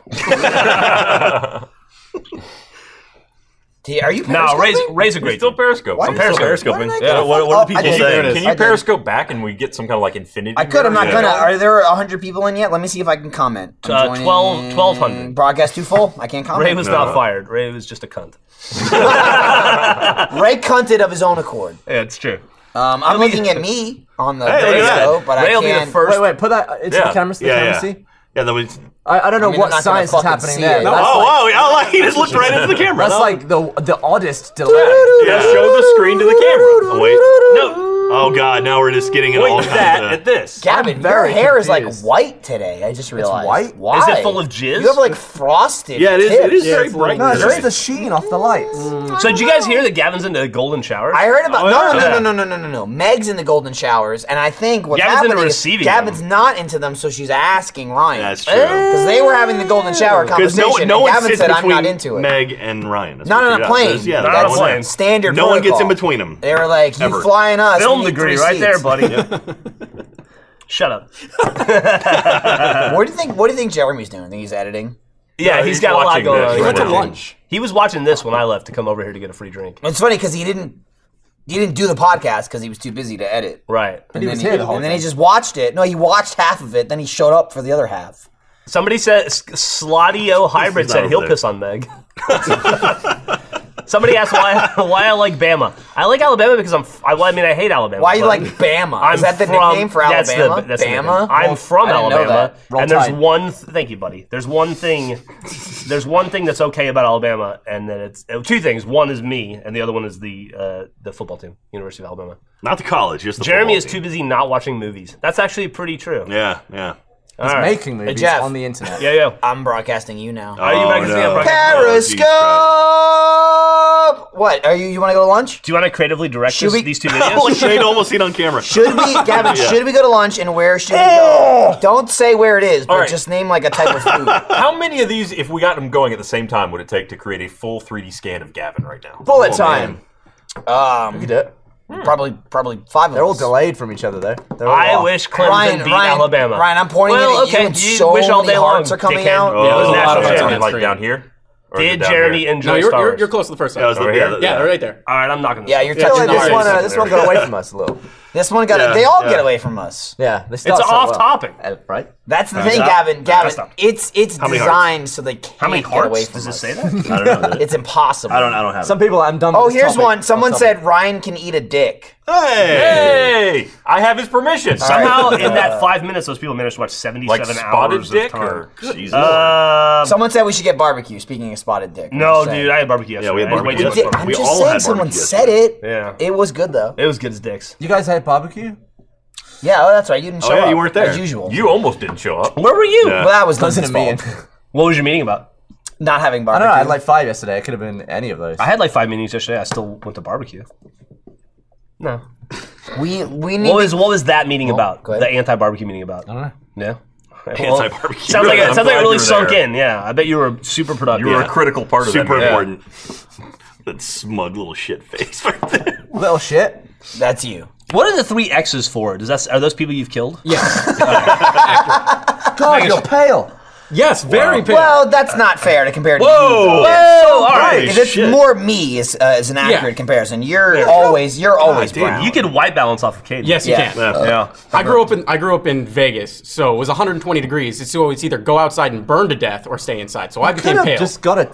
S2: T- Are you?
S9: No,
S2: periscoping?
S9: Ray's Ray's a
S1: He's
S9: great.
S1: still
S9: dude.
S1: periscope.
S2: Why
S1: I'm
S2: did I-
S1: periscoping.
S2: why did I
S3: Periscoping.
S2: get
S3: Yeah,
S2: the
S3: what-
S2: fuck
S3: what do
S2: up?
S3: people
S2: I did.
S3: say?
S2: There it
S1: Can
S2: is.
S1: you,
S2: I did.
S1: periscope back and we get some kind of like infinity?
S2: I could. I'm not
S1: mirror?
S2: gonna. Are there 100 people in yet? Let me see if I can comment. I'm
S9: Uh,
S2: joining
S9: 12 1200.
S2: Broadcast too full. I can't comment.
S9: Ray was not fired. Ray was just a cunt.
S2: Ray cunted of his own accord.
S9: Yeah, it's true.
S2: Um, I'm looking at me on the
S3: Hey, look at
S2: video,
S3: that.
S2: but I
S9: Ray'll be
S2: can't.
S9: the first.
S4: Wait, wait, put that into
S1: Yeah.
S4: the camera so they
S3: Yeah,
S4: can
S3: yeah.
S4: see.
S3: Yeah, that was.
S4: I, I don't know
S2: I mean,
S4: what
S2: they're not gonna
S4: science is
S2: fucking
S4: happening
S2: see
S4: there.
S2: it.
S4: That's,
S2: That's
S3: Oh,
S4: like,
S3: wow! oh, like, he just looked right into the camera.
S4: that's
S3: No.
S4: like the the oddest delay.
S3: yeah, show the screen to the camera. Oh, wait, no. Oh god, now we're just getting it all
S1: Point
S3: kinds
S1: that
S3: of-
S1: at this.
S2: Gavin, your
S4: very
S2: hair is like
S4: confused.
S2: white today. I just realized.
S4: white?
S2: Why?
S9: Is it full of jizz?
S2: You have like frosted.
S3: Yeah, it is. It
S2: tips.
S3: is very bright.
S4: No, it's
S3: today.
S4: just the sheen off the lights.
S9: So did you guys hear that Gavin's in the golden shower?
S2: I heard about
S1: Oh,
S2: no,
S1: yeah.
S2: no, no, no, no, no, no, no. Meg's in the golden showers, and I think what's
S9: Gavin's into
S2: happening is
S9: receiving
S2: Gavin's
S9: them.
S2: not into them, so she's asking Ryan.
S3: That's true.
S2: Because they were having the golden shower
S3: Because
S2: conversation.
S3: no, no
S2: and
S3: one
S2: Gavin
S3: sits
S2: said, "I'm
S3: between
S2: not into it."
S3: Meg and Ryan. That's
S2: Not
S3: what
S2: on
S3: we
S2: a
S3: got.
S2: plane.
S3: There's- Yeah,
S9: Not
S3: there's
S9: on a
S3: one-
S9: plane.
S2: Standard.
S3: No one gets in
S2: protocol.
S3: between them.
S2: They were like, "You
S3: Ever.
S2: flying us?
S9: Film
S2: we need
S9: degree
S2: three
S9: right there,
S2: seats.
S9: buddy. Shut up.
S2: What do you think? What do you think Jeremy's doing? Think he's editing?
S9: Yeah,
S1: No,
S9: he's
S1: he's
S9: got a lot
S1: watching
S9: going
S1: this
S9: on.
S1: right Went to now.
S9: lunch. He was watching this when I left to come over here to get a free drink.
S2: It's funny because he didn't. He didn't do the podcast because he was too busy to edit.
S9: Right.
S2: And,
S4: he
S2: then,
S4: was
S2: he,
S4: here the whole
S2: and then he just watched it. No, he watched half of it. Then he showed up for the other half.
S9: Somebody said S- Slotty O Hybrid
S3: He's not
S9: said
S3: over
S9: he'll
S3: there.
S9: piss on Meg. Somebody asked why why I like Bama. I like Alabama because I'm. f- I, well, I mean, I hate Alabama.
S2: Why you
S9: but-
S2: like Bama?
S9: I'm
S2: Is that the
S9: from-
S2: nickname for
S9: that's the-
S2: Alabama?
S9: that's the nickname.
S2: Bama?
S9: I'm
S2: Roll-
S9: from
S2: I didn't know
S9: Alabama,
S2: that. Roll
S9: and there's
S2: Tide.
S9: one. Th- thank you, buddy. There's one thing. There's one thing that's okay about Alabama, and then it's uh, two things. One is me, and the other one is the uh, the football team, University of Alabama.
S3: Not the college, just the
S9: Jeremy
S3: football
S9: is
S3: team.
S9: too busy not watching movies. That's actually pretty true.
S3: Yeah, yeah.
S9: All right.
S2: Hey, Jeff.
S9: Yeah, yeah.
S2: I'm broadcasting you now.
S4: Uh,
S9: Are
S3: Oh,
S9: you back to no.
S2: Periscope. What are you? You want to go to lunch?
S9: Do you want to creatively direct
S2: Should
S9: this,
S2: we-
S9: these two videos?
S2: Holy shit, almost
S3: seen on camera.
S2: Should we, Gavin?
S9: Yeah.
S2: Should we go to lunch and where should we go? Don't say where it is, but just name like a type of food.
S1: How many of these, if we got them going at the same time, would it take to create a full 3D scan of Gavin right now?
S2: Bullet
S1: Oh, man.
S2: time. Um, Probably, probably five. They're
S4: all delayed from each other though. They're all
S9: I
S4: off.
S9: wish Clemson beat Alabama.
S2: Ryan, I'm pointing
S9: well,
S2: it at you
S9: okay.
S2: and so
S9: wish all
S2: many
S9: day long,
S2: hearts are coming
S9: dickhead.
S2: out.
S9: Yeah, it was national
S1: That's
S9: champion.
S1: only, Oh, like down here? Or is it
S9: Did
S1: down
S9: Jeremy
S1: here?
S9: enjoy Star Wars?
S11: close to the first
S1: Yeah, it's
S9: Over
S1: right- yeah,
S9: here?
S1: yeah, they're
S11: right there.
S9: All right, I'm not gonna.
S2: Yeah, you're touching
S4: this
S2: hearts.
S4: one, uh, this one got away from us a little.
S2: This one got.
S4: Yeah,
S2: they all get
S4: yeah.
S2: away from us.
S4: Yeah, they
S2: It's
S4: start so
S2: off
S4: well.
S9: topic.
S4: Uh, right?
S2: That's the
S4: Uh,
S2: thing,
S4: stop.
S2: Gavin. Gavin,
S4: Stop.
S2: it's it's
S4: How many
S2: designed so they can't
S4: How many
S2: get away
S4: hearts?
S2: from
S4: Does it
S2: us.
S4: say that? I don't know.
S2: it's impossible.
S4: I don't- I don't have
S2: Some
S4: Some people, I'm done.
S2: Oh, here's one. Someone said Ryan can eat a dick.
S9: Oh.
S1: Hey! I have his permission.
S9: Somehow, in
S2: Uh,
S9: that five minutes, those people managed to watch seventy-seven
S2: Like spotted
S9: hours
S2: dick
S9: of time.
S2: or-
S9: Jesus.
S1: Uh,
S9: Um,
S2: Someone said we should get barbecue. Speaking of spotted dick.
S9: No, dude, I had barbecue yesterday.
S2: we had
S9: I way
S2: barbecue
S9: too much
S2: yesterday. I'm just saying someone said it.
S9: Yeah.
S2: It was good though.
S9: It was good as dicks.
S4: You guys had barbecue?
S2: Yeah, oh, that's right. You didn't show up as usual.
S1: You almost didn't show up.
S9: Where were you?
S2: Well, that was Duncan's fault.
S9: What was your meeting about?
S2: Not having
S4: I
S2: barbecue.
S4: don't know. I had like five yesterday. It could have been any of those.
S9: I had like five meetings yesterday. I still went to barbecue. No.
S2: We we
S9: What was what was that meeting about? The anti barbecue meeting about? I don't know. No.
S3: Oh, Anti-barbecue.
S9: Sounds like it,
S3: I'm
S9: sounds like
S3: glad
S9: it really
S3: you were
S9: sunk
S3: there.
S9: in. Yeah, I bet you were super productive.
S3: You were
S9: Yeah.
S3: a critical part of that.
S9: Super
S3: meeting.
S9: important.
S3: that smug little shit face.
S4: Little shit.
S2: That's you.
S9: What are the three X's for? Does that are those people you've killed? Yes.
S4: God, you're pale.
S11: Yes,
S9: very pale.
S2: Well, that's not fair to compare to
S9: Whoa.
S2: you.
S3: Oh,
S2: though.
S9: Whoa,
S2: So
S9: Oh! all right.
S2: bright. It's
S9: Shit.
S2: more me is, uh, is an
S9: Yeah.
S2: accurate comparison. You're always you're always brown.
S9: You can white balance off of Caden.
S11: Yes, you can. I grew up in I grew up in Vegas, so it was 120 degrees. It's always either go outside and burn to death or stay inside. So I
S4: You could
S11: became
S4: have
S11: pale.
S4: just got a,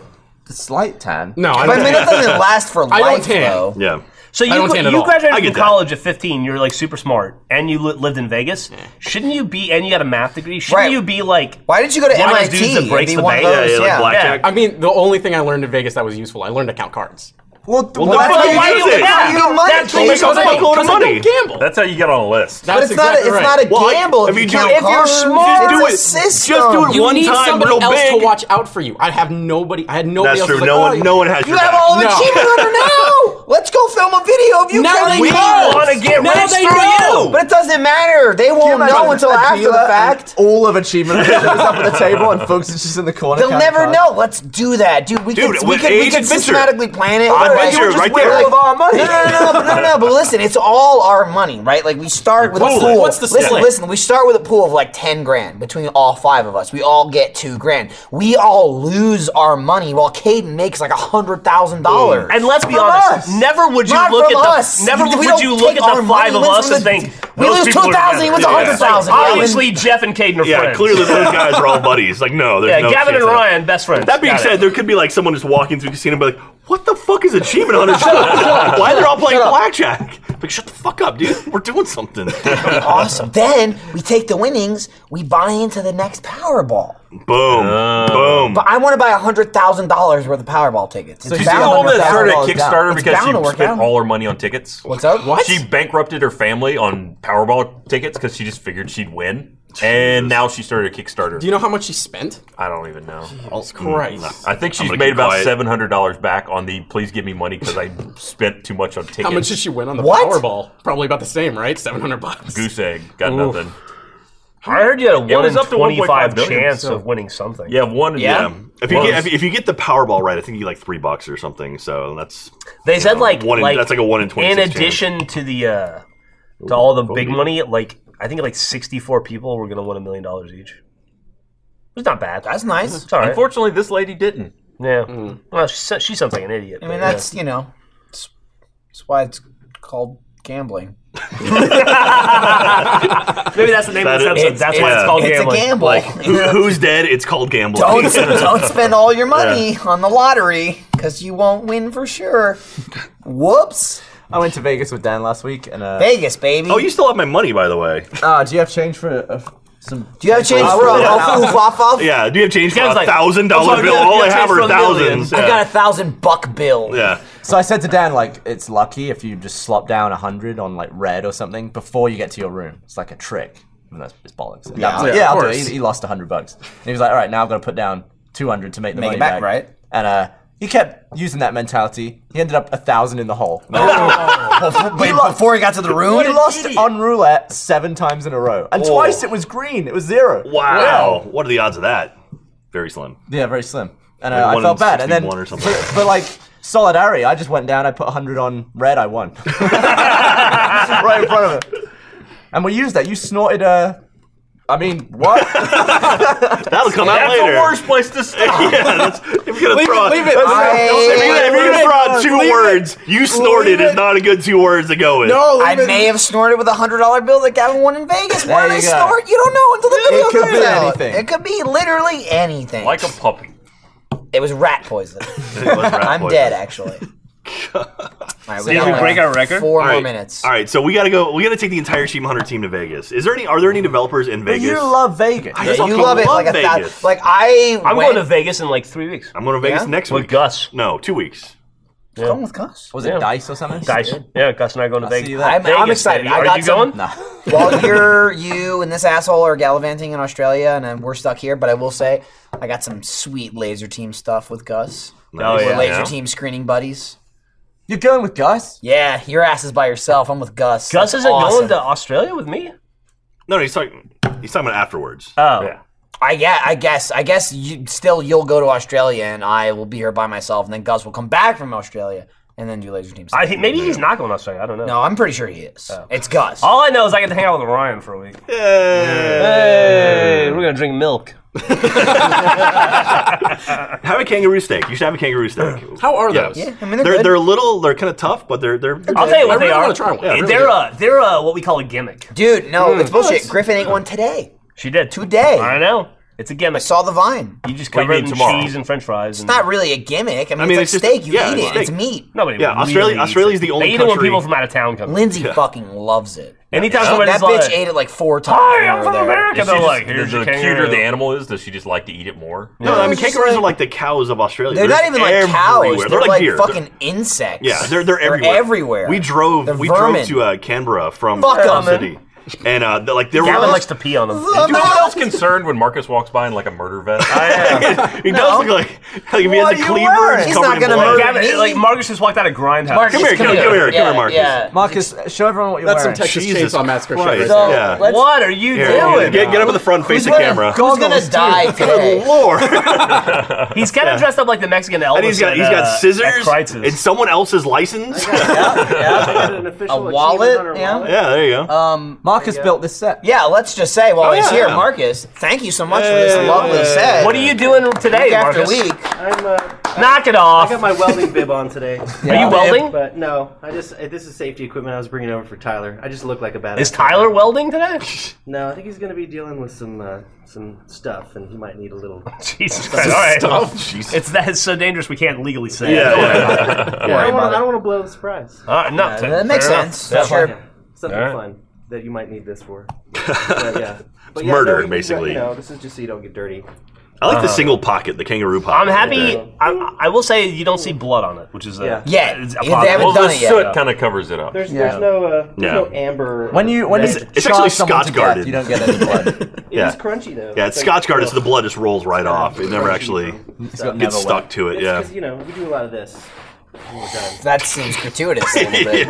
S4: a slight tan.
S11: No, I But don't I mean, tan. it doesn't last for
S4: I don't
S11: life,
S4: tan.
S11: though.
S3: Yeah.
S9: So
S4: I
S9: you,
S4: don't tan at
S9: you
S4: all. I
S9: graduated
S4: get
S9: from
S4: that.
S9: college at 15. You're like super smart, and you li- lived in Vegas. Shouldn't you be? And you got a math degree. Shouldn't you be like?
S2: Why did
S9: you go to one of those MIT dudes that and breaks be the one of bank? those, Yeah, yeah, like yeah. blackjack.
S11: I mean, the only thing I learned in Vegas that was useful, I learned to count cards.
S4: Well,
S1: Well, well, that's that's why why you you use use it. it.
S11: That's
S1: You don't
S11: what
S1: money.
S11: makes
S1: That's
S11: us
S1: what
S11: make a
S1: makes
S11: lot
S1: us
S11: of money.
S1: money. That's how you get on a list.
S11: That's But it's not- exactly it's right. not a
S2: Well, I- gamble
S1: I
S2: if
S1: mean,
S2: you count
S1: do it-
S2: cards.
S1: Just
S2: smart,
S1: do
S2: it's
S1: it.
S2: a system.
S1: Just do it
S11: You
S1: one
S11: need
S1: time
S11: somebody
S1: real
S11: else
S1: big.
S11: to watch out for you. I have nobody. I had nobody
S3: That's
S11: else.
S3: true.
S11: who's like,
S3: No
S11: oh,
S3: one-
S11: you-
S3: no one has
S2: You have all the
S11: No.
S2: achievement hunter now. Let's go film a video of you.
S11: Now
S2: counting
S11: they
S2: cards.
S11: wanna get Now rich they through know. you.
S2: But it doesn't matter. They won't know until after the fact.
S4: All of achievement shows up at the table, and folks is just in the corner.
S2: They'll never know. Let's do that, dude. We
S4: Dude,
S2: could, we
S4: with
S2: could, we
S4: Age
S2: could
S4: Adventure.
S2: systematically plan it.
S4: Age
S2: All
S4: Adventure
S2: Just
S4: right
S2: we're
S4: there. All
S2: like-
S4: of our money.
S2: No, no, no, no, but no, no, no. But listen, it's all our money, right? Like we start with
S11: What's
S2: a
S11: the-
S2: pool.
S11: what's the
S2: listen,
S11: split?
S2: listen. We start with a pool of like ten grand between all five of us. We all get two grand. We all lose our money while Caden makes like a hundred thousand dollars.
S9: And let's be
S2: From
S9: honest,
S2: us.
S9: never would you
S2: Not
S9: look
S2: from
S9: at the
S2: us.
S9: never
S2: We
S9: would
S2: don't
S9: you look
S2: take
S9: at
S2: our
S9: the five
S2: money.
S9: of
S2: Listen
S9: us
S2: to
S9: and
S2: the-
S9: think
S2: we
S9: those
S2: lose
S9: people are
S2: 2,000, he
S9: together.
S2: wins
S9: Yeah.
S2: 100,000.
S9: Like, Obviously, Jeff and Caden are
S3: yeah,
S9: friends.
S3: clearly those guys are all buddies. Like, no, there's
S9: Yeah,
S3: no
S9: Gavin
S3: chance
S9: and
S3: of-
S9: Ryan, best friends.
S3: That being
S9: Got
S3: said,
S9: it.
S3: there could be like someone just walking through the casino and be like, "What the fuck is achievement hunter? Shut up! Why they're all playing
S2: Shut up.
S3: blackjack? Like, shut the fuck up, dude. We're doing something."
S2: awesome. Then we take the winnings. We buy into the next Powerball.
S3: Boom. Boom.
S2: But I want to buy hundred thousand dollars worth of Powerball tickets.
S1: Did you see the woman that started a Kickstarter
S2: It's
S1: because
S2: bound to
S1: she
S2: work
S1: spent
S2: out.
S1: all her money on tickets?
S2: What's up? What?
S1: She bankrupted her family on Powerball tickets because she just figured she'd win, and now she started a Kickstarter.
S11: Do you know how much she spent?
S1: I don't even know. Jesus
S11: Christ.
S1: I think
S11: I'm
S1: she's
S11: gonna
S1: made
S11: keep
S1: about
S11: quiet.
S1: seven hundred dollars back on the please give me money because I spent too much on tickets.
S11: How much did she win on the Powerball? Probably about the same, right? 700 bucks.
S1: Goose egg got
S11: Oof.
S1: nothing.
S9: I heard you had a
S1: It
S9: one
S1: was
S9: in
S1: up to 1.5
S9: twenty-five
S1: billion,
S9: chance
S1: so-
S9: of winning something.
S1: Yeah, one.
S9: Yeah?
S3: If you,
S9: Close.
S3: get, if, you- if you get the Powerball right, I think you get like three bucks or something. So that's
S9: They
S3: you
S9: said
S3: know,
S9: like,
S3: one in,
S9: like
S3: that's like a one in twenty.
S9: In addition to the uh, to all the big money, like I think like sixty-four people were gonna win a million dollars each. It's not bad.
S2: That's nice.
S9: It's all right.
S1: Unfortunately, this lady didn't.
S9: Yeah. Well, she, sa- she sounds like an idiot.
S2: I
S9: but
S2: mean,
S9: yeah.
S2: that's you know, it's- that's why it's called gambling.
S9: Maybe that's the name of this
S3: That is-
S9: episode. that's why it's called
S2: it's
S9: gambling.
S2: a gamble.
S3: Like who, who's dead? It's called gambling.
S2: don't don't spend all your money on the lottery. because you won't win for sure. Whoops.
S4: I went to Vegas with Dan last week and uh,
S2: Vegas, baby.
S3: Oh, you still have my money, by the way.
S4: Ah, do you have change for uh, some?
S2: Do you have change for a waffle?
S3: Yeah, do you have change for
S2: Sounds
S3: a
S2: like-
S3: thousand dollar
S2: Sounds
S3: bill?
S2: like-
S3: All I
S2: yeah,
S3: have
S2: change
S3: are
S2: for a million.
S3: thousands.
S2: I got
S3: Yeah.
S2: a thousand buck bill.
S3: Yeah.
S4: So I said to Dan, like, it's lucky if you just slop down a hundred on like red or something before you get to your room. It's like a trick. And that's it's bollocks. And
S2: Yeah,
S4: Dan was like,
S2: yeah,
S4: yeah,
S2: of
S4: I'll do it.
S2: course.
S4: He, he lost a hundred bucks. And he was like, all right, now I've got to put down two hundred to make the
S2: Make
S4: money
S2: it back, right?
S4: And uh, he kept using that mentality. He ended up a thousand in the hole.
S2: Before, Oh. wait, before he got to the room,
S4: he lost on roulette seven times in a row, and
S3: Oh.
S4: twice it was green. It was zero.
S3: Wow. What are the odds of that? Very slim.
S4: Yeah, very slim. And
S3: Like
S4: uh, I
S3: one
S4: felt
S3: in
S4: bad. And then,
S3: 61 or something.
S4: but, but, like solidarity, I just went down. I put 100 on red. I won right in front of it. And we used that. You snorted Uh, I mean, what?
S3: That'll come out
S4: That's the
S3: later.
S4: worst
S3: place to start. yeah, that's, if you're gonna
S4: Leave
S3: throw,
S4: it, leave it.
S3: that's-
S4: I-
S3: if you're, gonna- if you're
S4: leave
S3: gonna
S4: it.
S3: throw out two
S4: Leave it.
S3: words, you snorted
S2: Leave
S3: is not a good two words to go with.
S2: I may have snorted with a hundred dollar bill that Gavin won in Vegas.
S3: There
S2: Why did
S3: you
S2: I
S3: go.
S2: snort? You don't know until the
S4: It
S2: video
S4: could
S2: comes
S4: be
S2: out.
S4: anything.
S2: It could be literally anything.
S1: Like a puppy.
S2: It was rat poison.
S3: was rat
S2: I'm
S3: poison.
S2: dead actually. All right,
S3: Did
S2: got
S3: we
S2: like
S3: break
S5: our record?
S2: Four
S3: All
S2: more
S3: right.
S2: minutes.
S3: All right, so we gotta go. We gotta take the entire Team Hunter team to Vegas. Is there any? Are there any developers in Vegas?
S4: You love Vegas.
S3: I
S2: Yeah,
S3: fucking
S2: you love it like a
S3: Vegas.
S2: thousand. Like I.
S9: I'm
S2: went-
S9: going to Vegas in like three weeks.
S3: I'm going to Vegas
S2: Yeah?
S3: next week. With Gus? No, two weeks.
S2: What's going with Gus?
S4: Was
S9: Yeah.
S4: it dice or something?
S9: Guys, yeah, Gus and I are going to Vegas.
S4: See that?
S2: I'm, I'm
S9: Vegas,
S2: excited.
S9: baby.
S2: I
S9: Are
S2: got
S9: you
S2: some-
S9: going?
S2: While you're you and this asshole are gallivanting in Australia, and um, we're stuck here. But I will say, I got some sweet laser team stuff with Gus.
S9: Oh,
S2: We're
S9: yeah.
S2: laser
S9: Yeah.
S2: team screening buddies.
S4: You're going with Gus?
S2: Yeah, your ass is by yourself. I'm with Gus.
S9: Gus
S2: That's
S9: isn't
S2: awesome.
S9: going to Australia with me.
S3: No, no, he's talking. He's talking about afterwards.
S9: Oh,
S2: I yeah, I guess. I guess you still you'll go to Australia, and I will be here by myself, and then Gus will come back from Australia, and then do laser team stuff.
S9: I think maybe he's not going to Australia. I don't know.
S2: no, I'm pretty sure he is. It's Gus.
S9: All I know is I get to hang out with Ryan for a week. Hey, we're gonna drink milk.
S3: Have a kangaroo steak. You should have a kangaroo steak.
S11: How are
S3: Yeah.
S11: those?
S2: I mean, they're
S3: they're
S2: good.
S3: they're little. They're kind of tough, but they're they're.
S9: I'll tell you what
S11: I
S9: they
S11: really
S9: are.
S11: wanna try one. Yeah, I really
S9: they're
S11: do.
S9: a they're a what we call a gimmick.
S2: Dude, no, it's bullshit.
S9: that's-
S2: Griffin ate one today.
S9: She did
S2: Today.
S9: I know it's a
S2: I
S9: gimmick.
S2: saw the vine.
S9: You just
S3: What do
S9: cover
S3: you
S9: it
S3: mean
S9: in
S3: tomorrow?
S9: cheese and French fries. And
S2: It's not really a gimmick. I mean,
S3: I mean,
S2: it's,
S3: it's
S2: like
S3: just-
S2: steak. You
S3: yeah,
S2: eat
S3: it's
S2: it.
S3: steak.
S2: It's meat.
S9: Nobody.
S3: Yeah,
S9: really
S3: Australia.
S9: eats
S3: Australia's
S9: it.
S3: the only
S9: They eat it when
S3: country.
S9: people from out of town come.
S2: Lindsay
S3: Yeah.
S2: fucking loves it.
S9: Anytime
S2: She-
S9: somebody's
S2: that
S9: like,
S2: bitch ate it like four times.
S9: "Hi,
S2: when
S9: I'm
S2: we
S9: from
S2: were there.
S9: America,"
S1: Is she
S9: they're
S1: just-
S9: like, "Here's
S1: the
S9: your
S1: cuter the
S9: kangaroo."
S1: animal is, does she just like to eat it more?
S3: No, I mean
S2: it's just
S3: kangaroos are
S2: like-
S3: like the cows of Australia.
S2: They're not
S3: just
S2: even like
S3: everywhere.
S2: cows. They're, like,
S3: deer.
S2: fucking insects.
S3: Yeah, they're they're everywhere.
S2: everywhere.
S3: We drove
S2: They're
S3: we
S2: vermin.
S3: drove to uh, Canberra from
S2: Fuck 'em.
S3: Capital City, and uh, the- like there
S9: Gavin
S3: were.
S9: likes to pee on them.
S1: Is anyone else concerned when Marcus walks by in like a murder vest?
S3: he does look like like if he
S2: What
S3: had
S2: are
S3: the
S2: you
S3: cleaver.
S2: wearing? He's
S3: covered
S2: not
S3: in
S2: gonna
S3: blood.
S2: murder-
S9: Gavin,
S2: Me?
S9: like Marcus just walked out of Grindhouse.
S2: Marcus,
S3: Come here, come here, come here, come here, Marcus.
S2: Yeah.
S4: Marcus, show everyone what you're
S11: That's some
S4: wearing.
S11: Texas
S3: Jesus
S11: Chainsaw Massacre shit. Right
S3: Christ.
S11: there.
S2: So,
S3: Yeah.
S2: let's-
S9: What are you
S3: Here,
S9: doing?
S3: Get, get up in the front, face the
S4: wearing
S3: camera.
S4: goggles,
S2: Who's gonna
S4: dude?
S2: die
S3: Good
S2: today?
S3: lord!
S9: He's kind of dressed up like the Mexican Elvis.
S3: and he's got
S9: at,
S3: he's
S9: uh,
S3: got
S9: at
S3: scissors
S9: Kreitz's.
S3: and someone else's license.
S2: A wallet? Yeah.
S3: yeah, there you go.
S8: Oh,
S2: Um,
S4: Marcus built this set.
S2: yeah, let's just say while
S3: Oh,
S2: he's
S3: yeah,
S2: here,
S3: yeah.
S2: Marcus, thank you so much for this
S3: Hey,
S2: lovely
S3: hey.
S2: set.
S9: what are you doing today,
S2: Week after
S9: Marcus?
S2: week.
S8: I'm, uh,
S9: Knock it
S8: I
S9: off.
S8: got my welding bib on today.
S9: Are you welding?
S8: But no, I just uh, this is safety equipment I was bringing over for Tyler. I just look like a badass.
S9: Is Tyler welding today?
S8: No, I think he's gonna be dealing with some uh, some stuff, and he might need a little.
S9: Jesus Christ! All right. It's that it's so dangerous we can't legally say.
S3: Yeah,
S9: it.
S3: yeah.
S8: I don't wanna- I don't want to blow the surprise.
S9: All right, no,
S2: Uh,
S9: t-
S2: that makes
S9: fair enough.
S2: sense.
S9: Yeah.
S2: Sure.
S8: Yeah, something
S9: All right.
S8: fun that you might need this for. But, yeah. But, yeah,
S3: murder,
S8: you-
S3: basically.
S8: You know, this is just so you don't get dirty.
S3: I like the single pocket, the kangaroo pocket.
S9: I'm happy. I, I will say you don't see blood on it, which is uh, a,
S8: Yeah.
S2: Yeah,
S9: it's
S2: they
S9: positive.
S2: haven't
S1: well,
S2: done
S1: the
S2: it yet.
S1: soot kind of covers it up.
S8: There's, there's no uh, there's
S3: Yeah.
S8: no amber.
S4: When you when
S8: it's,
S4: you
S3: it's
S4: charge
S3: actually
S4: someone to
S3: Scotch-guarded.
S4: death, you don't get any blood.
S3: Yeah.
S8: it's crunchy though.
S3: Yeah, it's
S8: like-
S3: Scotch guard, so the blood just rolls right off. It never
S8: Crunchy.
S3: actually
S4: It's got
S3: gets
S4: never
S3: stuck to it.
S8: It's
S3: Yeah.
S8: 'cause, you know we do a lot of this. when we're done.
S2: That seems gratuitous a little bit.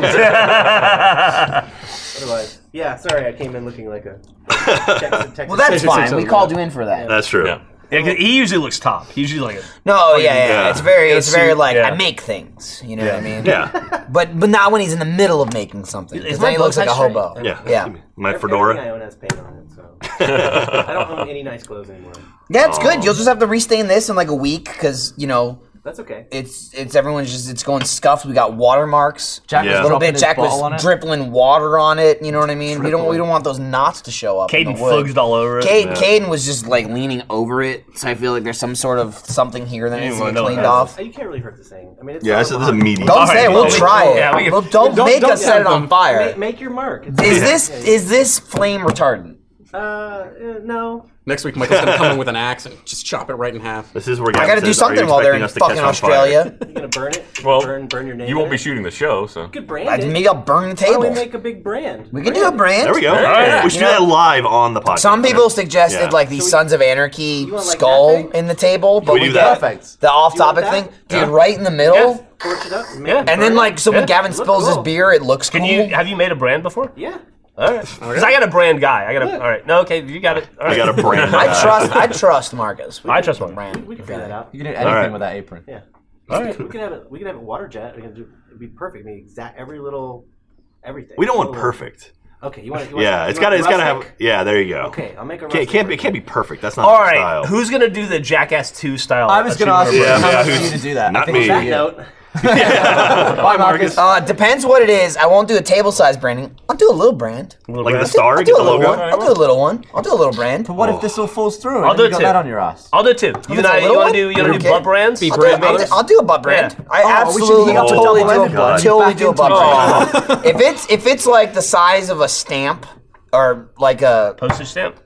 S8: Otherwise, yeah. Sorry, I came in looking like a. Texas, Texas
S2: Well, that's
S11: Six or six
S2: fine. We
S11: over
S2: called you in for that.
S3: That's true.
S1: Yeah.
S9: Yeah, 'cause he usually looks top. He's usually like, a,
S2: No, yeah, yeah,
S3: yeah.
S2: It's very, it's very like
S9: yeah.
S2: I make things. You know what I mean?
S3: Yeah.
S2: But but not when he's in the middle of making something. 'cause
S9: Is my
S2: then he looks
S9: bow
S2: like
S9: tie
S2: a hobo.
S3: Yeah.
S2: Yeah.
S3: My
S8: Everything I
S3: fedora.
S8: own has paint on it, so I don't own any nice clothes anymore.
S2: That's good. You'll just have to restain this in like a week because you know That's okay. It's it's everyone's just it's going scuffed. We got watermarks. Jack
S9: was
S2: was a little
S9: dropping
S2: bit.
S9: his
S2: Jack
S9: bottle on it.
S2: was drippling water on it. You know what I mean? We don't we don't want those knots to show up. in
S9: Caden
S2: the wood.
S9: fudged all over it.
S2: Caden,
S9: Yeah.
S2: Caden was just like leaning over it, so I feel like there's some sort of something here that
S9: You
S2: needs to
S9: wanna
S2: be
S9: know what
S2: cleaned
S9: that
S2: off.
S8: You can't really hurt this thing. I mean, it's
S3: Yeah, this is- this is a medium.
S2: Don't
S3: All
S2: say
S3: right,
S2: it. We'll
S3: well,
S2: try it.
S3: yeah, we can-
S2: Well, don't,
S8: Don't-
S2: make
S8: don't
S2: us set it on fire.
S8: Make, make your mark. Uh, It's-
S2: Is this is this flame retardant?
S8: Uh, uh, no.
S11: Next week, Michael's gonna come in with an axe and just chop it right in half.
S3: This is where
S2: I gotta do something while they're in fucking Australia.
S8: You're gonna burn it.
S1: Well,
S8: burn, burn your name.
S1: You won't
S8: in
S1: be
S8: it?
S1: shooting the show, so.
S8: Good brand.
S2: I
S8: it.
S2: think I'll burn the
S8: Why
S2: table.
S8: don't we make a big brand.
S2: We can do a brand.
S3: There we go.
S2: Yeah.
S3: We should
S2: You
S3: do
S2: know,
S3: that live on the podcast.
S2: Some people suggested
S3: Yeah.
S2: like the Sons of Anarchy skull in the table, but
S3: we
S2: we
S3: do
S2: got
S3: that?
S2: the off-topic thing, dude, right in the middle.
S8: Torch it up.
S9: Yeah.
S2: And then like, so when
S9: Yeah.
S2: Gavin spills his beer, it looks
S9: Can
S2: cool.
S9: you have you made a brand before?
S8: Yeah.
S9: All
S3: Oh,
S9: right. Because I got a brand guy. I got a. All right. No. Okay. You got it. All right.
S3: got a brand
S2: I
S3: guy.
S2: trust. I trust Marcus.
S9: I trust Marcus.
S2: Brand.
S8: We can figure that out.
S4: You can do
S3: All
S4: anything
S3: right.
S4: with that apron.
S8: Yeah.
S9: All right.
S8: We can have it. We can have a water jet. We can do. It'd be perfect. I mean, exact every little, everything.
S3: We don't want
S8: Little-
S3: perfect.
S8: Okay, you want. You want
S3: Yeah,
S8: you
S3: it's
S8: want
S3: gotta, it's gotta have.
S8: rustic?
S3: Yeah, there you go.
S8: Okay, I'll make a
S3: Can't,
S8: rustic
S3: can't be, can't be perfect. That's not
S9: All
S3: the
S9: right.
S3: style.
S9: Who's gonna do the Jackass Two style?
S4: I was gonna ask
S3: you,
S9: achievement
S3: how much
S9: program?
S3: do you need to do that? Not me.
S8: That
S3: Yeah.
S8: note.
S4: Bye, Marcus.
S2: Uh, depends what it is. I won't do a table size branding. I'll do a little brand.
S3: Like the
S2: I'll do-
S3: star,
S2: I'll
S3: get
S2: do
S3: the
S2: a little
S3: logo.
S2: one. I'll do a little one. I'll do a little brand.
S4: But what if this all falls through? and
S9: I'll
S4: then
S9: do
S4: you
S9: it
S4: got
S9: too.
S4: that on your ass.
S9: I'll do two. You and I.
S2: little
S9: You
S2: one?
S9: wanna do? You wanna do
S4: Okay.
S9: butt brands?
S11: Be
S2: I'll do,
S11: brand
S2: I'll, do,
S11: others.
S2: I'll do a butt brand.
S9: Yeah.
S2: I
S4: Oh, we should
S2: absolutely,
S4: do a
S2: totally,
S4: double
S2: do a
S4: brand.
S2: butt,
S4: Back
S2: totally do a
S4: into
S2: butt brand. if it's if it's like the size of a stamp or like a
S9: Postage stamp.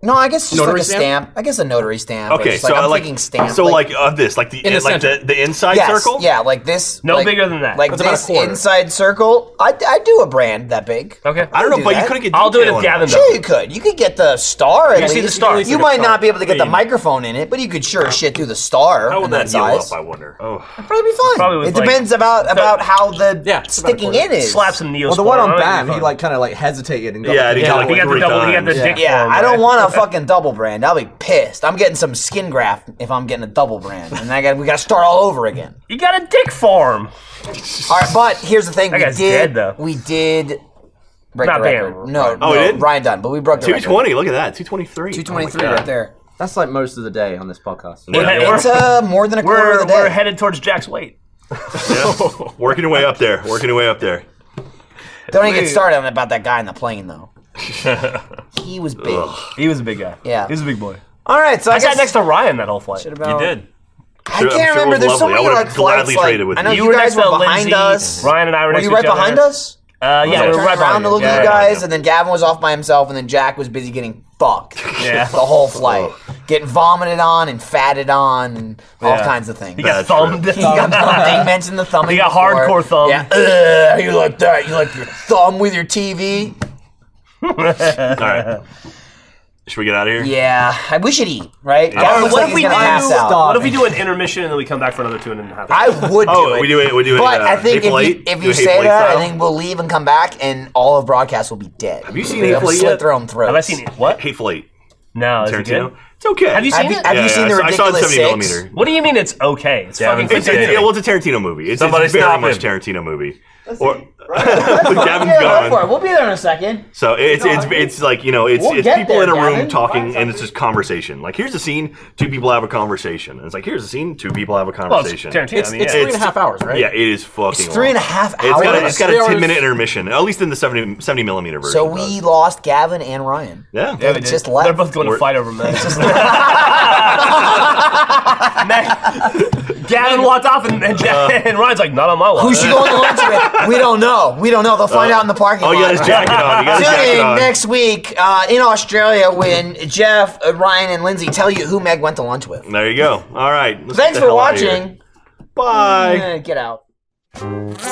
S2: no, I guess just
S11: Notary
S2: like a
S11: stamp?
S2: stamp. I guess a notary stamp. or
S3: Okay,
S2: just
S3: so
S2: like,
S3: I
S2: I'm
S3: like
S2: thinking stamp.
S3: so like of this, like the,
S11: In the
S3: like the,
S11: center.
S3: the inside
S2: yes,
S3: circle.
S2: Yeah, like this.
S9: No
S2: like-
S9: bigger than that.
S2: Like
S11: That's about a
S2: this
S11: quarter.
S2: inside circle. I I do a brand that big.
S9: Okay.
S3: I don't know,
S2: do
S3: but
S2: that.
S3: you couldn't get.
S9: I'll do it
S3: detail
S9: if
S3: in
S9: Gavin
S2: Sure,
S9: does.
S2: you could. You could get the star. At
S9: You
S2: least.
S9: see the star. You
S2: You,
S9: see the
S2: might
S9: star.
S2: not be able to get
S9: Yeah,
S2: the
S9: you-
S2: microphone in it, but you could sure shit through the star.
S3: How would
S2: and
S3: that heal
S2: size.
S3: up? I wonder. Oh,
S2: Probably be fine.
S9: Probably with,
S2: it
S9: like,
S2: depends about about how the
S11: Yeah, it's about a
S2: sticking in
S11: quarter.
S2: is.
S9: Slap some neo.
S4: Well, the one on
S9: Bam.
S4: Bam, he like kind of like hesitated and got
S3: yeah, he
S9: Yeah,
S3: got
S9: he
S3: like
S9: got the
S3: three
S9: double. He got the
S3: times.
S9: dick.
S2: Yeah,
S9: form,
S2: I don't
S9: right?
S2: want a fucking double brand. I'll be pissed. I'm getting some skin graft if I'm getting a double brand, and I got we got to start all over again.
S9: You got a dick farm.
S2: All right, but here's the thing:
S9: That
S2: we
S9: guy's
S2: did
S9: dead, though.
S2: we did break
S9: Not
S2: the record.
S9: Bam.
S2: No,
S3: Oh,
S2: no,
S3: we did?
S2: Ryan Dunn, but we broke the
S3: Two
S2: record.
S3: twenty. Look at that. Two twenty three.
S2: Two twenty three, right there.
S4: That's like most of the day on this podcast.
S9: Hey, Oh we're-
S2: It's uh, more than a quarter
S9: We're
S2: of the day.
S9: we're headed towards Jack's weight.
S3: Working your way up there. Working your way up there.
S2: Don't even get started on about that guy in the plane though. he was big.
S9: He was a big guy.
S2: Yeah.
S9: He was a big boy.
S2: All right, so I,
S9: I
S2: guess
S9: sat next to Ryan that whole flight.
S1: You did.
S2: I
S3: Sure, I'm
S2: can't
S3: sure it
S2: remember.
S3: was
S2: There's so
S3: lovely. I
S2: many
S3: would've gladly
S2: like gladly
S3: traded
S2: flights. Traded
S3: with
S2: with I know
S3: you.
S2: you, guys were behind
S9: Lindsay,
S2: us.
S9: Ryan and I were,
S2: Were
S9: next
S2: you
S9: to
S2: right
S9: each other.
S2: behind us?
S9: Uh, yeah, we
S2: I
S9: were
S2: turned
S9: right
S2: around
S9: behind
S2: to
S9: you.
S2: look
S9: Yeah,
S2: at
S9: right
S2: you
S9: behind
S2: guys, and then Gavin was off by himself, and then Jack was busy getting fucked
S9: Yeah.
S2: the whole flight, getting vomited on and fatted on, and all
S9: Yeah.
S2: kinds of things.
S9: He got
S3: That's true.
S9: thumbed.
S2: He got thumbing. mentioned the thumbing.
S9: He got
S2: before.
S9: hardcore thumb.
S2: Yeah, Ugh, you like that? You like your thumb with your TV?
S3: All right. Should we get out of here?
S2: Yeah, I- we should eat, right? Gavin
S9: Or
S2: looks
S9: what
S2: like
S9: if
S2: he's
S9: we do?
S2: gonna pass out.
S9: What if we
S4: Starving.
S9: do an intermission and then we come back for another two and a half?
S2: I would do
S3: Oh,
S2: it.
S3: we do it. We do it.
S2: But
S3: uh,
S2: I think if
S3: Hateful
S2: you,
S3: Eight?
S2: if
S3: Do
S2: you
S3: a
S2: say
S3: Hateful Eight
S2: that,
S3: style?
S2: I think we'll leave and come back, and all of broadcast will be dead. Have
S3: you seen
S2: They'll
S3: Hateful Eight
S2: slit
S3: yet?
S2: their own throats.
S9: Have I seen it? What?
S3: Hateful Eight.
S9: No, is it
S3: Tarantino.
S9: good?
S3: It's okay.
S9: Have you
S2: Have
S9: seen
S2: you,
S9: it?
S2: have you seen
S3: yeah,
S2: the
S3: I saw- I saw it
S2: ridiculous
S3: 70
S2: Six?
S3: millimeter.
S9: What do you mean it's okay? It's
S1: Yeah, I
S9: fucking
S1: mean,
S3: It's, it's,
S9: fantastic.
S3: yeah, well, it's a Tarantino movie. It's,
S1: Somebody
S3: it's very
S1: stop
S3: much
S1: him.
S3: Tarantino movie. Or
S2: Yeah,
S3: with Gavin's
S2: go for it.
S3: gone,
S2: We'll be there in a second.
S3: so it's it's it's like you know it's
S2: We'll
S3: it's
S2: get
S3: people
S2: there,
S3: in a room
S2: Gavin.
S3: talking and it's just conversation. Like here's a scene, two people have a conversation, and it's like here's a scene, two people have a
S9: Well, it's
S3: conversation.
S9: Tarantino. I mean,
S11: it's
S9: yeah.
S11: three and a half hours, right?
S3: yeah, it is fucking.
S2: It's three and a
S3: long.
S2: half
S3: It's got a,
S2: hours.
S3: it's got a
S11: Three hours.
S3: ten minute intermission, at least in the 70, 70 millimeter version.
S2: so
S3: it
S2: we
S3: does.
S2: lost Gavin and Ryan.
S3: yeah,
S2: They just left.
S9: They're both going
S3: We're-
S9: to fight over men. Gavin walked off, and, and, and Ryan's like, "Not on my watch."
S2: Who should go on the lunch with? We don't know. We don't know. They'll find out in the parking
S3: Oh,
S2: lot.
S3: you got his jacket on. You got his
S2: Tune
S3: jacket
S2: in
S3: on.
S2: next week uh, in Australia when Jeff, uh, Ryan, and Lindsay tell you who Meg went to lunch with.
S3: There you go. All right. let's get
S2: Thanks
S3: the
S2: for
S3: hell outta here.
S2: watching.
S3: Bye.
S2: Eh, Get out.